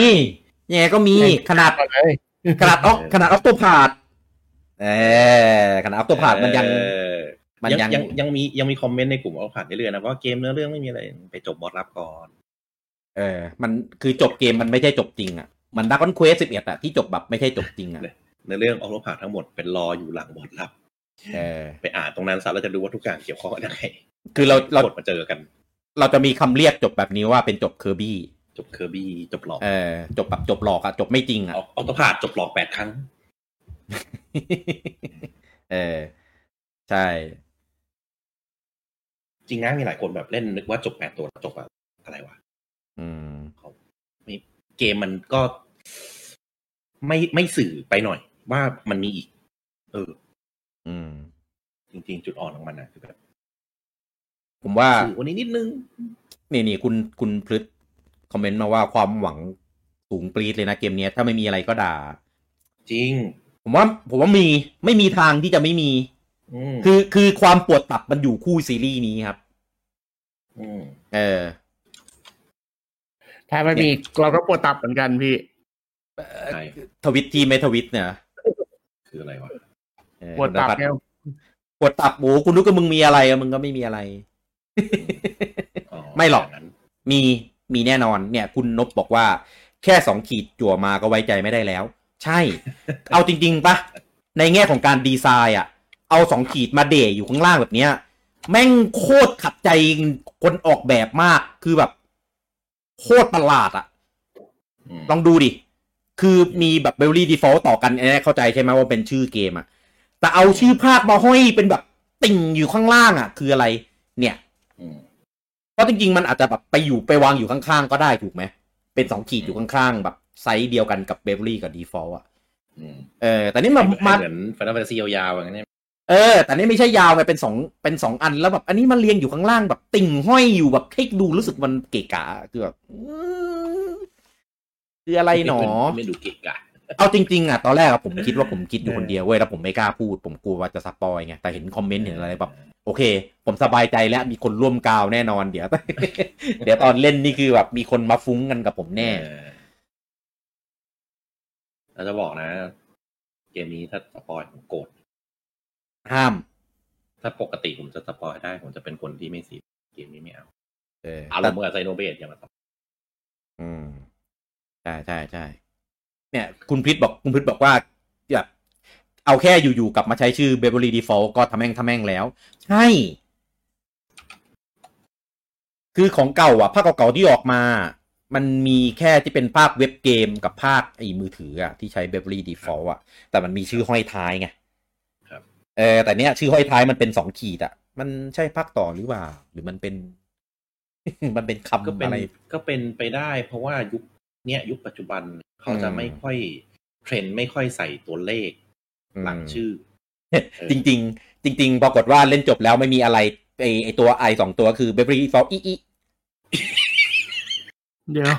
S14: ยังไงก็มีขนาดขนาดออกขนาดออกตัวผาดเออขนาดออกตัวผาดมันยัง
S17: เออ
S14: มันยัง
S17: ยังยังมียังมีคอมเมนต์ในกลุ่มเอาผ่านเรื่อยๆนะว่าเกมเนื้อเรื่องไม่มีอะไรไปจบบอสรับก่อน
S14: เออ มันคือจบเกมมันไม่ใช่จบจริงอ่ะ มันดักคอนเควสสิบเอ็ดอะที่จบแบบไม่ใช่จบจริงอ่ะ
S17: เนื้อเรื่องเอารถผ่านทั้งหมดเป็นรออยู่หลังบอสรับ
S14: เออ
S17: ไปอ่านตรงนั้นซะแล้วจะดูว่าทุกอย่างเกี่ยวข้องกันยังไง
S14: คือเราเรา
S17: กดมาเจอกัน
S14: เราจะมีคำเรียกจบแบบนี้ว่าเป็นจบเคอร์บี้
S17: จบเคอร์บี้จบหลอก
S14: เออ จบแบบจบหลอกอะจบไม่จริ งอะ
S17: ออโต้ผ่านจบหลอกแปดครั้ง
S14: เออ ใช่
S17: จริงนะมีหลายคนแบบเล่นนึกว่าจบแปดตัวแล้วจบแบบอะไรวะ
S14: อืม
S17: มี เกมมันก็ไม่ไม่สื่อไปหน่อย ว่ามันมีอีก เออ
S14: อืม
S17: จริง ๆ จุดอ่อนของมันนะคือแบบ
S14: ผมว่า
S17: สื่อวันนี้นิดนึง
S14: นี่นี่คุณคุณพลึดคอมเมนต์มาว่าความหวังสูงปรีดเลยนะเกมเนี้ย ถ้าไม่มีอะไรก็ด่า
S17: จริง
S14: ผมว่า ผมว่ามีไม่มีทางที่จะไม่มี
S17: อืม
S14: คือคือความปวดตับมันอยู่คู่ซีรีส์นี้ครับ
S17: อืม
S14: เออ
S15: ถ้าไม่มีเราก็ปวดตับเหมือนกันพี่
S17: ใช่
S14: ทวิตที่ไม่ทวิตเนี่ยนะ
S17: คืออะไรวะ
S14: เออ
S15: ปวดตับ
S14: คุณนภัส
S15: แก้ว
S14: ปวดตับโอ้คุณนึกว่ามึงมีอะไรอะมึงก็ไม่มีอะไร
S17: อ๋อ
S14: ไม่หรอก
S17: ย่างนั้น
S14: มีมีแน่นอนเนี่ย คุณนบบอกว่า แค่สองขีดจั่วมาก็ไว้ใจไม่ได้แล้ว ใช่ เอาจริง ๆปะในแง่ของการดีไซน์อ่ะ เอาสองขีดมาเดยอยู่ข้างล่างแบบเนี้ย แม่งโคตรขัดใจคนออกแบบมากคือแบบ โคตรประหลาดอ่ะ
S17: อืม
S14: ลองดูดิ คือมีแบบเบลลี่ดีฟอลต่อกันอันนี้เข้าใจใช่ไหมว่าเป็นชื่อเกมอ่ะ แต่เอาชื่อภาคมาห้อยเป็นแบบติ่งอยู่ข้างล่างอ่ะ คืออะไร เนี่ย
S17: อืม
S14: เพราะจริงๆ มันอาจจะแบบไปอยู่ไปวางอยู่ข้างๆ ก็ได้ถูกไหม เป็นสองขีดอยู่ข้างๆ แบบไซส์เดียวกันกับเบเวอรี่กับดีฟอลต์อ่ะ
S17: อืม
S14: เออ แต่นี่มันมา
S17: เหมือนฟันแฟนซียาวๆอย่างนั้นเนี้ย
S14: เออ แต่นี่ไม่ใช่ยาวไง เป็นสองเป็นสองอันแล้วแบบอันนี้มันเรียงอยู่ข้างล่างแบบ ติ่งห้อยอยู่แบบให้ดูรู้สึกมันเกะกะคือแบบอืมคืออะไรหนอ
S17: ไม่ดูเกะกะ
S14: เอาจริงๆอ่ะตอนแรกอะผมคิดว่าผมคิดอยู่คนเดียวเว้ยแล้วผมไม่กล้าพูด ผมกลัวว่าจะสปอยไงแต่เห็นคอมเมนต์เห็นอะไรแบบโอเค ผมสบายใจแล้วมีคนร่วมกาวแน่นอนเดี๋ยว เดี๋ยวตอนเล่นนี่คือแบบมีคนมาฟุ้งกันกับผมแน่
S17: เออเราจะบอกนะ เกมนี้ถ้าสปอยผมโกรธ
S14: ห้าม
S17: ถ้าปกติผมจะสปอยได้ ผมจะเป็นคนที่ไม่ซีเกมนี้ไม่เอา
S14: เออ
S17: อารมณ์เหมือนไซโนเบทอย่ามาสปอย
S14: อืมใช่ใช่ใช่เนี่ย คุณพิษบอกคุณพิษบอกว่าแบบเอาแค่อยู่ๆกลับมาใช้ชื่อเบเบอรี่ดีฟอลก็ทำแม่งทำแม่งแล้ว ใช่ คือของเก่าอ่ะ ภาคเก่าๆที่ออกมา มันมีแค่ที่เป็นภาคเว็บเกมกับภาคไอ้มือถืออ่ะ ที่ใช้เบเบอรี่ดีฟอลอ่ะ แต่มันมีชื่อห้อยท้ายไงเออแต่เนี้ยชื่อห้อยท้ายมันเป็นสองขีดอ่ะ มันใช่ภาคต่อหรือเปล่า หรือมันเป็น มันเป็นคำ
S17: ก็เป็น
S14: อะไร
S17: ก็เป็นไปได้ เพราะว่ายุคเนี้ยยุคปัจจุบันเขาจะ
S14: อืม
S17: ไม่ค่อยเทรนด์ไม่ค่อยใส่ตัวเลข หลังชื่อ
S14: จริงจริงๆ จริง ๆ ปรากฏว่าเล่นจบแล้วไม่มีอะไรไอไอตัวไอสองตัวคือเบเบอรี่ฟอลอีอี
S15: เดี๋ยว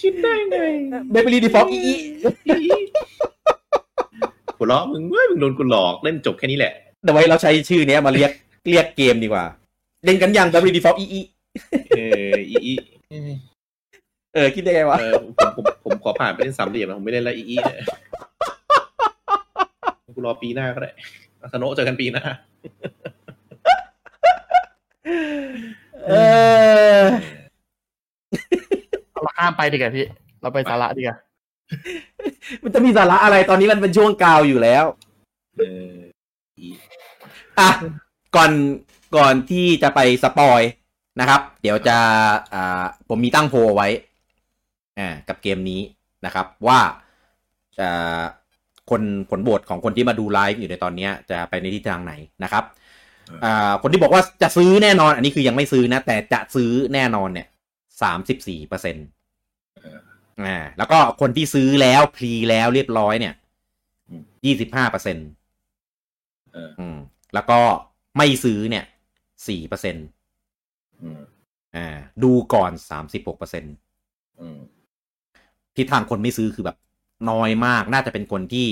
S17: คิดได้ไง
S14: เบเบอรี่ดีฟอลอีอี
S17: หัวเราะมึงเว้ยมึงโดนกูหลอกเล่นจบแค่นี้แหละ
S14: เดี๋ยวไว้เราใช้ชื่อเนี้ยมาเรียกเรียกเกมดีกว่า เล่นกันยังเบเบอรี่ดีฟอลอีอี
S17: เอออีอี
S14: เออคิดได้ไงวะ
S17: เออผมผมผมขอผ่านไปเล่นสามเหลี่ยมนะผมไม่เล่นแล้วอีอีเนี่ยกูรอปีหน้าก็ได้อาสโนะเจอกันปีหน้า
S14: เออ
S15: เราข้ามไปดีกว่าพี่ เราไปสาระดีกว่า
S14: มันจะมีสาระอะไรตอนนี้มันเป็นช่วงกาวอยู่แล้ว
S17: เออ
S14: อ่ะก่อนก่อนที่จะไปสปอยนะครับ เดี๋ยวจะอ่าผมมีตั้งโพลไว้อ่ากับเกมนี้นะครับ ว่าอ่าคนผลโหวตของคนที่มาดูไลฟ์อยู่ในตอนเนี้ยจะไปในทิศทางไหนนะครับอ่าคนที่บอกว่าจะซื้อแน่นอน อันนี้คือยังไม่ซื้อนะ แต่จะซื้อแน่นอนเนี่ยสามสิบสี่เปอร์เซ็นต์อ่าแล้วก็คนที่ซื้อแล้วพรีแล้วเรียบร้อยเนี่ยยี่สิบห้าเปอร์เซ็นต์
S17: เออ
S14: อืมแล้วก็ไม่ซื้อเนี่ยสี่เปอร์เซ็นต์
S17: อืม
S14: อ่าดูก่อนสามสิบหกเปอร์เซ็นต์
S17: อืม
S14: ที่ทางคนไม่ซื้อคือแบบน้อยมากน่าจะเป็นคนที่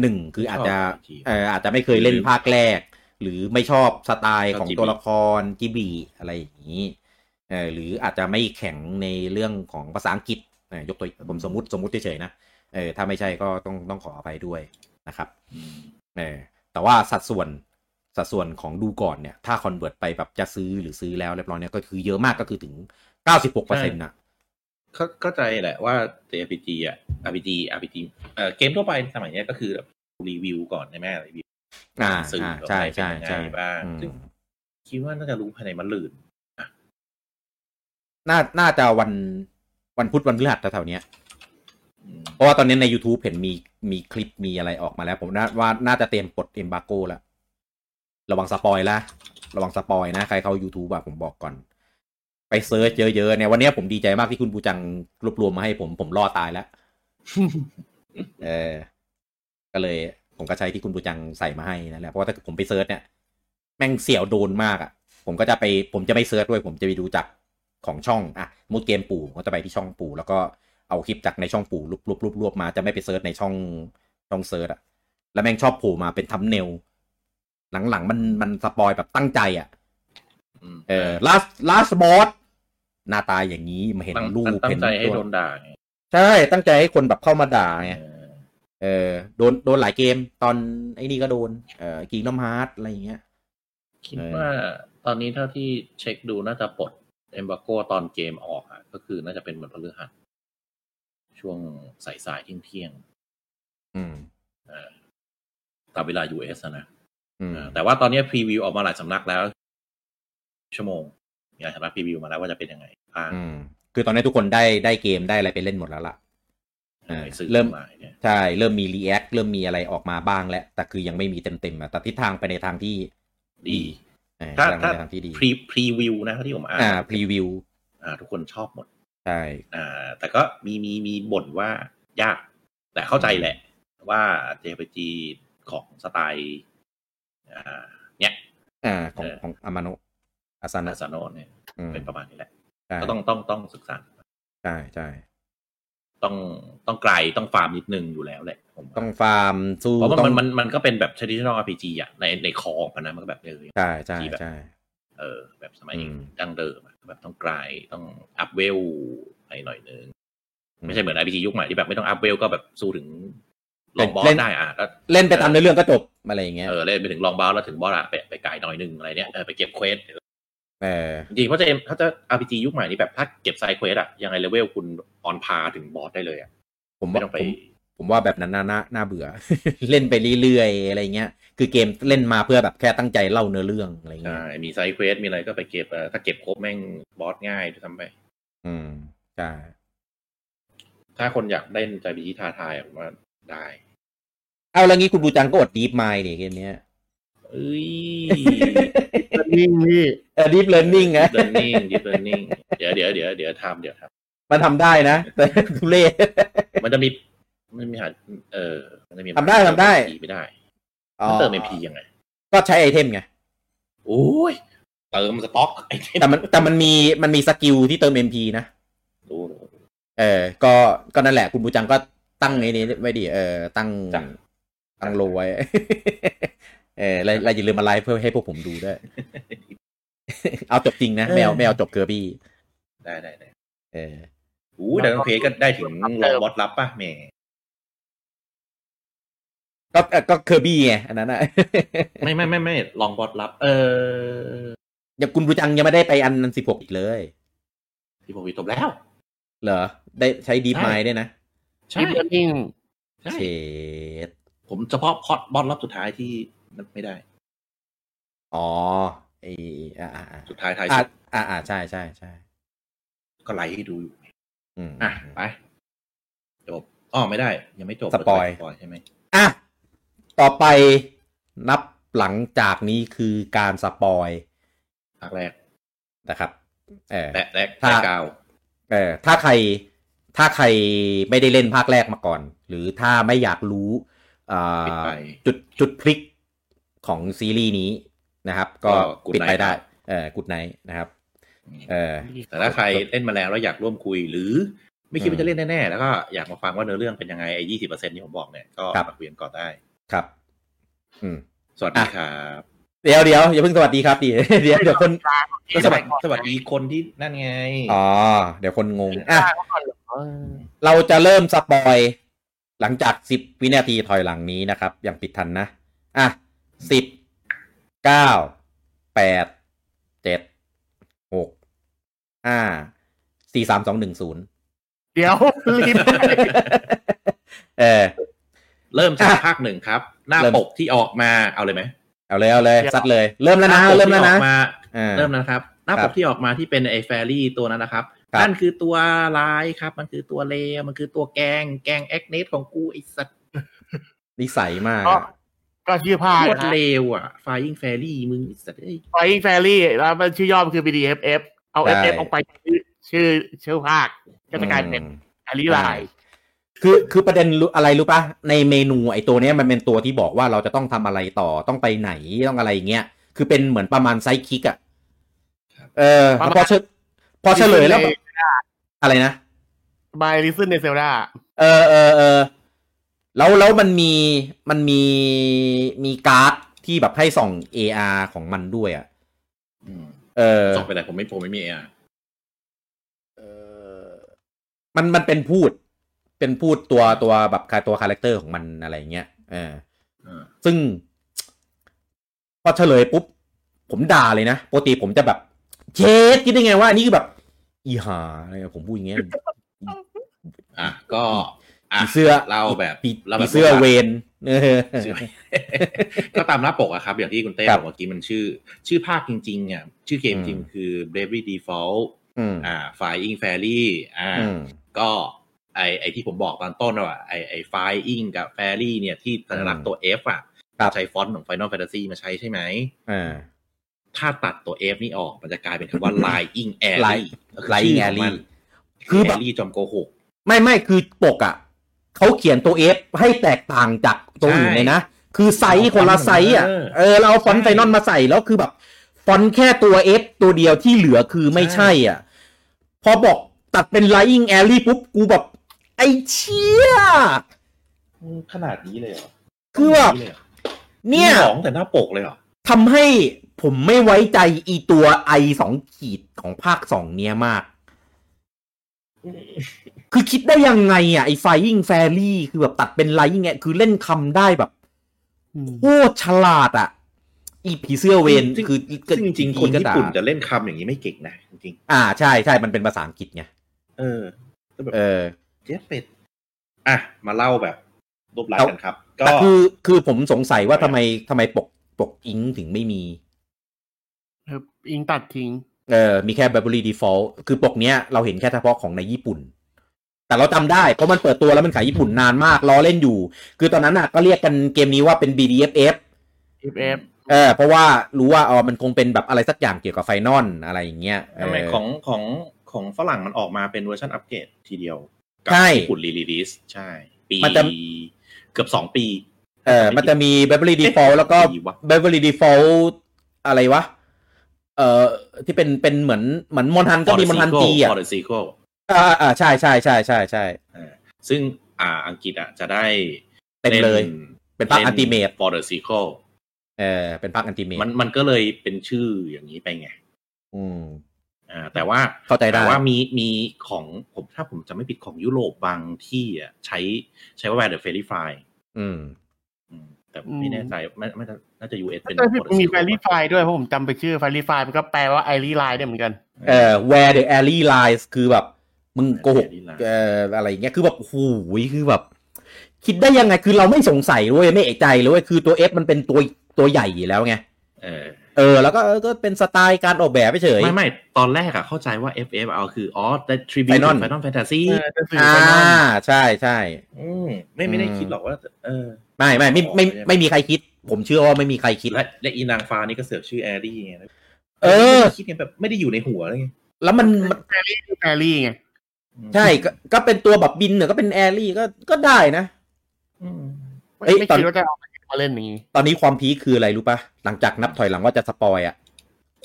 S14: หนึ่งคืออาจจะเอ่ออาจจะไม่เคยเล่นภาคแรก หรือไม่ชอบสไตล์ของตัวละครจิบีอะไรอย่างนี้เออหรืออาจจะไม่แข็งในเรื่องของภาษาอังกฤษเอ่อยกตัวผมสมมติสมมติเฉยๆนะเออถ้าไม่ใช่ก็ต้องต้องขออภัยด้วยนะครับ เออแต่ว่าสัดส่วนสัดส่วนของดูก่อนเนี่ย ถ้าคอนเวิร์ตไปแบบจะซื้อหรือซื้อแล้วเรียบร้อยเนี่ยก็คือเยอะมากก็คือถึง 96เปอร์เซ็นต์นะ
S17: เข้าเข้าใจแหละว่า RPG อ่ะ RPG RPG เอ่อเกมทั่วไปสมัยเนี้ยก็คือแบบรีวิวก่อนใช่ไหมรีวิว
S14: อ่า
S17: สื่อ
S14: อ่า
S17: ว่า
S14: ใช่
S17: ใคร
S14: ใช่
S17: เป็นยัง
S14: ใช่
S17: ไงบ้าง
S14: อืม
S17: ซึ่งคิดว่าน่าจะรู้ภายในมันลื่น
S14: น่าน่าจะวันวันพุธวันพฤหัสแถวๆเนี้ยเพราะว่าตอนนี้ใน YouTube เห็นมีมีคลิปมีอะไรออกมาแล้ว ผมน่าว่าน่าจะเตรียมปลดเอ b มบาโกแล้ว ระวังสปอยละระวังสปอยนะ ใครเข้า YouTube อะผมบอกก่อน ไปเซิร์ชเยอะๆเนี่ยวันเนี้ยผมดีใจมากที่คุณบูจังรวบรวมมาให้ผมผมรอดตาย แล้ว เออ ก็เลย ผมก็ใช้ที่คุณบูจังใส่มาให้นั่นแหละเพราะว่าถ้าผมไปเซิร์ชเนี่ย แม่งเสี่ยวโดนมากอ่ะ ผมก็จะไป ผมจะไม่เซิร์ชด้วย ผมจะไปดูจากของช่องอ่ะสมมุดเกมปู่ผมก็จะไปที่ช่องปู่ แล้วก็เอาคลิปจากในช่องปู่รวบรวบรวบรวบมาจะไม่ไปเซิร์ชในช่องช่องเซิร์ชอ่ะ แล้วแม่งชอบโผล่มาเป็นทัมเนลหลังๆมันมันสปอยแบบตั้งใจอ่ะเออลาสลาสบอสหน้าตาอย่างนี้มาเห็น
S17: ตั้ง
S14: รูป
S17: ตั้ง
S14: เห็น
S17: ใจให้
S14: ตัว
S17: โดนด่าไง
S14: ใช่ ตั้งใจให้คนแบบเข้ามาด่าไง เออ โดน โดนหลายเกม ตอนไอ้นี่ก็โดน เออกิงน้ำฮาร์ดอะไรอย่างเงี้ย
S17: คิดว่าตอนนี้เท่าที่เช็คดูน่าจะปลดเอมบ g โกตอนเกมออกอะก็คือน่าจะเป็นเหมือนพฤหัสช่วงสายสายๆเที่ยงเที่ยง
S14: อืม
S17: ตามเวลา US อะนะ
S14: อืม
S17: เออแต่ว่าตอนนี้พรีวิวออกมาหลายสำนักแล้ว ชั่วโมงมีหลายสำนักพรีวิวมาแล้วว่าจะเป็นยังไงอ่า
S14: อืม คือตอนนี้ทุกคนได้ได้เกมได้อะไรไปเล่นหมดแล้วล่ะเออเริ่มใช่ เริ่มมีรีแอคเริ่มมีอะไรออกมาบ้างแล้ว แต่คือยังไม่มีเต็มเต็มๆอะแต่ทิศทางไปในทางที่
S17: ดี
S14: เออ
S17: ถ้า
S14: ทิศ
S17: ถ้า
S14: ทางไปในทางที่ดี
S17: พรีพรีวิวนะเท่าที่ผมอ่าน
S14: อ่า พรีวิว
S17: อ่า ทุกคนชอบหมด
S14: ใช่
S17: อ่าแต่ก็มีมีมีบ่นว่ายาก แต่เข้าใจแหละ ว่า JPG ของสไตล์อ่าเนี่ย
S14: อ่า ของของอามาโนะอาซานะ
S17: อาซาโนะเนี่ย
S14: อืม
S17: เป็นประมาณนี้แหละ
S14: ใช่
S17: ก็ต้องต้องต้องศึกษา
S14: ใช่ใช่
S17: ต้องต้องไกลต้องฟาร์มนิดนึงอยู่แล้วแหละผม
S14: ต้องฟาร์มสู้
S17: เพราะว่า
S14: ต้
S17: มั
S14: อนง
S17: มันมันก็เป็นแบบ traditional RPG อ่ะในในคอของมันนะมันก็แบบเออ
S14: ใช่ใช่
S17: ที่แบบ
S14: ใช่
S17: เออ แบบสมัยดั้งเดิมอะแบบต้องไกลต้องอัพเวลไปหน่อยนึง ไม่ใช่เหมือน RPG ยุคใหม่ที่แบบไม่ต้องอัพเวลก็แบบสู้ถึงลองบอ
S14: เล่
S17: ส
S14: น
S17: ได้อ่ะก็
S14: เล่นไปตามในอเรื่องก็จบอะไรอย่างเงี้ย
S17: เออเล่นไปถึงรองบาสแล้วถึงบอสอะไปไปไกลหน่อยหนึงอะไรเนี้ยเออไปเก็บเควส
S14: เออ
S17: จริงๆเพราะจะเขาจะ RPG ยุคใหม่นี้แบบถ้าเก็บไซด์เควสอะยังไงเลเวลคุณออนพาถึงบอสได้เลยอะ
S14: ผม
S17: ไม่
S14: ว่า
S17: ต้องไป
S14: ผมผมว่าแบบนั้นน่าน่าน่าเบื่อ เล่นไปเรื่อยๆอะไรเงี้ย คือเกมเล่นมาเพื่อแบบแค่ตั้งใจเล่าเนื้อเรื่องอะไรเงี้ย
S17: ใช่มีไซด์เควสมีอะไรก็ไปเก็บเออถ้าเก็บครบแม่งบอสง่ายด้วยซ้ำไป
S14: อืมใช่
S17: ถ้าคนอยากเล่น RPG ท้าทายอะผมว่าได้
S14: เอาแล้วงี้คุณบูจังก็อดดีฟไมล์เนี่ยเกมเนี้ย
S17: เอ้ย
S15: นิ่งพี่
S14: เออดีฟเลิร์นนิ่งนะ
S17: deep learning deep learning เดี๋ยวเดี๋ยวเดี๋ยวเดี๋ยวทำเดี๋ยวท
S14: มันทำได้นะ แต่ทุเล่
S17: ำมันจะมีมันมีหาเออมันจะมี
S14: ทำได้ทำได้
S17: ไม่ได้มันเติม MP ยังไง
S14: ก็ใช้ไอเทมไง
S17: โอ้ยเติมสต็อกไอเทม
S14: แต่มันแต่มันมีมันมีสกิลที่เติม MP นะ
S17: ดู
S14: เออ ก็ก็นั่นแหละคุณบูจังก็ตั้งไอ้นี้ไว้ดิเออตั้งตั้งโลไว้ เออแล้วแล้วอย่าลืมมาไลฟ์เพื่อให้พวกผมดู ด้วย เอาจบจริงนะไม่เอาไม่เอาจบเกอร์บี้
S17: ได้ได้ได้
S14: เออ
S17: โอ้ดังเพจก็ได้ถึงรองบอสรับป่ะแหม่
S14: ก็เอ่อก็เคอร์บี้ไงอันนั้นอะ
S17: ไม่ไม่ไม่ไม่ลองบอสรับ เออ
S14: ยังคุณบูจังยังไม่ได้ไปอันนันสิบหกอีกเลย
S17: ที่ผมมีจบแล้ว
S14: เหรอ ได้ใช้ดีฟ
S17: ใช่
S14: ไมล์ด้วยนะ
S17: ใช่
S15: ดิฟเลิร์นนิ่ง
S17: ใช่
S14: เชด
S17: ผมเฉพาะพอดบอสรับสุดท้ายที่ไม่ได้
S14: อ๋อไออ่าอ่าอ่า
S17: สุดท้ายท้าย
S14: อ่า
S17: สุด
S14: อ่าอ่าใช่ใช่ใช่
S17: ก็ไลฟ์ให้ดูอยู่
S14: อืม
S17: อ่ะไปจบอ๋อไม่ได้ ยังไม่จบ
S14: สปอย
S17: สปอยใช่ไหม
S14: อ่ะ ต่อไปนับหลังจากนี้คือการสปอย
S17: ภาคแรก
S14: นะครับเออ
S17: แตะแรก
S14: ถ้า
S17: แตะกาว
S14: เออถ้าใครถ้าใครไม่ได้เล่นภาคแรกมาก่อน หรือถ้าไม่อยากรู้อ่
S17: ปิด
S14: า
S17: ไป
S14: จุดจุดพลิกของซีรีส์นี้นะครับ ก็
S17: ก็ Good
S14: ปิดไป
S17: Night
S14: ได้
S17: ครับ
S14: เออกุดไนท์นะครับเออ
S17: แต่ถ้าใครเล่นมาแล้วแล้วอยากร่วมคุยหรือ ไม่คิดว่าจะเล่นแน่ๆแล้วก็อยากมาฟังว่าเนื้อเรื่องเป็นยังไงไอ้ยี่สิบเปอร์เซ็นที่ผมบอกเนี่ยก็
S14: ครับ
S17: มาคุยกันก่อนได้
S14: ครับ อืม
S17: สวัสดี
S14: อ่ะ
S17: ครับ
S14: เดี๋ยวเดี๋ยวอย่าเพิ่ง สวัสดีครับดี เดี๋ยวเดี๋ยวคน
S17: ก็สวัสดีสวัสดีคนที่นั่นไง
S14: อ๋อเดี๋ยวคนงงอ่ะ เราจะเริ่มสปอยหลังจากสิบวินาทีถอยหลังนี้นะครับ ยังปิดทันนะ อ่ะสิบเก้าแปดเจ็ดหกห้าสี่สามสองหนึ่งศูนย์
S15: เดี๋ยว รีบ
S14: เออ
S17: เริ่มจากภาคหนึ่งครับ หน้า
S14: เริ่ม
S17: ปกที่ออกมาเอาเลยไหม
S14: เอาเลยเอาเลยซัดเลย เริ่มแล้วนะ
S17: หาปก
S14: เริ่มแล้ว
S17: ที่ออ
S14: นะ
S17: กมา
S14: เออ
S17: เริ่มแล้วนะครับ หน้า
S14: ค
S17: ป
S14: รั
S17: ก
S14: บ
S17: ที่ออกมาที่เป็นไอ้แฟรี่ตัวนั้นนะครับ
S14: ครับ
S17: นั่นคือตัวร้ายครับ มันคือตัวเลวมันคือตัวแกงแกงแอคเนสของกูไอ้สัตว์
S14: นิสัยมาก
S15: ก็ก็ชื่อพลาด
S17: โคตร
S15: นะ
S17: เลวอ่ะ Flying Fairy มึงไอ้สัตว์เอ้ย
S15: ไฟแฟรี่แล้วมันชื่อย่อมันคือ BDFF เอา
S14: ใช่
S15: เอฟเอฟออกไปชื่อชื่อภาคก็จะกลายเป็นอาริไลน์
S14: คือคือประเด็นรู้อะไรรู้ปะในเมนูไอตัวเนี้ยมันเป็นตัวที่บอกว่าเราจะต้องทำอะไรต่อต้องไปไหนต้องอะไรอย่างเงี้ยคือเป็นเหมือนประมาณไซด์คิกอะเออแล้วพอเฉพอเฉลยแล้ว อะไรนะ
S15: บายลิซึนในเซลดา
S14: เออเออเออแล้วแล้วมันมีมันมีมีการ์ดที่แบบให้ส่อง AR ของมันด้วยอะ่ะเออ
S17: ส่องไปไหนผมไม่ผมไม่มีเออ
S14: มันมันเป็นพูด เป็นพูดตัวตัวแบบคาตัวคาแรคเตอร์ของมันอะไรอย่างเงี้ยเออ ซึ่ง พอเฉลยปุ๊บ ผมด่าเลยนะปกติผมจะแบบเชดคิดได้ไงว่าอันนี่คือแบบ อีหาอะไรผมพูดอย่างเงี้ย
S17: อ่ะก็อ่ะ
S14: ผีเสื้อ
S17: เราแบบ
S14: ผี
S17: ราแบบ
S14: ผีเสื้อเวรเออ
S17: ก็ตามหน้าปกอะครับ อย่างที่คุณเต้บอกเมื่อกี้มันชื่อ ชื่อภาคจริงๆอ่ะชื่อเกมจริงคือ Bravely Default
S14: อืม
S17: อ่า Flying Fairy อ่า
S14: อืม
S17: ก็ไอไอที่ผมบอกตอนต้นว่าไอไอ Flying กับ Fairy เนี่ยที่สัญลักษณ์ตัว F อ่ะใช้ฟอนต์ของ Final Fantasy มาใช้ใช่ไหม
S14: อ่า
S17: ถ้าตัดตัว F นี่ออกมันจะกลายเป็นคำ ว่า Lying Alley
S14: Lie- Lying Alley คื
S17: คือ อ
S14: แบบ
S17: แอลลี่จอมโกหก
S14: ไม่ไม่คือปกอะ่ะเขาเขียนตัวเอฟให้แตกต่างจากตัวอื่นเลยนะ คือไซส์คนละไซส์อ่ะเออเราเอาฟอนต์ไซนอนมาใส่แล้วคือแบบฟอนต์แค่ตัวเอฟตัวเดียวที่เหลือคือไม่ใช่อ่ะ พอบอกตัดเป็น lying alley ปุ๊บ กูแบบ ไอ้เชี่ย
S17: ขนาดนี้เลยเหรอ
S14: คือแบบเนี่ย
S17: มีของแต่หน้าปกเลยเหรอ
S14: ทำให้ผมไม่ไว้ใจอีตัวไอสองขีดของภาคสองเนี้ยมาก คือคิดได้ยังไงอ่ะ ไอไฟยิงแฟรี่คือแบบตัดเป็นไลท์เงี้ยคือเล่นคำได้แบบโคตรฉลาดอ่ะ อีผีเสื้อเวน
S17: ซึ่ง
S14: คือ
S17: ซึ่งจริงๆคนญี่ปุ่นจะ
S14: เล่น
S17: เล่นคำอย่างนี้ไม่เก่งนะจริง
S14: อ่าใช่ใช่มันเป็นภาษาอังกฤษไง
S17: ๆเออแล้วแบบ
S14: เออ
S17: เจ๊เป็ด อ่ะ มาเล่าแบบรูปลักษณ์กันครับ ก็
S14: แต่คือคือผมสงสัยว่าทำไมทำไมปกปกอิงถึงไม่มี
S15: อิงตัดทิ้ง
S14: เออ มีแค่ Burberry Default คือปกเนี้ยเราเห็นแค่เฉพาะของในญี่ปุ่น แต่เราจำได้ เพราะมันเปิดตัวแล้วมันขายญี่ปุ่นนานมากล้อเล่นอยู่ คือตอนนั้นน่ะก็เรียกกันเกมนี้ว่าเป็น BDFF
S15: FF
S14: เออ เพราะว่ารู้ว่าอ๋อมันคงเป็นแบบอะไรสักอย่างเกี่ยวกับไฟนอลอะไรอย่างเงี้ยเอ
S17: ทำไม
S14: อ
S17: ของของของฝรั่งมันออกมาเป็นเวอร์ชันอัปเกรดทีเดียว กั
S14: ใช่
S17: ญี่ปุ่นรีลีสใช่ ปี
S14: มันจะ
S17: เกือบสองปี
S14: เออมันจะมี Burberry Default แล้วก็ Burberry Default อะไรวะ เออที่เป็นเป็นเหมือนเหมือนมอนทันก็มีมอนทันตีอ่ะ
S17: พอร์ซีโก
S14: อ่าอ่าใช่ใช่ใช่ใช่ใช่
S17: ซึ่งอ่าอังกฤษอ่ะจะได้
S14: เต็มเลยเป็นภาค Ultimate
S17: ฟอร์เดอร์ซีโค
S14: เออเป็นภาคอันติเม
S17: มันมันก็เลยเป็นชื่ออย่างนี้ไปไง
S14: อืม
S17: อ่าแต่ว่า
S14: เข้าใจได้
S17: แต่ว่ามีมีของผมถ้าผมจะไม่ผิดของยุโรปบางที่อ่ะใช้ใช้ว่าแวร์เดอร์เฟรฟาย
S14: อืม
S17: แต่ไม่แน่ใจไม่ไม่น่าจะ US เป็น
S15: แต่พี่
S17: Border
S15: มี
S17: Sea
S15: แฟรี่ไฟด้วยเพราะผมจำไปชื่อแฟรี่ไฟมันก็แปลว่าไอรีไลน์ได้เหมือนกัน
S14: เอ่อ where the alley lies คือแบบ มึงโกหกเอ่ออะไรอย่างเงี้ยคือแบบโอ้โหูยคือแบบ คิดได้ยังไงคือเราไม่สงสัยเลยไม่เอกใจเลยเว้ยคือตัว F มันเป็นตัวตัวใหญ่อยู่แล้วไง
S17: เออ
S14: เออ แล้วก็เออก็เป็นสไตล์การออกแบบเฉย
S17: ไม่ไม่ตอนแรกอ่ะเข้าใจว่า FF เอาคืออ๋อแต่ทริบิว
S14: Final
S17: ไฟนอลแฟนตาซี
S14: เออ อ่าใช่ใช่
S17: ไม่ไม่ได้คิดหรอกว่า เออ
S14: ไม่ไม่ไม่ไม่ไม่ไม่มีใครคิด ผมเชื่อว่าไม่มีใครคิด
S17: และและอีนางฟ้านี่ก็เสือกชื่อแอรี่ไง
S14: เออ
S17: ไม่ได้คิดไงแบบไม่ได้อยู่ในหัวเลยไง
S14: แล้วมัน
S15: แอรี่แอรี่ไง
S14: ใช่ก็ก็เป็นตัวแบบบินเนี่ยก็เป็นแอรี่ก็ก็ได้นะ
S15: ไม่
S14: เอ้ย
S15: ไม่
S14: ตอน
S15: คิดว่าจะเอามาเล่นอย่างนี้
S14: ตอนนี้ความพีคคืออะไรรู้ปะหลังจากนับถอยหลังว่าจะสปอยอะ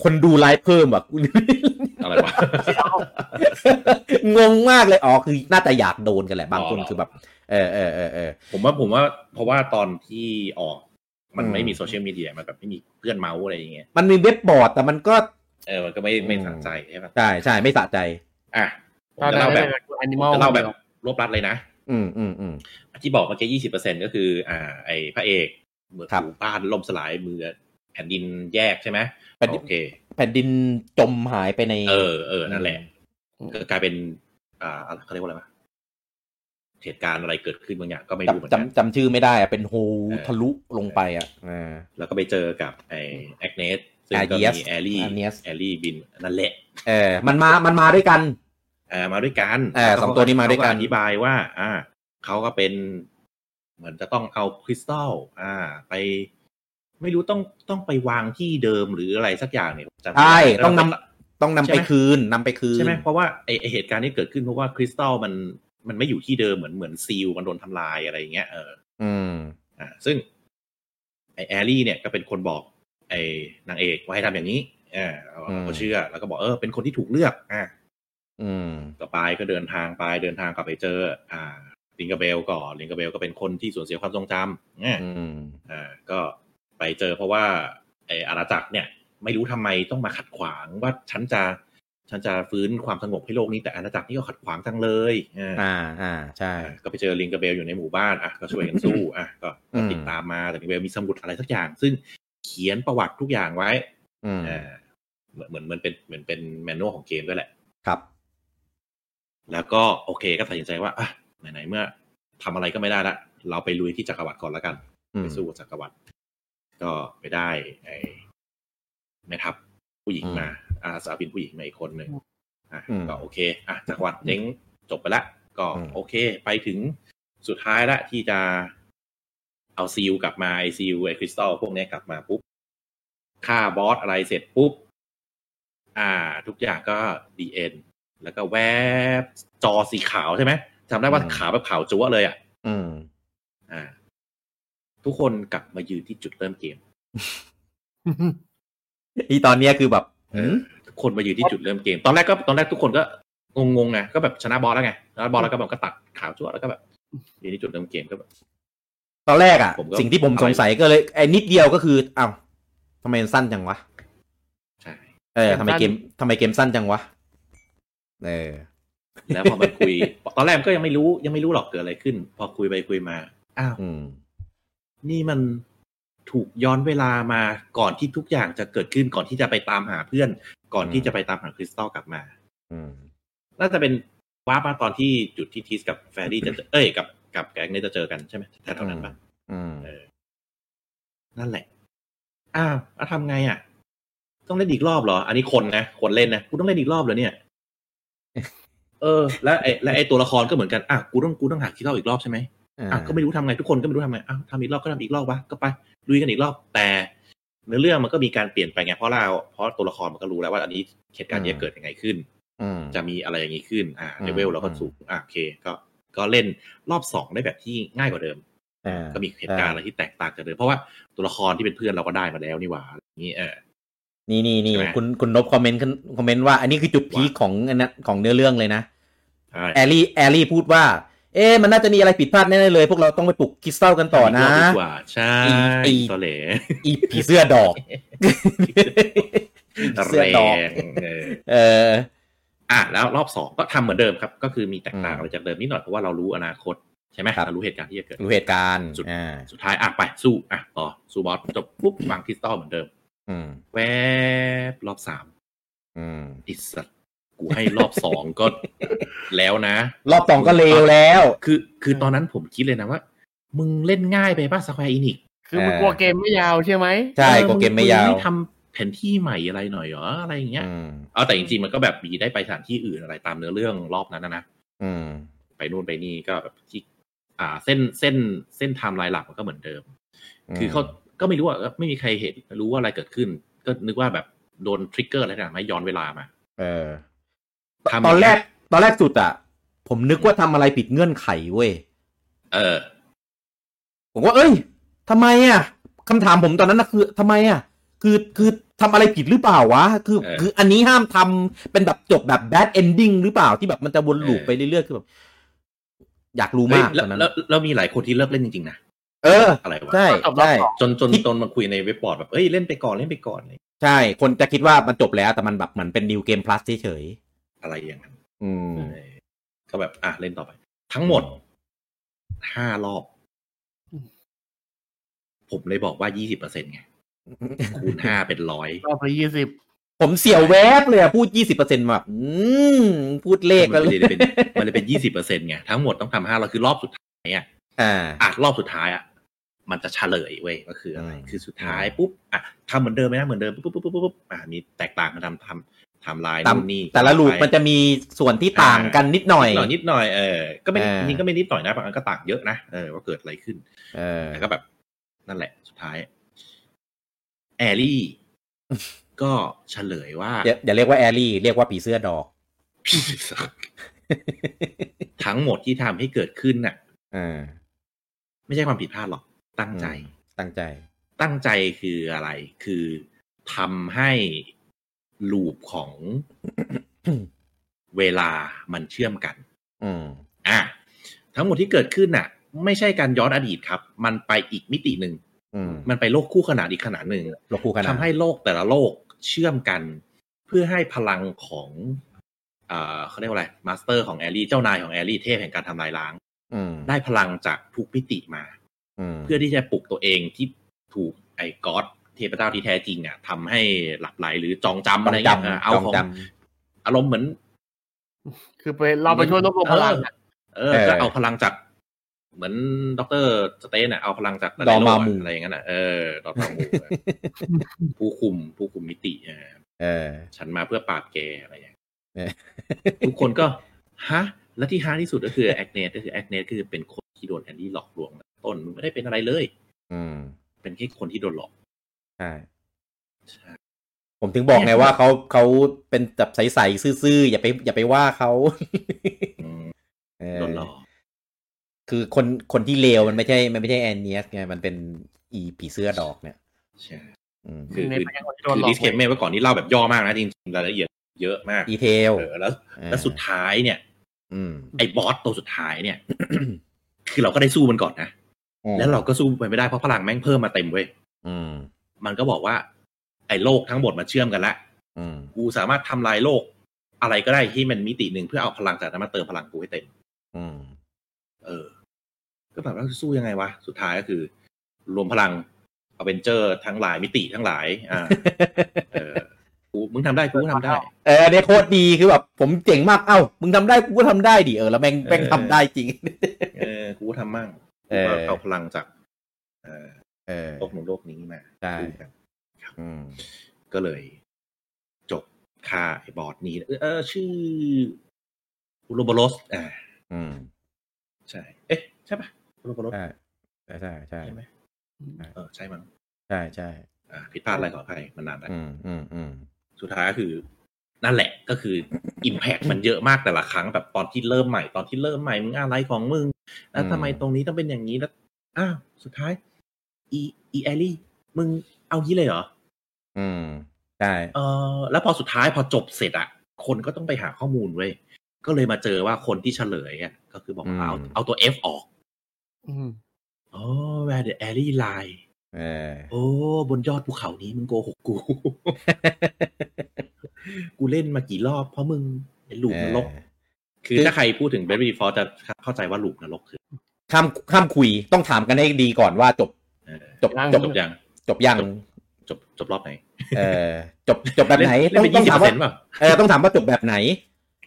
S14: คนดูไลฟ์เพิ่มอะ
S17: อะไรวะ
S14: งงมากเลยอ๋อคือน่าจะอยากโดนกันแหละ บางคนคือแบบ เออเออเออเออ
S17: ผมว่าผมว่าเพราะว่าตอนที่ออก มัน
S14: อืม
S17: ไม่มีโซเชียลมีเดียมันแบบไม่มีเพื่อนเมาส์อะไรอย่างเงี้ย
S14: มันมีเว็บบอร์ดแต่มันก็
S17: เออมันก็ไม่ไม่สนใจใช่ปะ
S14: ใช่ใช่ไม่สะใจ
S17: อ่ะผมจะ
S15: ตอนนั้
S17: เล่านแบบ
S15: เป็น
S17: ผม
S15: Animal
S17: จะเล่าแบบรวบรัดเลยนะ
S14: อืมอืมอืม
S17: ที่บอกเมื่อกี้ยี่สิบเปอร์เซ็นก็คือ อ่า ไอ้พระเอกเมือ
S14: ครับ
S17: ถูบ้านล่มสลายมือแผ่นดินแยกใช่ไหม
S14: แผ่นดิน
S17: โอเค
S14: แผ่นดินจมหายไปใน
S17: เออเออนั่นแหละก็กลายเป็น อ่าอะไรเขาเรียกว่าอะไรวะเหตุการณ์อะไรเกิดขึ้นบางอย่างก็ไม่รู้เหมือนกัน
S14: จำจำชื่อไม่ได้อะเป็นโฮทะลุลงไปอะอ่า
S17: แล้วก็ไปเจอกับไอ้แอคเนสซึ่งก็
S14: Arias
S17: มีแอลลี่แอลลี่บินนั่นแหละ
S14: เออ มันมามันมาด้วยกัน
S17: เออมาด้วยกัน
S14: เออสองตัวนี้มาด้วยกัน
S17: เขอธิบายว่า อ่าเขาก็เป็น เหมือนจะต้องเอาคริสตัลอ่า ไป ไม่รู้ต้องต้องไปวางที่เดิมหรืออะไรสักอย่างเนี่ยจำไม่ได้
S14: ใช่
S17: แล้ว
S14: ต้องนำ ต้องนำไปคืนนำไปคืน
S17: ใช่ไหมเพราะว่าไอไอ้เหตุการณ์นี้เกิดขึ้นเพราะว่าคริสตัลมันมันไม่อยู่ที่เดิมเหมือนเหมือนซีลมันโดนทำลายอะไรอย่างเงี้ยเออ
S14: อืม
S17: อ่าซึ่งไอแอลลี่เนี่ยก็เป็นคนบอก ไอ้นางเอกว่าให้ทำอย่างนี้เออเขาเชื่อ แล้วก็บอกเออเป็นคนที่ถูกเลือกอ่า
S14: อืม
S17: ก็ไปก็เดินทางไปเดินทางกลับไปเจอ อ่า ลิงกาเบลก่อนลิงกาเบลก็เป็นคนที่สูญเสียความทรงจำเนี่ย
S14: อืม
S17: อ่าก็ไปเจอเพราะว่า ไอ้อาณาจักรเนี่ย ไม่รู้ทำไมต้องมาขัดขวางว่าฉันจะฉันจะฟื้นความสงบให้โลกนี้แต่อาณาจักรนี่ก็ขัดขวางจังเลยอ่า
S14: อ่าอ่าใช่
S17: ก็ไปเจอลิงกาเบลอยู่ในหมู่บ้านอ่ะก็ช่วยกันสู้อ่ะก็ก็ติดตามมาแต่ลิงกาเบลมีสมุดอะไรสักอย่าง ซึ่งเขียนประวัติทุกอย่างไว้
S14: อืม
S17: เออเหมือนเหมือนเหมันเป็นเหมือนเป็นแมนนวลของเกมด้วยแหละ
S14: ครับ
S17: แล้วก็โอเคก็ตัดสินใจว่าอ่ะไหนๆเมื่อทำอะไรก็ไม่ได้ละเราไปลุยที่จักรวรรดิก่อนแล้วกัน
S14: อืม
S17: ไปสู้กับจักรวรรดิก็ไปได้ ไอ้แม่ทัพผู้หญิงมาอาสาบินผู้หญิงมาอีกคนหนึ่งอ่ะ
S14: อืม
S17: ก็โอเคอ่ะจักรวรรดิเจ๊งจบไปละก็โอเค ไปถึงสุดท้ายละที่จะเอาซีลกลับมาไอซีลไอคริสตัลพวกเนี้ยกลับมาปุ๊บฆ่าบอสอะไรเสร็จปุ๊บ อ่า ทุกอย่างก็ดีเอ็น แล้วก็แวบจอสีขาวใช่ไหมจำได้ว่าขาวแบบขาวจั๊วเลยอ่ะ
S14: อืม
S17: อ่า ทุกคนกลับมายืนที่จุดเริ่มเกม
S14: อีตอนเนี้ยคือแบบหืม
S17: ทุกคนมายืนที่จุดเริ่มเกม ตอนแรกก็ตอนแรกทุกคนก็งงๆไงก็แบบชนะบอสแล้วไงชนะบอสแล้วก็แบบก็ตัดขาวจั๊วแล้วก็แบบยืนที่จุดเริ่มเกมก็แบบ
S14: ตอนแรกอ่ะ
S17: ผมก็
S14: สิ่งที่ผมสงสัยก็เลยไอ้นิดเดียวก็คือเอ้าทำไมมันสั้นจังวะ
S17: ใช่
S14: เออทำไมเกมทำไมเกมสั้นจังวะเออ
S17: แล้วพอมันคุย ตอนแรกมันก็ยังไม่รู้ ยังไม่รู้หรอกเกิดอะไรขึ้น พอคุยไปคุยมา อ้าว
S14: อืม
S17: นี่มันถูกย้อนเวลามาก่อนที่ทุกอย่างจะเกิดขึ้นก่อนที่จะไปตามหาเพื่อน ก่อนที่จะไปตามหาคริสตัลกลับมา
S14: อืม
S17: น่าจะเป็นว้าร์ปมาตอนที่จุดที่ทีสกับแฟรี่จะเจอเอ้ยกับกับแก๊งเนี่ยจะเจอกันใช่ไหมแถวๆนั้นปะ
S14: อืม
S17: นั่นแหละ อ้าวแล้วทำไงอ่ะ ต้องเล่นอีกรอบเหรอ อันนี้คนนะคนเล่นนะกูต้องเล่นอีกรอบเหรอเนี่ย เออ แล้วไอ้และไอ้ตัวละครก็เหมือนกันอ่ะกูต้องกูต้องหาคิดรอบอีกรอบใช่ไหมอ่ะก็ไม่รู้ทำไงทุกคนก็ไม่รู้ทำไงอ้าวทำอีกรอบก็ทำอีกรอบวะก็ไปลุยกันอีกรอบแต่เนื้อเรื่องมันก็มีการเปลี่ยนไปไงเพราะเราเพราะตัวละครมันก็รู้แล้วว่าอันนี้เหตุการณ์นี้จะเกิดยังไงขึ้น
S14: อืม
S17: จะมีอะไรอย่างนี้ขึ้น อ่า
S14: อืม
S17: เลเวลเราก็
S14: อืม
S17: สูง อ่าโอเค ก็ ก็เล่นรอบสองได้แบบที่ง่ายกว่าเดิม
S14: อ่า
S17: ก็มีเหตุการณ์อะไรที่แตกต่างจากเดิม เพราะว่าตัวละครที่เป็นเพื่อนเราก็ได้มาแล้วนี่หว่าอะไรอย่างนี้เออ
S14: นี่นี่นี่
S17: ใช่ไหม
S14: คุณคุณนบคอมเมนต์ขึ้นคอมเมนต์ว่าอันนี้คือจุดพีคของอันนั้นของเนื้อเรื่องเลยนะ
S17: ใช่
S14: แอลลี่แอลลี่พูดว่า เอ๊ะมันน่าจะมีอะไรผิดพลาดแน่ๆเลย พวกเราต้องไปปลุกคริสตัลกันต่อนะ
S17: กรบดีกว่า ใช่
S14: อีอี
S17: ตอเหล่
S14: อีผีเสื้อดอก เสื้อดอก
S17: แรงเออ
S14: เออ
S17: อ่ะแล้วรอบสองก็ทำเหมือนเดิมครับ ก็คือมีแตกต่างอะไรจากเดิมนิดหน่อยเพราะว่าเรารู้อนาคตใช่ไหมเรารู้เหตุการณ์ที่จะเกิด
S14: รู้เหตุการณ์
S17: สุด
S14: อ่า
S17: สุดท้ายอ่ะไปสู้อ่ะต่อสู้บอสจบปุ๊บวางคริสตัลเหมือนเดิม
S14: อืม
S17: แวบรอบสาม
S14: อืม
S17: ไอิสัตว์กูให้รอบสองก็ แล้วนะ
S14: รอบสองก็เลวแล้ว
S17: คือ คือตอนนั้นผมคิดเลยนะว่า มึงเล่นง่ายไปป่ะสแควร์อินิก
S15: คือมึงกลัวเกมไม่ยาวใช่ไหม
S14: ใช่กลัวเกมไม่ยาว
S17: ทำแผนที่ใหม่อะไรหน่อยเหรออะไรอย่างเงี้ย
S14: อืม
S17: เอาแต่จริงๆมันก็แบบมีได้ไปสถานที่อื่นอะไรตามเนื้อเรื่องรอบนั้นนะนะ
S14: อืม
S17: ไปนู่นไปนี่ก็แบบที่ อ่า เส้นเส้นเส้นไทม์ไลน์หลักมันก็เหมือนเดิม
S14: อืม
S17: คือเขาก็ไม่รู้อ่ะไม่มีใครเห็นรู้ว่าอะไรเกิดขึ้น ก็นึกว่าแบบโดนทริกเกอร์อะไรต่างๆให้ย้อนเวลามา
S14: เออ
S17: ทำ
S14: ตอนแรกตอนแรกสุดอ่ะ ผมนึกว่าทำอะไรผิดเงื่อนไขเว้ย
S17: เออ
S14: ผมว่าเอ้ยทำไมอ่ะคำถามผมตอนนั้นนะคือทำไมอ่ะ คือคือทำอะไรผิดหรือเปล่าวะ คือ
S17: เออ
S14: คืออันนี้ห้ามทำเป็นแบบจบแบบ bad ending หรือเปล่าที่แบบมันจะวนลูปไปเรื่อยๆคือแบบอยากรู้มาก
S17: เฮ้ยแล้ว
S14: ตอนนั้น
S17: แล้วแล้วแล้วมีหลายคนที่เลิกเล่นจริงๆนะ
S14: เออ
S17: อะไรวะ
S14: ใช่ใช่
S17: จนจนจนมาคุยในเว็บบอร์ดแบบเอ้ยเล่นไปก่อนเล่นไปก่อนเลย
S14: ใช่ คนจะคิดว่ามันจบแล้วแต่มันแบบเหมือนเป็น new game plus เฉย
S17: อะไรอย่างนั้น
S14: ๆอืม
S17: เออก็แบบอ่ะเล่นต่อไป ทั้งหมดห้ารอบ ผมเลยบอกว่ายี่สิบเปอร์เซ็นไง คูณห้าเป็นร้อย
S15: รอบละยี่สิบ
S14: ผมเสียวแวบเลยอะพูด 20%แบบอืมพูดเลข
S17: มั
S14: แล้
S17: น
S14: ว
S17: เลยเป็นมันเลยเป็นยี่สิบเปอร์เซ็นไง ทั้งหมดต้องทำห้ารอบคือรอบสุดท้ายอ่ะ
S14: อ่า
S17: อ่ะรอบสุดท้ายอ่ะมันจะเฉลยเว้ยก็คืออะไร คือสุดท้ายปุ๊บอ่ะทำเหมือนเดิมไหมนะเหมือนเดิมปุ๊บปุ๊บปุ๊บปุ๊บอ่ะมีแตกต่างกันทำทำทำลาย
S14: ตาม
S17: นู่นนี่
S14: แต่ละลูก
S17: ไป
S14: มันจะมีส่วนที่ต่างกันนิดหน่อย
S17: นิดหน่อยนิดหน่อยเออ ก็ไม่
S14: อ่า
S17: จริงๆก็ไม่นิดหน่อยนะบางอันก็ต่างเยอะนะเออว่าเกิดอะไรขึ้น
S14: เออ
S17: แต่ก็แบบ นั่นแหละ สุดท้าย แอรี่ ก็เฉลยว่า
S14: อย่าอย่าเรียกว่าแอรี่เรียกว่าผีเสื้อดอก
S17: ทั้งหมดที่ทำให้เกิดขึ้นน่ะ
S14: อ่า
S17: ไม่ใช่ความผิดพลาดหรอก ตั้งใจ
S14: ตั้งใจ
S17: ตั้งใจคืออะไร คือทำให้ลูปข องเวลามันเชื่อมกัน
S14: อืม
S17: อ่ะทั้งหมดที่เกิดขึ้นน่ะ ไม่ใช่การย้อนอดีตครับ มันไปอีกมิติหนึ่ง
S14: อืม
S17: มันไปโลกคู่ขนานอีกขนาดหนึ่ง
S14: โลกคู่ขนาด
S17: ทำให้โลกแต่ละโลกเชื่อมกัน เพื่อให้พลังของเอ่อเขาเรียกว่าอะไรมาสเตอร์ของแอรี่เจ้านายของแอรี่เทพแห่งการทำลายล้าง
S14: อืม
S17: ได้พลังจากทุกมิติมา
S14: ม
S17: เพื่อที่จะปลุกตัวเองที่ถูกไอ้ก๊อตเทพเจ้าที่แท้จริงอ่ะทำให้หลับไหลหรือจองจำอะไรเงี้ยอ่ะเอา
S14: จอง
S17: ของ
S14: จ
S17: อารมณ์เหมือน
S15: คือไปเราไปช่วยรวบรวมพลังอะ
S17: เออ
S14: เออ
S17: ก็เอาพลังจาก เหมือนด็อกเตอร์สเตนน่ะเอาพลังจากแต่ละ
S14: ดอร์
S17: โลก
S14: มามู
S17: อะอะไรอย่างนั้นอ่ะเออดอร์มามูอะผู้คุมผู้คุมมิติอ่ะ
S14: เออ
S17: ฉันมาเพื่อปราบแกอะไรอย่างเงี้ย
S14: เออ
S17: ทุกคนก็ฮะและที่ฮะที่สุดก็คือแอคเนสก็คือแอคเนสคือเป็นคนที่โดนแอนดี้หลอกลวงต้นมันไม่ได้เป็นอะไรเลย
S14: อืม
S17: เป็นแค่คนที่โดนหลอก
S14: ใช่ผมถึงบอกไงว่าเขาเขาเป็นแบบใสๆซื่อๆอย่าไป อย่าไปว่าเขาเออ
S17: โดนหลอก
S14: คือคนคนที่เลวมันไม่ใช่ มันไม่ใช่แอนเนียสไงมันเป็นอีผีเสื้อดอกเนี่ย
S17: ใช่
S14: อืม
S17: คือคือ
S15: ไม่ใช่คนที่โดน
S17: คือ
S15: หลอก
S17: ดิสเคมเมอร์ไว้ก่อนนี่เล่าแบบย่อมากนะจริงๆรายละเอียดเยอะมาก
S14: ดีเทล
S17: เออแล้ว แล้วสุดท้ายเนี่ย
S14: อืม
S17: ไอ้บอสตัวสุดท้าย เนี่ย คือเราก็ได้สู้มันก่อนนะ
S14: อืม
S17: แล้วเราก็สู้มันไม่ได้เพราะพลังแม่งเพิ่มมาเต็มเว้ย
S14: อืม
S17: มันก็บอกว่า ไอ้โลกทั้งหมดมันเชื่อมกันละ
S14: อืม
S17: กูสามารถทำลายโลก อะไรก็ได้ที่มันมิติหนึ่งเพื่อเอาพลังจากนั้นมาเติมพลังกูให้เต็ม
S14: อืม
S17: เออ ก็แบบว่าสู้ยังไงวะ สุดท้ายก็คือ รวมพลังอเวนเจอร์ทั้งหลายมิติทั้งหลาย อ่า เออ กูมึงทำได้กูก็ทำได้
S14: เออเนี่ยโคตรดีคือแบบผมเจ๋งมากเอ้ามึงทำได้กูก็ทำได้ดิเออแล้วแม่งแม่งทำได้จริง
S17: เออ กูก็ทำมั่ง
S14: เอ
S17: กู
S14: อ
S17: ก็เอาพลังจากเอ่อ
S14: เออ
S17: โลกหนึ่งโลกนี้มา
S14: ใช่
S17: ดูกัน
S14: อืม
S17: ก็เลยจบค่าไอ้บอร์ดนี้ เออเออชื่ออุโรโบรสอ่า
S14: อืม
S17: ใช่ เอ๊ะ ใช่ปะอุโรโบรส
S14: ใช่ใช่ใช่ใช่
S17: ใช่ไหมเออใช่มั้ง
S14: ใช่ใช่
S17: อ่าผิดพลาดอะไรขออภัยมันนานแล้ว
S14: อืมอืมอืม
S17: สุดท้ายก็คือ นั่นแหละก็คืออิมแพ t มันเยอะมากแต่ละครั้งแบบตอนที่เริ่มใหม่ตอนที่เริ่มใหม่มึงอะไรของมึง แล้วทำไมตรงนี้ต้องเป็นอย่างนี้แล้วอ้าวสุดท้าย อีอีแอลลี่ มึงเอางี้เลยเหรอ
S14: อืมใช่
S17: เออแล้วพอสุดท้ายพอจบเสร็จอะคนก็ต้องไปหาข้อมูลเว้ยก็เลยมาเจอว่าคนที่เฉลยอะก็คือบอกว่าเอาเอาตัว F ออก
S15: อืม
S17: อ๋อ where the alley lie
S14: เออ
S17: โอ้บนยอดภูเขานี้มึงโกหกกู กูเล่นมากี่รอบเพราะมึงไอ้ลูกนรก คือถ้าใครพูดถึง b บ r r y f o r จะเข้าใจว่าลูกนรกคือ
S14: ข้ามข้ามคุยต้องถามกันให้ดีก่อนว่าจบ
S17: เออ
S14: จบจบ
S17: จบยัง
S14: จบยัง
S17: จบจบรอบไหน
S14: เออจบจบแบบไหน
S17: เล่นเล่นไป
S14: ต้องถาม
S17: 20%
S14: ว่า
S17: เปล่า
S14: เออต้องถามว่าจบแบบไหน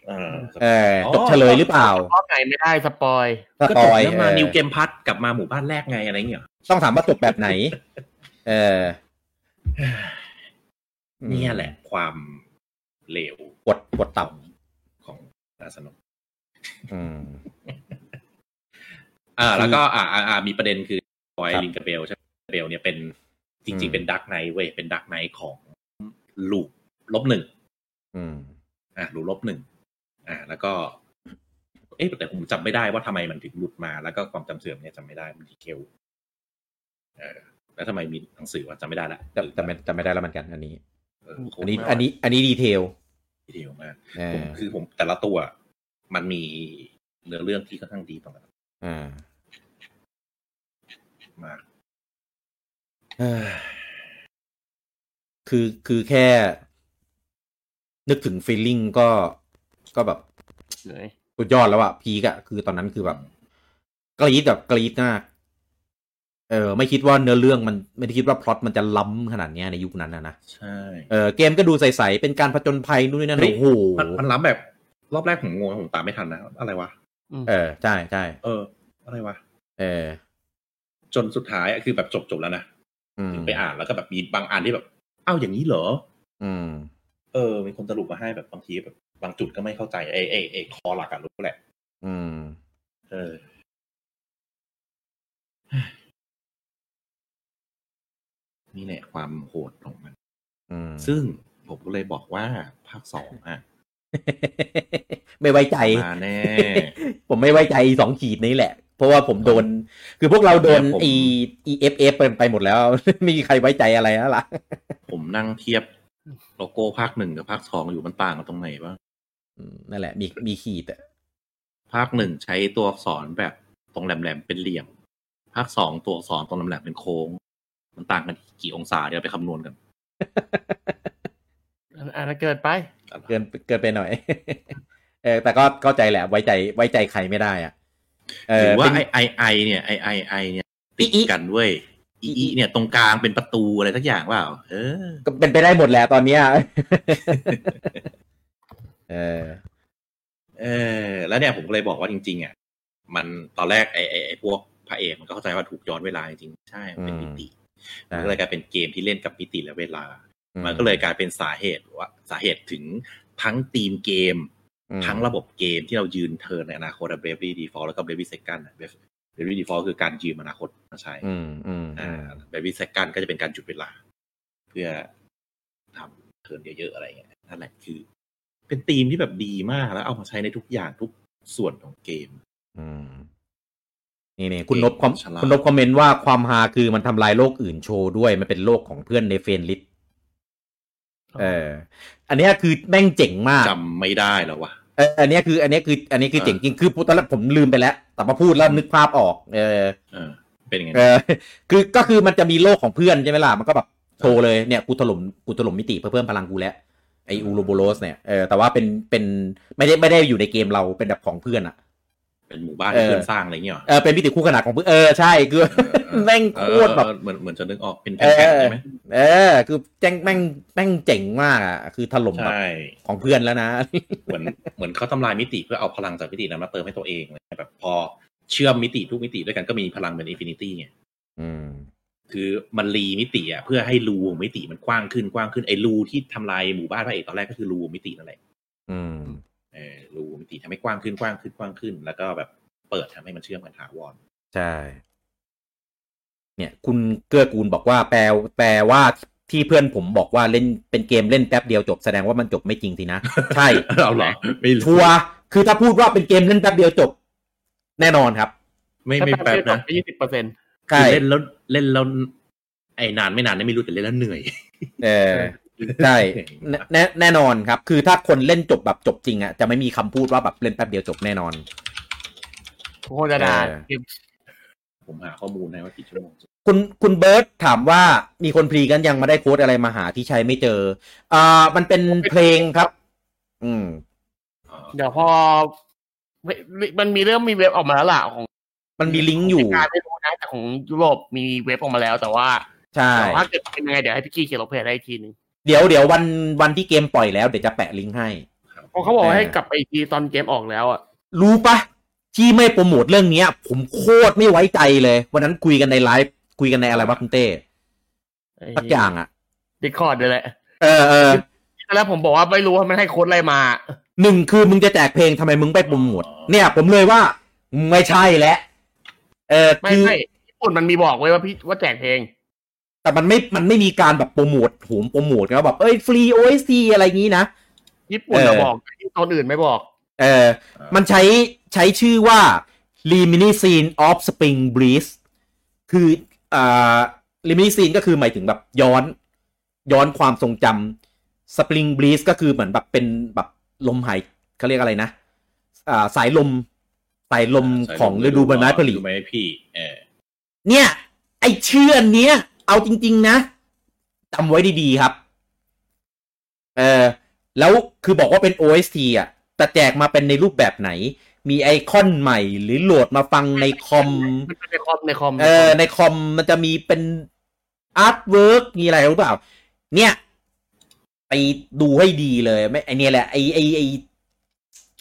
S17: เออ
S14: เออจบเฉลยหรือเปล่า
S15: รอบไหนไม่ได้สปอย
S14: ก็
S17: ก็
S14: ต่
S17: จบ
S14: อย
S17: แล้วมา
S14: เออ
S17: นิวเกมพัทกลับมาหมู่บ้านแรกไงอะไรอย่างเงี้ยเหรอ
S14: ต้องถามว่าจบแบบไหน เออ
S17: เนี่ยแหละ ความเลว
S14: กดกดต่
S17: ของดาสนก
S14: ำอืม
S17: อ่า แล้วก็อ่าอ่าอ่ามีประเด็นคือคอย
S14: ครับ
S17: ลิงกาเบลใช่ไหมเบลเนี่ยเป็นจริง ๆ เป็นดักไนเว้ยเป็นดักไนของลูกลบหนึ่ง
S14: อืม
S17: อ่าลูกลบหนึ่งอ่า แล้วก็ เอ๊ะแต่ผมจำไม่ได้ว่าทำไมมันถึงหลุดมา แล้วก็ความจำเสื่อมเนี่ยจำไม่ได้มันดีเคลเออแล้วทำไมมีหนังสือว่าจำไม่ได้ละ
S14: จำจำไม่จำไม่ได้แล้วเหมือนกัน อันนี้
S17: เออโคต
S14: อั
S17: ร
S14: นนี้
S17: ไม่ไหว
S14: อันนี้อันนี้ดีเทล
S17: ดีเทลมาก
S14: เออ
S17: ผมคือผมแต่ละตัวมันมีเนื้อเรื่องที่ค่อนข้างดีต่างกัน
S14: อ่าม
S17: าก
S14: เอ้ยคือคือแค่ นึกถึงฟีลลิ่งก็ก็แบบ
S15: เหนื่อย
S14: สุดยอดแล้วอะพีกอะคือตอนนั้นคือแบบกรี๊ดแบบกรี๊ดมาก เออ ไม่คิดว่าเนื้อเรื่องมันไม่ได้คิดว่าพล็อตมันจะล้ำขนาดเนี้ยในยุคนั้นนะนะ
S17: ใช่
S14: เออเกมก็ดูใส ๆ เป็นการผจญภัยนู่นนี่นั่น
S17: เฮ้ย
S14: โอ้โห
S17: มันมันล้ำแบบรอบแรกผมงงผมตามไม่ทันนะ อะไรวะ
S14: เออ ใช่ใช่
S17: เออ อะไรวะ
S14: เออ
S17: จนสุดท้ายอะคือแบบจบจบแล้วนะ
S14: อืม
S17: ไปอ่านแล้วก็แบบมีบางอันที่แบบอ้าวอย่างนี้เหรอ
S14: อืม
S17: เออ มีคนสรุปมาให้แบบบางทีแบบบางจุดก็ไม่เข้าใจเอเอเอคอหลักอะรู้แหละ
S14: อืม
S17: เออ นี่แหละความโหดของมัน
S14: อืม
S17: ซึ่ง ก็เลยบอกว่าภาคสองอ่ะ
S14: ไม่ไว้ใจ
S17: มาแน่
S14: ผมไม่ไว้ใจสองขีดนี้แหละ เพราะว่าผมโดน คือพวกเราโดน
S17: ผม
S14: อีอีเอฟเอฟไปหมดแล้ว ไม่มีใครไว้ใจอะไรแล้วล่ะ
S17: ผมนั่งเทียบโลโก้ภาคหนึ่งกับภาคสองอยู่มันต่างกันตรงไหนบ้าง
S14: นั่นแหละ มีมีขีดอะ
S17: ภาคหนึ่งใช้ตัวอักษรแบบตรงแหลมๆเป็นเหลี่ยม ภาคสองตัวอักษรตรงแหลมๆเป็นโค้ง มันต่างกันกี่องศาเดี๋ยวไปคำนวณกัน
S15: อันนั้นเกินไป
S14: เกินเกินไปหน่อย เออแต่ก็เข้าใจแหละ ไว้ใจไว้ใจใครไม่ได้อ่ะเ
S17: หรือว่า
S14: เป็น
S17: ไอไอไอเนี่ยไอไอไอเนี่ยติดกันเว้ยอีอีเนี่ยตรงกลางเป็นประตูอะไรทักอย่างเปล่า เออ
S14: ก็เป็นไปได้หมดแหละตอนเนี้ย เออ
S17: เออ แล้วเนี่ยผมก็เลยบอกว่าจริง ๆอ่ะมันตอนแรกไอไอไอพวกพระเอกมันก็เข้าใจว่าถูกย้อนเวลาจริงๆใช่มันเป็นมิติมันก็เลยกลายเป็นเกมที่เล่นกับมิติและเวลา
S14: อืม
S17: มันก็เลยกลายเป็นสาเหตุว่าสาเหตุถึงทั้งทีมเกม ทั้งระบบเกมที่เรายืนเทิร์นในอนาคตเบรฟวี่ดีฟอลแล้วก็เบรฟวี่เซกันเบรฟวี่ดีฟอลคือการยืมอนาคตมาใช้
S14: อืมอืม
S17: อ่าแบบวิสกันก็จะเป็นการจุดเวลา เพื่อทำเทิร์นเยอะๆอะไรเงี้ยนั่นแหละคือ เป็นธีมที่แบบดีมากแล้วเอามาใช้ในทุกอย่างทุกส่วนของเกม
S14: อืมนี่นี่คุณนบคอมคุณนบคอมเมนต์ว่าความฮาคือมันทำลายโลกอื่นโชว์ด้วย มันเป็นโลกของเพื่อนในเฟรนลิสเออ อันเนี้ยคือแม่งเจ๋งมาก
S17: จำไม่ได้แล้ววะ
S14: เอออันเนี้ยคือ อันเนี้ยคือ อันนี้คือเจ๋งจริงคือตอนแรกผมลืมไปแล้ว แต่มาพูดแล้วนึกภาพออก เออ
S17: เออ เป็นยังไง
S14: เออ คือก็คือมันจะมีโลกของเพื่อนใช่ไหมล่ะ มันก็แบบโชว์เลยเนี่ยกูถล่มกูถล่มมิติเพื่อเพิ่มพลังกูแล้วไออูโรโบโรสเนี่ยเออแต่ว่าเป็นเป็นไม่ได้ไม่ได้อยู่ในเกมเราเป็นแบบของเพื่อนอะ
S17: เป็นหมู่บ้าน
S14: เออ
S17: ที่เพื่อนสร้างอะไรเงี้ยหรอ
S14: เออเป็นมิติคู่ขนาดของเพื่อนเออใช่คือ แม่งโคตรแบบ
S17: เออเออเหมือนเหมือนจะนึกออกเป็น
S14: เอ
S17: แผ่นๆ
S14: อ
S17: ใช่ไหม
S14: เออ คือแจ้งแม่งแม่งเจ๋งมากอ่ะคือถล่มแบบ
S17: ใช่
S14: ของเพื่อนแล้วนะ
S17: เหมือนเหมือนเขาทำลายมิติเพื่อเอาพลังจากมิตินั้นมาเติมให้ตัวเองเลยแบบพอเชื่อมมิติทุกมิติด้วยกันก็มีพลังเป็นอินฟินิตี้ไง
S14: อืม
S17: คือมันรีมิติอ่ะเพื่อให้รูของมิติมันกว้างขึ้นกว้างขึ้นไอ้รูที่ทำลายหมู่บ้านพระเอกตอนแรกก็คือรูมิตินั่นแหละ
S14: อืม
S17: เออรูมิติทำให้กว้างขึ้นกว้างขึ้นกว้างขึ้น แล้วก็แบบเปิดทำให้มันเชื่อมกันถาวร
S14: ใช่ เนี่ย คุณเกื้อกูลบอกว่าแปลแปลว่าที่เพื่อนผมบอกว่าเล่นเป็นเกมเล่นแป๊บเดียวจบแสดงว่ามันจบไม่จริงสินะ ใช่
S17: เอาเหรอไม่รู้
S14: ชัวร์คือถ้าพูดว่าเป็นเกมเล่นแป๊บเดียวจบ แน่นอนครับ
S17: ไม่ไม่แป๊บนะ
S15: ยี่สิบเปอร์เซ็นต์
S14: ใช่
S17: คือเล่นแล้วเล่นแล้วไอ้นานไม่นานเนี่ยไม่รู้แต่เล่นแล้วเหนื่อย
S14: เออใช่ แน่แน่แน่นอนครับ คือถ้าคนเล่นจบแบบจบจริงอ่ะจะไม่มีคำพูดว่าแบบเล่นแป๊บเดียวจบแน่นอน
S15: ทุกคนจะด่า
S14: เออ
S15: เกม
S17: ผมหาข้อมูลให้ว่ากี่ชั่วโมง
S14: คุณคุณเบิร์ตถามว่ามีคนพรีกันยังไม่ได้โค้ดอะไรมาหาที่ใช้ไม่เจออ่ามันเป็นเพลงครับ อืม
S15: เดี๋ยวพอเวมันมีเรื่องมีเว็บออกมาแล้วล่ะของ
S14: มันมีลิงก์อยู่
S15: การไม่รู้นะแต่ของยุโรปมีเว็บออกมาแล้วแต่ว่า
S14: ใช่
S15: แต่ว่าเกิดเป็นยังไงเดี๋ยวให้พี่กี้เขียนลงเพจให้อีกทีหนึ่ง
S14: เดี๋ยวเดี๋ยววันวันที่เกมปล่อยแล้วเดี๋ยวจะแปะลิงก์ให้
S15: เพราะเขาบอกว่าให้
S14: เออ
S15: กลับไปอีกทีตอนเกมออกแล้วอ่ะ
S14: รู้ปะที่ไม่โปรโมทเรื่องเนี้ย ผมโคตรไม่ไว้ใจเลย วันนั้นคุยกันในไลฟ์คุยกันในอะไรวะคุณเต้สักอย่างอ่ะ
S15: ดิคอร์ดเลยแหละ
S14: เออเออ
S15: แล้วผมบอกว่าไม่รู้ว่ามันให้โค้ดอะไรมา
S14: หนึ่งคือมึงจะแจกเพลงทำไมมึงไปโปรโมทเนี่ย ผมเลยว่าไม่ใช่แล้วเออ
S15: ไม่
S14: คือ
S15: ไม่ญี่ปุ่นมันมีบอกไว้ว่าพี่ว่าแจกเพลง
S14: แต่มันไม่ มันไม่มีการแบบโปรโมทโหมโปรโมทนะแบบเอ้ยฟรีโอเอซีอะไรอย่างนี้นะ
S15: ญี่ปุ่น
S14: เอ
S15: เรา
S14: อ
S15: บอกแต่ที่ตนอื่นไม่บอก
S14: เออ มันใช้ใช้ชื่อว่า Rimini Scene of Spring Breeze คืออ่า Rimini Scene ก็คือหมายถึงแบบย้อน ย้อนความทรงจำ Spring Breeze ก็คือเหมือนแบบเป็นแบบลมหายเขาเรียกอะไรนะ อ่า สายลม สายลมของฤดูใบไม้ผลิ
S17: ดูไหมพี่เออ
S14: เนี่ย ไอเชื่อเนี้ย เอาจริง ๆ นะจำไว้ดีๆครับ เออแล้วคือบอกว่าเป็น OST อ่ะ แต่แจกมาเป็นในรูปแบบไหน มีไอคอนใหม่หรือโหลดมาฟังในคอม
S15: มันในคอมในคอม
S14: เออ ในคอมมันจะมีเป็นอาร์ตเวิร์กมีอะไรหรือเปล่า เนี่ย ไปดูให้ดีเลยไม่ไอเนี่ยแหละ ไอไอไอ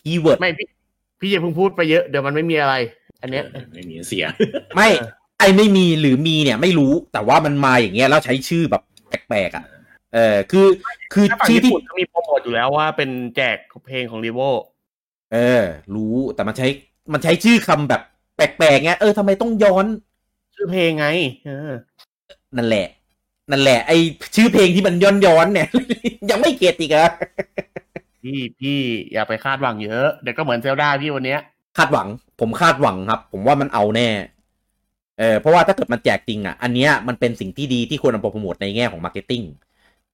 S14: คีย์เวิร์ด
S15: ไม่พี่พี่อย่าเพิ่งพูดไปเยอะเดี๋ยวมันไม่มีอะไร อันเนี้ย
S17: ไม่มีเสีย
S14: ไม่ ไอไม่มีหรือมีเนี่ยไม่รู้แต่ว่ามันมาอย่างเงี้ยแล้วใช้ชื่อแบบแปลกๆอ่ะ เออคือคือ
S15: ถ้าฝั่ง
S14: ชื่อ
S15: ญี่
S14: ที่
S15: ปุ่นก็มีโปรโมทอยู่แล้วว่าเป็นแจกเพลงของรีโว
S14: เออ รู้แต่มันใช้มันใช้ชื่อคำแบบแปลกๆไงเออทำไมต้องย้อน
S15: ชื่อเพลงไงเออ
S14: นั่นแหละ นั่นแหละ ไอชื่อเพลงที่มันย้อนย้อนๆเนี่ย ยังไม่เก็ตอีกเหรอะ
S15: พี่พี่อย่าไปคาดหวังเยอะ เดี๋ยวก็เหมือนเซลดาพี่วันเนี้ย
S14: คาดหวัง ผมคาดหวังครับ ผมว่ามันเอาแน่ เออเพราะว่าถ้าเกิดมันแจกจริงอ่ะ อันเนี้ยมันเป็นสิ่งที่ดีที่ควรนำไปโปรโมทในแง่ของมาร์เก็ตติ้ง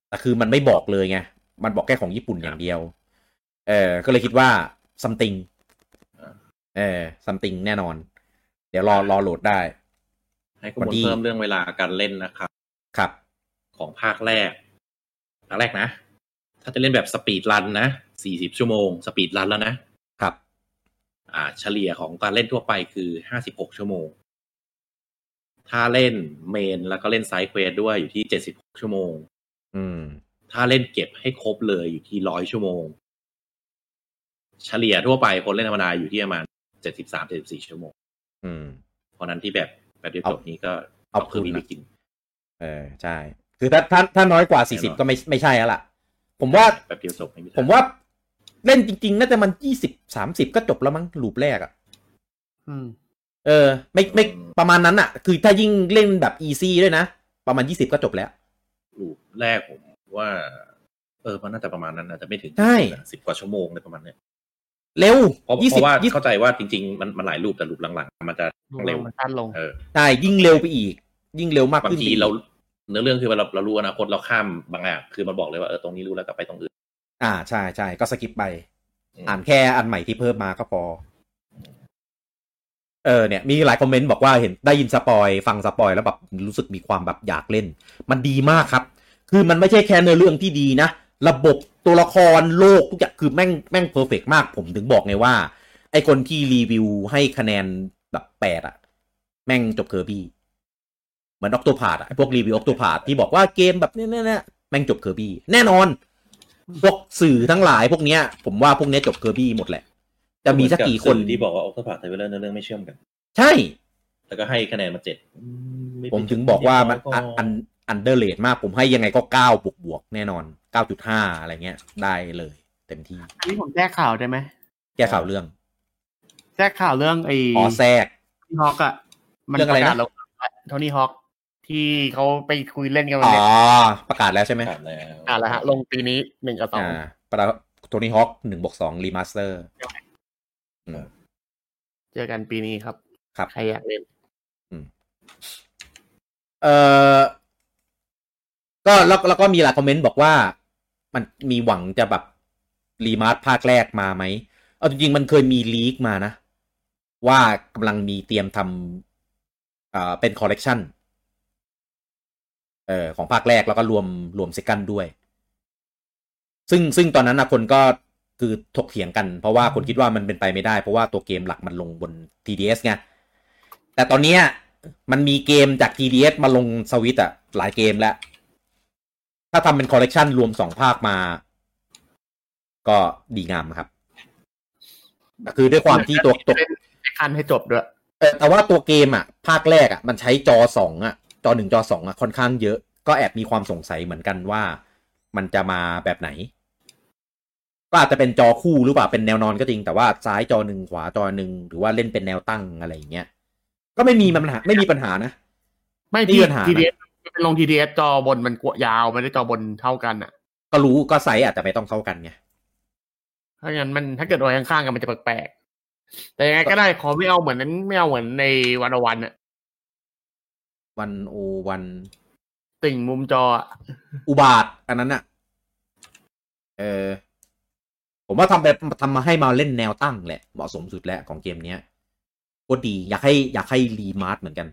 S14: แต่คือมันไม่บอกเลยไง มันบอกแค่ของญี่ปุ่นอย่างเดียว เออก็เลยคิดว่า something เออ something แน่นอน เดี๋ยวรอรอโหลดได้
S17: ให้ข้อมูลเพิ่มเรื่องเวลาการเล่นนะครับ
S14: ครับ
S17: ของภาคแรก ภาคแรกนะ ถ้าจะเล่นแบบสปีดรันนะ 40 ชั่วโมง สปีดรันแล้วนะ
S14: ครับ
S17: อ่า เฉลี่ยของการเล่นทั่วไปคือ 56 ชั่วโมง ถ้าเล่นเมนแล้วก็เล่นไซด์เควสด้วยอยู่ที่ 76 ชั่วโมง
S14: อืม
S17: ถ้าเล่นเก็บให้ครบเลยอยู่ที่ 100 ชั่วโมง เฉลี่ยทั่วไปคนเล่นธรรมดาอยู่ที่ประมาณ 73-74 ชั่วโมง
S14: อืม
S17: เพราะฉะนั้นที่แบบแบบเดียวจบนี้ก็
S14: เอา
S17: คื
S14: คื
S17: อน มีไป
S14: นะ
S17: กิน
S14: เออ ใช่ คือถ้าถ้าถ้าน้อยกว่า 40 ก็ไม่ไม่ใช่แล้วล่ะ ผมว่า
S17: แบบเดียวจบไม่มี
S14: ผมว่าเล่นจริง ๆ น่าจะมัน 20 30 ก็จบแล้วมั้งลูปแรกอะ
S15: อืม
S14: เออ ไม่ไม่ประมาณนั้นอะคือถ้ายิ่งเล่นแบบอีซี่ด้วยนะ ประมาณ 20 ก็จบแล้ว
S17: รูปแรกผมว่า เออมันน่าจะประมาณนั้นนะแต่ไม่ถึง
S14: ใช่
S17: สิบกว่าชั่วโมงเลยประมาณเนี้ย
S14: เร็ว
S17: เพราะ
S14: 20
S17: เพราะว่าเข้าใจว่าจริง ๆ มันมันหลายรูปแต่รูปหลังๆ มันจะเร็ว
S15: มันสั้นลง
S17: เออ
S14: ใช่ยิ่งเร็วไปอีก ยิ่งเร็วมาก
S17: บาง
S14: ขึ้น
S17: ที
S14: ไปอีก
S17: เราเนื้อเรื่องคือเราเรารู้อนาคตเราข้ามบางอย่างคือมันบอกเลยว่าเออตรงนี้รู้แล้วกลับไปตรงอื่น
S14: อ่าใช่ใช่ก็สกิปไป
S17: อืม
S14: อ่านแค่อันใหม่ที่เพิ่มมาก็พอ เออเนี่ย มีหลายคอมเมนต์บอกว่าเห็นได้ยินสปอยฟังสปอยแล้วแบบรู้สึกมีความแบบอยากเล่น มันดีมากครับ คือมันไม่ใช่แค่เนื้อเรื่องที่ดีนะ ระบบตัวละครโลกทุกอย่างคือแม่งแม่งเพอร์เฟกมาก ผมถึงบอกไงว่า ไอคนที่รีวิวให้คะแนนแบบแปดอะแม่งจบเคอร์บี้เหมือนอ c ก o p พาดอะไอ้พวกรีวิวอ c ก o p พาดที่บอกว่าเกมแบบเนี้ยเนี้ยเนี้ยแม่งจบเคอร์บี้แน่นอน พวกสื่อทั้งหลายพวกเนี้ย ผมว่าพวกเนี้ยจบเคอร์บี้หมดแหละ จะมีสักกี่คน
S17: เหมือที่บอกว่าโอคาพาไทเวเลอร์เนื้อเรื่องไม่เชื่อมกัน
S14: ใช่
S17: แล้วก็ให้คะแนนมาเจ็ดอืไ
S14: ผมถึงบอกว่ามัน
S17: ก็
S14: อันอันอันเดอร์เลมาก ผมให้ยังไงก็เก้าบวกบวกๆแน่นอนเก้าจุดห้าอะไรเงี้ย ได้เลย เต็มที่
S15: อันนี้ผมแจ้ข่าวได้ไหม
S14: แก้ข่าวเรื่อง
S15: แจ้ข่าวเรื่องไอ้
S14: อ๋อแทรก
S15: ที่ฮอกอะมัน
S14: เรื่อง
S15: ป
S14: อะไรนะ
S15: ระกาศลงโทนี่ฮอกที่เขาไปคุยเล่นกันวั
S14: อ๋
S15: น
S14: อ
S15: เนี้ย
S14: ประกาศแล้วใช่ไหม
S15: อ่ะแล้วฮะลงปีนี้หนึ่งกับสอง
S14: อ่าประกาศโทนี่ฮอคหนึ่งบวกสองรีมาสเตอร์
S15: เจอกันปีนี้ครับ
S14: ครับ
S15: ใครอยากเล่น
S14: เอ่อ ก็แล้วแล้วก็มีหลายคอมเมนต์บอกว่า มันมีหวังจะแบบรีมาร์ทภาคแรกมาไหมเอาจริงๆมันเคยมีลีกมานะ ว่ากำลังมีเตรียมทำเอ่อเป็นคอลเลกชันเอ่อของภาคแรกแล้วก็รวมรวมเซกันด้วย ซึ่งซึ่งตอนนั้นนะคนก็คือถกเถียงกัน เพราะว่าคนคิดว่ามันเป็นไปไม่ได้ เพราะว่าตัวเกมหลักมันลงบน TDS ไง แต่ตอนเนี้ยมันมีเกมจาก TDS มาลงสวิตอะหลายเกมแล้ว ถ้าทำเป็นคอลเลกชันรวมสองภาคมา ก็ดีงามครับ คือด้วยความที่ตัวตัว
S15: คันให้จบด้วย
S14: เออแต่ว่าตัวเกมอ่ะ ภาคแรกอ่ะ มันใช้จอสองอ่ะ จอหนึ่งจอสองอ่ะ ค่อนข้างเยอะ ก็แอบมีความสงสัยเหมือนกันว่ามันจะมาแบบไหน ก็อาจจะเป็นจอคู่หรือเปล่าเป็นแนวนอนก็จริง แต่ว่าซ้ายจอหนึ่งขวาจอหนึ่งหรือว่าเล่นเป็นแนวตั้งอะไรอย่างเงี้ยก็ไม่มีปัญหาไม่มีปัญหานะ
S15: ไม่
S14: ไม่มี
S15: ที่
S14: ปัญหานะ
S15: TDS มันเป็นลง TDS จอบนมันกวยาวไม่ได้จอบนเท่ากันอ่ะ
S14: ก็รู้ก็ไซส์อาจจะไม่ต้องเท่ากันไง
S15: ถ้างั้นมันถ้าเกิดไว้ข้างๆกันมันจะแปลกๆ แต่ยังไงก็ได้ขอไม่เอาเหมือนนั้นไม่เอาเหมือนในวันวันอ่ะ
S14: วันโอวัน
S15: ติ่งมุมจออะ
S14: อุบาท อันนั้นอ่ะ เออ ผมว่าทำแบบทำมาให้มาเล่นแนวตั้งแหละ เหมาะสมสุดแล้วของเกมเนี้ยก็ดี อยากให้อยากให้รีมาร์ทเหมือนกัน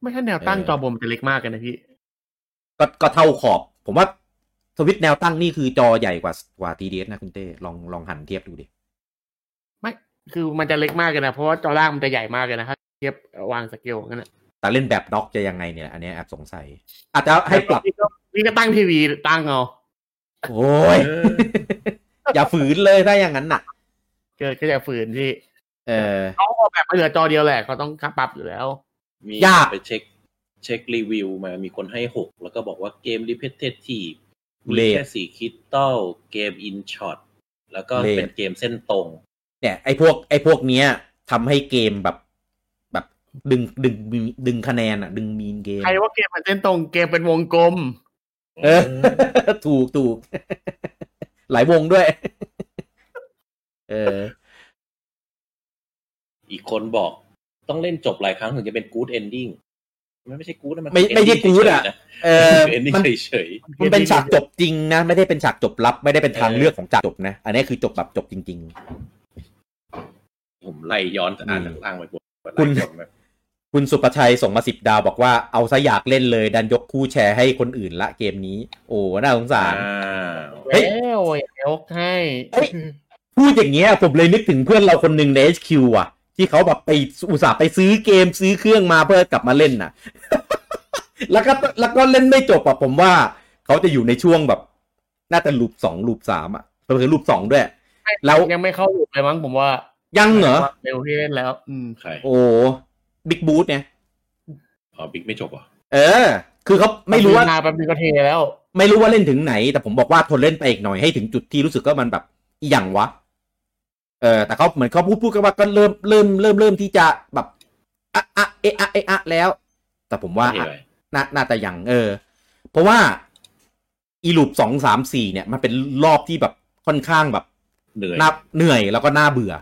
S15: ไม่ใช่แนวตั้งจอบนมันจะเล็กมากกันนะพี่
S14: ก็ก็เท่าขอบ ผมว่าสวิตช์แนวตั้งนี่คือจอใหญ่กว่ากว่า TDS นะคุณเต้ลองลองหันเทียบดูดิ
S15: ไม่คือมันจะเล็กมากกันนะเพราะว่าจอล่างมันจะใหญ่มากกันนะถ้าเทียบวางสเกลกันนะ
S14: แต่เล่นแบบด็อกจะยังไงเนี่ย อันเนี้ยแอบสงสัย อาจจะให้ปรับ
S15: นี่ก็นี่ก็ตั้งทีวีตั้งเอา
S14: โอ้ย อย่าฝืนเลยถ้าอย่างนั้นน่ะ
S15: เกิดก็จะฝืนที่
S14: เออ
S15: เขาออกแบบมาเหลือจอเดียวแหละเขาต้องปรับอยู่แล้ว
S17: มี
S15: ยาก
S17: ไปเช็ค เช็ครีวิวมามีคนให้หกแล้วก็บอกว่าเกม repetitive
S14: ทุ
S17: มี
S14: เรศ
S17: แค่สี่คิดตอลเกม in shot แล้วก็
S14: ทุเรศ
S17: เป็นเกมเส้นตรง
S14: เนี่ยไอ้พวกไอ้พวกเนี้ยทำให้เกมแบบแบบ ดึงดึงดึงคะแนนอ่ะ ดึงมีนเกม
S15: ใครว่าเกมมันเส้นตรงเกมเป็นวงกลม
S14: เอ อ ถูกถูก หลายวงด้วย เออ
S17: อีกคนบอกต้องเล่นจบหลายครั้งถึงจะเป็นกู๊ดเอนดิ้งมันไม่ใช่กู๊ดนะมัน
S14: ไม่ไม่ใช่กู๊ดอ่ะ เอ อ
S17: เอนดิ้ง
S14: มัน
S17: เฉยๆ
S14: มันเป็นฉากจบจริงนะ ไม่ได้เป็นฉากจบลับ ไม่ได้เป็นทางเลือกของฉากจบนะ อันนี้คือจบแบบจบจริง
S17: ผมไล่ย้อนอ่านจากล่างไปบน
S14: คุณ ๆ คุณสุประชัยส่งมาสิบดาวบอกว่าเอาซะอยากเล่นเลย ดันยกคู่แชร์ให้คนอื่นละเกมนี้ โอ้น่าสงสาร
S15: เฮ้ยโอ้ยยกให้
S14: พูดอย่างเงี้ยผมเลยนึกถึงเพื่อนเราคนหนึ่งใน HQ อ่ะ ที่เขาแบบไปอุตส่าห์ไปซื้อเกมซื้อเครื่องมาเพื่อกลับมาเล่นน่ะ แล้วก็แล้วก็เล่นไม่จบอ่ะผมว่า เขาจะอยู่ในช่วงแบบ น่าจะลูปสองลูปสามอ่ะเพิ่งลูปสองด้วย แล้ว
S15: ยังไม่เข้าอยู่เลยมั้งผมว่า
S14: ยังเหรอ
S15: เร็วที่เล่นแล้ว อืม
S17: ใคร
S14: โอ้บิ๊กบูธเนี่ย
S17: อ๋อบิ๊กไม่จบเหรอ่ะ
S14: เออ คือเขาไม่รู้ว่า
S15: แป๊บนึงก็เทแล้ว
S14: ไม่รู้ว่าเล่นถึงไหน แต่ผมบอกว่าทนเล่นไปอีกหน่อยให้ถึงจุดที่รู้สึกว่ามันแบบอหย่างวะ เออ แต่เขาเหมือนเขาพูดพูดกันว่าก็เริ่มเริ่มเริ่มเริ่มที่จะแบบอะอะเอะอะเอะอะแล้ว แต่ผมว่า
S17: ไม่
S14: อะ
S17: เลย
S14: น่าน่าจะยังเออ เพราะว่าอีลูปสองสามสี่เนี่ย มันเป็นรอบที่แบบค่อนข้างแบบ
S17: เหนื่อย
S14: น่าเหนื่อยแล้วก็น่าเบื่อ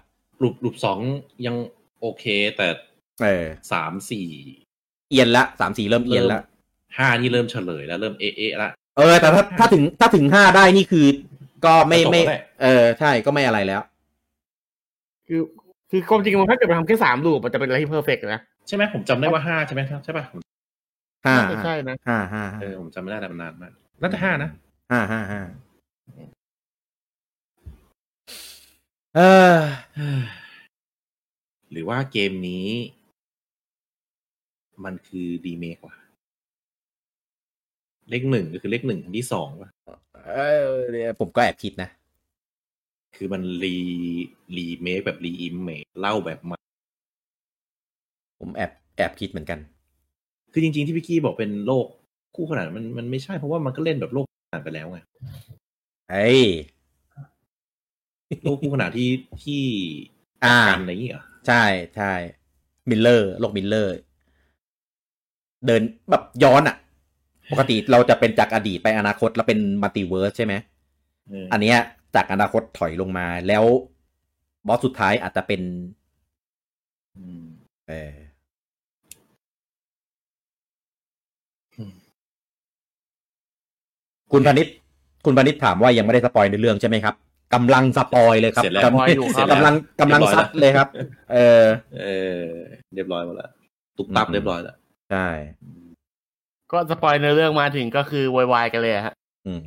S17: รูปรูปสองยังโอเค แต่
S14: เออ
S17: สามสี่
S14: เอียนละสามสี่เริ่มเอียนละ
S17: ห้านี่เริ่มเฉลยแล้วเริ่มเอะเอะละ
S14: เออ แต่ถ้าถ้าถึงถ้าถึงห้าได้นี่คือ ก็ไม่
S17: ก็จบ
S14: ไม่
S17: แล้วแหละ
S14: เออ ใช่ก็ไม่อะไรแล้ว
S15: คือ คือความจริงมันถ้าเกิดมันทำแค่สามลูปมันจะเป็นอะไรที่เพอร์เฟกนะ
S17: ใช่ไหมผมจำได้ว่าห้าใช่ไหมครับใช่ป่ะผม
S14: ห้า
S15: น่าจะใช่นะ
S14: ห้าห้า
S17: เออผมจำไม่ได้แต่มันนานมากน่าจะห้านะ
S14: ห้าห้าห้าเออ
S17: หรือว่าเกมนี้ มันคือดีเมกว่ะเลขหนึ่งก็คือเลขหนึ่งอันที่สองว่ะ
S14: เออเนี่ยผมก็แอบคิดนะ
S17: คือมันรีรีเมคแบบรีอิมเมคเล่าแบบใหม่
S14: ผมแอบแอบคิดเหมือนกัน
S17: คือจริงๆที่พี่กี้บอกเป็นโลกคู่ขนานมันมันไม่ใช่เพราะว่ามันก็เล่นแบบโลกคู่ขนานไปแล้วไง
S14: เอ้ย
S17: โลกคู่ขนานที่ที่
S14: อ่า
S17: กันอะไรอย่างเงี้ย
S14: ใช่ใช่มิลเลอร์โลกมิลเลอร์ เดินแบบย้อนอะ่ะ ปกติเราจะเป็นจากอดีตไปอนาคตแล้วเป็นมัลติเวิร์สใช่ไหม อันเนี้ยจากอนาคตถอยลงมาแล้วบอสสุดท้ายอาจจะเป็น เอออคุณพนิษคุณพนิษถามว่ายังไม่ได้สปอยในเรื่องใช่ไหมครับกำลังสปอยเลยครับ
S17: เสร็จแล้ว
S14: กำ
S15: ปอยอยู่ครับ
S14: กำลังกำลังซัดเลยครับ เออ
S17: เออ เรียบร้อยหมดละตุกตับ
S14: อืม
S17: เรียบร้อยละ
S14: ใช่
S15: ก็สปอยในเรื่องมาถึงก็คือวายวายกันเลยฮะ
S14: อืม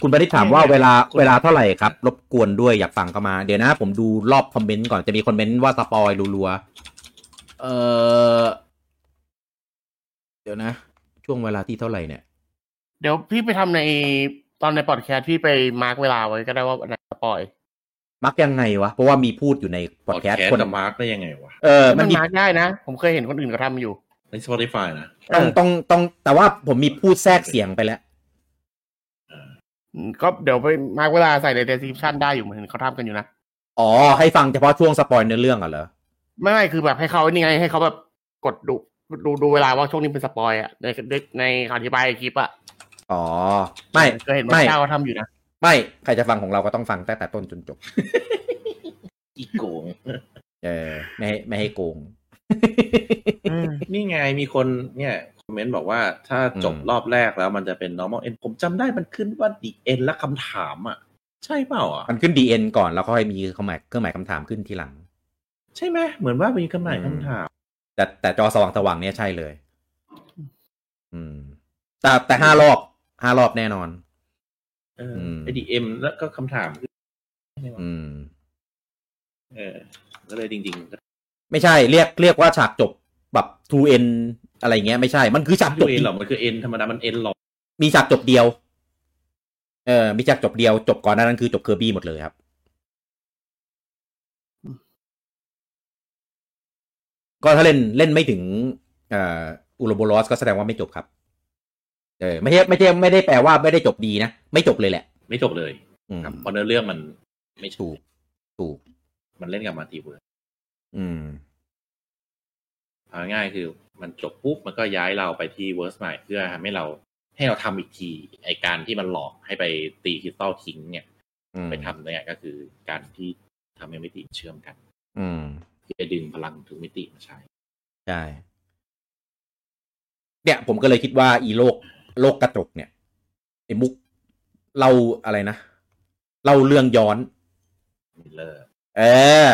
S14: คุณพนิษถามว่าเวลาเวลาเท่าไหร่ครับ รบกวนด้วยอยากฟังเข้ามา เดี๋ยวนะ ผมดูรอบคอมเมนต์ก่อนจะมีคอมเมนต์ว่าสปอยรัวๆเออเดี๋ยวนะ ช่วงเวลาที่เท่าไหร่เนี่ย
S15: เดี๋ยวพี่ไปทำในตอนในปอดแคสต์พี่ไปมาร์กเวลาไว้ก็ได้ว่าวันไหนสปอย
S14: มักยังไงวะ เพราะว่ามีพูดอยู่ในพอด
S17: พอด
S14: แคส
S17: แค
S14: ต์
S17: ส
S14: คน
S17: ต์จะมาร์กได้ยังไงวะ
S14: เออ
S15: มั
S14: มันนมี
S15: มาร์กได้นะ ผมเคยเห็นคนอื่นเขาทำอยู่
S17: ใน Spotify นะ
S14: ต้องต้องต้องแต่ว่าผมมีพูดแทรกเสียงไปแล้ว
S15: อืมก็เดี๋ยวไปมาร์กเวลาใส่ในเดสคริปชันได้อยู่เหมือนเขาทำกันอยู่นะ
S14: อ๋อ ให้ฟังเฉพาะช่วงสปอยเนื้อเรื่องอ่ะเหรอ
S15: ไม่ไม่คือแบบให้เขานี่ไงให้เขาแบบกดดูดูดูเวลาว่าช่วงนี้เป็นสปอยอ่ะในในในคำอธิบายคลิปอ่ะ
S14: อ๋อ ไม่
S15: ก็เห็นว่า
S14: ไม่
S15: เจ้าเขาทำอยู่นะ
S14: ไม่ใครจะฟังของเราก็ต้องฟังตั้งแต่ต้นจนจบ
S17: อีโกง
S14: เออ ไม่ให้ไม่ให้โกง
S17: นี่ไงมีคนเนี่ยคอมเมนต์บอกว่าถ้าจบ
S14: อืม
S17: รอบแรกแล้วมันจะเป็น normal end ผมจำได้มันขึ้นว่า the end และคำถามอ่ะ ใช่เปล่าอ่ะ
S14: มันขึ้นดีเอ็นก่อนแล้วค่อยมีเครื่องหมายเครื่องหมายคำถามขึ้นทีหลัง
S17: ใช่ไหมเหมือนว่ามีคำไหน
S14: อืม
S17: คำถาม
S14: แต่แต่จอสว่างสว่างๆเนี่ยใช่เลย อืม แต่แต่ห้ารอบห้ารอบแน่นอน
S17: เอออ
S14: ม
S17: ไอดีเอ็มแล้วก็คำถามขึ้น
S14: อืม
S17: เออก็เลยจริงๆก็
S14: ไม่ใช่เรียกเรียกว่าฉากจบแบบ two end อะไรเงี้ยไม่ใช่ มันคือฉากจบ
S17: เอ็น
S14: ที่
S17: หรอกมันคือเอ็นธรรมดา มันเอ็นหรอก
S14: มีฉากจบเดียว เออ มีฉากจบเดียว จบก่อนหน้านั้นคือจบเคอร์บี้หมดเลยครับ ก็ถ้าเล่นเล่นไม่ถึงเอ่ออุโรโบรอสก็แสดงว่าไม่จบครับ เออ ไม่ใช่ไม่ใช่ไม่ได้แปลว่าไม่ได้จบดีนะ ไม่จบเลยแหละ
S17: ไม่จบเลย
S14: อืม
S17: เพราะเนื้อเรื่องมันไม่
S14: ถูกถูก
S17: มันเล่นกับมัลติเวิร์ส
S14: อืม
S17: เอาง่ายๆคือ มันจบปุ๊บมันก็ย้ายเราไปที่เวิร์สใหม่เพื่อทำให้เราให้เราทำอีกที ไอการที่มันหลอกให้ไปตีคริสตัลทิ้งเนี่ย
S14: อืม
S17: ไปทำเนี่ยก็คือการที่ทำให้มิติเชื่อมกัน
S14: อืม
S17: ที่จะดึงพลังทุกมิติมาใช้
S14: ใช่ เนี่ย ผมก็เลยคิดว่า อีโลก โลกกระจกเนี่ยไอ้มุกเราอะไรนะเล่าเรื่องย้อน
S17: เลอร์
S14: เออ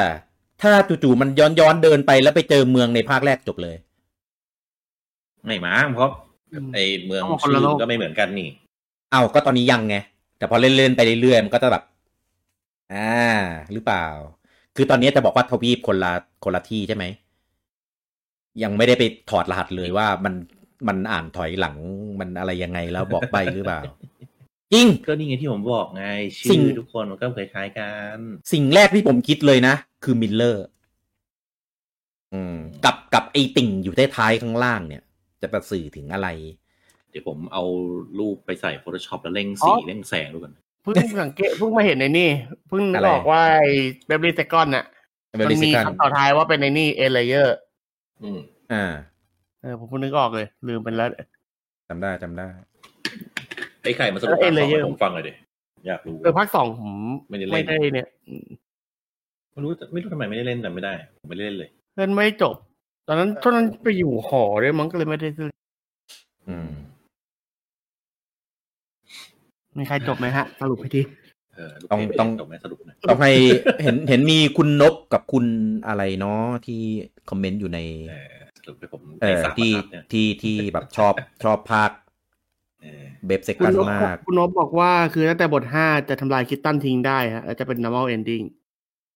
S14: ถ้าจู่ๆมันย้อนย้อนๆเดินไปแล้วไปเจอเมืองในภาคแรกจบเลย
S17: ไม่มั้งเพราะไอเมือง
S14: เอาคน
S17: ชื่
S14: ละโลก
S17: อก็ไม่เหมือนกันนี่
S14: เอาก็ตอนนี้ยังไง แต่พอเล่น ๆ ไปเรื่อย ๆ มันก็จะแบบ อ่า หรือเปล่า คือตอนนี้จะบอกว่าทวีปคนละคนละที่ใช่ไหม ยังไม่ได้ไปถอดรหัสเลยว่ามันมันอ่านถอยหลังมันอะไรยังไงแล้วบอกไปหรือเปล่า จริง
S17: ก็นี่ไงที่ผมบอกไง
S14: สิ่
S17: ชื่
S14: ง
S17: อทุกคนมันก็คล้ายๆกัน
S14: สิ่งแรกที่ผมคิดเลยนะ คือมิลเลอร์ อืม กับกับไอติ่งอยู่ใต้ท้ายข้างล่างเนี่ย จะประสื่อถึงอะไร
S17: เดี๋ยวผมเอารูปไปใส่ Photoshop แล้วเร่งสี
S15: อ๋อ
S17: เร่งแสงดูกัน
S15: เพิ่งสังเกตเพิ่งมาเห็นในนี่เพิ่งนึกออก
S17: อะไร
S15: ว่าเบเบอรี่เซกอนน่ะ
S17: Beverly
S15: มันมี
S17: Second
S15: คำต่อท้ายว่าเป็นในนี่เอเลเยอร์
S17: อืม
S14: อ่า
S15: เออผมเพิ่งนึกออกเลย ลืมไปแล้ว
S14: จำได้จำได้
S17: ไอ้ไข่มาสรุป
S15: เอ้ย
S17: ภาคสอง
S15: เลเยอร์
S17: ให้ผมฟังหน่อยดิอยากรู้
S15: เออภาคสองผม
S17: ไม่ได้
S15: ไม่
S17: เล่น
S15: ได้เนี่ยอืม
S17: ไม่รู้ไม่รู้ทำไมไม่ได้เล่นแต่ไม่ได้ผมไม่ได้เล่นเลย
S15: เล่นไม่จบ ตอนนั้นตอนนั้นไปอยู่หอด้วยมั้งก็เลยไม่ได้เล่น
S14: อืม
S15: มีใครจบไหมฮะ สรุปให้ที
S17: เออ
S14: ต้องต้อง
S17: จบไหมสรุปนะ
S14: ต้องให้ เห็นเห็นมีคุณนบกับคุณอะไรเนาะที่คอมเมนต์อยู่ใน เออ
S17: ในสาม
S14: ที่
S17: บรรทัดเนี่ย
S14: ที่ที่แบบ ชอบชอบภาคเบบเซ
S15: คุ
S14: กั
S15: ณ
S14: น
S15: นบ
S14: มาก
S15: คุณนบบอกว่าคือตั้งแต่บทห้าจะทำลายคิตตันทิ้งได้ฮะแล้วจะเป็น normal ending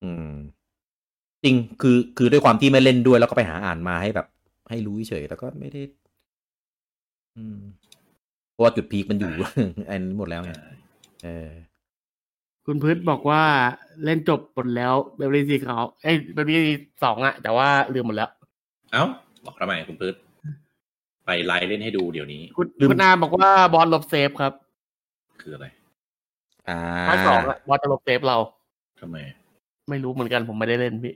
S14: อืม จริงคือคือด้วยความที่ไม่เล่นด้วยแล้วก็ไปหาอ่านมาให้แบบ ให้รู้เฉยๆแต่ก็ไม่ได้ อืม เพราะว่าจุดพีคมันอยู่ อันหมดแล้วไงเออ
S15: คุณพืชบอกว่าเล่นจบหมดแล้วเบเบอรี่ซีเขาเอ้ยเบเบอรี่สองอะแต่ว่าลืมหมดแล้ว
S17: เอ้าบอกทำไมคุณพืชไปไลฟ์เล่นให้ดูเดี๋ยวนี้
S15: คุณคุณอาบอกว่าบอสลบเซฟครับ
S17: คืออะไร
S14: อ่า
S15: ภาคสองอะบอสจะลบเซฟเรา
S17: ทำไม
S15: ไม่รู้เหมือนกันผมไม่ได้เล่นพี่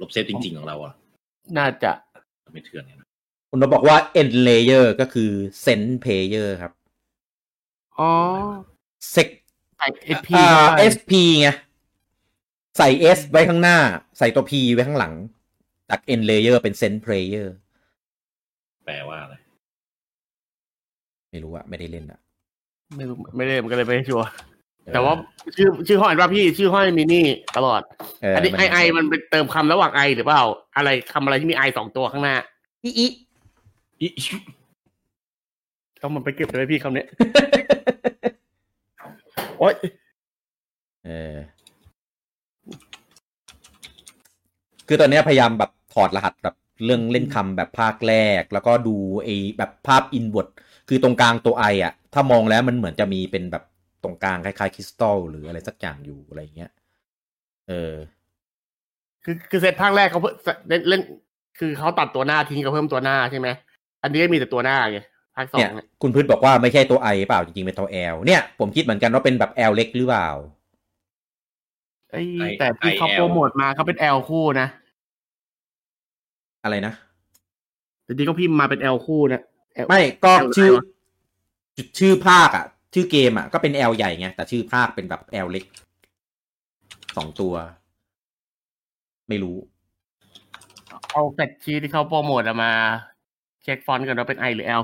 S17: ลบเซฟจริง ๆ ของเราอ่ะ
S15: น่าจะ
S17: ไม่เถื่อนเนี่ยนะ
S14: คุณนบบอกว่า end layer ก็คือ send player ครับ
S15: อ๋อ
S14: เซ็ก
S15: ใส่เอสพี
S14: อ่า SP ไง ใส่ S ไว้ข้างหน้า ใส่ตัว P ไว้ข้างหลัง จาก end layer เป็น send player
S17: แปลว่าอะไร
S14: ไม่รู้อะไม่ได้เล่นอะ
S15: ไม่รู้ไม่ได้มันก็เลยไม่ชัวร์แต่ว่าชื่อชื่อห้อยป่ะพี่ชื่อห้อยมินี่ตลอด
S14: เอออั
S15: อันนี้
S14: มัน
S15: ไอไอมันเป็นเติมคำระหว่างไอหรือเปล่า อะไรคำอะไรที่มีไอสองตัวข้างหน้า
S14: อีอี
S17: อี
S15: ต้องมันไปเก็บเลยพี่คำนี้ โอ๊ย
S14: เออ คือตอนเนี้ยพยายามแบบถอดรหัสแบบเรื่องเล่นคำแบบภาคแรก แล้วก็ดูไอ้แบบภาพอินวอร์ดคือตรงกลางตัวไออะถ้ามองแล้วมันเหมือนจะมีเป็นแบบตรงกลางคล้ายๆคริสตัลหรืออะไรสักอย่างอยู่อะไรอย่างเงี้ย เออ
S15: คือคือเซตภาคแรกเขาเพิ่งเล่นเล่น คือเขาตัดตัวหน้าทิ้งเขาเพิ่มตัวหน้าใช่ไหมอันนี้มีแต่ตัวหน้าไงภาคสอ
S14: เนี่
S15: ง
S14: ย
S15: เนี่ย
S14: คุณพืชบอกว่าไม่ใช่ตัวไอเปล่าจริงๆ เป็นตัวแอลเนี่ย ผมคิดเหมือนกันว่าเป็นแบบแอลเล็กหรือเปล่า
S15: เอ้ยแต่ที่เขาโปรโมทมาเขาเป็นแอลคู่นะ
S14: อะไรนะ
S15: แต่ที่เขาพิมพ์มาเป็นแอลคู่นะ L
S14: ไม่ก็
S15: L
S14: ชื่อชื่อภาคอ่ะ ชื่อเกมอ่ะก็เป็นแอลใหญ่ไงแต่ชื่อภาคเป็นแบบแอลเล็กสองตัว ไม่รู้
S15: เอาแฟลชชีทที่เขาโปรโมทเอามา เช็คฟอนต์กันว่าเป็นไอหรือแอล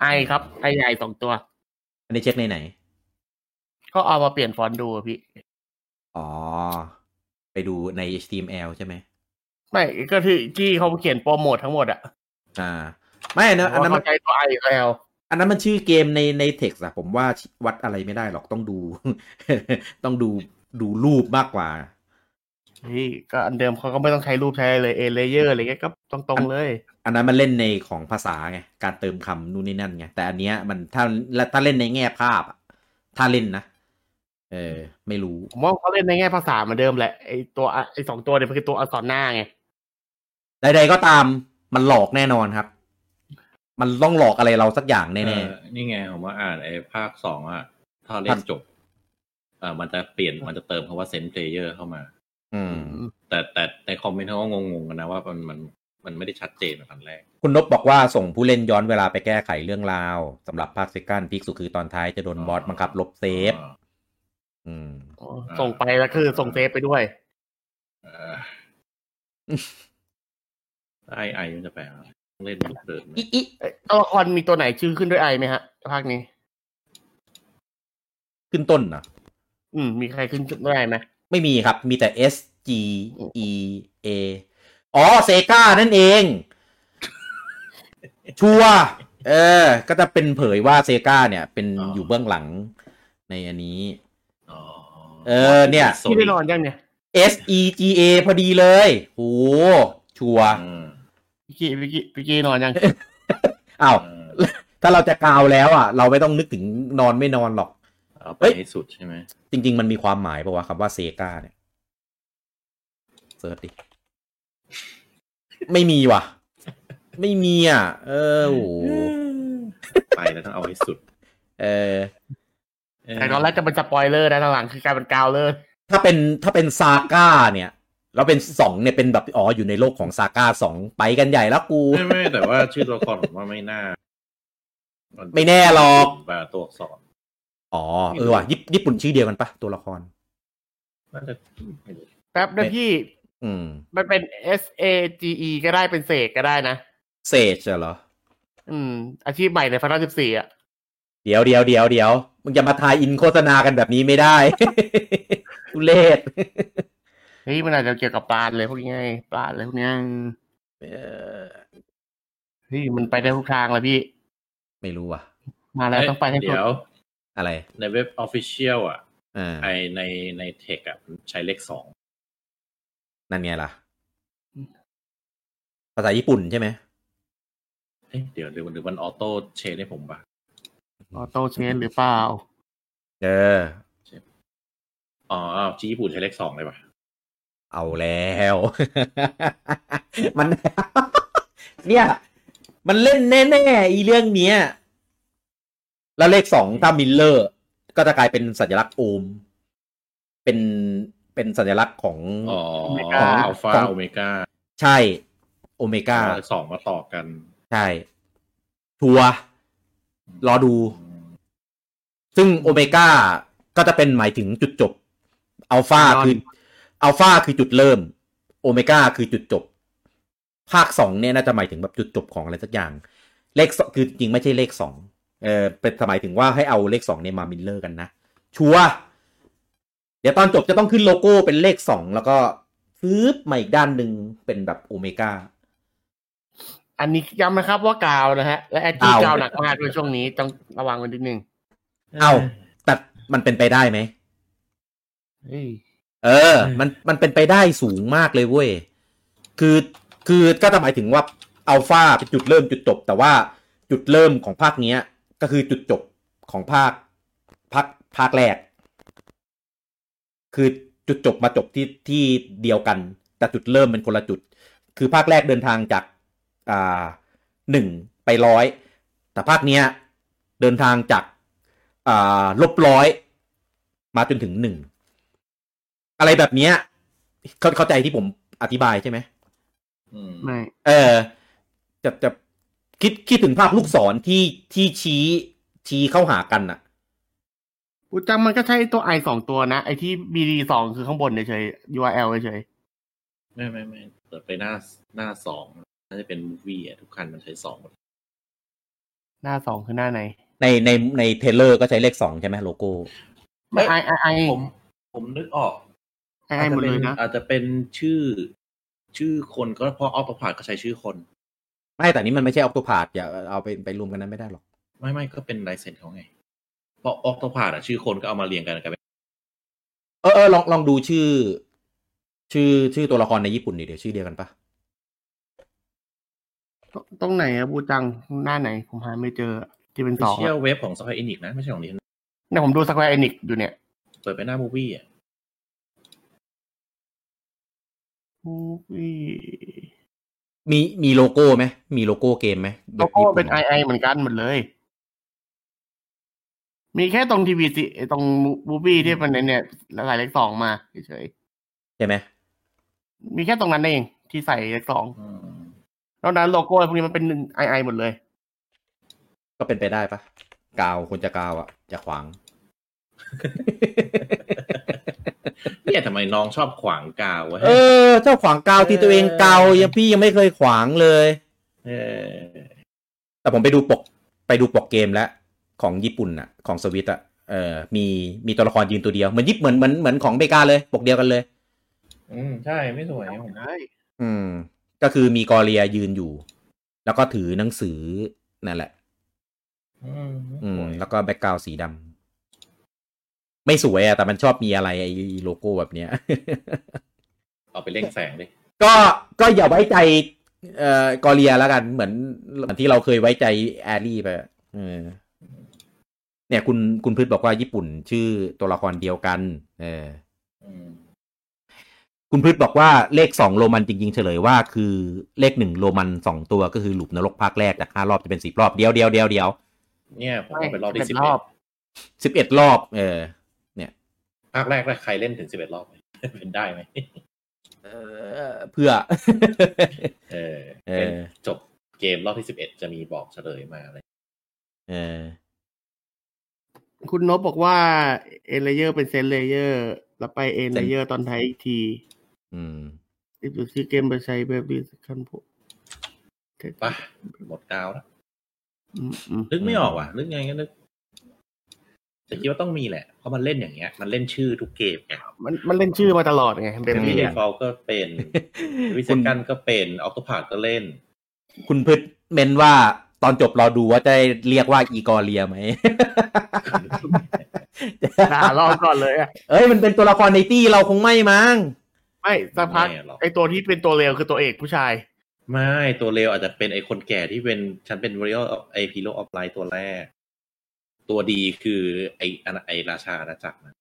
S15: ไอครับไอใหญ่สองตัว
S14: อันนี้เช็คในไหน
S15: ก็เอามาเปลี่ยนฟอนต์ดูอะพี่
S14: อ๋อ ไปดูใน HTML ใช่ไหม
S15: ไม่ก็คือที่เขาเขียนโปรโมททั้งหมดอะ
S14: อ่า ไม่อันนั้นอันนั้นมัน
S15: ว่าเขาใช้ตัวไอหรือแอล
S14: อันนั้นมันชื่อเกมในในเท็กซ์อะผมว่าวัดอะไรไม่ได้หรอกต้องดู ต้องดูดูรูปมากกว่า
S15: นี่ก็อันเดิมเขาก็ไม่ต้องใช้รูปใช้อะไรเลยเอเลเยอร์อะไรเงี้ยก็ตรงๆเลย
S14: อันนั้นมันเล่นในของภาษาไง การเติมคำนู่นนี่นั่นไง แต่อันเนี้ยมันถ้าถ้าเล่นในแง่ภาพอะถ้าเล่นนะ เออ ไม่รู้
S15: ผมว่าเขาเล่นในแง่ภาษาเหมือนเดิมแหละไอตัวอะไอสองตัวเนี่ยมันคือตัวอักษรหน้าไง
S14: ใดๆก็ตามมันหลอกแน่นอนครับ มันต้องหลอกอะไรเราสักอย่างแน่
S17: เออนี่ไงผมว่าอ่านไอ้ภาคสองอ่ะ ถ้าเล่นจบ เอ่อมันจะเปลี่ยนมันจะเติมคำว่าเซนเพลเยอร์เข้ามา
S14: อืม
S17: แต่แต่ในคอมเมนต์เขาก็งงๆกันนะว่ามันมันมันไม่ได้ชัดเจนเหมือนตอนแรก
S14: คุณนบบอกว่าส่งผู้เล่นย้อนเวลาไปแก้ไขเรื่องราวสำหรับภาคเซกันพิกสุคือตอนท้ายจะโดนบอสบังคับลบเซฟ อืม
S15: ส่งไปแล้วคือส่งเซฟไปด้วย
S17: ไอไอมันจะแปลว่าเล่นเดินไหม
S15: อิอิตัวละครมีตัวไหนชื่อขึ้นด้วยไอไหมฮะภาคนี้
S14: ขึ้นต้นนะ
S15: อืม มีใครขึ้นด้วยไอไหม
S14: ไม่มีครับ มีแต่ S G E A อ๋อเซกานั่นเอง ชัวร์เออ ก็จะเป็นเผยว่าเซกาเนี่ย เป็นอยู่เบื้องหลังในอันนี้เออ เนี่ย
S15: ที่ได้นอนยังเนี่ย
S14: S E G A พอดีเลยโอ้ชัวร์
S15: พี่กี้พี่กี้พี่กี้นอนยัง
S14: อ้าว ถ้าเราจะกาวแล้วอ่ะ เราไม่ต้องนึกถึงนอนไม่นอนหรอก
S17: เอาไปให้สุดใช่ไหม
S14: จริง ๆ มันมีความหมายป่าวะคำว่าเซกาเนี่ยเซิร์ชดิ ไม่มีว่ะ ไม่มีอ่ะ เออโอ้โห
S17: ไปแล้วต้องเอาให้สุด
S14: เออ
S15: แต่ตอนแรกจะเป็นสปอยเลอร์นะตอนหลังคือกลายเป็นกาวเลอร์
S14: ถ้าเป็นถ้าเป็นซาก้าเนี่ย แล้วเป็นสองเนี่ยเป็นแบบอ๋ออยู่ในโลกของซาก้าสองไปกันใหญ่แล้วกู
S17: ไม่ไม่แต่ว่าชื่อตัวละครผมว่าไม่น่า
S14: ไม่แน่หรอก
S17: แบบตัวอักษร
S14: อ๋อ เออว่ะญี่ญี่ปุ่นชื่อเดียวกันปะตัวละคร
S17: น่าจะ
S15: แป๊บนะพี่
S14: อืม
S15: มันเป็น S A G E ก็ได้เป็นเสกก็ได้นะ
S14: เซจเหรอ
S15: อืม อาชีพใหม่ในฟันสิบสี่อ่ะ
S14: เดี๋ยวเดี๋ยวเดี๋ยวเดี๋ยวมึงจะมาทายอินโฆษณากันแบบนี้ไม่ได้ ทุเลศ
S15: เฮ้ยมันอาจจะเกี่ยวกับปลาเลยพวกนี้ไงปลาเลยพวกนี้
S14: เออ
S15: เฮ้ยมันไปได้ทุกทางเลยพี่
S14: ไม่รู้ว่ะ
S15: มาแล้วต้องไปให้สุด
S17: เดี๋ยว
S14: อะไร
S17: ในเว็บออฟฟิเชียลอ่ะ
S14: อ่า
S17: ไอในในเทคอ่ะมันใช้เลขสอง
S14: นั่นไงล่ะ ภาษาญี่ปุ่นใช่ไหม
S17: เอ๊ะเดี๋ยวเดี๋ยวหรือมันออโต้เชนให้ผมปะ
S15: ออโต้เชนหรือเปล่า
S14: เออ
S17: อ๋อที่ญี่ปุ่นใช้เลขสองเลยปะ
S14: เอาแล้ว มัน เนี่ย มันเล่นแน่ๆอีเรื่องเนี้ย แล้วเลขสองถ้ามิลเลอร์ ก็จะกลายเป็นสัญลักษณ์โอม เป็นเป็นสัญลักษณ์ของ
S17: อ๋อ
S14: ขง
S17: อัลฟา
S14: ของ
S17: โอเมก้า
S14: ใช่โอเมก้า
S17: เลขสองมาต่อกัน
S14: ใช่ ทัวร์รอดู ซึ่งโอเมก้าก็จะเป็นหมายถึงจุดจบอัลฟาคืออัลฟาคือจุดเริ่ม โอเมก้าคือจุดจบ ภาคสองเนี่ยน่าจะหมายถึงแบบจุดจบของอะไรสักอย่าง เลขสองคือจริงๆไม่ใช่เลขสองเออเป็นหมายถึงว่าให้เอาเลขสองเนี่ยมามิลเลอร์กันนะ ชัวร์เดี๋ยวตอนจบจะต้องขึ้นโลโก้เป็นเลขสองแล้วก็ฟืบมาอีกด้านหนึ่งเป็นแบบโอเมก้า
S15: อันนี้ย้ำนะครับว่ากาวนะฮะ และแอดที่
S14: อ้าว
S15: กาวหนักมากด้วยช่วงนี้ต้องระวังกันนิดนึง
S14: เอ้าแต่มันเป็นไปได้ไหม
S15: เฮ้ย
S14: เออ มัน มันเป็นไปได้สูงมากเลยเว้ย คือ คือก็จะหมายถึงว่าอัลฟาเป็นจุดเริ่มจุดจบ แต่ว่าจุดเริ่มของภาคเนี้ย ก็คือจุดจบของภาค ภาค ภาคแรก คือจุดจบมาจบที่ ที่เดียวกัน แต่จุดเริ่มเป็นคนละจุด คือภาคแรกเดินทางจาก อ่าหนึ่งไปร้อย แต่ภาคเนี้ย เดินทางจาก อ่า ลบร้อย มาจนถึงหนึ่ง อะไรแบบเนี้ยเข้าเข้าใจที่ผมอธิบายใช่ไหม
S15: ไม่
S14: เออ จะจะคิดคิดถึงภาพลูกศรที่ที่ชี้ชี้เข้าหากันน่ะ
S15: อุยจังมันก็ใช้ตัวไอสองตัวนะ ไอที่ BD สองคือข้างบนเฉยๆ URL เฉย
S17: ไม่ไม่ไม่เปิดไปหน้าหน้าสองน่าจะเป็นมูฟวี่อ่ะทุกคันมันใช้สองหมด
S15: ๆหน้าสองคือหน้าไหน
S14: ในในในเทเลอร์ก็ใช้เลขสองใช่ไหมโลโก้
S15: ไม่ไอไอไอ
S17: ผมผมนึกออก
S15: ไอไอหมดเลยนะ
S17: อาจจะเป็นชื่อ ชื่อคนก็เพราะออฟพาดก็ใช้ชื่อคน
S14: ไม่แต่นี้มันไม่ใช่ออ t o พา t อย่าเอาไปไปรวมกันนั้นไม่ได้หรอก
S17: ไม่ไม่ก็เป็นลายเซ็นเขาไง เพราะออฟพาดอ่ะชื่อคนก็เอามาเรียงกันกันเป็น
S14: เออเออลองลองดูชื่อ ชื่อชื่อตัวละครในญี่ปุ่นดิเดี๋ยวชื่อเดียวกันปะ
S15: ตรงไหนอะบูจังหน้าไหน ผมหาไม่เจอที่เป็นสอง
S17: เชียลเว็บของซอฟต์แวร์อินิกนะ ไม่ใช่ของนี้
S15: เนี่ยผมดูสแควร์เอนิกอยู่เนี่ย
S17: เปิดไปหน้ามูฟวี่อ่ะ
S15: อุ๊ย
S14: มีมีโลโก้ไหมมีโลโก้เกมไหม
S15: โลโก้เป็นไอไอเหมือนกันหมดเลย มีแค่ตรงทีวีสิตรงบูบี้ที่มันเนี่ยใส่เลขสองมาเฉย
S14: ใช่ไหม
S15: มีแค่ตรงนั้นเองที่ใส่เลขสองนอกนั้นโลโก้พวกนี้มันเป็นไอไอหมดเลย
S14: ก็เป็นไปได้ปะกาวควรจะกาวอ่ะจะขวาง
S17: เนี่ยทำไมน้องชอบขวางกาววะ
S14: เออเจ้าขวางกาวที่ตัวเองกาวยังพี่ยังไม่เคยขวางเลย
S17: เออ
S14: แต่ผมไปดูปกไปดูปกเกมแล้ว ของญี่ปุ่นอ่ะ ของสวิตอ่ะเออมีมีตัวละครยืนตัวเดียวเหมือนยิปเหมือนเหมือนเหมือนของเบกาเลย ปกเดียวกันเลย
S17: อืมใช่ไม่สวยผม
S15: ใช่
S14: อืม ก็คือมีกอเรียยืนอยู่ แล้วก็ถือหนังสือนั่นแหละ อืม แล้วก็แบ็กกราวสีดำไม่สวยอะแต่มันชอบมีอะไรไอ้โลโก้แบบเนี้ย
S17: เอาไปเล่งแสงดิ
S14: ก็ก็อย่าไว้ใจ เอ่อกอเรียแล้วกันเหมือนเหมือนที่เราเคยไว้ใจแอรี่ไปอะเออเนี่ยคุณคุณพืชบอกว่าญี่ปุ่นชื่อตัวละครเดียวกัน เออ
S17: อืม
S14: คุณพืชบอกว่าเลขสองโรมันจริง ๆ เฉลยว่าคือเลขหนึ่งโรมันสองตัวก็คือหลุมนรกภาคแรกจากห้ารอบจะเป็นสิบรอบเดียวเดียวเดียวเดียว
S17: เนี่ยผมว่าเป็นรอบที่สิ
S15: สิบบ ร
S17: เอ็
S15: อ
S17: ด
S15: บ
S14: สิบเอ็ดรอบ เออ
S17: ภาคแรกแล้วใครเล่นถึงสิบเอ็ดรอบไหม เป็นได้ไหม
S14: เพื่อ
S17: เออ
S14: เออ
S17: เป็นจบเกมรอบที่สิบเอ็ดจะมีบอกเฉลยมาเลย
S14: เออ
S15: คุณนบบอกว่าเอเลเยอร์เป็นเซนเลเยอร์แล้วไปเอเลเยอร์ตอนท้ายอีกที
S14: อืม
S15: รีบดูซื้อเกมไปใช้แบบนี้สักคันผม
S17: ไปหมดดาวแล้ว
S15: อืมอืม
S17: นึกไม่ออกว่ะนึกไงก็นึกแต่คิดว่าต้องมีแหละ เพราะมันเล่นอย่างเงี้ย มันเล่นชื่อทุกเกมไง
S15: มันมันเล่นชื่อมาตลอดไงเป็น
S17: เป็น
S15: ที่
S17: ที่
S15: เ
S17: เฟลก็เป็นวิเซกันก็เป็นออโตพาดก็เล่น
S14: คุณพืชเมนว่าตอนจบเราดูว่าจะเรียกว่าอีกอเรียไหม
S15: ด่าลองก่อนเลยอะ
S14: เอ้ยมันเป็นตัวละครในตี้เราคงไม่มั้ง
S15: ไม่สักพัก
S17: ไม่หรอก
S15: ไอตัวที่เป็นตัวเลวคือตัวเอกผู้ชาย
S17: ไม่ตัวเลวอาจจะเป็นไอคนแก่ที่เป็นฉันเป็นวอริโอไอพีโรออฟไลน์ตัวแรก ตัวดีคือไออันไอราชาอาณาจักรนะ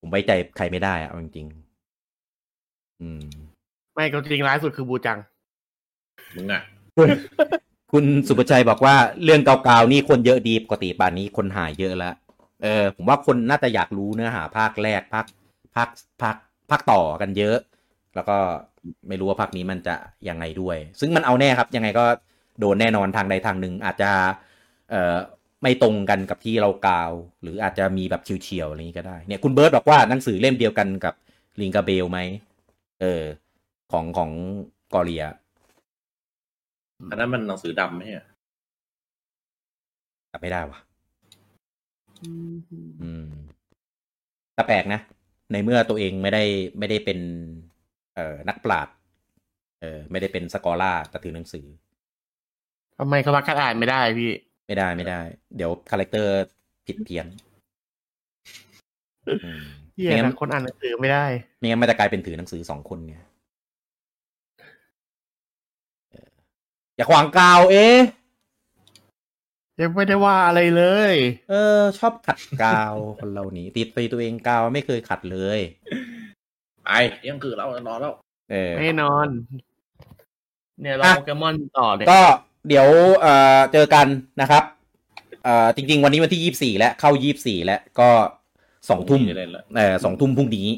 S14: ผมไว้ใจใครไม่ได้อะเอาจริงๆอืม
S15: ไม่ก็จริงร้ายสุดคือบูจัง
S17: มึงอะ
S14: คุณ สุประชัยบอกว่าเรื่องเก่าๆนี่คนเยอะดีปกติป่านนี้คนหายเยอะแล้วเออ ผมว่าคนน่าจะอยากรู้เนื้อหาภาคแรกภาคภาคภาคภาคต่อกันเยอะ แล้วก็ไม่รู้ว่าภาคนี้มันจะยังไงด้วย ซึ่งมันเอาแน่ครับ ยังไงก็โดนแน่นอนทางใดทางหนึ่ง อาจจะเอ่อไม่ตรงกันกับที่เรากาว หรืออาจจะมีแบบเฉียวๆอะไรอย่างนี้ก็ได้เนี่ยคุณเบิร์ตบอกว่าหนังสือเล่มเดียวกันกับลิงกาเบลไหมเออ ของของกอเรีย
S17: อันนั้นมันหนังสือดำไหมอะ
S14: จำไม่ได้ว่ะ อืมแต่แปลกนะ ในเมื่อตัวเองไม่ได้ไม่ได้เป็น เอ่อนักปราชญ์เออไม่ได้เป็นสกอล่าแต่ถือหนังสือ
S15: ทำไมเขาพักการอ่านไม่ได้พี่
S14: ไม่ได้ไม่ได้ เดี๋ยวคาแรคเตอร์ผิดเพี้ยนอืม
S15: เหี้ย
S14: ไม่งั้น
S15: นะคนอ่านหนังสือไม่ได้
S14: ไม่งั้นมันจะกลายเป็นถือหนังสือสองคนเนี่ยเอออย่าขวางกาว เอ๊ะ
S15: ยังไม่ได้ว่าอะไรเลย
S14: เออ ชอบขัดกาวคนเรานี้ติดไปตัวเองกาวไม่เคยขัดเลย
S17: ไปเที่ยังคือเรานอนแล้ว
S14: เออ
S15: ไม่นอน เนี่ยเรา
S14: อ่ะ
S15: โปเกมอนต่อเนี่ย
S14: ก็เดี๋ยวเอ่อเจอกันนะครับเอ่อจริง ๆ วันนี้วันที่ยี่สี่แล้วเข้ายี่สี่แล้วก็สองทุ่ม
S17: จะเล่นแล้ว
S14: เอ่อสองทุ่มพรุ่งนี้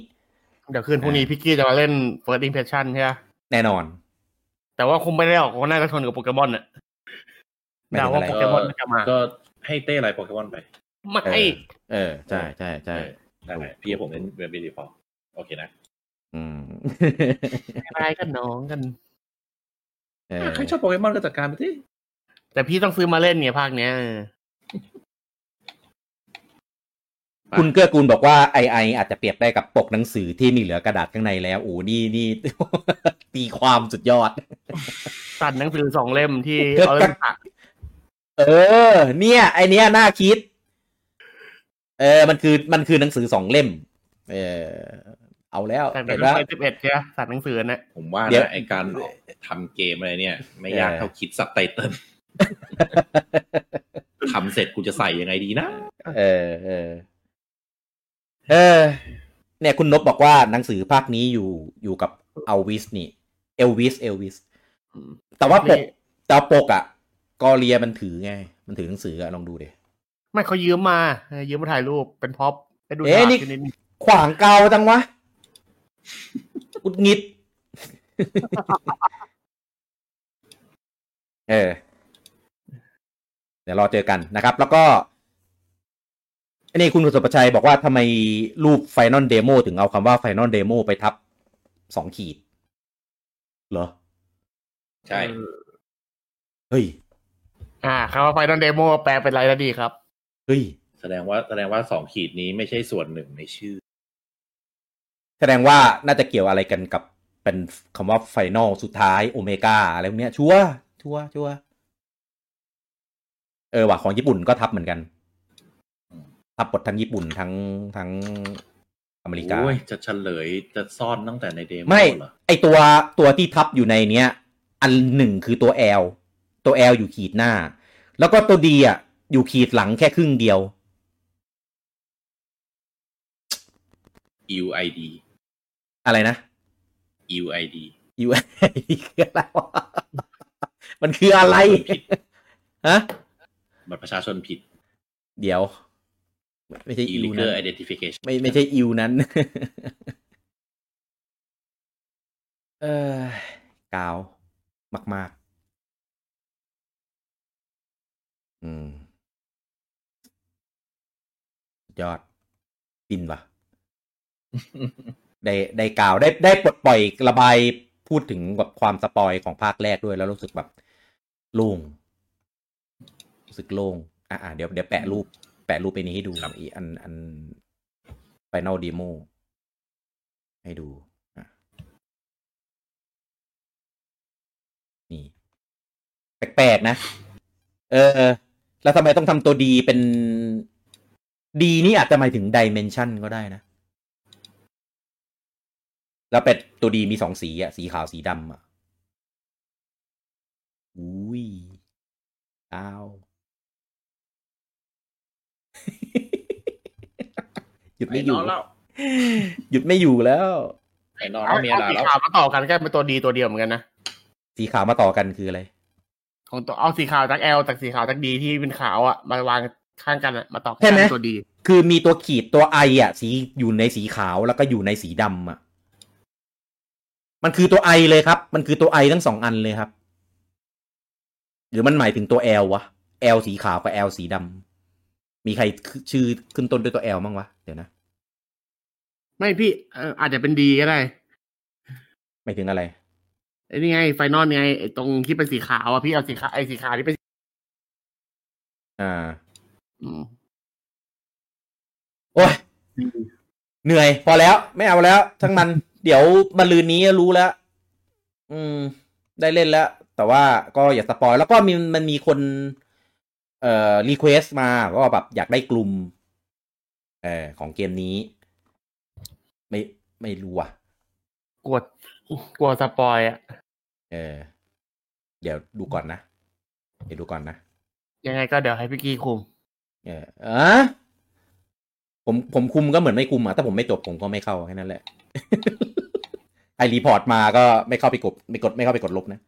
S15: เดี๋ยวคืนพรุ่งนี้พี่กี้จะมาเล่น First Impression ใช่ไหม
S14: แน่นอน
S15: แต่ว่าคงไม่ได้ออกก็น่าจะชนกับโปเกมอนน่ะ
S14: ไม่
S15: เดา
S14: ถึงอะไร
S15: ว่าโปเกมอนมันจะมา
S17: ก็ให้เต้อะไรโปเกมอนไป
S15: ไม่
S14: เออ เออใช่ใช่ใช่
S17: ได้ไหมพี่ให้ผมเล่นเวมบีดีพอโอเคนะ
S14: อืม
S15: ไม่ได้กันน้องกัน
S14: เออ
S17: ใครชอบโปเกมอนก็จัดการไปที่
S15: แต่พี่ต้องซื้อมาเล่นเนี่ยภาคเนี้ยเออ
S14: คุณเกื้อกูลบอกว่าไอไออาจจะเปรียบได้กับปกหนังสือที่มีเหลือกระดาษข้างในแล้วโอ้นี่นี่ ตีความสุดยอด
S15: ตัดหนังสือสองเล่ม ที่
S14: เกิด
S15: เอาเล่มตัด
S14: เออ เนี่ย ไอเนี้ยน่าคิด เออ มันคือมันคือหนังสือสองเล่ม เออ เอาแล้ว
S15: แต่เป็
S14: เห็
S15: น
S14: นแล้ว
S15: เล่มสิบเอ็ดใช่ไหมตัดหนังสือนะ
S17: ผมว่า
S14: เดี๋ยว
S17: นะไอการทำเกมอะไรเนี่ย ไม่ยากเท่าคิดสับไต เติลทำเสร็จกูจะใส่ยังไงดีนะ
S14: เออเออเออ เนี่ยคุณนบบอกว่าหนังสือภาคนี้อยู่อยู่กับเอลวิสนี่ เอลวิส เอลวิส แต่ว่าปกแต่ว่าปกอะกอเรียมันถือไง มันถือหนังสืออะลองดูเดี๋ย
S15: ไม่เขายืมมาเออยืมมาถ่ายรูปเป็นพ็อปให้ดู
S14: เอ๊ะ
S15: ฉาก
S14: นี่
S15: ชนิดนี้
S14: ขวางเกาจังวะอุดหงิด เออ เดี๋ยวรอเจอกันนะครับ แล้วก็อันนี้คุณสุประชัยบอกว่าทำไมรูปไฟนอลเดโมถึงเอาคำว่าไฟนอลเดโมไปทับสองขีด เหรอ
S17: ใช่
S14: เฮ้ย
S15: อ่าคำว่าไฟนอลเดโมแปลเป็นไรแล้วดีครับ
S14: เฮ้ย
S17: แสดงว่าแสดงว่าสองขีดนี้ไม่ใช่ส่วนหนึ่งในชื่อ
S14: แสดงว่าน่าจะเกี่ยวอะไรกันกับเป็นคำว่าไฟนอลสุดท้ายโอเมก้าอะไรพวกเนี้ยชัวร์ชัวร์ชัวร์เออว่ะของญี่ปุ่นก็ทับเหมือนกัน ทับหมดทั้งญี่ปุ่นทั้งทั้งอเมริกา
S17: โอ้ยจะเฉลยจะซ่อนตั้งแต่ในเดโม
S14: ไม่
S17: เหรอ
S14: ไอตัวตัวที่ทับอยู่ในเนี้ย อันหนึ่งคือตัว L ตัว L อยู่ขีดหน้า แล้วก็ตัว D อ่ะ อยู่ขีดหลังแค่ครึ่งเดียว
S17: UID
S14: อะไรนะ
S17: UID
S14: UI คือ อะไรวะมันคืออะไร ฮะ
S17: บัตรประชาชนผิด
S14: เดี๋ยว ไม่ใช่ EU นั้
S17: Illegal
S14: น
S17: Identification
S14: ไม่ไม่ใช่ EU นั้น เออกาว มาก ๆ อืม ยอดฟินว่ะ ได้ได้กล่าวได้ได้ปลดปล่อยระบายพูดถึงแบบความสปอยของภาคแรกด้วยแล้วรู้สึกแบบโล่งรู้สึกโล่งอ่ะอ่ะเดี๋ยวเดี๋ยวแปะรูป แปะรูปไปนี้ให้ดูอีอันอันไฟนอลเดโมให้ดูอ่ะนี่แปลกๆนะ เออ แล้วทำไมต้องทำตัวดีเป็นดีนี่อาจจะหมายถึงดิเมนชันก็ได้นะ แล้วเป็ดตัวดีมีสองสีอ่ะ สีขาวสีดำอ่ะ อุ้ยอ้าว หยุดไม่อยู่
S17: ไปนอนแล้ว
S14: หยุดไม่อยู่แล้ว
S17: ไอ้นอนแล้วเมียด่า
S15: สี
S17: แล้ว
S15: ขาวมาต่อกันก็เป็นตัวดีตัวเดียวเหมือนกันนะ
S14: สีขาวมาต่อกันคืออะไร
S15: ของตัวเอาสีขาวจากแอลจากสีขาวจากดีที่เป็นขาวอ่ะมาวางข้างกันอะมาต่อกั
S14: ใช่ไหม
S15: เป็นตัวดี
S14: คือมีตัวขีดตัวไออ่ะ สีอยู่ในสีขาวแล้วก็อยู่ในสีดำอ่ะ มันคือตัวไอเลยครับ มันคือตัวไอทั้งสองอันเลยครับ หรือมันหมายถึงตัวแอลวะแอลสีขาวกับแอลสีดำมีใครชื่อขึ้นต้นด้วยตัวแอลมั้งวะ เดี๋ยวนะ
S15: ไม่พี่เอ่ออาจจะเป็นดีก็ได้
S14: ไม่ถึงอะไร
S15: ไอ้นี่ไงไฟนอลไงไอ้ตรงที่เป็นสีขาวอ่ะพี่เอาสีขาวไอ้สีขาวที่เป็น
S14: อ่า
S15: อืม
S14: โอ้ยเหนื่อย พอแล้ว ไม่เอาแล้วทั้งมัน เดี๋ยวมาลืนนี้รู้แล้ว อืม ได้เล่นแล้ว แต่ว่าก็อย่าสปอยแล้วก็มีมันมีคน เอ่อรีเควสมาว่าแบบอยากได้กลุ่ม เอ่อของเกมนี้ ไม่ไม่รู้อ่ะ
S15: กลัวกลัวสปอยอ่ะ
S14: เออ เดี๋ยวดูก่อนนะ เดี๋ยวดูก่อนนะ
S15: ยังไงก็เดี๋ยวให้พี่กี้คุม
S14: เอออะผมผมคุมก็เหมือนไม่คุมอ่ะถ้าผมไม่จบผมก็ไม่เข้าแค่นั้นแหละ ไอรีพอร์ตมาก็ไม่เข้าไปกดไม่กดไม่เข้าไปกดลบนะ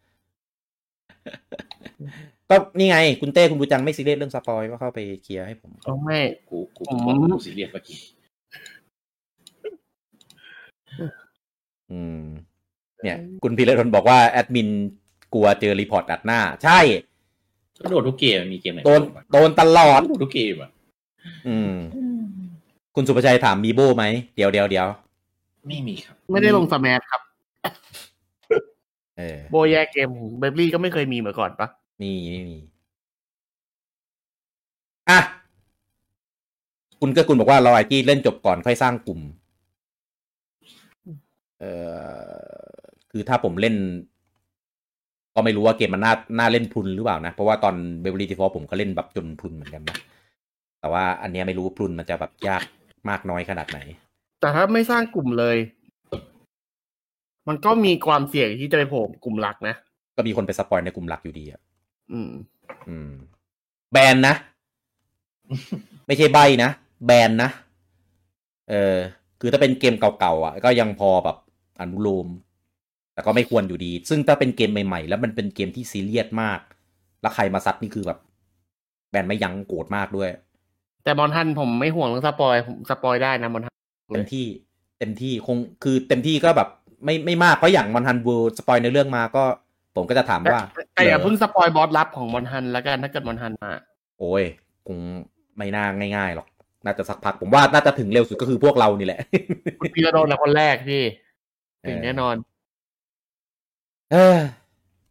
S14: ก็นี่ไง คุณเต้คุณบูจังไม่ซีเรียสเรื่องสปอยก็เข้าไปเคลียร์ให้ผม
S15: เอาไม่
S17: กูกู
S15: อืม
S17: กูสีเรียสเมื่อกี้
S14: อืม เนี่ย คุณพีระดนบอกว่าแอดมินกลัวเจอรีพอร์ตอัดหน้า ใช่
S17: ก็โดนทุกเกมมีเกมไหน
S14: โดนโดนตลอด
S17: โดนทุกเกมอ่ะ
S14: อืม คุณสุภชัยถามมีโบไหมเดี๋ยวเดี๋ยวเดี๋ยว
S17: ไม่มีครับ
S15: ไม่ได้ลงสแมาครับ
S14: เออ
S15: โบแยกเกมของเบบลี่ก็ไม่เคยมีมาก่อนปะ
S14: มีไม่มี อ่ะ คุณเก็คุณบอกว่าเราไอจีเล่นจบก่อนค่อยสร้างกลุ่ม เอ่อ คือถ้าผมเล่น ก็ไม่รู้ว่าเกมมันน่าน่าเล่นพลุนหรือเปล่านะ เพราะว่าตอนเบเบอรี่ทีฟอผมก็เล่นแบบจนพลุนเหมือนกันนะ แต่ว่าอันเนี้ยไม่รู้ว่าพลุนมันจะแบบยากมากน้อยขนาดไหน
S15: แต่ถ้าไม่สร้างกลุ่มเลย มันก็มีความเสี่ยงที่จะไปโผล่กลุ่มหลักนะ
S14: ก็มีคนไปสปอยในกลุ่มหลักอยู่ดีอะ
S15: อืม
S14: อืม แบนนะ ไม่ใช่ใบนะ แบนนะ เออ คือถ้าเป็นเกมเก่าๆอ่ะ ก็ยังพอแบบอนุโลม แต่ก็ไม่ควรอยู่ดี ซึ่งถ้าเป็นเกมใหม่ๆ แล้วมันเป็นเกมที่ซีเรียสมาก แล้วใครมาซัดนี่คือแบบ แบนไม่ยั้งโกรธมากด้วย
S15: แต่มอนทันผมไม่ห่วงเรื่องสปอยผมสปอยได้นะมอนทัน
S14: เต็มที่เต็มที่คงคือเต็มที่ก็แบบไม่ไม่มากเพราะอย่างมอนทันบูสปอยในเรื่องมาก็ ผมก็จะถามว่า
S15: แต่อย่าเพิ่งสปอยบอสลับของมอนทันแล้วกันถ้าเกิดมอนทันมา
S14: โอ้ยคงไม่น่าง่ายๆหรอก น่าจะสักพักผมว่าน่าจะถึงเร็วสุดก็คือพวกเรานี่แหละ
S15: คุณพีระโดนละคนแรกพี่ถึงแน่นอน
S14: เออ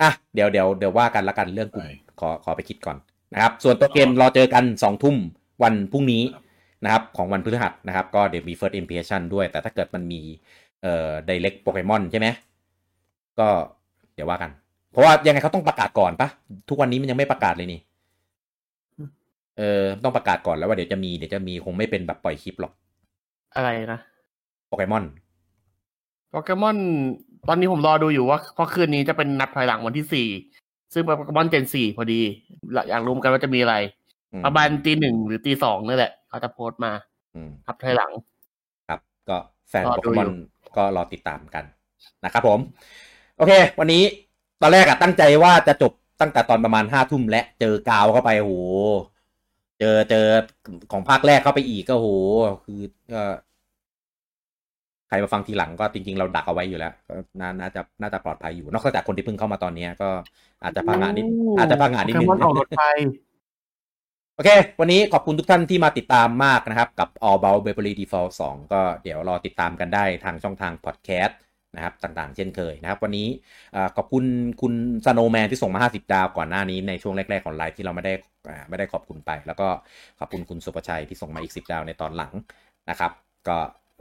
S14: อ่ะเดี๋ยวเดี๋ยวเดี๋ยวว่ากันละกันเรื่องกลุ่มขอขอไปคิดก่อนนะครับ ส่วนตัวเกมรอเจอกันสองทุ่มวันพรุ่งนี้นะครับของวันพฤหัสนะครับ ก็เดี๋ยวมี first impression ด้วย แต่ถ้าเกิดมันมีเอ่อ direct โปเกมอนใช่ไหมก็เดี๋ยวว่ากัน เพราะว่ายังไงเขาต้องประกาศก่อนปะทุกวันนี้มันยังไม่ประกาศเลยนี่เออต้องประกาศก่อนแล้วว่าเดี๋ยวจะมีเดี๋ยวจะมีคงไม่เป็นแบบปล่อยคลิปหรอก
S15: อะไรนะ
S14: โปเกมอน
S15: โปเกมอนตอนนี้ผมรอดูอยู่ว่าพอคืนนี้จะเป็นนัดถอยหลังวันที่สี่ซึ่งโปเกมอนเจนสี่พอดี อยากรู้กันว่าจะมีอะไร ประมาณตีหนึ่งหรือตีสองนี่แหละ เขาจะโพสต์มาครับถอยหลัง
S14: ครับ ก็แฟนโปเกมอนก็รอติดตามกันนะครับผม โอเค วันนี้ตอนแรกอะตั้งใจว่าจะจบตั้งแต่ตอนประมาณห้าทุ่มและเจอกาวเข้าไปโหเจอเจอของภาคแรกเข้าไปอีกก็โหคือก็ใครมาฟังทีหลังก็จริง ๆ เราดักเอาไว้อยู่แล้วน่าน่าจะน่าจะปลอดภัยอยู่ นอกจากคนที่เพิ่งเข้ามาตอนนี้ก็อาจจะพังงานนิดอาจจะพังงานนิดนึงโอเค วันนี้ขอบคุณทุกท่านที่มาติดตามมากนะครับ กับ All About b a b l y Default 2 ก็เดี๋ยวรอติดตามกันได้ทางช่องทางพอดแคสต์นะครับต่างๆ เช่นเคยนะครับ วันนี้ขอบคุณคุณสโนแมนที่ส่งมา 50 ดาวก่อนหน้านี้ในช่วงแรกๆของไลฟ์ที่เราไม่ได้ไม่ได้ขอบคุณไป แล้วก็ขอบคุณคุณสุประชัยที่ส่งมาอีก 10 ดาวในตอนหลังนะครับ ก็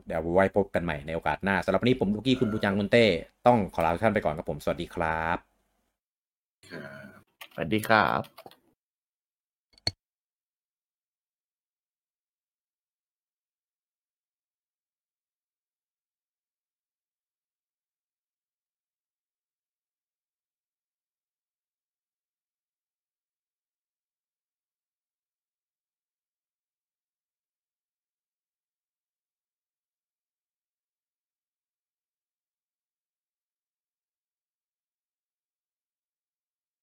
S14: เดี๋ยวไว้พบกันใหม่ในโอกาสหน้าสำหรับวันนี้ผมลูกี้คุณบูจังคุณเต้ ต้องขอลาท่านไปก่อนกับผม สวัสดีครับ
S15: สวัสดีครับ